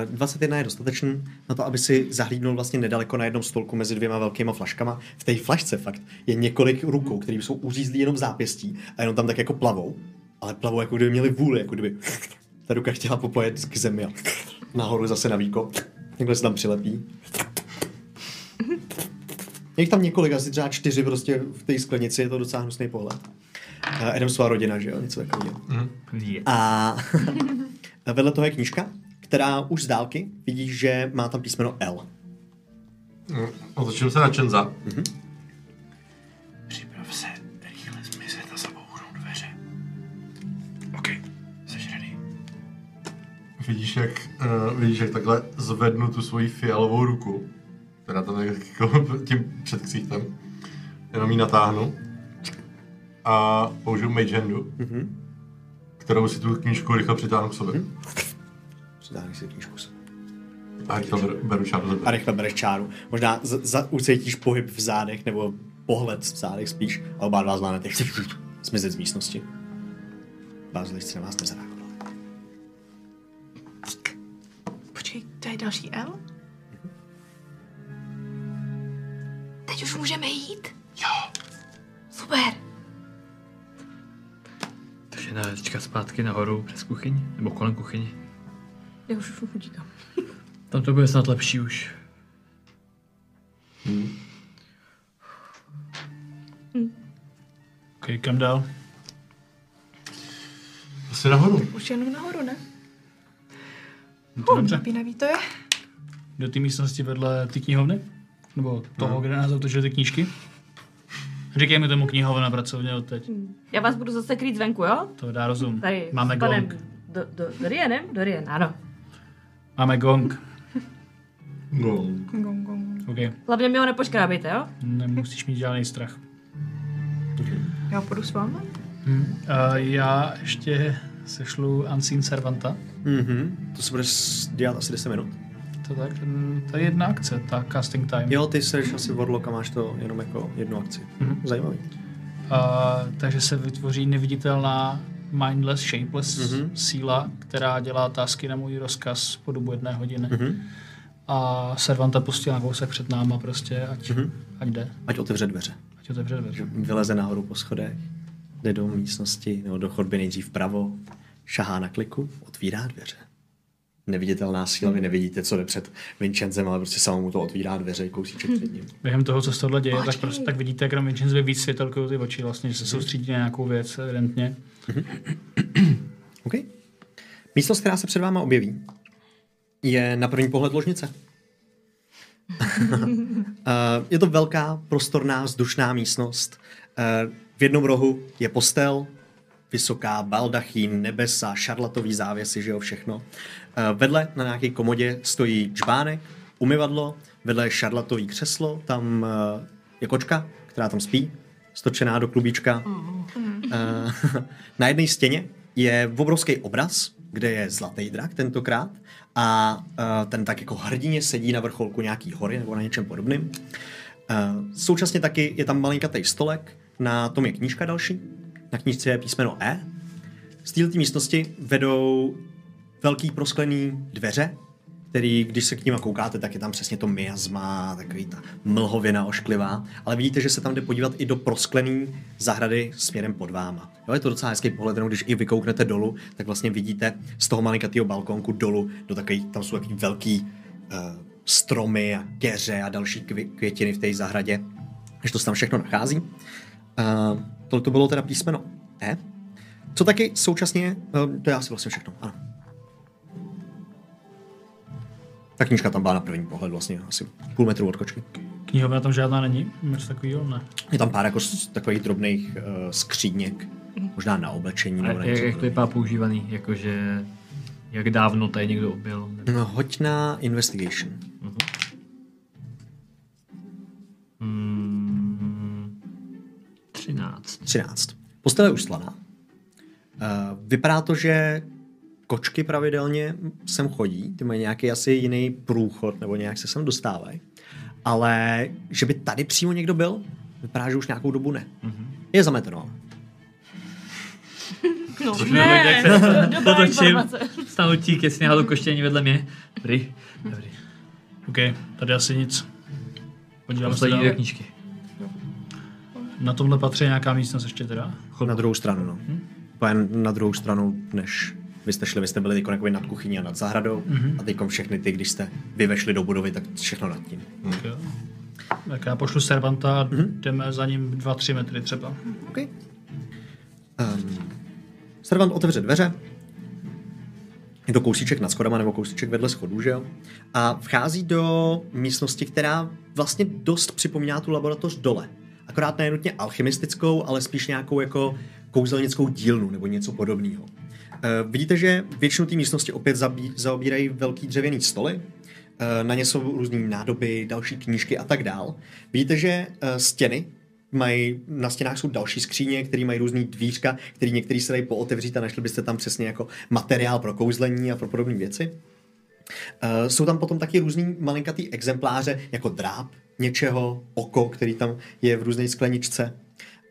[SPEAKER 1] Eh, 21 je dostatečný na to, aby si zahlídnul vlastně nedaleko na jednom stolku mezi dvěma velkýma flaškama. V té flašce fakt je několik rukou, které jsou uřízlý jenom v zápěstí a jenom tam tak jako plavou. Ale plavou, jako kdyby měli vůli, jako kdyby ta ruka chtěla popojet k zemi a nahoru zase na víko. Někdo se tam přilepí. Je jich tam několik, asi třeba čtyři prostě v té sklenici, je to docela hnusný pohled. Eh, Adamsová rodina, že jo, něco takového. A vedle toho je knížka, která už z dálky vidíš, že má tam písmeno L.
[SPEAKER 4] No, Otočím se na Čenza.
[SPEAKER 1] Mhm.
[SPEAKER 4] Mm-hmm. Připrav se, rychle zmizet a zabouchnou dveře. OK. Jsi ready? Vidíš, jak, uh, vidíš, jak takhle zvednu tu svoji fialovou ruku, která tam je jako tím před ksichtem, jenom ji natáhnu a použiju Mage Handu, mm-hmm.
[SPEAKER 1] Mhm.
[SPEAKER 4] kterou si tu knížku rychle přitáhnu k sobě. Mm-hmm.
[SPEAKER 1] Přidáš si knížku sem.
[SPEAKER 4] A jak to beru, beru čáru ze
[SPEAKER 1] A
[SPEAKER 4] dveře.
[SPEAKER 1] rychle bereš čáru. Možná za, za, ucítíš pohyb v zádech, nebo pohled v zádech spíš, a oba dva zvládnete zmizet z místnosti. Bazilisk se na vás nezareagoval.
[SPEAKER 3] Počkej, to je další L?
[SPEAKER 2] Teď už můžeme jít?
[SPEAKER 4] Jo,
[SPEAKER 2] Super.
[SPEAKER 5] Takže na teďka zpátky nahoru přes kuchyň, nebo kolem kuchyně.
[SPEAKER 2] Já už už utíkám.
[SPEAKER 5] Tam to bude snad lepší už.
[SPEAKER 9] OK, kam dál?
[SPEAKER 4] asi nahoru.
[SPEAKER 3] Už jenom nahoru, ne?
[SPEAKER 9] No to dobře.
[SPEAKER 3] Oh, Napínavý to je.
[SPEAKER 9] Do té místnosti vedle ty knihovny? Nebo toho, kde nás zautočily ty knížky? Říkejme tomu knihovna pracovně od teď.
[SPEAKER 2] Já vás budu zase krýt zvenku, jo?
[SPEAKER 9] To dá rozum.
[SPEAKER 2] Hmm. Tady
[SPEAKER 9] Máme
[SPEAKER 2] s panem
[SPEAKER 9] gong.
[SPEAKER 2] Do, do, Dorienem? Dorien, ano.
[SPEAKER 9] Máme gong.
[SPEAKER 4] No.
[SPEAKER 3] Gong, gong.
[SPEAKER 9] OK.
[SPEAKER 2] Hlavně mi ho nepoškrábejte, jo?
[SPEAKER 9] Nemusíš mít žádný strach.
[SPEAKER 3] Já půjdu s váma.
[SPEAKER 9] Hmm. Uh, já ještě sešlu Unseen Servanta.
[SPEAKER 1] Mhm, to se bude s- dělat asi 10 minut.
[SPEAKER 9] To tak, ten- to je jedna akce, ta casting time.
[SPEAKER 1] Jo, ty jsi asi Warlock a máš to jenom jako jednu akci.
[SPEAKER 9] Mhm.
[SPEAKER 1] Mm-hmm. Zajímavý.
[SPEAKER 9] Uh, takže se vytvoří neviditelná mindless, shapeless mm-hmm. síla, která dělá tásky na můj rozkaz po dobu jedné hodiny.
[SPEAKER 1] Mhm.
[SPEAKER 9] Mm-hmm. A Servanta pustí na kousek před náma prostě, ať, mm-hmm.
[SPEAKER 4] Mhm.
[SPEAKER 9] ať jde,
[SPEAKER 1] Ať otevře dveře.
[SPEAKER 9] ať otevře dveře.
[SPEAKER 1] Vyleze nahoru po schodech, jde do místnosti nebo do chodby nejdřív vpravo, šahá na kliku, otvírá dveře. Neviditelná síla, vy nevidíte, co jde před Vincencem, ale prostě samo mu to otvírá dveře, kousíček před ním.
[SPEAKER 9] Během toho, co se tohle děje, tak, prostě, tak vidíte, jak nám Vincenzo víc světelkují ty oči, vlastně,
[SPEAKER 4] Mhm.
[SPEAKER 9] že se soustředí na nějakou věc, evidentně.
[SPEAKER 1] OK. Místnost, která se před váma objeví, je na první pohled ložnice. Eh, je to velká, prostorná, vzdušná místnost. Eh, V jednom rohu je postel, vysoká baldachín, nebesa, šarlatový závěsy, že jo, všechno. Eh, Vedle na nějaké komodě stojí čbánek, umyvadlo, vedle je šarlatový křeslo, tam eh, je kočka, která tam spí, stočená do klubíčka. Eh, Na jedné stěně je obrovský obraz, kde je zlatý drak tentokrát a eh, ten tak jako hrdině sedí na vrcholku nějaký hory nebo na něčem podobným. Eh, Současně taky je tam malinkatý stolek, na tom je knížka další, na knížce je písmeno E. Z této místnosti vedou velký prosklený dveře, který, když se k nima koukáte, tak je tam přesně to miasma, takový ta mlhovina ošklivá, ale vidíte, že se tam jde podívat i do prosklený zahrady směrem pod váma. Jo, je to docela hezký pohled, jenom když i vykouknete dolů, tak vlastně vidíte z toho malinkatýho balkónku dolů, do takový, tam jsou takový velký uh, stromy a keře a další kvi- květiny v té zahradě, že to se tam všechno nachází. Uh, tohle to bylo teda písmeno E, co taky současně, eh, to je asi vlastně všechno, ano. Ta knížka tam byla na první pohled vlastně asi půl metru od kočky.
[SPEAKER 9] Knihovna tam žádná není? Něco takového ne.
[SPEAKER 1] Je tam pár jako s- takových drobných uh, skříněk, možná na oblečení nebo na
[SPEAKER 5] A jak,
[SPEAKER 1] něco
[SPEAKER 5] jak to
[SPEAKER 1] podobného.
[SPEAKER 5] vypadá používaný? Jakože, jak dávno tady někdo objel? Nebo-
[SPEAKER 1] No, hoď na investigation.
[SPEAKER 5] Hmm, 13.
[SPEAKER 1] 13. Postele je už slaná. Uh, vypadá to, že kočky pravidelně sem chodí, ty mají nějaký asi jiný průchod, nebo nějak se sem dostávají. Ale že by tady přímo někdo byl, vypadá, že už nějakou dobu ne. Je zameteno. ale.
[SPEAKER 2] No,
[SPEAKER 5] Což
[SPEAKER 2] ne,
[SPEAKER 5] nevím, jak se
[SPEAKER 2] to-
[SPEAKER 5] to
[SPEAKER 2] dobrá
[SPEAKER 5] točím.
[SPEAKER 2] informace.
[SPEAKER 5] Stanu tík, jestli nehadu koštění vedle mě. Dobrý, dobrý.
[SPEAKER 9] OK, tady asi nic. Podíváme se
[SPEAKER 5] Poslední dvě
[SPEAKER 9] dál.
[SPEAKER 5] knížky.
[SPEAKER 9] Na tomhle patří nějaká místnost ještě teda?
[SPEAKER 1] Na druhou stranu, no. Hmm? Na druhou stranu, než vy jste šli, vy jste byli teď nad kuchyní a nad zahradou mm-hmm. a teď všechny ty, když jste vyvešli do budovy, tak všechno nad tím.
[SPEAKER 4] Mhm.
[SPEAKER 9] Tak jo. Tak já pošlu servanta a jdeme za ním 2-3 metry třeba.
[SPEAKER 1] Okay. Um, servant otevře dveře, je to kousíček nad schodama nebo kousíček vedle schodů, že jo? A vchází do místnosti, která vlastně dost připomíná tu laboratoř dole. Akorát ne nutně alchemistickou, ale spíš nějakou jako kouzelnickou dílnu nebo něco podobného. E, vidíte, že většinu té místnosti opět zabí, zaobírají velký dřevěný stoly, e, na ně jsou různé nádoby, další knížky a tak dál. Vidíte, že e, stěny mají, na stěnách jsou další skříně, které mají různý dvířka, které některé se dají pootevřít a našli byste tam přesně jako materiál pro kouzlení a pro podobné věci. Eh, jsou tam potom taky různý malinkatý exempláře, jako dráp něčeho, oko, který tam je v různé skleničce.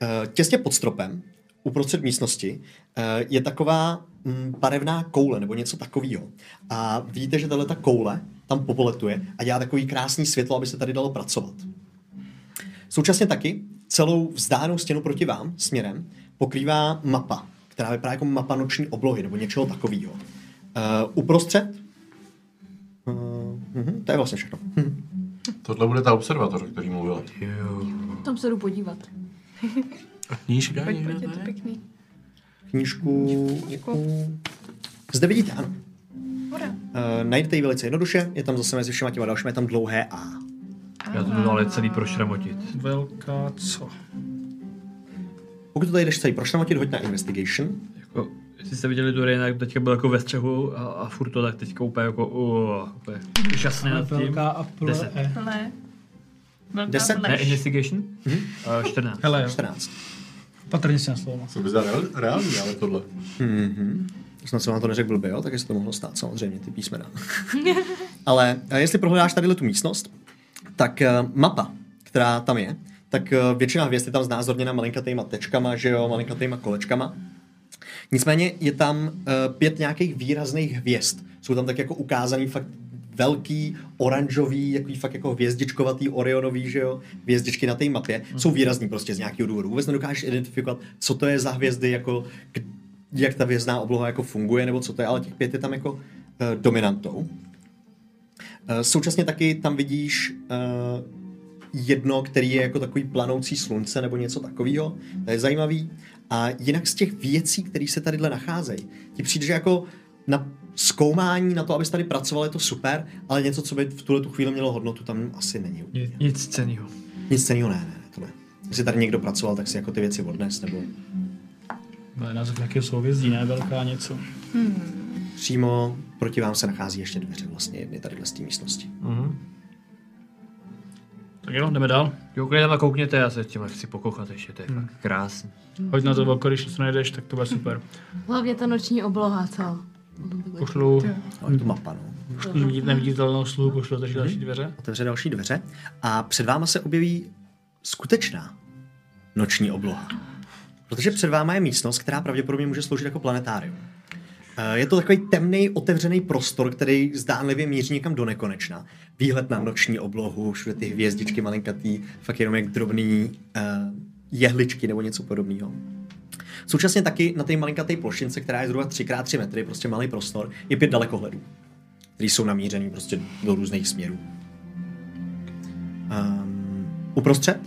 [SPEAKER 1] Eh, Těsně pod stropem, uprostřed místnosti, eh, je taková mm, barevná koule nebo něco takového. A vidíte, že tahle ta koule tam popoletuje a dělá takový krásný světlo, aby se tady dalo pracovat. Současně taky celou vzdálenou stěnu proti vám směrem pokrývá mapa, která vypadá jako mapa noční oblohy nebo něčeho takového. Uh, uprostřed Uh, mhm, to je vlastně všechno. Hm.
[SPEAKER 4] Tohle bude ta observatoř, o který mluvil.
[SPEAKER 2] Tam se jdu podívat.
[SPEAKER 8] A knížka
[SPEAKER 3] Pojď, pojď,
[SPEAKER 8] někde
[SPEAKER 3] je to
[SPEAKER 8] tady?
[SPEAKER 3] pěkný.
[SPEAKER 1] Knížku... Zde vidíte, ano. Uh, najdete ji velice jednoduše, je tam zase mezi všema těma dalšíma, je tam dlouhé A.
[SPEAKER 5] Já to budu ale celý prošramotit.
[SPEAKER 9] Velká co?
[SPEAKER 1] Pokud to tady jdeš celý prošramotit, hoď na investigation.
[SPEAKER 5] Jako, jestli jste viděli Doriana, jak teďka byl jako ve střehu a, a furt to tak teďka úplně jako uh, úplně žasne nad tím.
[SPEAKER 7] Velká a půl
[SPEAKER 5] Deset.
[SPEAKER 7] E.
[SPEAKER 3] Hele.
[SPEAKER 1] Deset? Mhm.
[SPEAKER 5] Ne, investigation? Uh, 14.
[SPEAKER 9] Hele jo,
[SPEAKER 1] 14.
[SPEAKER 9] patrně si na slovo.
[SPEAKER 4] Co by za reál, reální, ale tohle.
[SPEAKER 1] Snad jsem vám Mhm. to neřekl blbě, jo? tak jestli to mohlo stát samozřejmě, ty písmena. Ale eh, jestli prohledáš tady tu místnost, tak eh, mapa, která tam je, tak eh, většina hvězd je tam znázorněna malinkatýma tečkama, že jo, malinkatýma kolečkama. Nicméně je tam eh, pět nějakých výrazných hvězd. Jsou tam tak jako ukázaný fakt velký, oranžový, jaký fakt jako hvězdičkovatý, orionový, že jo, hvězdičky na té mapě. Jsou výrazný prostě z nějakého důvodu. Vůbec nedokážeš identifikovat, co to je za hvězdy, jako k- jak ta vězná obloha jako funguje, nebo co to je, ale těch pět je tam jako eh, dominantou. Eh, Současně taky tam vidíš eh, jedno, který je jako takový planoucí slunce nebo něco takového. To je zajímavý. A jinak z těch věcí, které se tadyhle nacházejí, ti přijde, že jako na zkoumání, na to, abys tady pracoval, je to super, ale něco, co by v tuhle tu chvíli mělo hodnotu, tam asi není. úplně.
[SPEAKER 5] Nic cenýho.
[SPEAKER 1] Nic cenného ne, ne, ne, to ne. Jestli tady někdo pracoval, tak si jako ty věci odnes, nebo
[SPEAKER 9] Bude název nějakého souvězdí, ne? Velká něco.
[SPEAKER 1] přímo proti vám se nachází ještě dveře vlastně jedny tadyhle z té místnosti.
[SPEAKER 5] No. Mhm.
[SPEAKER 9] Tak jo, jdeme dál.
[SPEAKER 5] Koukej tam a koukněte, já se s tím chci pokochat ještě, to je fakt krásný.
[SPEAKER 9] Hoď na to, Volko, když něco najdeš, tak to bude super.
[SPEAKER 2] Hlavně ta noční obloha, co?
[SPEAKER 9] Pošlu,
[SPEAKER 1] Ale je to mapa, no.
[SPEAKER 9] nevidí- neviditelnou sluhu, pošlu otevřít další dveře.
[SPEAKER 1] Hmm. Otevře další dveře a před váma se objeví skutečná noční obloha. Protože před váma je místnost, která pravděpodobně může sloužit jako planetárium. Eh, Je to takový temný, otevřený prostor, který zdánlivě míří někam do nekonečna. Výhled na noční oblohu, všude ty hvězdičky malinkatý, fakt jenom jak drobný eh, jehličky nebo něco podobného. Současně taky na té malinkaté plošince, která je zhruba 3x3 metry, prostě malý prostor, je pět dalekohledů, které jsou namířený prostě do různých směrů. Um, uprostřed,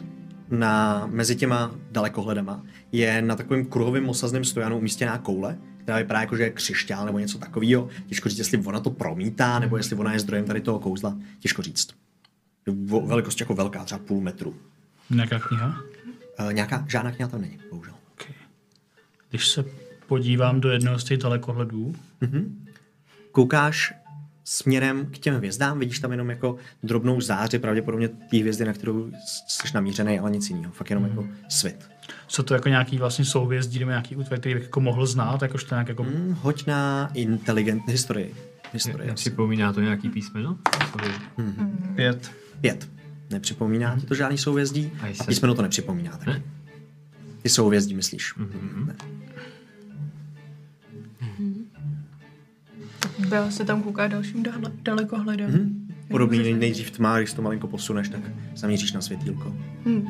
[SPEAKER 1] na, mezi těma dalekohledama, je na takovém kruhovém osazném stojanu umístěná koule, která vypadá jako, že je křišťál nebo něco takového. Těžko říct, jestli ona to promítá, nebo jestli ona je zdrojem tady toho kouzla. Těžko říct. Vo- Velikost jako velká, třeba půl metru.
[SPEAKER 9] Nějaká kniha?
[SPEAKER 5] Eh,
[SPEAKER 1] Uh, nějaká, žádná kniha tam není, bohužel.
[SPEAKER 9] Když se podívám do jednoho z těch dalekohledů,
[SPEAKER 1] Mhm. Koukáš směrem k těm hvězdám, vidíš tam jenom jako drobnou záři, pravděpodobně té hvězdy, na kterou jsi namířený, ale nic jiného. Fakt jenom jako
[SPEAKER 5] Mhm.
[SPEAKER 1] svět.
[SPEAKER 9] co to jako nějaký vlastně souvězdí nebo nějaký útvar, který bych jako mohl znát, jakož to nějak jako... Mm.
[SPEAKER 5] Hmm.
[SPEAKER 1] Hm, Hoď na inteligentní historii. Historie. asi. Mhm.
[SPEAKER 5] Připomíná to nějaký písmeno?
[SPEAKER 9] Pět.
[SPEAKER 1] Pět. Nepřipomíná ti to žádný souvězdí?
[SPEAKER 5] A
[SPEAKER 1] A
[SPEAKER 5] jsem-
[SPEAKER 1] písmeno to nepřipomíná. Tak.
[SPEAKER 5] Ne? Mhm.
[SPEAKER 1] Ty souvězdí, myslíš? Ne.
[SPEAKER 3] Bel se tam kouká dalším dal- dalekohledem.
[SPEAKER 1] Hm? Podobný
[SPEAKER 3] Nemůžeš
[SPEAKER 1] nej-
[SPEAKER 3] najít.
[SPEAKER 1] nejdřív tma, když to malinko posuneš, tak zamíříš na světýlko.
[SPEAKER 3] Hm.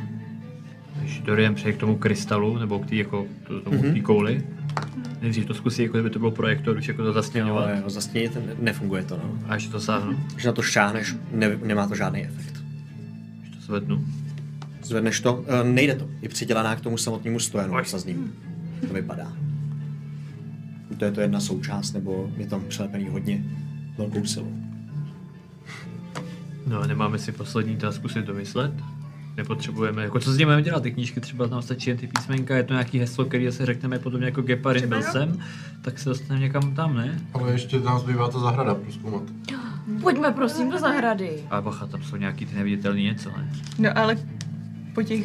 [SPEAKER 5] Když Dorian přeje k tomu krystalu, nebo k té jako, to- tomu
[SPEAKER 1] Mhm.
[SPEAKER 5] mm-hmm. kouli, nejdřív to zkusí, jako kdyby to byl projektor, už jako to zasněňovat.
[SPEAKER 1] Ale jo, zasnění ten, nefunguje to, no.
[SPEAKER 5] A ještě to sáhnu,
[SPEAKER 1] Když na to šáhneš, ne, nemá to žádný efekt.
[SPEAKER 5] ještě to zvednu.
[SPEAKER 1] Zvedneš to, eh, nejde to. Je přidělaná k tomu samotnému stojanu osazným. To vypadá. To je to jedna součást, nebo je tam přelepený hodně velkou silou.
[SPEAKER 5] No a nemáme si poslední teda zkusit domyslet? Nepotřebujeme, jako co s nimi máme dělat, ty knížky třeba nám stačí jen ty písmenka, je to nějaký heslo, který se řekneme podobně jako Geparin byl jsem, tak se dostaneme někam tam, ne?
[SPEAKER 4] Ale ještě nám zbývá ta zahrada proskoumat.
[SPEAKER 2] Pojďme prosím do zahrady.
[SPEAKER 5] A bacha, tam jsou nějaký ty neviditelný něco, ne?
[SPEAKER 3] No ale po těch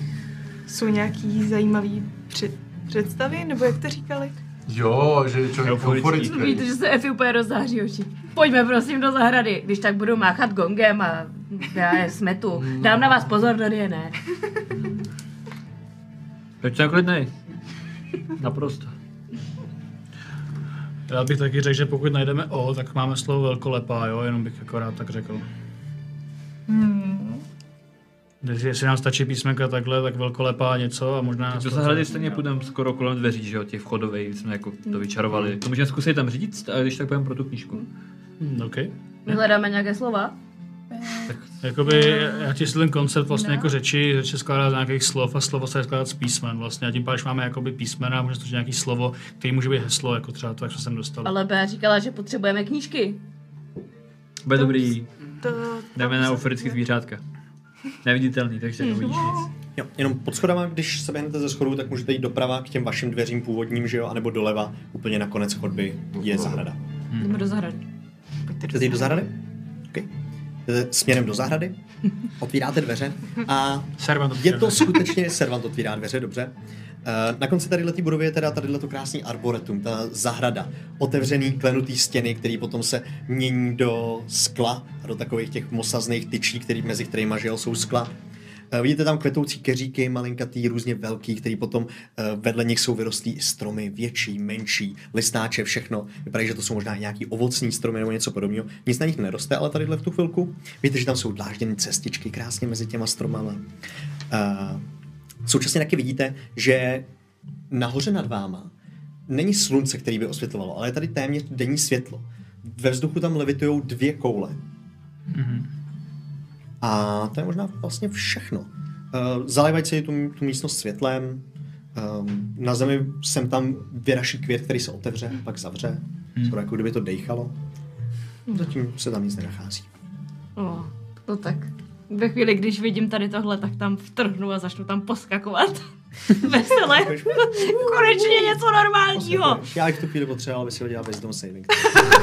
[SPEAKER 3] jsou nějaký zajímavý před, představy, nebo jak to říkali?
[SPEAKER 4] Jo, že je člověk
[SPEAKER 5] Euforický.
[SPEAKER 4] euforický.
[SPEAKER 2] Víte, že se Efi úplně rozzáří oči. Pojďme prosím do zahrady, když tak budu máchat gongem a já je smetu. Dám na vás pozor, Doriane.
[SPEAKER 5] Proč jako- jsem klidnej? Naprosto.
[SPEAKER 9] Já bych taky řekl, že pokud najdeme O, tak máme slovo velkolepá, jo, jenom bych jako rád tak řekl. Hmm. Když, jestli nám stačí písmenka takhle, tak velkolepá něco a možná...
[SPEAKER 5] Do zahrady stejně půjdeme skoro kolem dveří, že jo, těch vchodových, jsme jako to vyčarovali. To můžeme zkusit tam říct, ale když tak půjdeme pro tu knížku.
[SPEAKER 9] Hmm, OK.
[SPEAKER 2] My hledáme nějaké slova?
[SPEAKER 9] Jakoby, já ti ten koncept vlastně jako řeči, řeči se skládá z nějakých slov a slovo se skládá z písmen vlastně a tím pádem když máme jakoby písmena a může to nějaký slovo, který může být heslo, jako třeba to, jak jsme sem dostali.
[SPEAKER 2] Ale Bea říkala, že potřebujeme knížky.
[SPEAKER 5] Bude dobrý,
[SPEAKER 3] To,
[SPEAKER 5] jdeme na euforický zvířátka. Neviditelný, takže neuvidíš nic.
[SPEAKER 1] Hmm. Jo, jenom pod schodama, když se běhnete ze schodů, tak můžete jít doprava k těm vašim dveřím původním, že jo, anebo doleva, úplně na konec chodby je zahrada.
[SPEAKER 2] Jdeme do zahrady.
[SPEAKER 1] Chcete jít do zahrady? Okay. Jdete směrem do zahrady, otvíráte dveře a
[SPEAKER 9] Servant
[SPEAKER 1] je to skutečně, servant otvírá dveře, dobře. Eh, Na konci tady té budovy je teda tady to krásný arboretum, ta zahrada. Otevřený, klenutý stěny, který potom se mění do skla, a do takových těch mosazných tyčí, který, mezi kterými žil, jsou skla. Eh, Vidíte tam kvetoucí keříky, malinkatý, různě velký, který potom eh, vedle nich jsou vyrostlý i stromy, větší, menší, listnáče, všechno. Vypadá, že to jsou možná nějaký ovocní stromy nebo něco podobného. Nic na nich neroste, ale tadyhle v tu chvilku. Víte, že tam jsou dlážděny cestičky krásně mezi těma stromama. Eh, Současně taky vidíte, že nahoře nad váma není slunce, který by osvětlovalo, ale je tady téměř denní světlo. Ve vzduchu tam levitují dvě koule. Mm-hmm.
[SPEAKER 9] Mhm.
[SPEAKER 1] A to je možná vlastně všechno. Uh, zalévají se tu, tu místnost světlem, um, na zemi sem tam vyraší květ, který se otevře, pak zavře,
[SPEAKER 9] Hmm.
[SPEAKER 1] mm. skoro jako kdyby to dejchalo. Zatím se tam nic nenachází.
[SPEAKER 2] No, to tak. Ve chvíli, když vidím tady tohle, tak tam vtrhnu a začnu tam poskakovat. Veselé. Konečně něco normálního.
[SPEAKER 1] Já bych tu chvíli potřeboval, aby si hodila wisdom saving.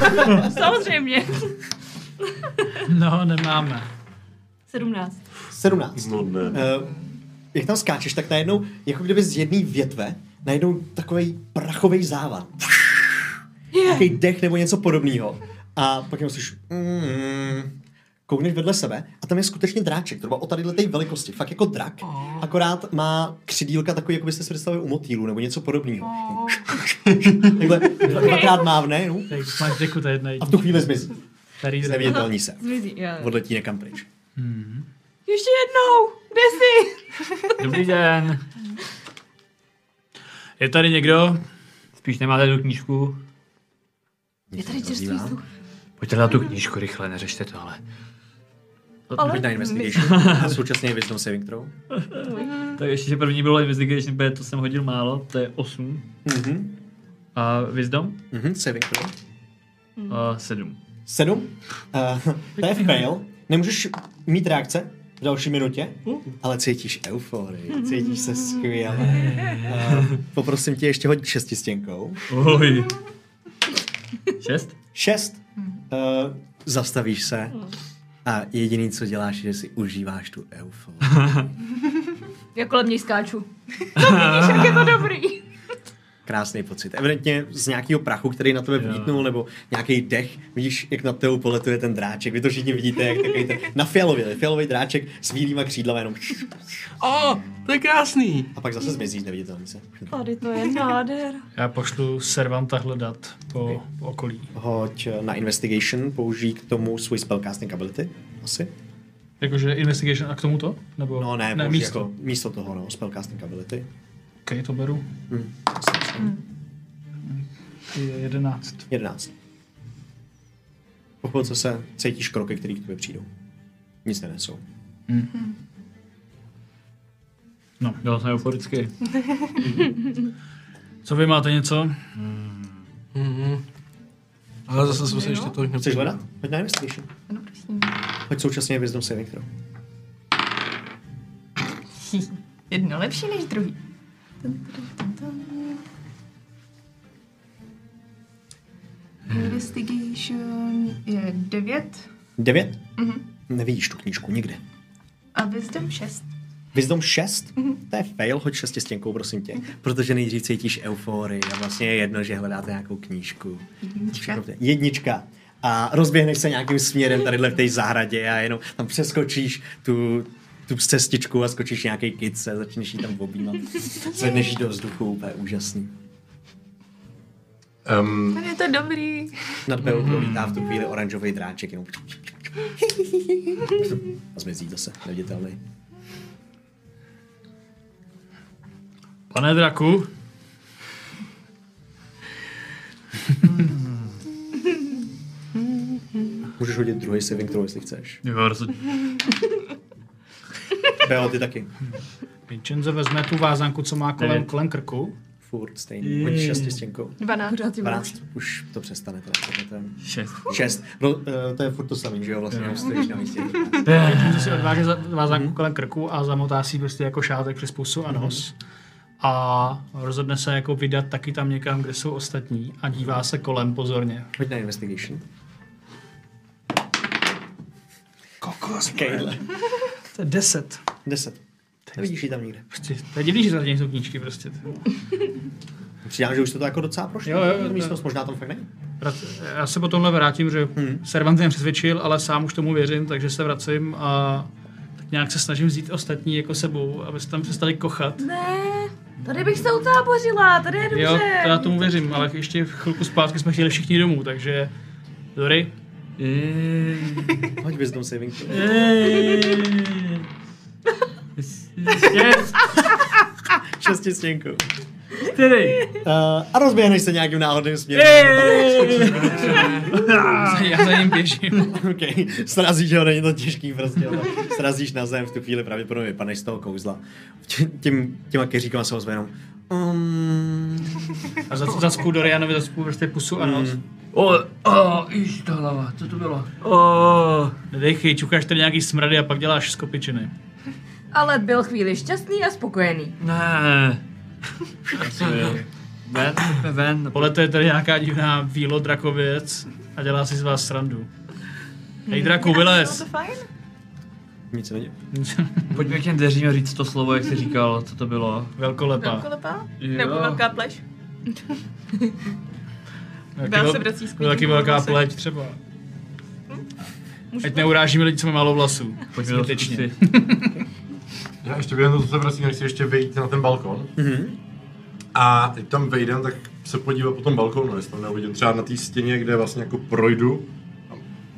[SPEAKER 2] Samozřejmě.
[SPEAKER 9] No, nemáme.
[SPEAKER 2] 17.
[SPEAKER 1] 17.
[SPEAKER 4] No ne.
[SPEAKER 1] Eh, jak tam skáčeš, tak najednou, jako kdyby z jedné větve, najednou takový prachový závan. nějaký dech nebo něco podobného. A pak jenom slyš, mm, koukneš vedle sebe a tam je skutečně dráček, třeba o tady té velikosti, fakt jako drak, akorát má křidílka takový, jako byste si představili u motýlu nebo něco podobného. Takhle dva- dvakrát mávne no,
[SPEAKER 9] Tady máš děku, to je jedna
[SPEAKER 1] a v tu chvíli zmizí.
[SPEAKER 9] Tady Mhm. je
[SPEAKER 1] Neviditelný se.
[SPEAKER 2] Zmizí, jo.
[SPEAKER 1] Odletí někam pryč.
[SPEAKER 2] Ještě jednou! Kde jsi?
[SPEAKER 5] Dobrý den. Je tady někdo? Spíš nemáte tu knížku?
[SPEAKER 2] Je
[SPEAKER 1] Mhm.
[SPEAKER 2] tady čerstvý
[SPEAKER 1] Rozívám.
[SPEAKER 2] vzduch.
[SPEAKER 5] Pojďte na tu knížku rychle, neřešte tohle.
[SPEAKER 1] Hoď No, na investigation a současně je wisdom saving throw.
[SPEAKER 5] Tak ještě, že první bylo investigation, protože to jsem hodil málo, to je 8.
[SPEAKER 1] Mhm,
[SPEAKER 5] A wisdom?
[SPEAKER 1] mhm, saving throw. Mhm.
[SPEAKER 5] A 7.
[SPEAKER 1] Eh, Sedm. Uh, to je fail. Nemůžeš mít reakce v další minutě, ale cítíš euforii, cítíš se skvěle. Uh, poprosím tě ještě hodit šestistěnkou.
[SPEAKER 5] Oj. 6?
[SPEAKER 1] Šest. Uh, zastavíš se a jediný, co děláš, je, že si užíváš tu euforii.
[SPEAKER 2] Já kolem něj skáču. To vidíš, jak je to dobrý.
[SPEAKER 1] Krásný pocit. Evidentně z nějakého prachu, který na tebe vlítnul, nebo nějaký dech, vidíš, jak na tebou poletuje ten dráček. Vy to všichni vidíte, jak takový ten, na fialově, fialový dráček s bílýma křídlama jenom
[SPEAKER 8] O, to je krásný.
[SPEAKER 1] a pak zase zmizí z neviditelný se.
[SPEAKER 2] Tady to je nádher.
[SPEAKER 9] Já pošlu servanta hledat po, po okolí.
[SPEAKER 1] Hoď eh, na investigation, použij k tomu svůj spellcasting ability, asi.
[SPEAKER 9] Jakože investigation a k tomuto? Nebo
[SPEAKER 1] No ne,
[SPEAKER 9] ne
[SPEAKER 1] použij
[SPEAKER 9] místo.
[SPEAKER 1] Jako, místo toho, no, spellcasting ability. Hm,
[SPEAKER 9] Ok, to beru.
[SPEAKER 1] jako-
[SPEAKER 9] Ty je jedenáct.
[SPEAKER 1] 11. Po chvilce se cítíš kroky, které k tobě přijdou. Nic nenesou.
[SPEAKER 5] No, byl jsem euforický.
[SPEAKER 9] Co vy máte něco?
[SPEAKER 1] Hmm.
[SPEAKER 8] Mhm. Ale zase jsme se ještě tolik
[SPEAKER 1] Chceš
[SPEAKER 8] nepřijeli.
[SPEAKER 1] hledat? Hoď na investigation.
[SPEAKER 3] Ano, prosím.
[SPEAKER 1] Hoď současně wisdom saving throw.
[SPEAKER 3] Jedno lepší než druhý. Investigation je 9
[SPEAKER 1] 9? Mm-hmm. Nevidíš tu knížku nikde.
[SPEAKER 3] Mhm. a wisdom Mhm. 6.
[SPEAKER 1] Wisdom 6? To je fail, hoď šestistěnkou, prosím tě. Protože nejdřív cítíš euforii a vlastně je jedno, že hledáte nějakou knížku. Všechno
[SPEAKER 3] Jednička.
[SPEAKER 1] v té- Jednička. A rozběhneš se nějakým směrem tadyhle v té zahradě a jenom tam přeskočíš tu, tu cestičku a skočíš nějaký kice, začneš jí tam objímat. Zvedneš jí do vzduchu, úplně úžasný.
[SPEAKER 6] Um,
[SPEAKER 3] Ale je to dobrý.
[SPEAKER 1] Nad tebou prolítá v tu chvíli oranžový dráček, jenom a zmizí zase, neviditelný.
[SPEAKER 5] Pane draku,
[SPEAKER 1] Můžeš hodit druhý saving throw, jestli chceš.
[SPEAKER 5] jo, rozhodně.
[SPEAKER 1] Beo, ty taky.
[SPEAKER 9] Vincenzo vezme tu vázanku, co má kolem,
[SPEAKER 5] Devět.
[SPEAKER 9] kolem krku.
[SPEAKER 1] Furt stejný. Hoď šestistěnkou.
[SPEAKER 3] 12.
[SPEAKER 2] Pořád si
[SPEAKER 1] 12, už to přestane. Teda, to je ten...
[SPEAKER 5] 6.
[SPEAKER 1] 6. to je furt to samý, že jo? Vlastně jenom stojíš na místě.
[SPEAKER 9] Vincenzo
[SPEAKER 1] Eh.
[SPEAKER 9] si odváže za-
[SPEAKER 1] Mhm.
[SPEAKER 9] vázanku kolem krku a zamotá si ji prostě jako šátek přes pusu a nos. A rozhodne se jako vydat taky tam někam, kde jsou ostatní a dívá se kolem pozorně.
[SPEAKER 1] Hoď na investigation.
[SPEAKER 10] Kokos.
[SPEAKER 1] Kejle.
[SPEAKER 9] To je deset.
[SPEAKER 1] 10. Nevidíš ji tam nikde.
[SPEAKER 9] Prostě, to je divný, že tady jsou knížky prostě.
[SPEAKER 1] Přidám, že už jste to jako docela prošli.
[SPEAKER 9] Jo, jo, jo,
[SPEAKER 1] Místnost možná tam fakt není.
[SPEAKER 9] Vrat- Já se po tomhle vrátím, že
[SPEAKER 1] Mhm.
[SPEAKER 9] hmm. Servant mě přesvědčil, ale sám už tomu věřím, takže se vracím a tak nějak se snažím vzít ostatní jako sebou, aby se tam přestali kochat.
[SPEAKER 2] Ne, tady bych se utábořila, tady je dobře.
[SPEAKER 9] Jo, to já tomu věřím, ale ještě chvilku zpátky jsme chtěli všichni domů, takže Dory,
[SPEAKER 1] Hoď wisdom saving throw.
[SPEAKER 5] Šest,
[SPEAKER 1] Šestistěnkou.
[SPEAKER 5] čtyři.
[SPEAKER 1] Uh, a rozběhneš se nějakým náhodným směrem.
[SPEAKER 5] Jej.
[SPEAKER 9] já za ním běžím.
[SPEAKER 1] OK, srazíš ho, není to těžký prostě, ale srazíš na zem v tu chvíli pravděpodobně vypadneš z toho kouzla. Tě- Tím, těma keříkama se ozve jenom um,
[SPEAKER 9] A za, zacpu Dorianovi, zacpu prostě pusu a nos.
[SPEAKER 5] Mm. O, o, již ta hlava, co to bylo? O,
[SPEAKER 9] Nedejchej, čukáš tady nějaký smrady a pak děláš skopičiny.
[SPEAKER 2] Ale byl chvíli šťastný a spokojený.
[SPEAKER 5] ne. Ven, pojďme ven.
[SPEAKER 9] Polete je tady nějaká divná vílo drakověc a dělá si z vás srandu. Hej draku,
[SPEAKER 3] Bylo
[SPEAKER 9] vylez!
[SPEAKER 3] to fajn?
[SPEAKER 1] nic není.
[SPEAKER 5] Pojďme k těm dveřím a říct to slovo, jak jsi říkal, co to bylo.
[SPEAKER 9] Velkolepá.
[SPEAKER 3] Velkolepá?
[SPEAKER 5] Jo.
[SPEAKER 3] Nebo velká pleš? Bál se vrací s
[SPEAKER 9] taky
[SPEAKER 3] klidným
[SPEAKER 9] velká
[SPEAKER 3] hlasem.
[SPEAKER 9] pleť třeba.
[SPEAKER 3] Můžu
[SPEAKER 9] Ať neurážíme lidi, co mají málo vlasů.
[SPEAKER 5] Pojďme to
[SPEAKER 9] Zbytečně.
[SPEAKER 5] zkusit.
[SPEAKER 4] Já ještě během toho, co se vracím, nechci ještě vejít na ten balkon. Mm-hmm.
[SPEAKER 1] Mhm.
[SPEAKER 4] A teď tam vejdem, tak se podívat po tom balkonu, jestli tam neuvidím třeba na té stěně, kde vlastně jako projdu.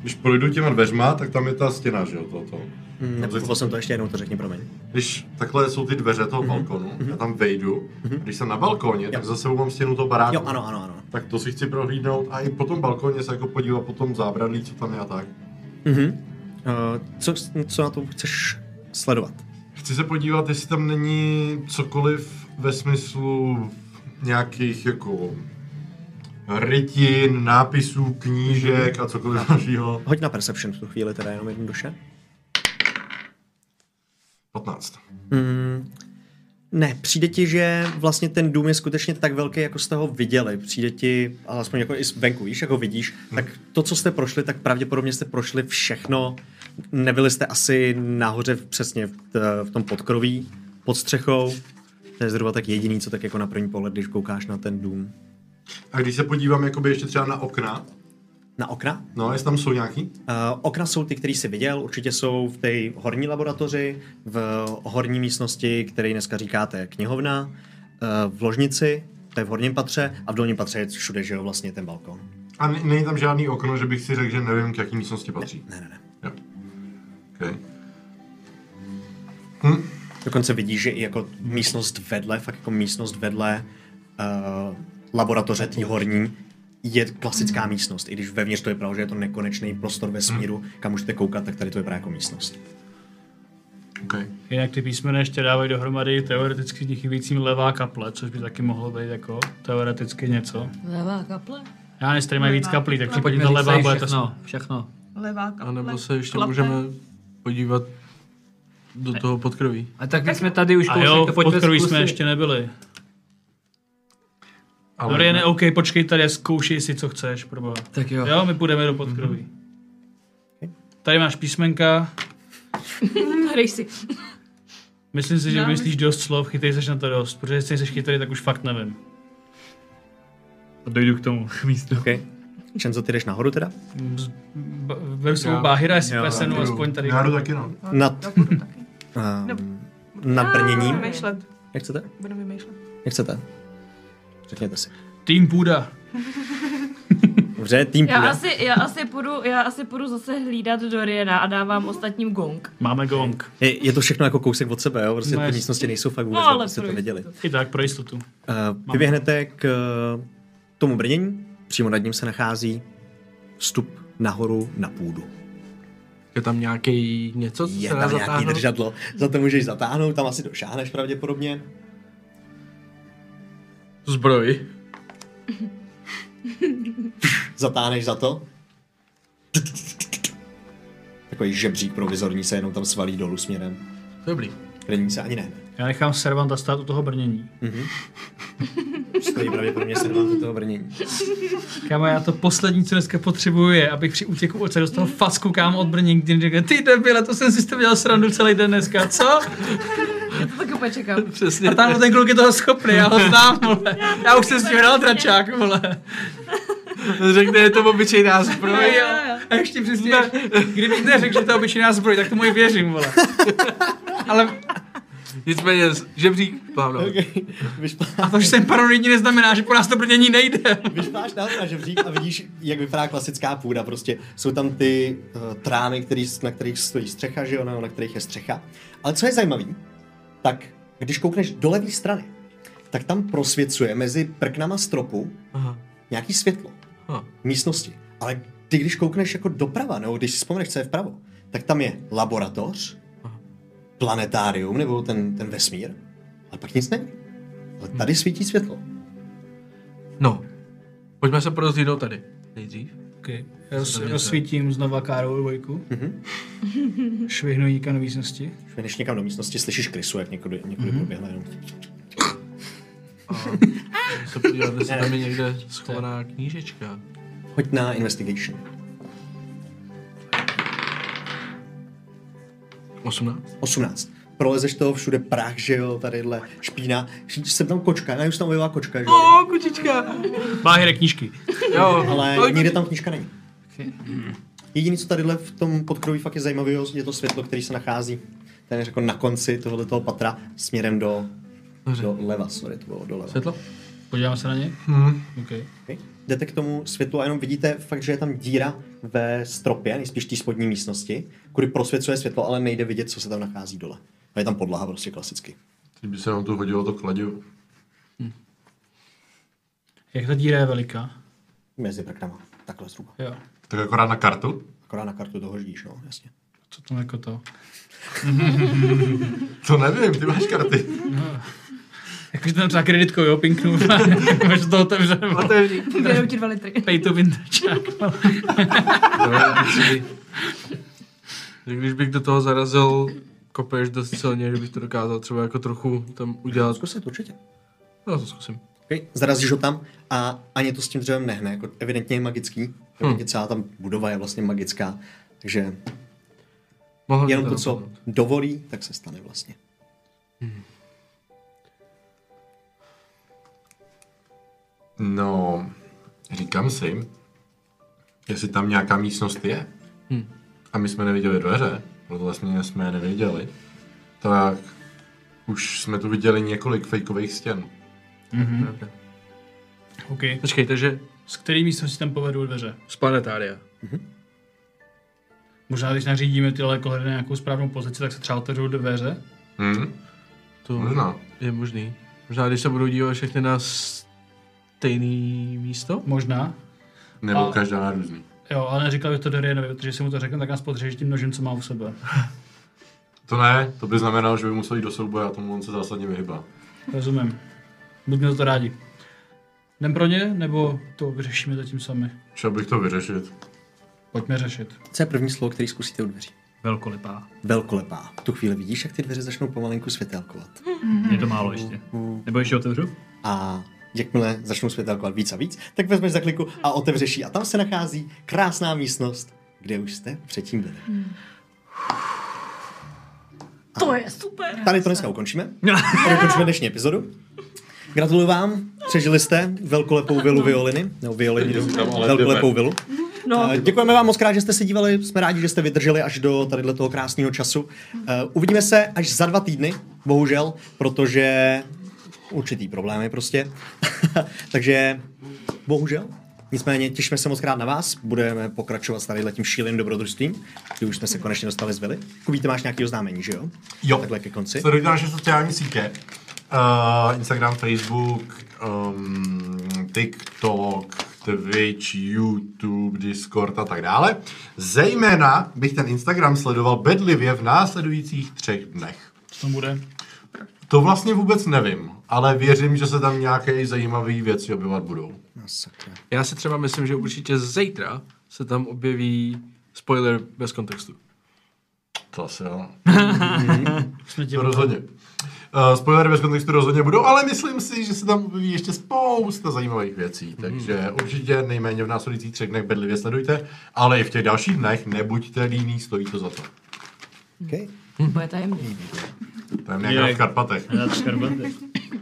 [SPEAKER 4] Když projdu těma dveřma, tak tam je ta stěna, že jo, toho. toho.
[SPEAKER 1] Mm, Nepochopil jsem to ještě jednou, to řekni, promiň.
[SPEAKER 4] Když takhle jsou ty dveře
[SPEAKER 1] Mhm.
[SPEAKER 4] toho balkonu, já tam vejdu, a když jsem na balkóně, tak za sebou mám stěnu toho baráku.
[SPEAKER 1] Jo, ano, ano, ano.
[SPEAKER 4] Tak to si chci prohlídnout a i po tom balkóně se jako podívat po tom zábradlí, co tam je a tak.
[SPEAKER 1] Mhm. Uh, co, co na to chceš sledovat?
[SPEAKER 4] Chci se podívat, jestli tam není cokoliv ve smyslu nějakých jako rytin, nápisů, knížek a cokoliv dalšího.
[SPEAKER 1] Hoď na Perception v tu chvíli, teda jenom jednoduše.
[SPEAKER 4] 15.
[SPEAKER 1] Mm, Ne, přijde ti, že vlastně ten dům je skutečně tak velký, jako jste ho viděli. Přijde ti, ale aspoň jako i zvenku, víš, jako vidíš,
[SPEAKER 4] Hm.
[SPEAKER 1] tak to, co jste prošli, tak pravděpodobně jste prošli všechno. Nebyli jste asi nahoře v- přesně v, t- v tom podkroví, pod střechou. To je zhruba tak jediný, co tak jako na první pohled, když koukáš na ten dům.
[SPEAKER 4] A když se podívám jakoby ještě třeba na okna,
[SPEAKER 1] Na okna?
[SPEAKER 4] no jestli tam jsou nějaký,
[SPEAKER 1] Uh, okna jsou ty, které jsi viděl, určitě jsou v té horní laboratoři, v horní místnosti, které dneska říkáte knihovna, uh, v ložnici, to je v horním patře a v dolním patře je všude, že jo, vlastně ten balkon.
[SPEAKER 4] a ne- není tam žádný okno, že bych si řekl, že nevím, k jaký místnosti patří.
[SPEAKER 1] Ne, ne, ne.
[SPEAKER 4] Jo. Okay. Hm.
[SPEAKER 1] Dokonce vidíš, že i jako místnost vedle, fakt jako místnost vedle uh, laboratoře té horní je klasická místnost, i když vevnitř to je pravda, že je to nekonečný prostor ve
[SPEAKER 4] Hm.
[SPEAKER 1] smíru, kam můžete koukat, tak tady to je právě jako místnost.
[SPEAKER 4] Okay.
[SPEAKER 9] Jinak ty písmena ještě dávají dohromady teoreticky ti chybějící levá kaple, což by taky mohlo být jako teoreticky něco.
[SPEAKER 2] Levá kaple.
[SPEAKER 9] Já nevím, jestli tady mají víc kaplí, tak
[SPEAKER 5] Pojďme
[SPEAKER 9] případně ta levá
[SPEAKER 5] říct
[SPEAKER 9] bude ta
[SPEAKER 5] všechno, všechno.
[SPEAKER 3] Levá
[SPEAKER 8] A
[SPEAKER 3] kaple.
[SPEAKER 8] nebo se ještě
[SPEAKER 3] klape.
[SPEAKER 8] můžeme podívat do toho podkroví.
[SPEAKER 5] A tak my jsme tady už
[SPEAKER 9] A jo, v podkroví jsme ještě nebyli.
[SPEAKER 4] Ale
[SPEAKER 9] Doriane, OK, počkej tady, a zkoušej si, co chceš, proboha.
[SPEAKER 5] Tak jo.
[SPEAKER 9] Jo, my půjdeme do podkroví. Tady máš písmenka,
[SPEAKER 2] Hrej si.
[SPEAKER 9] myslím si, že
[SPEAKER 3] Já
[SPEAKER 9] myslíš dost slov, chytej seš na to dost, protože jestli jsi chytrý, tak už fakt nevím. A dojdu k tomu místu.
[SPEAKER 1] Okay. Čenzo, ty jdeš nahoru teda?
[SPEAKER 9] Vem svou
[SPEAKER 4] Já-
[SPEAKER 9] báhyra, jestli
[SPEAKER 1] já
[SPEAKER 9] plesenu
[SPEAKER 4] jdu.
[SPEAKER 9] aspoň tady.
[SPEAKER 4] Já jdu taky no.
[SPEAKER 1] Nad,
[SPEAKER 3] Já půjdu taky.
[SPEAKER 1] um, nad brněním.
[SPEAKER 3] Vymýšlet.
[SPEAKER 1] Jak chcete?
[SPEAKER 3] Budu vymýšlet.
[SPEAKER 1] Jak chcete? Řekněte si.
[SPEAKER 9] Tým půda.
[SPEAKER 1] Dobře, tým
[SPEAKER 2] Já
[SPEAKER 1] půjde.
[SPEAKER 2] asi, já asi půjdu, já asi půjdu zase hlídat Doriana a dávám ostatním gong.
[SPEAKER 9] Máme gong.
[SPEAKER 1] Je, je, to všechno jako kousek od sebe, jo? Prostě
[SPEAKER 9] No,
[SPEAKER 1] ty
[SPEAKER 9] jasně.
[SPEAKER 1] místnosti nejsou fakt
[SPEAKER 2] No,
[SPEAKER 1] vůbec, no,
[SPEAKER 2] ale
[SPEAKER 1] abyste to
[SPEAKER 2] pro
[SPEAKER 1] věděli.
[SPEAKER 2] jistotu.
[SPEAKER 9] I tak, pro jistotu.
[SPEAKER 1] Uh, vyběhnete k eh, tomu brnění, přímo nad ním se nachází vstup nahoru na půdu.
[SPEAKER 8] Je tam nějaký něco, co
[SPEAKER 1] Je
[SPEAKER 8] se dá
[SPEAKER 1] tam nějaký
[SPEAKER 8] zatáhnout?
[SPEAKER 1] držadlo, za to můžeš zatáhnout, tam asi došáhneš pravděpodobně.
[SPEAKER 8] Zbroj.
[SPEAKER 1] Zatáhneš za to. Takový žebřík provizorní se jenom tam svalí dolů směrem.
[SPEAKER 8] Dobrý.
[SPEAKER 1] Brnění se ani ne.
[SPEAKER 9] Já nechám servanta stát u toho brnění.
[SPEAKER 1] Stojí pravděpodobně se do toho brnění.
[SPEAKER 9] Kámo, já to poslední, co dneska potřebuju, je, abych při útěku oce dostal facku kámo od brnění, kdy řekne, ty debile, to jsem si s tebou dělal srandu celý den dneska, co?
[SPEAKER 2] Já to taky úplně čekám.
[SPEAKER 8] Přesně.
[SPEAKER 9] A tam ten kluk je toho schopný, já ho znám, vole. Já už jsem s tím hrál tračák, vole.
[SPEAKER 8] Řekne, je to obyčejná zbroj.
[SPEAKER 9] Jo. A ještě přesně, kdyby neřekl, že to je obyčejná zbroj, tak tomu i věřím, vole. Ale
[SPEAKER 8] Nicméně, žebřík, plávno.
[SPEAKER 1] Okay. Vyšpá-
[SPEAKER 9] a to, že jsem paranoidní, neznamená, že po nás to brnění nejde.
[SPEAKER 1] Vyšpáš nahoru na žebřík a vidíš, jak vypadá klasická půda. Prostě jsou tam ty uh, trámy, který, na kterých stojí střecha, že jo, nebo na kterých je střecha. Ale co je zajímavé, tak když koukneš do levé strany, tak tam prosvěcuje mezi prknama stropu
[SPEAKER 8] Aha.
[SPEAKER 1] nějaký světlo
[SPEAKER 8] Aha.
[SPEAKER 1] místnosti. Ale ty, když koukneš jako doprava, nebo když si vzpomeneš, co je vpravo, tak tam je laboratoř, planetárium, nebo ten, ten vesmír, ale pak nic není. Ale tady svítí světlo.
[SPEAKER 8] No, pojďme se porozhlídnout tady. Nejdřív.
[SPEAKER 9] Okay. Roz, rozsvítím znova Károu dvojku. Švihnu jí do místnosti.
[SPEAKER 1] Když někam do místnosti slyšíš krysu, jak někudy, někudy mm-hmm. proběhne jenom.
[SPEAKER 8] Se podívat, jestli tam je někde schovaná knížečka.
[SPEAKER 1] Hoď na investigation.
[SPEAKER 8] 18.
[SPEAKER 1] 18. prolezeš toho všude prach, že jo, tadyhle špína. Jsem tam kočka, já už tam ojevá kočka, že jo.
[SPEAKER 8] O, kučička.
[SPEAKER 9] Báhyre knížky.
[SPEAKER 8] Jo,
[SPEAKER 1] Ale
[SPEAKER 8] kolik-
[SPEAKER 1] nikde tam knížka není. Jediné, co tadyhle v tom podkroví fakt je zajímavé, je to světlo, které se nachází téměř jako na konci tohoto patra směrem do, do leva, sorry, to bylo doleva.
[SPEAKER 9] Světlo? Podívám se na něj.
[SPEAKER 4] Mhm.
[SPEAKER 8] Hm.
[SPEAKER 9] Okay.
[SPEAKER 1] Okay. Jdete k tomu světlu a jenom vidíte fakt, že je tam díra ve stropě, nejspíš té spodní místnosti, kudy prosvěcuje světlo, ale nejde vidět, co se tam nachází dole. A je tam podlaha prostě klasicky.
[SPEAKER 4] Teď by se nám to hodilo to kladivo.
[SPEAKER 9] Jak ta díra je veliká?
[SPEAKER 1] Mezi prknama. Takhle zhruba.
[SPEAKER 9] Jo.
[SPEAKER 4] Tak akorát na kartu.
[SPEAKER 1] Akorát na kartu toho žíš, no, jasně.
[SPEAKER 9] Co tam jako to?
[SPEAKER 4] To nevím, ty máš karty.
[SPEAKER 9] No. Jakože tam třeba kreditkou, jo, pinknu. Máš to otevřené.
[SPEAKER 8] Otevři.
[SPEAKER 2] Vědou ti dva litry.
[SPEAKER 9] Pay to vintage.
[SPEAKER 8] To je dobrý. Že Když bych do toho zarazil kopeš dost silně, že bych to dokázal třeba jako trochu tam udělat.
[SPEAKER 1] Zkusit určitě.
[SPEAKER 8] No, to zkusím.
[SPEAKER 1] Okay. Zarazíš ho tam a ani to s tím dřevem nehne, jako evidentně je
[SPEAKER 4] Hm.
[SPEAKER 1] magický. Hmm. Celá tam budova je vlastně magická, takže
[SPEAKER 8] Mohl bych
[SPEAKER 1] jenom to, co
[SPEAKER 8] napadnout.
[SPEAKER 1] dovolí, tak se stane vlastně. Mhm.
[SPEAKER 4] No, říkám si, jestli tam nějaká místnost je
[SPEAKER 8] Hm.
[SPEAKER 4] a my jsme neviděli dveře, proto vlastně jsme je neviděli, tak už jsme tu viděli několik fejkových stěn.
[SPEAKER 1] Mhm.
[SPEAKER 9] OK.
[SPEAKER 8] Počkej, takže
[SPEAKER 9] Z který místnosti tam povedou dveře?
[SPEAKER 8] z planetária. Mhm.
[SPEAKER 9] Možná, když nařídíme tyhle kohledy na nějakou správnou pozici, tak se třeba otevřou dveře.
[SPEAKER 4] Hm?
[SPEAKER 8] To
[SPEAKER 4] Možná.
[SPEAKER 8] je možný. Možná, když se budou dívat všechny na stejný místo?
[SPEAKER 9] Možná.
[SPEAKER 4] Nebo
[SPEAKER 9] A-
[SPEAKER 4] každá na různý.
[SPEAKER 9] Jo, ale neříkal bych to Dorianovi, protože jestli mu to řeknu, tak nás podřeží tím nožem, co má u sebe.
[SPEAKER 4] To ne, to by znamenalo, že by musel jít do souboje a tomu on se zásadně vyhybá.
[SPEAKER 9] Rozumím. Buďme za to rádi. Jdem pro ně, nebo to vyřešíme zatím sami?
[SPEAKER 4] Šel bych to vyřešit.
[SPEAKER 9] Pojďme řešit.
[SPEAKER 1] Co je první slovo, který zkusíte u dveří?
[SPEAKER 5] Velkolepá.
[SPEAKER 1] Velkolepá. V tu chvíli vidíš, jak ty dveře začnou pomalinku světelkovat.
[SPEAKER 5] Mhm. Je to málo ještě. Nebo ještě otevřu?
[SPEAKER 1] A jakmile začnou světelkovat víc a víc, tak vezmeš za kliku a otevřeš ji. A tam se nachází krásná místnost, kde už jste předtím byli.
[SPEAKER 6] Então
[SPEAKER 2] To
[SPEAKER 6] é,
[SPEAKER 2] je super.
[SPEAKER 1] Tady to dneska ukončíme. Tady ukončíme dnešní epizodu. Gratuluju vám, přežili jste velkolepou vilu violiny, nebo violiny, velkolepou vilu.
[SPEAKER 2] No,
[SPEAKER 1] Eh, Děkujeme vám moc krát, že jste se dívali, jsme rádi, že jste vydrželi až do tady toho krásného času. Eh, Uvidíme se až za dva týdny, bohužel, protože určitý problémy prostě. Takže bohužel. Nicméně těšíme se moc krát na vás, budeme pokračovat s tady tím šíleným dobrodružstvím, kdy už jsme se konečně dostali z vily. Kubí, ty máš nějaký oznámení, že jo?
[SPEAKER 4] Jo.
[SPEAKER 1] Takhle ke konci.
[SPEAKER 4] Sledujte naše sociální sítě. Uh, Instagram, Facebook, um, TikTok, Twitch, YouTube, Discord a tak dále. Zejména bych ten Instagram sledoval bedlivě v následujících třech dnech.
[SPEAKER 9] Co tam bude?
[SPEAKER 4] To vlastně vůbec nevím, ale věřím, že se tam nějaké zajímavé věci objevat budou.
[SPEAKER 1] No, sakra.
[SPEAKER 8] Já si třeba myslím, že určitě zítra se tam objeví spoiler bez kontextu.
[SPEAKER 4] To asi jo.
[SPEAKER 9] Jsme ti
[SPEAKER 4] To rozhodně. Uh, spoilery bez kontextu rozhodně budou, ale myslím si, že se tam objeví ještě spousta zajímavých věcí, takže určitě nejméně v následujících třech dnech bedlivě sledujte, ale i v těch dalších dnech nebuďte líní, stojí to za to.
[SPEAKER 1] Okay.
[SPEAKER 2] bude tajemný.
[SPEAKER 4] To je nějak
[SPEAKER 5] Jej.
[SPEAKER 4] v Karpatech,
[SPEAKER 5] Já to škarbete.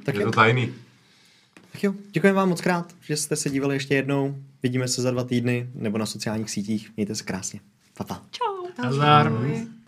[SPEAKER 1] Tak
[SPEAKER 4] je
[SPEAKER 1] jo.
[SPEAKER 4] to tajný.
[SPEAKER 1] Tak jo, děkujeme vám moc krát, že jste se dívali ještě jednou. Vidíme se za dva týdny nebo na sociálních sítích. Mějte se krásně. Pa, pa.
[SPEAKER 9] Nazdar.
[SPEAKER 3] Děkuji.